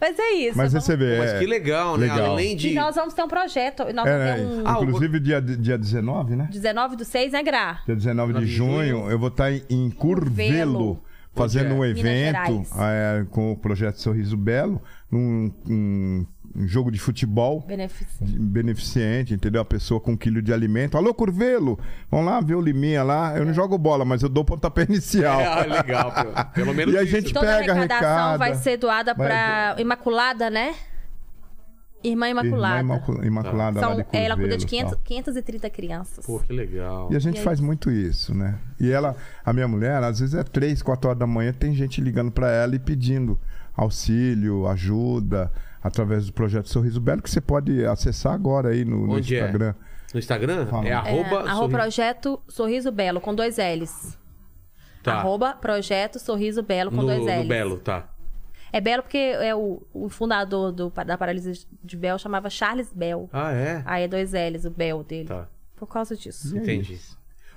[SPEAKER 5] Mas é isso.
[SPEAKER 4] Mas
[SPEAKER 5] vamos-
[SPEAKER 4] você vê.
[SPEAKER 1] Mas
[SPEAKER 4] é-
[SPEAKER 1] que legal, né?
[SPEAKER 4] Legal.
[SPEAKER 1] Além de...
[SPEAKER 5] E nós vamos ter um projeto. Nós
[SPEAKER 4] É,
[SPEAKER 5] vamos ter
[SPEAKER 4] né?
[SPEAKER 5] um...
[SPEAKER 1] Ah,
[SPEAKER 4] Inclusive, dia, dia 19, né?
[SPEAKER 5] 19 do 6, né, Gra?
[SPEAKER 4] Dia 19 de
[SPEAKER 1] de junho.
[SPEAKER 4] junho, eu vou estar em, em Curvelo,
[SPEAKER 5] Curvelo.
[SPEAKER 4] fazendo um
[SPEAKER 5] Um Minas
[SPEAKER 4] evento
[SPEAKER 5] Gerais.
[SPEAKER 4] é, com o projeto Sorriso Belo, num um- um jogo de futebol.
[SPEAKER 5] Benefício.
[SPEAKER 4] de- beneficente, entendeu? A pessoa com um quilo de alimento. Alô, Curvelo! Vão lá ver o Liminha lá. Eu não jogo bola, mas eu dou pontapé inicial.
[SPEAKER 1] Ah, legal, pelo, pelo menos
[SPEAKER 4] E a
[SPEAKER 1] isso.
[SPEAKER 4] gente
[SPEAKER 5] Toda a
[SPEAKER 4] pega,
[SPEAKER 5] arrecadação
[SPEAKER 4] arrecada.
[SPEAKER 5] vai ser doada
[SPEAKER 4] Vai-
[SPEAKER 5] pra Imaculada, né? Irmã Imaculada.
[SPEAKER 4] Irmã Imacul- Imaculada lá
[SPEAKER 5] São,
[SPEAKER 4] de
[SPEAKER 5] é, ela cuida de
[SPEAKER 4] Curvelo,
[SPEAKER 5] 500,
[SPEAKER 4] tal.
[SPEAKER 5] 530 crianças.
[SPEAKER 1] Pô, que legal.
[SPEAKER 4] E a gente
[SPEAKER 5] E aí-
[SPEAKER 4] faz muito isso, né? E ela, a minha mulher, às vezes é três, quatro horas da manhã, tem gente ligando pra ela e pedindo auxílio, ajuda, através do projeto Sorriso Belo, que você pode acessar agora aí no, no
[SPEAKER 1] Onde é?
[SPEAKER 4] Instagram.
[SPEAKER 1] No Instagram?
[SPEAKER 4] Fala.
[SPEAKER 1] É
[SPEAKER 4] É,
[SPEAKER 1] arroba.
[SPEAKER 5] arroba
[SPEAKER 1] sorri-
[SPEAKER 5] projeto Sorriso Belo, com dois L's.
[SPEAKER 1] Tá.
[SPEAKER 5] Arroba projeto Sorriso Belo, com
[SPEAKER 1] no,
[SPEAKER 5] dois L's.
[SPEAKER 1] no Belo, tá.
[SPEAKER 5] É Belo porque é o, o fundador do, da paralisia de Bell chamava Charles Bell.
[SPEAKER 1] Ah, é?
[SPEAKER 5] Aí é dois L's, o Bell dele.
[SPEAKER 1] Tá. Hum,
[SPEAKER 5] Por causa disso.
[SPEAKER 1] Entendi.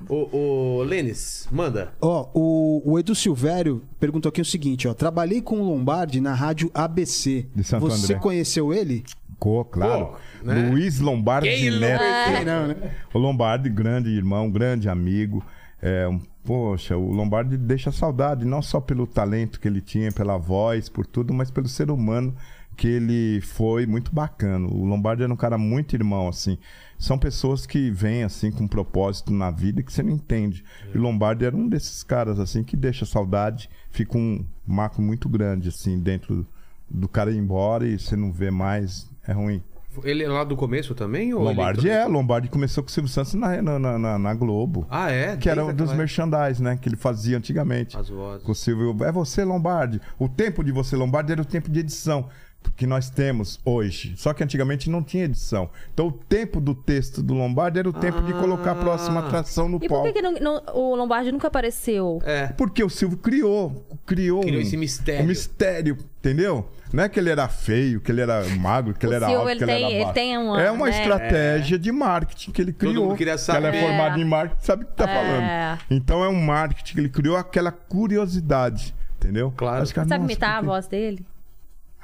[SPEAKER 1] Ô, ô, Lênis, manda.
[SPEAKER 2] Ó, o, o Edu Silvério perguntou aqui o seguinte, ó. Trabalhei com o Lombardi na rádio ABC.
[SPEAKER 4] De Santo
[SPEAKER 2] Você
[SPEAKER 4] André.
[SPEAKER 2] conheceu ele?
[SPEAKER 4] Co, claro.
[SPEAKER 1] Co, né?
[SPEAKER 4] Luiz Lombardi
[SPEAKER 1] Quem não
[SPEAKER 4] Neto.
[SPEAKER 1] É.
[SPEAKER 2] Sei Não, né?
[SPEAKER 4] O Lombardi, grande irmão, grande amigo. É, um- poxa, o Lombardi deixa saudade, não só pelo talento que ele tinha, pela voz, por tudo, mas pelo ser humano que ele foi muito bacana. O Lombardi era um cara muito irmão, assim. São pessoas que vêm, assim, com um propósito na vida que você não entende. E o Lombardi era um desses caras, assim, que deixa saudade, fica um marco muito grande, assim, dentro do cara ir embora e você não vê mais. É ruim.
[SPEAKER 1] Ele é lá do começo também? Ou
[SPEAKER 4] Lombardi
[SPEAKER 1] ele...
[SPEAKER 4] é, Lombardi começou com o Silvio Santos na, na, na- na Globo.
[SPEAKER 1] Ah, é?
[SPEAKER 4] Que era um
[SPEAKER 1] Desde
[SPEAKER 4] dos
[SPEAKER 1] aquela-
[SPEAKER 4] merchandise, né? Que ele fazia antigamente.
[SPEAKER 1] As vozes.
[SPEAKER 4] Com o Silvio. É você, Lombardi. O tempo de você, Lombardi, era o tempo de edição que nós temos hoje. Só que antigamente não tinha edição. Então o tempo do texto do Lombardi era o tempo de colocar a próxima
[SPEAKER 1] Ah.
[SPEAKER 4] atração no
[SPEAKER 5] E por que,
[SPEAKER 4] palco.
[SPEAKER 5] que não- não- o Lombardi nunca apareceu?
[SPEAKER 1] É.
[SPEAKER 4] Porque o Silvio criou, criou,
[SPEAKER 1] Criou esse mistério.
[SPEAKER 4] um mistério, entendeu? Não é que ele era feio, que ele era magro, que
[SPEAKER 5] O
[SPEAKER 4] ele era
[SPEAKER 5] Silvio,
[SPEAKER 4] alto,
[SPEAKER 5] ele
[SPEAKER 4] que ele
[SPEAKER 5] tem-
[SPEAKER 4] era
[SPEAKER 5] ele
[SPEAKER 4] baixo.
[SPEAKER 5] tem uma,
[SPEAKER 4] é uma
[SPEAKER 5] né?
[SPEAKER 4] estratégia de marketing que ele criou.
[SPEAKER 1] mundo queria
[SPEAKER 4] Que Ela
[SPEAKER 1] saber.
[SPEAKER 4] é formada em marketing, sabe o que tá
[SPEAKER 5] É.
[SPEAKER 4] falando. Então é um marketing que ele criou aquela curiosidade, entendeu?
[SPEAKER 1] Claro.
[SPEAKER 4] Os caras,
[SPEAKER 5] Sabe
[SPEAKER 4] "Nossa,
[SPEAKER 5] imitar a
[SPEAKER 4] por quê?"
[SPEAKER 5] voz dele?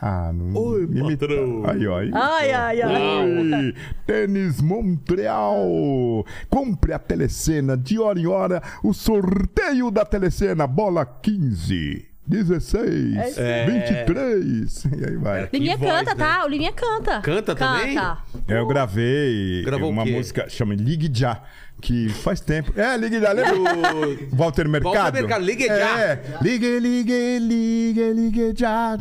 [SPEAKER 4] Ah, não.
[SPEAKER 1] Oi,
[SPEAKER 4] imita.
[SPEAKER 1] patrão.
[SPEAKER 4] Aí, ó. aí.
[SPEAKER 5] Ai, ai, ai.
[SPEAKER 4] Oi, Tênis Montreal. Compre a Telecena de hora em hora. O sorteio da Telecena. Bola 15, 16,
[SPEAKER 1] É.
[SPEAKER 4] 23. E aí vai.
[SPEAKER 1] Que
[SPEAKER 5] Livinha
[SPEAKER 1] voz,
[SPEAKER 5] canta,
[SPEAKER 1] né?
[SPEAKER 5] tá? O Livinha canta.
[SPEAKER 1] Canta também?
[SPEAKER 4] Eu gravei
[SPEAKER 1] Gravou
[SPEAKER 4] uma
[SPEAKER 1] o quê?
[SPEAKER 4] música chama Ligue Já, que faz tempo. É, Ligue Já, lembra?
[SPEAKER 1] Do-
[SPEAKER 4] Walter Mercado.
[SPEAKER 1] Walter Mercado, Ligue Já.
[SPEAKER 4] É, ligue, ligue, ligue, ligue já.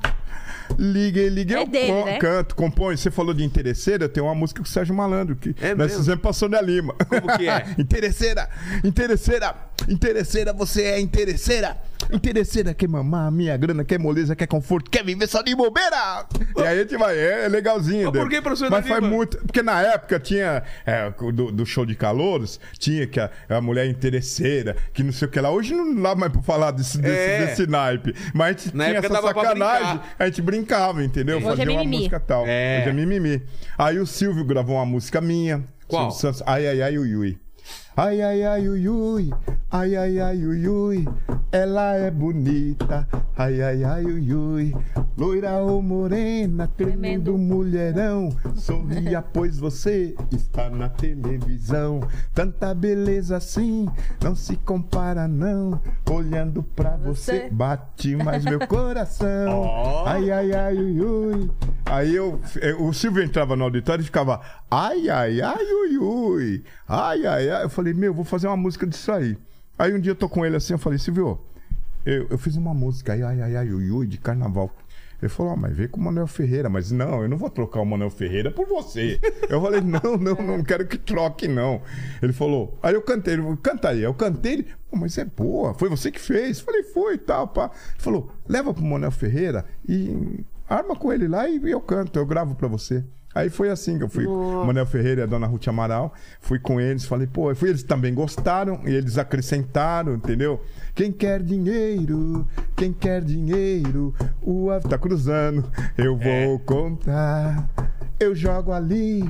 [SPEAKER 4] Ligue, ligue.
[SPEAKER 5] É
[SPEAKER 4] eu
[SPEAKER 5] dele,
[SPEAKER 4] con-
[SPEAKER 5] né?
[SPEAKER 4] canto, compõe. Você falou de interesseira, eu tenho uma música com o Sérgio Malandro. Que
[SPEAKER 1] É
[SPEAKER 4] nós
[SPEAKER 1] mesmo?
[SPEAKER 4] fizemos pra Sônia Lima.
[SPEAKER 1] Como que é?
[SPEAKER 4] interesseira, interesseira, interesseira, você é interesseira. Interesseira quer mamar a minha grana, quer moleza, quer conforto, quer viver só de bobeira. E aí a gente vai, é, é legalzinho.
[SPEAKER 1] Mas
[SPEAKER 4] dele.
[SPEAKER 1] por que, professor
[SPEAKER 4] Mas
[SPEAKER 1] Daniel?
[SPEAKER 4] faz muito muito- Porque na época tinha. é, do, do show de calouros, tinha que a, a mulher interesseira, que não sei o que lá. Hoje não dá mais pra falar desse, desse,
[SPEAKER 1] É.
[SPEAKER 4] desse naipe. Mas a gente
[SPEAKER 1] Na
[SPEAKER 4] tinha
[SPEAKER 1] época
[SPEAKER 4] essa
[SPEAKER 1] dava pra
[SPEAKER 4] sacanagem.
[SPEAKER 1] brincar.
[SPEAKER 4] A gente brincava, entendeu?
[SPEAKER 5] Hoje é
[SPEAKER 4] Fazia uma
[SPEAKER 5] mimimi.
[SPEAKER 4] música tal.
[SPEAKER 1] É.
[SPEAKER 4] Hoje é mimimi. Aí o Silvio gravou uma música minha.
[SPEAKER 1] Qual?
[SPEAKER 4] Silvio Santos, ai, ai, ai, ui, ui. Ai, ai, ai, ui, ui. Ai, ai, ai, ui, ui. Ela é bonita. Ai, ai, ai, ui, ui. Loira ou morena, tremendo
[SPEAKER 5] Tremendo.
[SPEAKER 4] um mulherão, sorria, pois você está na televisão. Tanta beleza assim, não se compara, não. Olhando pra você,
[SPEAKER 5] Você.
[SPEAKER 4] bate mais meu coração.
[SPEAKER 1] Ó.
[SPEAKER 4] Ai, ai, ai, ui, ui. Aí eu, eu- o Silvio entrava no auditório e ficava, ai, ai, ai, ui, ui. Ai, ai, ai. Eu falei, meu, vou fazer uma música disso aí. Aí um dia eu tô com ele assim, eu falei, Silvio, eu, eu fiz uma música, ai, ai, ai, ai, ui, ui, de carnaval. Ele falou, ah, mas vê com o Manuel Ferreira. Mas não, eu não vou trocar o Manuel Ferreira por você. Eu falei, não, não, não quero que troque, não. Ele falou, aí eu cantei, ele falou, canta aí. Eu cantei, ele, pô, mas é boa, foi você que fez. Falei, foi e tal, pá. Ele falou, leva pro Manuel Ferreira e arma com ele lá e eu canto, eu gravo pra você. Aí foi assim que eu fui. O Manuel Ferreira e a dona Ruth Amaral. Fui com eles, falei, pô, eu fui, eles também gostaram e eles acrescentaram, entendeu? Quem quer dinheiro, quem quer dinheiro, o ave tá cruzando, eu vou contar. Eu jogo ali,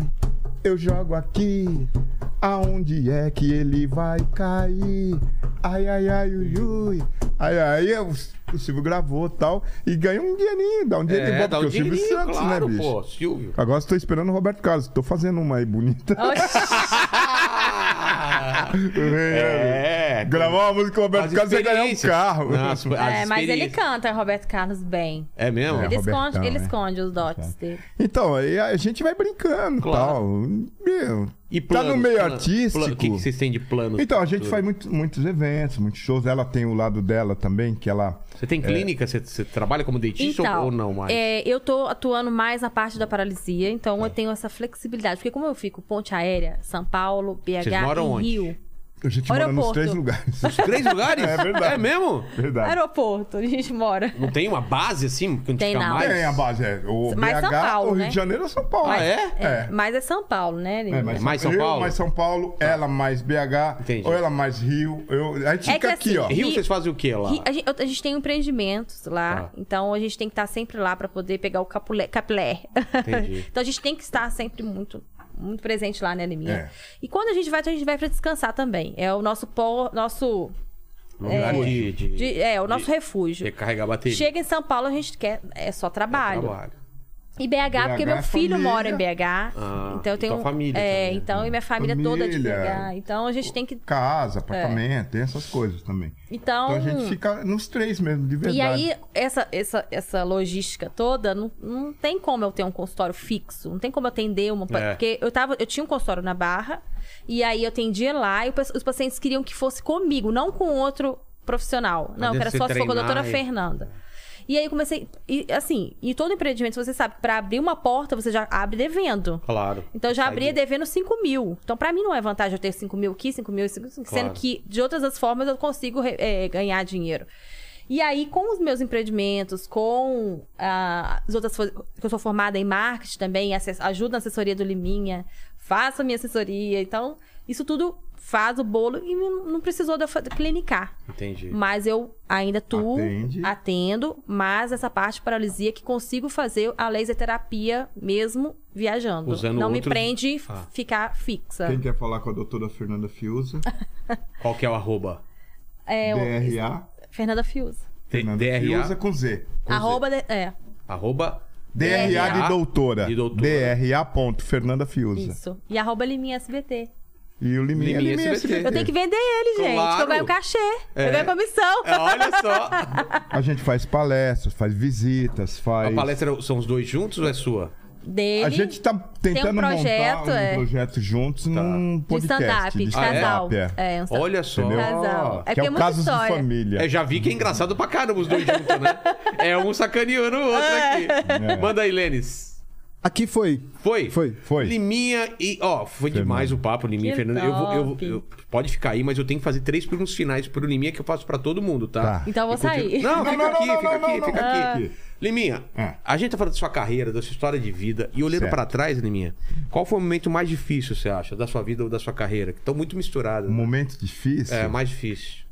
[SPEAKER 4] eu jogo aqui, aonde é que ele vai cair? Ai, ai, ai, ui, ui. Ai, ai, eu- o Silvio gravou tal e ganhou um dinheirinho, dá um dinheirinho bom,
[SPEAKER 1] dá um
[SPEAKER 4] porque o Silvio
[SPEAKER 1] dinheirinho,
[SPEAKER 4] Santos,
[SPEAKER 1] claro,
[SPEAKER 4] né, bicho?
[SPEAKER 1] pô, Silvio.
[SPEAKER 4] Agora estou esperando o Roberto Carlos. Estou fazendo uma aí bonita.
[SPEAKER 5] Ah.
[SPEAKER 1] É,
[SPEAKER 4] Gravar uma música com o Roberto
[SPEAKER 1] As
[SPEAKER 4] Carlos é ganhar um
[SPEAKER 1] experiências.
[SPEAKER 4] carro.
[SPEAKER 1] Não, as- as
[SPEAKER 5] É, mas ele
[SPEAKER 1] experiências.
[SPEAKER 5] canta, Roberto Carlos, bem.
[SPEAKER 1] É Tá. mesmo?
[SPEAKER 4] É.
[SPEAKER 5] Ele,
[SPEAKER 4] Robertão,
[SPEAKER 5] esconde, ele
[SPEAKER 4] né?
[SPEAKER 5] esconde os dotes dele.
[SPEAKER 4] Então, aí a gente vai brincando
[SPEAKER 1] Claro.
[SPEAKER 4] tal. Meu,
[SPEAKER 1] E
[SPEAKER 4] tá no
[SPEAKER 1] planos,
[SPEAKER 4] meio
[SPEAKER 1] plano-
[SPEAKER 4] artístico.
[SPEAKER 1] plano- O que que vocês têm de plano?
[SPEAKER 4] Então, a gente faz muito- muitos eventos, muitos shows. Ela tem o lado dela também, que ela.
[SPEAKER 1] Você tem clínica? Você, você trabalha como dentista ou-
[SPEAKER 5] Então,
[SPEAKER 1] ou não mais?
[SPEAKER 5] é, eu tô atuando mais na parte da paralisia,
[SPEAKER 1] Tá.
[SPEAKER 5] então eu tenho essa flexibilidade. Porque como eu fico Ponte Aérea, São Paulo, BH
[SPEAKER 1] Vocês moram
[SPEAKER 5] e
[SPEAKER 1] onde?
[SPEAKER 5] Rio,
[SPEAKER 4] A gente mora nos
[SPEAKER 5] Aeroporto.
[SPEAKER 4] três lugares.
[SPEAKER 1] Três lugares?
[SPEAKER 4] É verdade.
[SPEAKER 1] É mesmo?
[SPEAKER 4] Verdade.
[SPEAKER 5] Aeroporto, a gente mora.
[SPEAKER 1] Não tem uma base assim? Que não
[SPEAKER 5] Tem
[SPEAKER 1] fica
[SPEAKER 5] não.
[SPEAKER 1] mais?
[SPEAKER 4] Tem a base, é. O
[SPEAKER 5] Mas
[SPEAKER 4] BH,
[SPEAKER 5] São Paulo,
[SPEAKER 4] o Rio
[SPEAKER 5] né?
[SPEAKER 4] de Janeiro ou São Paulo.
[SPEAKER 1] Ah, é?
[SPEAKER 4] É.
[SPEAKER 5] Mas é São Paulo, né? Lino?
[SPEAKER 4] É,
[SPEAKER 1] É mais São
[SPEAKER 4] eu,
[SPEAKER 1] Paulo? Tá.
[SPEAKER 4] mais São Paulo, ela mais BH,
[SPEAKER 1] Entendi.
[SPEAKER 4] ou ela mais Rio. Eu, a gente
[SPEAKER 5] É
[SPEAKER 4] fica
[SPEAKER 5] que
[SPEAKER 4] aqui,
[SPEAKER 5] assim,
[SPEAKER 4] ó.
[SPEAKER 1] Em Rio vocês fazem o quê é lá?
[SPEAKER 5] Ri- A gente, a gente tem empreendimentos lá,
[SPEAKER 1] Tá.
[SPEAKER 5] então a gente tem que estar sempre lá para poder pegar o capulé, capilé.
[SPEAKER 1] Entendi.
[SPEAKER 5] então a gente tem que estar sempre muito, muito presente lá, né, Leminha?
[SPEAKER 4] É.
[SPEAKER 5] E quando a gente vai, a gente vai para descansar também. É o nosso pó, nosso,
[SPEAKER 1] Lugar de, de,
[SPEAKER 5] de- é o nosso
[SPEAKER 1] de-
[SPEAKER 5] refúgio.
[SPEAKER 1] de carregar a bateria.
[SPEAKER 5] Chega em São Paulo, a gente quer é só trabalho.
[SPEAKER 1] Trabalho.
[SPEAKER 5] E BH, porque
[SPEAKER 4] BH é
[SPEAKER 5] meu filho
[SPEAKER 4] família.
[SPEAKER 5] mora em BH.
[SPEAKER 1] Ah,
[SPEAKER 5] então eu tenho
[SPEAKER 1] tua família
[SPEAKER 5] é,
[SPEAKER 1] também.
[SPEAKER 5] então e minha família, toda de
[SPEAKER 4] Família.
[SPEAKER 5] BH. Então a gente tem que
[SPEAKER 4] Casa, apartamento, tem essas coisas também.
[SPEAKER 5] É. então,
[SPEAKER 4] Então a gente fica nos três mesmo, de verdade.
[SPEAKER 5] E aí, essa, essa, essa logística toda, não, não tem como eu ter um consultório fixo, não tem como eu atender uma. pa-
[SPEAKER 1] É.
[SPEAKER 5] Porque eu, tava, eu tinha um consultório na Barra, e aí eu atendia lá, e o pe- os pacientes queriam que fosse comigo, não com outro profissional. Não, eu
[SPEAKER 1] deve
[SPEAKER 5] quero
[SPEAKER 1] ser
[SPEAKER 5] só se for com a
[SPEAKER 1] treinar
[SPEAKER 5] doutora
[SPEAKER 1] e-
[SPEAKER 5] Fernanda. E aí eu comecei. E, assim, e todo empreendimento, você sabe, para abrir uma porta, você já abre devendo.
[SPEAKER 1] Claro.
[SPEAKER 5] Então eu já
[SPEAKER 1] Sai
[SPEAKER 5] abria
[SPEAKER 1] de-
[SPEAKER 5] devendo 5 mil. Então, pra mim, não é vantagem eu ter 5 mil aqui, 5 mil, 5 mil,
[SPEAKER 1] Claro.
[SPEAKER 5] sendo que de outras as formas eu consigo re- eh, ganhar dinheiro. E aí, com os meus empreendimentos, com ah, as outras coisas. que Eu sou formada em marketing também, assess- ajudo na assessoria do Liminha, faço a minha assessoria. Então, isso tudo faz o bolo e não não precisou de eu fa- clinicar.
[SPEAKER 1] Entendi.
[SPEAKER 5] Mas eu ainda tu
[SPEAKER 4] Atende.
[SPEAKER 5] atendo, mas essa parte de paralisia que consigo fazer a laser terapia mesmo viajando.
[SPEAKER 1] Usando
[SPEAKER 5] Não
[SPEAKER 1] outros-
[SPEAKER 5] me prende f-
[SPEAKER 1] Ah.
[SPEAKER 5] ficar fixa.
[SPEAKER 4] Quem quer falar com a doutora Fernanda Fiuza?
[SPEAKER 1] Qual que é o arroba?
[SPEAKER 5] É, o-
[SPEAKER 4] DRA.
[SPEAKER 5] Fernanda Fiuza.
[SPEAKER 4] Fernanda
[SPEAKER 1] DRA.
[SPEAKER 4] Fiuza com Z.
[SPEAKER 5] Arroba de- é,
[SPEAKER 1] Arroba.
[SPEAKER 4] DRA de doutora.
[SPEAKER 1] De doutora.
[SPEAKER 4] DRA. Ponto, Fernanda Fiuza.
[SPEAKER 5] isso. E arroba Liminha SBT.
[SPEAKER 4] E o Liminha.
[SPEAKER 1] Liminha
[SPEAKER 4] Liminha
[SPEAKER 1] SBT.
[SPEAKER 4] SBT.
[SPEAKER 5] Eu tenho que vender ele, gente.
[SPEAKER 1] Claro.
[SPEAKER 5] Que eu ganho cachê.
[SPEAKER 1] É.
[SPEAKER 5] Eu ganho comissão.
[SPEAKER 1] É, olha só.
[SPEAKER 4] A gente faz palestras, faz visitas, faz.
[SPEAKER 1] A palestra são os dois juntos ou é sua?
[SPEAKER 5] Dele.
[SPEAKER 4] A gente tá tentando
[SPEAKER 5] projeto,
[SPEAKER 4] montar um
[SPEAKER 5] é.
[SPEAKER 4] projeto juntos
[SPEAKER 1] Tá.
[SPEAKER 4] num
[SPEAKER 5] de
[SPEAKER 4] podcast.
[SPEAKER 5] stand-up, de
[SPEAKER 4] stand-up,
[SPEAKER 5] casal.
[SPEAKER 4] é.
[SPEAKER 5] um stand-
[SPEAKER 1] Olha só.
[SPEAKER 4] Entendeu?
[SPEAKER 5] Casal. É
[SPEAKER 4] que
[SPEAKER 5] porque
[SPEAKER 4] é
[SPEAKER 5] é
[SPEAKER 4] o
[SPEAKER 5] muita
[SPEAKER 4] Casos de
[SPEAKER 5] história.
[SPEAKER 4] Família.
[SPEAKER 1] É, já vi que é engraçado pra caramba os dois juntos, né? É um sacaneando o outro aqui.
[SPEAKER 4] É.
[SPEAKER 1] Manda aí, Lênis.
[SPEAKER 2] Aqui foi.
[SPEAKER 1] Foi?
[SPEAKER 2] Foi.
[SPEAKER 4] Foi.
[SPEAKER 1] Liminha e. Ó, foi demais o papo, Liminha e
[SPEAKER 5] Que
[SPEAKER 1] Fernanda. Eu vou, eu, vou-
[SPEAKER 5] top.
[SPEAKER 1] eu- pode ficar aí, mas eu tenho que fazer três perguntas finais pro Liminha que eu faço pra todo mundo, tá?
[SPEAKER 4] Tá.
[SPEAKER 5] Então eu vou sair.
[SPEAKER 1] Não,
[SPEAKER 4] Não,
[SPEAKER 1] fica
[SPEAKER 4] não, não,
[SPEAKER 1] aqui,
[SPEAKER 4] não,
[SPEAKER 1] fica
[SPEAKER 4] não,
[SPEAKER 1] aqui,
[SPEAKER 4] não,
[SPEAKER 1] fica
[SPEAKER 4] não.
[SPEAKER 1] aqui. Liminha,
[SPEAKER 4] Ah.
[SPEAKER 1] a gente tá falando da sua carreira, da sua história de vida, e olhando
[SPEAKER 4] Certo.
[SPEAKER 1] pra trás, Liminha, qual foi o momento mais difícil, você acha, da sua vida ou da sua carreira? Que estão muito misturadas.
[SPEAKER 4] Um momento difícil.
[SPEAKER 1] É, mais difícil.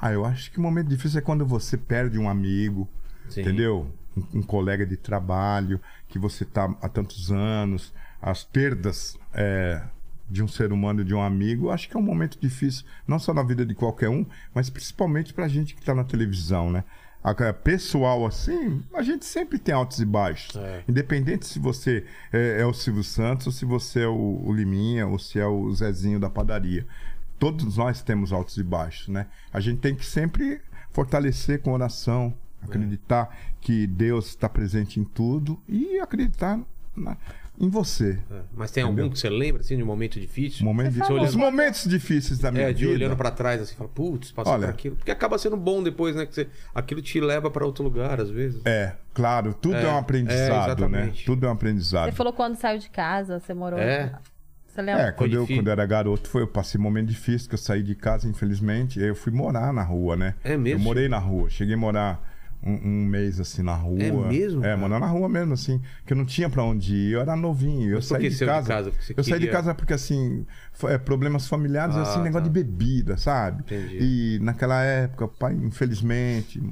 [SPEAKER 4] Ah, eu acho que o momento difícil é quando você perde um amigo,
[SPEAKER 1] Sim.
[SPEAKER 4] entendeu? Um, um colega de trabalho que você tá há tantos anos, as perdas é, de um ser humano, de um amigo, eu acho que é um momento difícil, não só na vida de qualquer um, mas principalmente pra gente que tá na televisão, né? A- a- Pessoal, assim, a gente sempre tem altos e baixos. Independente se você é, é o Silvio Santos, ou se você é o, o Liminha, ou se é o Zezinho da padaria todos nós temos altos e baixos, né? A gente tem que sempre fortalecer com oração, acreditar que Deus está presente em tudo e acreditar na- em você.
[SPEAKER 1] É. Mas tem algum que você lembra, assim, de um momento difícil?
[SPEAKER 5] É
[SPEAKER 4] Momento de-
[SPEAKER 1] falou.
[SPEAKER 4] Os momentos difíceis da assim, minha
[SPEAKER 1] É, de
[SPEAKER 4] vida.
[SPEAKER 1] olhando pra trás, assim, fala, putz, passou
[SPEAKER 4] Olha.
[SPEAKER 1] por aquilo. Porque acaba sendo bom depois, né? Que você- aquilo te leva pra outro lugar, às vezes.
[SPEAKER 4] É, claro, tudo é,
[SPEAKER 1] É,
[SPEAKER 4] um
[SPEAKER 1] é,
[SPEAKER 4] aprendizado, né?
[SPEAKER 1] exatamente.
[SPEAKER 4] Tudo é um aprendizado.
[SPEAKER 5] Você falou quando saiu de casa, você morou.
[SPEAKER 1] É.
[SPEAKER 5] Você
[SPEAKER 4] É,
[SPEAKER 5] lembra?
[SPEAKER 4] quando eu,
[SPEAKER 1] difícil.
[SPEAKER 4] quando eu era garoto, foi, eu passei um momento difícil, que eu saí de casa, infelizmente, e aí eu fui morar na rua, né?
[SPEAKER 1] É mesmo?
[SPEAKER 4] Eu morei na rua, cheguei a morar um, um mês, assim, na rua.
[SPEAKER 1] É mesmo,
[SPEAKER 4] É,
[SPEAKER 1] cara?
[SPEAKER 4] morar na rua mesmo, assim, que eu não tinha pra onde ir, eu era novinho, eu
[SPEAKER 1] Mas por
[SPEAKER 4] saí
[SPEAKER 1] que
[SPEAKER 4] de
[SPEAKER 1] saiu de
[SPEAKER 4] casa.
[SPEAKER 1] casa? Porque você
[SPEAKER 4] eu saí de
[SPEAKER 1] queria-
[SPEAKER 4] casa porque, assim, fo- é, problemas familiares,
[SPEAKER 1] Ah,
[SPEAKER 4] assim, negócio
[SPEAKER 1] tá.
[SPEAKER 4] de bebida, sabe?
[SPEAKER 1] Entendi.
[SPEAKER 4] E naquela época, o pai, infelizmente...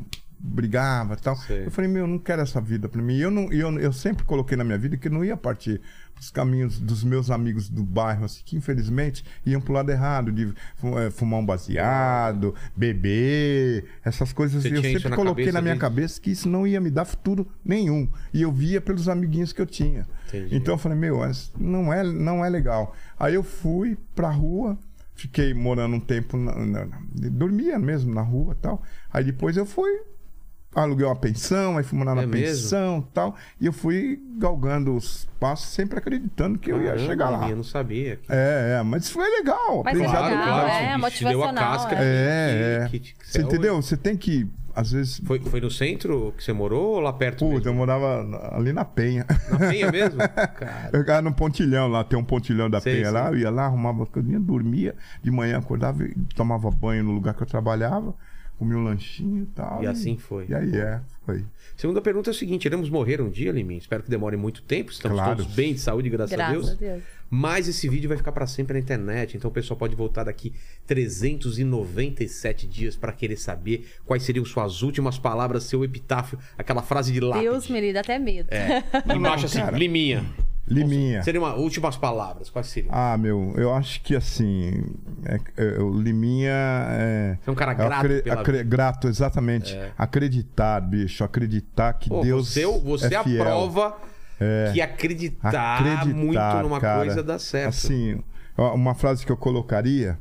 [SPEAKER 4] Brigava e tal.
[SPEAKER 1] Sei.
[SPEAKER 4] Eu falei, meu, eu não quero essa vida pra mim. E eu, não, e eu, eu sempre coloquei na minha vida que eu não ia partir os caminhos dos meus amigos do bairro, assim, que infelizmente iam pro lado errado, de fu- eh, fumar um baseado, beber, essas coisas.
[SPEAKER 1] Você
[SPEAKER 4] eu
[SPEAKER 1] tinha isso
[SPEAKER 4] sempre
[SPEAKER 1] na
[SPEAKER 4] coloquei
[SPEAKER 1] cabeça
[SPEAKER 4] na minha
[SPEAKER 1] desde-
[SPEAKER 4] cabeça que isso não ia me dar futuro nenhum. E eu via pelos amiguinhos que eu tinha.
[SPEAKER 1] Entendi.
[SPEAKER 4] Então eu falei, meu, mas não é, não é legal. Aí eu fui pra rua, fiquei morando um tempo, na- na- na- dormia mesmo na rua e tal. Aí depois eu fui aluguei uma pensão, aí fui morar na
[SPEAKER 1] É mesmo?
[SPEAKER 4] pensão e tal. E eu fui galgando os passos, sempre acreditando que eu ia
[SPEAKER 1] Caramba,
[SPEAKER 4] chegar lá.
[SPEAKER 1] Eu não sabia.
[SPEAKER 4] É, é, mas foi legal.
[SPEAKER 5] Mas é
[SPEAKER 4] aprendizado
[SPEAKER 5] legal,
[SPEAKER 4] legal.
[SPEAKER 5] é,
[SPEAKER 1] Te deu a
[SPEAKER 5] motivacional,
[SPEAKER 1] casca.
[SPEAKER 5] é.
[SPEAKER 1] que-
[SPEAKER 4] É, é.
[SPEAKER 1] que- que- que
[SPEAKER 4] Você
[SPEAKER 1] é hoje.
[SPEAKER 4] entendeu? Você tem que ah, às vezes.
[SPEAKER 1] Foi, foi no centro que você morou ou lá perto
[SPEAKER 4] Puta,
[SPEAKER 1] mesmo?
[SPEAKER 4] eu morava na- ali na Penha.
[SPEAKER 1] Na Penha mesmo? Cara.
[SPEAKER 4] Eu ficava num pontilhão lá, tem um pontilhão da
[SPEAKER 1] Sei,
[SPEAKER 4] Penha
[SPEAKER 1] sei.
[SPEAKER 4] lá, eu ia lá, arrumava as coisinhas, dormia, de manhã acordava e tomava banho no lugar que eu trabalhava, comia um lanchinho e tal.
[SPEAKER 1] E assim foi.
[SPEAKER 4] E aí é, foi.
[SPEAKER 1] Segunda pergunta é o seguinte: iremos morrer um dia, Liminha? Espero que demore muito tempo. Estamos
[SPEAKER 4] Claro.
[SPEAKER 1] todos bem de saúde, graças, a Deus.
[SPEAKER 5] Graças a Deus.
[SPEAKER 1] Mas esse vídeo vai ficar pra sempre na internet, então o pessoal pode voltar daqui 397 dias pra querer saber quais seriam suas últimas palavras, seu epitáfio, aquela frase de lápide.
[SPEAKER 5] Deus me livre, dá até medo.
[SPEAKER 1] Embaixo assim,
[SPEAKER 4] cara.
[SPEAKER 1] Liminha.
[SPEAKER 4] Liminha.
[SPEAKER 1] Seriam as últimas palavras, quais seriam?
[SPEAKER 4] Ah, meu, eu acho que assim, é- é- o Liminha é.
[SPEAKER 1] Você é um cara
[SPEAKER 4] eu
[SPEAKER 1] grato
[SPEAKER 4] acre-
[SPEAKER 1] pela É.
[SPEAKER 4] acre- grato, exatamente. Acreditar, bicho, acreditar que
[SPEAKER 1] Pô,
[SPEAKER 4] Deus.
[SPEAKER 1] você você
[SPEAKER 4] é fiel.
[SPEAKER 1] aprova
[SPEAKER 4] É.
[SPEAKER 1] que acreditar,
[SPEAKER 4] acreditar
[SPEAKER 1] muito numa
[SPEAKER 4] cara.
[SPEAKER 1] coisa dá certo.
[SPEAKER 4] Assim, ó, uma frase que eu colocaria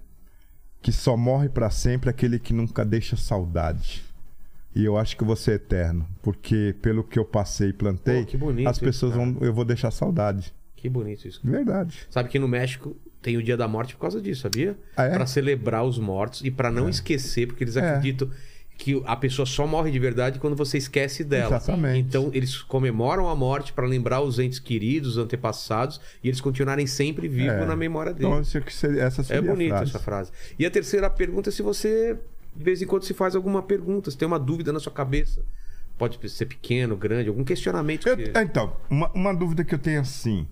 [SPEAKER 4] que só morre pra sempre é aquele que nunca deixa saudade. E eu acho que você é eterno, porque pelo que eu passei e plantei,
[SPEAKER 1] Pô, que bonito
[SPEAKER 4] as
[SPEAKER 1] isso,
[SPEAKER 4] pessoas
[SPEAKER 1] cara.
[SPEAKER 4] vão, eu vou deixar saudade,
[SPEAKER 1] Que bonito isso.
[SPEAKER 4] de verdade.
[SPEAKER 1] Sabe que no México tem o Dia da Morte por causa disso, sabia?
[SPEAKER 4] Ah, é?
[SPEAKER 1] Pra celebrar os mortos e pra não esquecer, porque eles
[SPEAKER 4] É.
[SPEAKER 1] acreditam que a pessoa só morre de verdade quando você esquece dela.
[SPEAKER 4] Exatamente.
[SPEAKER 1] Então eles comemoram a morte pra lembrar os entes queridos, antepassados e eles continuarem sempre vivos
[SPEAKER 4] É.
[SPEAKER 1] na memória
[SPEAKER 4] Então, eu
[SPEAKER 1] deles.
[SPEAKER 4] acho que seria- essa seria
[SPEAKER 1] é bonito
[SPEAKER 4] a frase.
[SPEAKER 1] essa frase. E a terceira pergunta é se você de vez em quando se faz alguma pergunta, se tem uma dúvida na sua cabeça. Pode ser pequeno, grande, algum questionamento.
[SPEAKER 4] Eu-
[SPEAKER 1] que-
[SPEAKER 4] então, uma, uma dúvida que eu tenho é assim: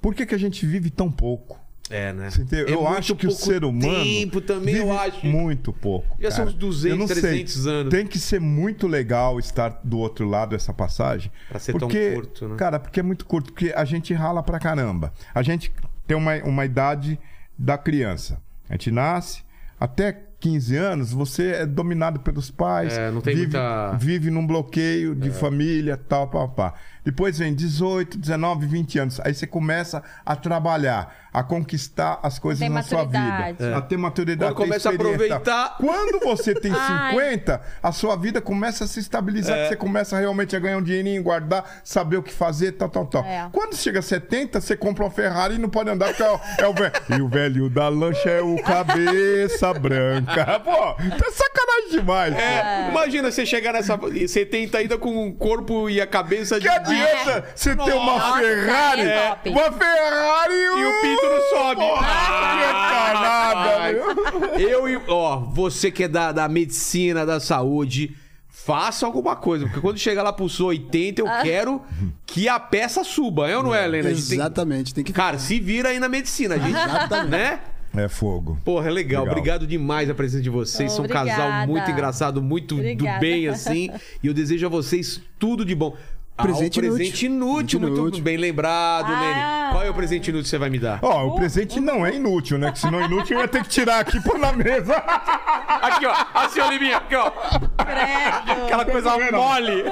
[SPEAKER 4] por que, que a gente vive tão pouco?
[SPEAKER 1] É, né?
[SPEAKER 4] Você entendeu?
[SPEAKER 1] É
[SPEAKER 4] eu
[SPEAKER 1] muito
[SPEAKER 4] acho que o
[SPEAKER 1] pouco
[SPEAKER 4] ser humano.
[SPEAKER 1] Tempo também, eu
[SPEAKER 4] vive
[SPEAKER 1] acho.
[SPEAKER 4] Muito pouco.
[SPEAKER 1] Já são
[SPEAKER 4] cara.
[SPEAKER 1] uns 200,
[SPEAKER 4] Eu não sei.
[SPEAKER 1] 300 anos.
[SPEAKER 4] Tem que ser muito legal estar do outro lado essa passagem.
[SPEAKER 1] Pra ser tão
[SPEAKER 4] porque,
[SPEAKER 1] curto, né?
[SPEAKER 4] Cara, porque é muito curto. Porque a gente rala pra caramba. A gente tem uma, uma idade da criança. A gente nasce. Até 15 anos, você é dominado pelos pais.
[SPEAKER 1] É, não tem
[SPEAKER 4] vive,
[SPEAKER 1] muita- É.
[SPEAKER 4] vive num bloqueio de família, tal, pá, pá. Depois vem 18, 19, 20 anos. Aí você começa a trabalhar, a conquistar as coisas
[SPEAKER 5] Tem
[SPEAKER 4] na sua vida.
[SPEAKER 5] maturidade.
[SPEAKER 4] A ter maturidade.
[SPEAKER 1] É. Quando
[SPEAKER 4] ter
[SPEAKER 1] começa a
[SPEAKER 4] experiência.
[SPEAKER 1] aproveitar.
[SPEAKER 4] Quando você tem
[SPEAKER 5] Ai.
[SPEAKER 4] 50, a sua vida começa a se estabilizar,
[SPEAKER 1] É.
[SPEAKER 4] que você começa realmente a ganhar um dinheirinho, guardar, saber o que fazer, tal, tal, tal.
[SPEAKER 5] É.
[SPEAKER 4] Quando chega a 70, você compra uma Ferrari e não pode andar porque é o, é o velho. E o velho da lancha é o cabeça branca. Pô, tá sacanagem demais. pô.
[SPEAKER 1] É, imagina você chegar nessa. e Você tenta ainda com o corpo e a cabeça de.
[SPEAKER 4] Que adianta você ter uma
[SPEAKER 5] É. Nossa,
[SPEAKER 4] Ferrari?
[SPEAKER 5] é top.
[SPEAKER 4] Uma Ferrari um-
[SPEAKER 1] E o pinto não sobe.
[SPEAKER 4] Porra,
[SPEAKER 1] Ah,
[SPEAKER 4] que
[SPEAKER 1] rapaz.
[SPEAKER 4] danada, meu.
[SPEAKER 1] Eu e. Ó, você que é da, da medicina, da saúde. Faça alguma coisa, porque quando chegar lá pros 80, eu quero que a peça suba, é ou não é, Helena? A gente tem-
[SPEAKER 2] Exatamente, tem que
[SPEAKER 1] Cara, se vira aí na medicina, a gente.
[SPEAKER 2] Exatamente.
[SPEAKER 1] Né?
[SPEAKER 4] É fogo.
[SPEAKER 1] Porra, é legal.
[SPEAKER 4] Legal.
[SPEAKER 1] Obrigado demais a presença de vocês. São um casal
[SPEAKER 5] Oh, Obrigada.
[SPEAKER 1] muito engraçado, muito
[SPEAKER 5] Obrigada.
[SPEAKER 1] do bem, assim. E eu desejo a vocês tudo de bom. Ah,
[SPEAKER 2] Presente
[SPEAKER 1] o presente
[SPEAKER 2] inútil.
[SPEAKER 1] inútil,
[SPEAKER 2] Presente
[SPEAKER 1] muito
[SPEAKER 2] inútil.
[SPEAKER 1] bem lembrado,
[SPEAKER 5] Ah.
[SPEAKER 1] Lene. Qual é o presente inútil que você vai me dar?
[SPEAKER 4] Ó, o presente não é inútil, né? Que se não é inútil, eu ia ter que tirar aqui e pôr na mesa.
[SPEAKER 1] Aqui, ó. Assim, Olivinha, aqui, ó.
[SPEAKER 5] É,
[SPEAKER 1] Aquela coisa mole.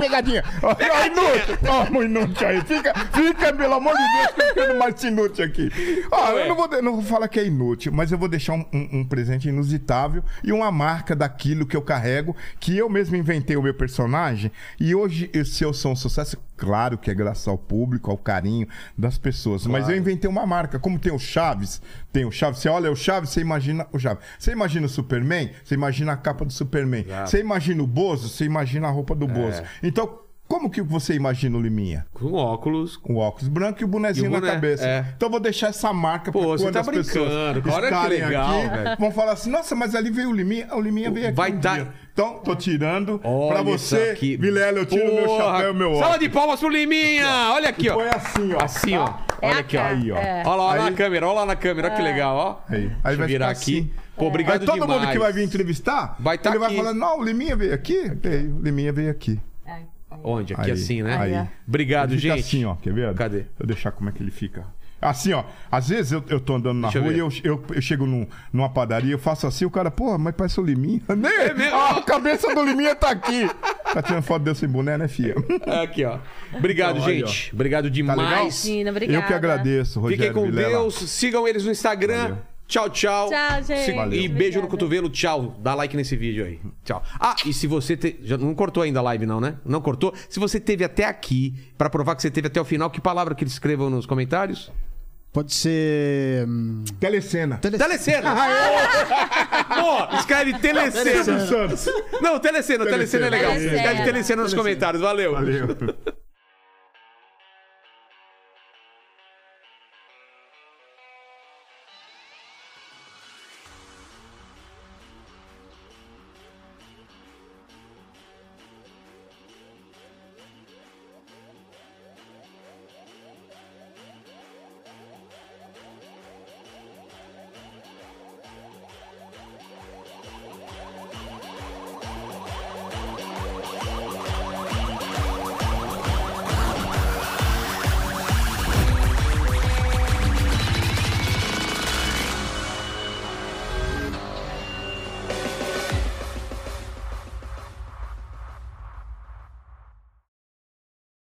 [SPEAKER 4] Pegadinha. Ó, ó, inútil. Ó, o inútil aí. Fica, fica, pelo amor de Deus, que eu ficando mais inútil aqui. Ó,
[SPEAKER 1] Ué.
[SPEAKER 4] eu não vou, de- não vou falar que é inútil, mas eu vou deixar um, um- um presente inusitável e uma marca daquilo que eu carrego, que eu mesmo inventei o meu personagem. E hoje, eu- se eu sou um sucesso, claro que é graças ao público, ao carinho das pessoas. Mas eu inventei uma marca. Como tem o Chaves, tem o Chaves. Você olha o Chaves, você imagina o Chaves. Você imagina o Superman, você imagina a capa do Superman. Você imagina o Bozo, você imagina a roupa
[SPEAKER 1] É.
[SPEAKER 4] do Bozo. Então, como que você imagina o Liminha?
[SPEAKER 1] Com óculos.
[SPEAKER 4] Com o óculos branco e o bonezinho
[SPEAKER 1] E o boné,
[SPEAKER 4] na cabeça.
[SPEAKER 1] é.
[SPEAKER 4] Então eu vou deixar essa marca
[SPEAKER 1] Pô,
[SPEAKER 4] pra
[SPEAKER 1] você
[SPEAKER 4] quando
[SPEAKER 1] tá
[SPEAKER 4] as pessoas
[SPEAKER 1] brincando, cara, olha que
[SPEAKER 4] estarem
[SPEAKER 1] legal, velho.
[SPEAKER 4] aqui, vão falar assim, nossa, mas ali veio o Liminha, o Liminha veio aqui
[SPEAKER 1] Vai
[SPEAKER 4] um
[SPEAKER 1] tá-
[SPEAKER 4] dia. Então, tô tirando
[SPEAKER 1] Olha
[SPEAKER 4] pra você,
[SPEAKER 1] isso aqui.
[SPEAKER 4] Vilela, eu tiro meu
[SPEAKER 1] Porra.
[SPEAKER 4] chapéu, meu
[SPEAKER 1] Salva
[SPEAKER 4] óculos.
[SPEAKER 1] de palmas pro Liminha. Olha aqui, ó.
[SPEAKER 4] Foi assim, ó.
[SPEAKER 1] Assim, ó.
[SPEAKER 5] É
[SPEAKER 1] Olha
[SPEAKER 5] a
[SPEAKER 1] aqui, ó.
[SPEAKER 5] cara.
[SPEAKER 4] Aí, ó.
[SPEAKER 5] É.
[SPEAKER 1] Olha lá, olha lá
[SPEAKER 4] Aí-
[SPEAKER 1] na câmera, olha lá na câmera,
[SPEAKER 5] Ah.
[SPEAKER 1] olha que legal, ó.
[SPEAKER 4] Aí. Aí vai
[SPEAKER 1] Deixa eu
[SPEAKER 4] ficar
[SPEAKER 1] virar aqui.
[SPEAKER 4] assim.
[SPEAKER 5] É.
[SPEAKER 1] Pô, obrigado
[SPEAKER 4] Aí todo
[SPEAKER 1] demais.
[SPEAKER 4] mundo que vai vir entrevistar,
[SPEAKER 1] Vai tá
[SPEAKER 4] ele vai
[SPEAKER 1] aqui.
[SPEAKER 4] falar, não, o Liminha veio aqui? Veio, o Liminha veio aqui.
[SPEAKER 5] É,
[SPEAKER 1] Onde? Aqui
[SPEAKER 4] Aí,
[SPEAKER 1] assim, né?
[SPEAKER 4] aí.
[SPEAKER 1] Obrigado,
[SPEAKER 4] Ele fica
[SPEAKER 1] gente.
[SPEAKER 4] assim, ó. Quer ver?
[SPEAKER 1] Cadê?
[SPEAKER 4] Eu deixar como é que ele fica. Assim, ó. Às vezes eu, eu tô andando na
[SPEAKER 1] Deixa eu
[SPEAKER 4] rua
[SPEAKER 1] ver.
[SPEAKER 4] e eu, eu, eu chego num- numa padaria, eu faço assim, o cara, porra, mas parece o Liminha. Nem,
[SPEAKER 1] É
[SPEAKER 4] Ah, a cabeça do Liminha tá aqui. tá tirando foto dele sem boné, né, filha?
[SPEAKER 1] Aqui, ó. Obrigado,
[SPEAKER 4] Então, aí,
[SPEAKER 1] gente. Obrigado
[SPEAKER 4] legal?
[SPEAKER 1] demais.
[SPEAKER 5] Imagina, obrigada.
[SPEAKER 4] Eu que agradeço, Rogério
[SPEAKER 1] Fiquem com
[SPEAKER 4] Vilela.
[SPEAKER 1] Deus. Sigam eles no Instagram.
[SPEAKER 4] Valeu.
[SPEAKER 1] Tchau, tchau.
[SPEAKER 5] Tchau, gente.
[SPEAKER 1] Se- E
[SPEAKER 5] Valeu.
[SPEAKER 1] beijo no
[SPEAKER 5] Obrigada.
[SPEAKER 1] cotovelo. Tchau. Dá like nesse vídeo aí. Tchau. Ah, e se você... te- Já não cortou ainda a live, não, né? Não cortou? Se você teve até aqui, pra provar que você teve até o final, que palavra que eles escrevam nos comentários?
[SPEAKER 2] Pode ser. hum,
[SPEAKER 4] Telecena. Ah, é?
[SPEAKER 2] tele-
[SPEAKER 1] Telecena! Pô, escreve Telecena.
[SPEAKER 4] Santos.
[SPEAKER 1] Não, Telecena, Telecena é legal.
[SPEAKER 5] Telecena.
[SPEAKER 1] Escreve Telecena nos comentários, valeu.
[SPEAKER 4] Valeu.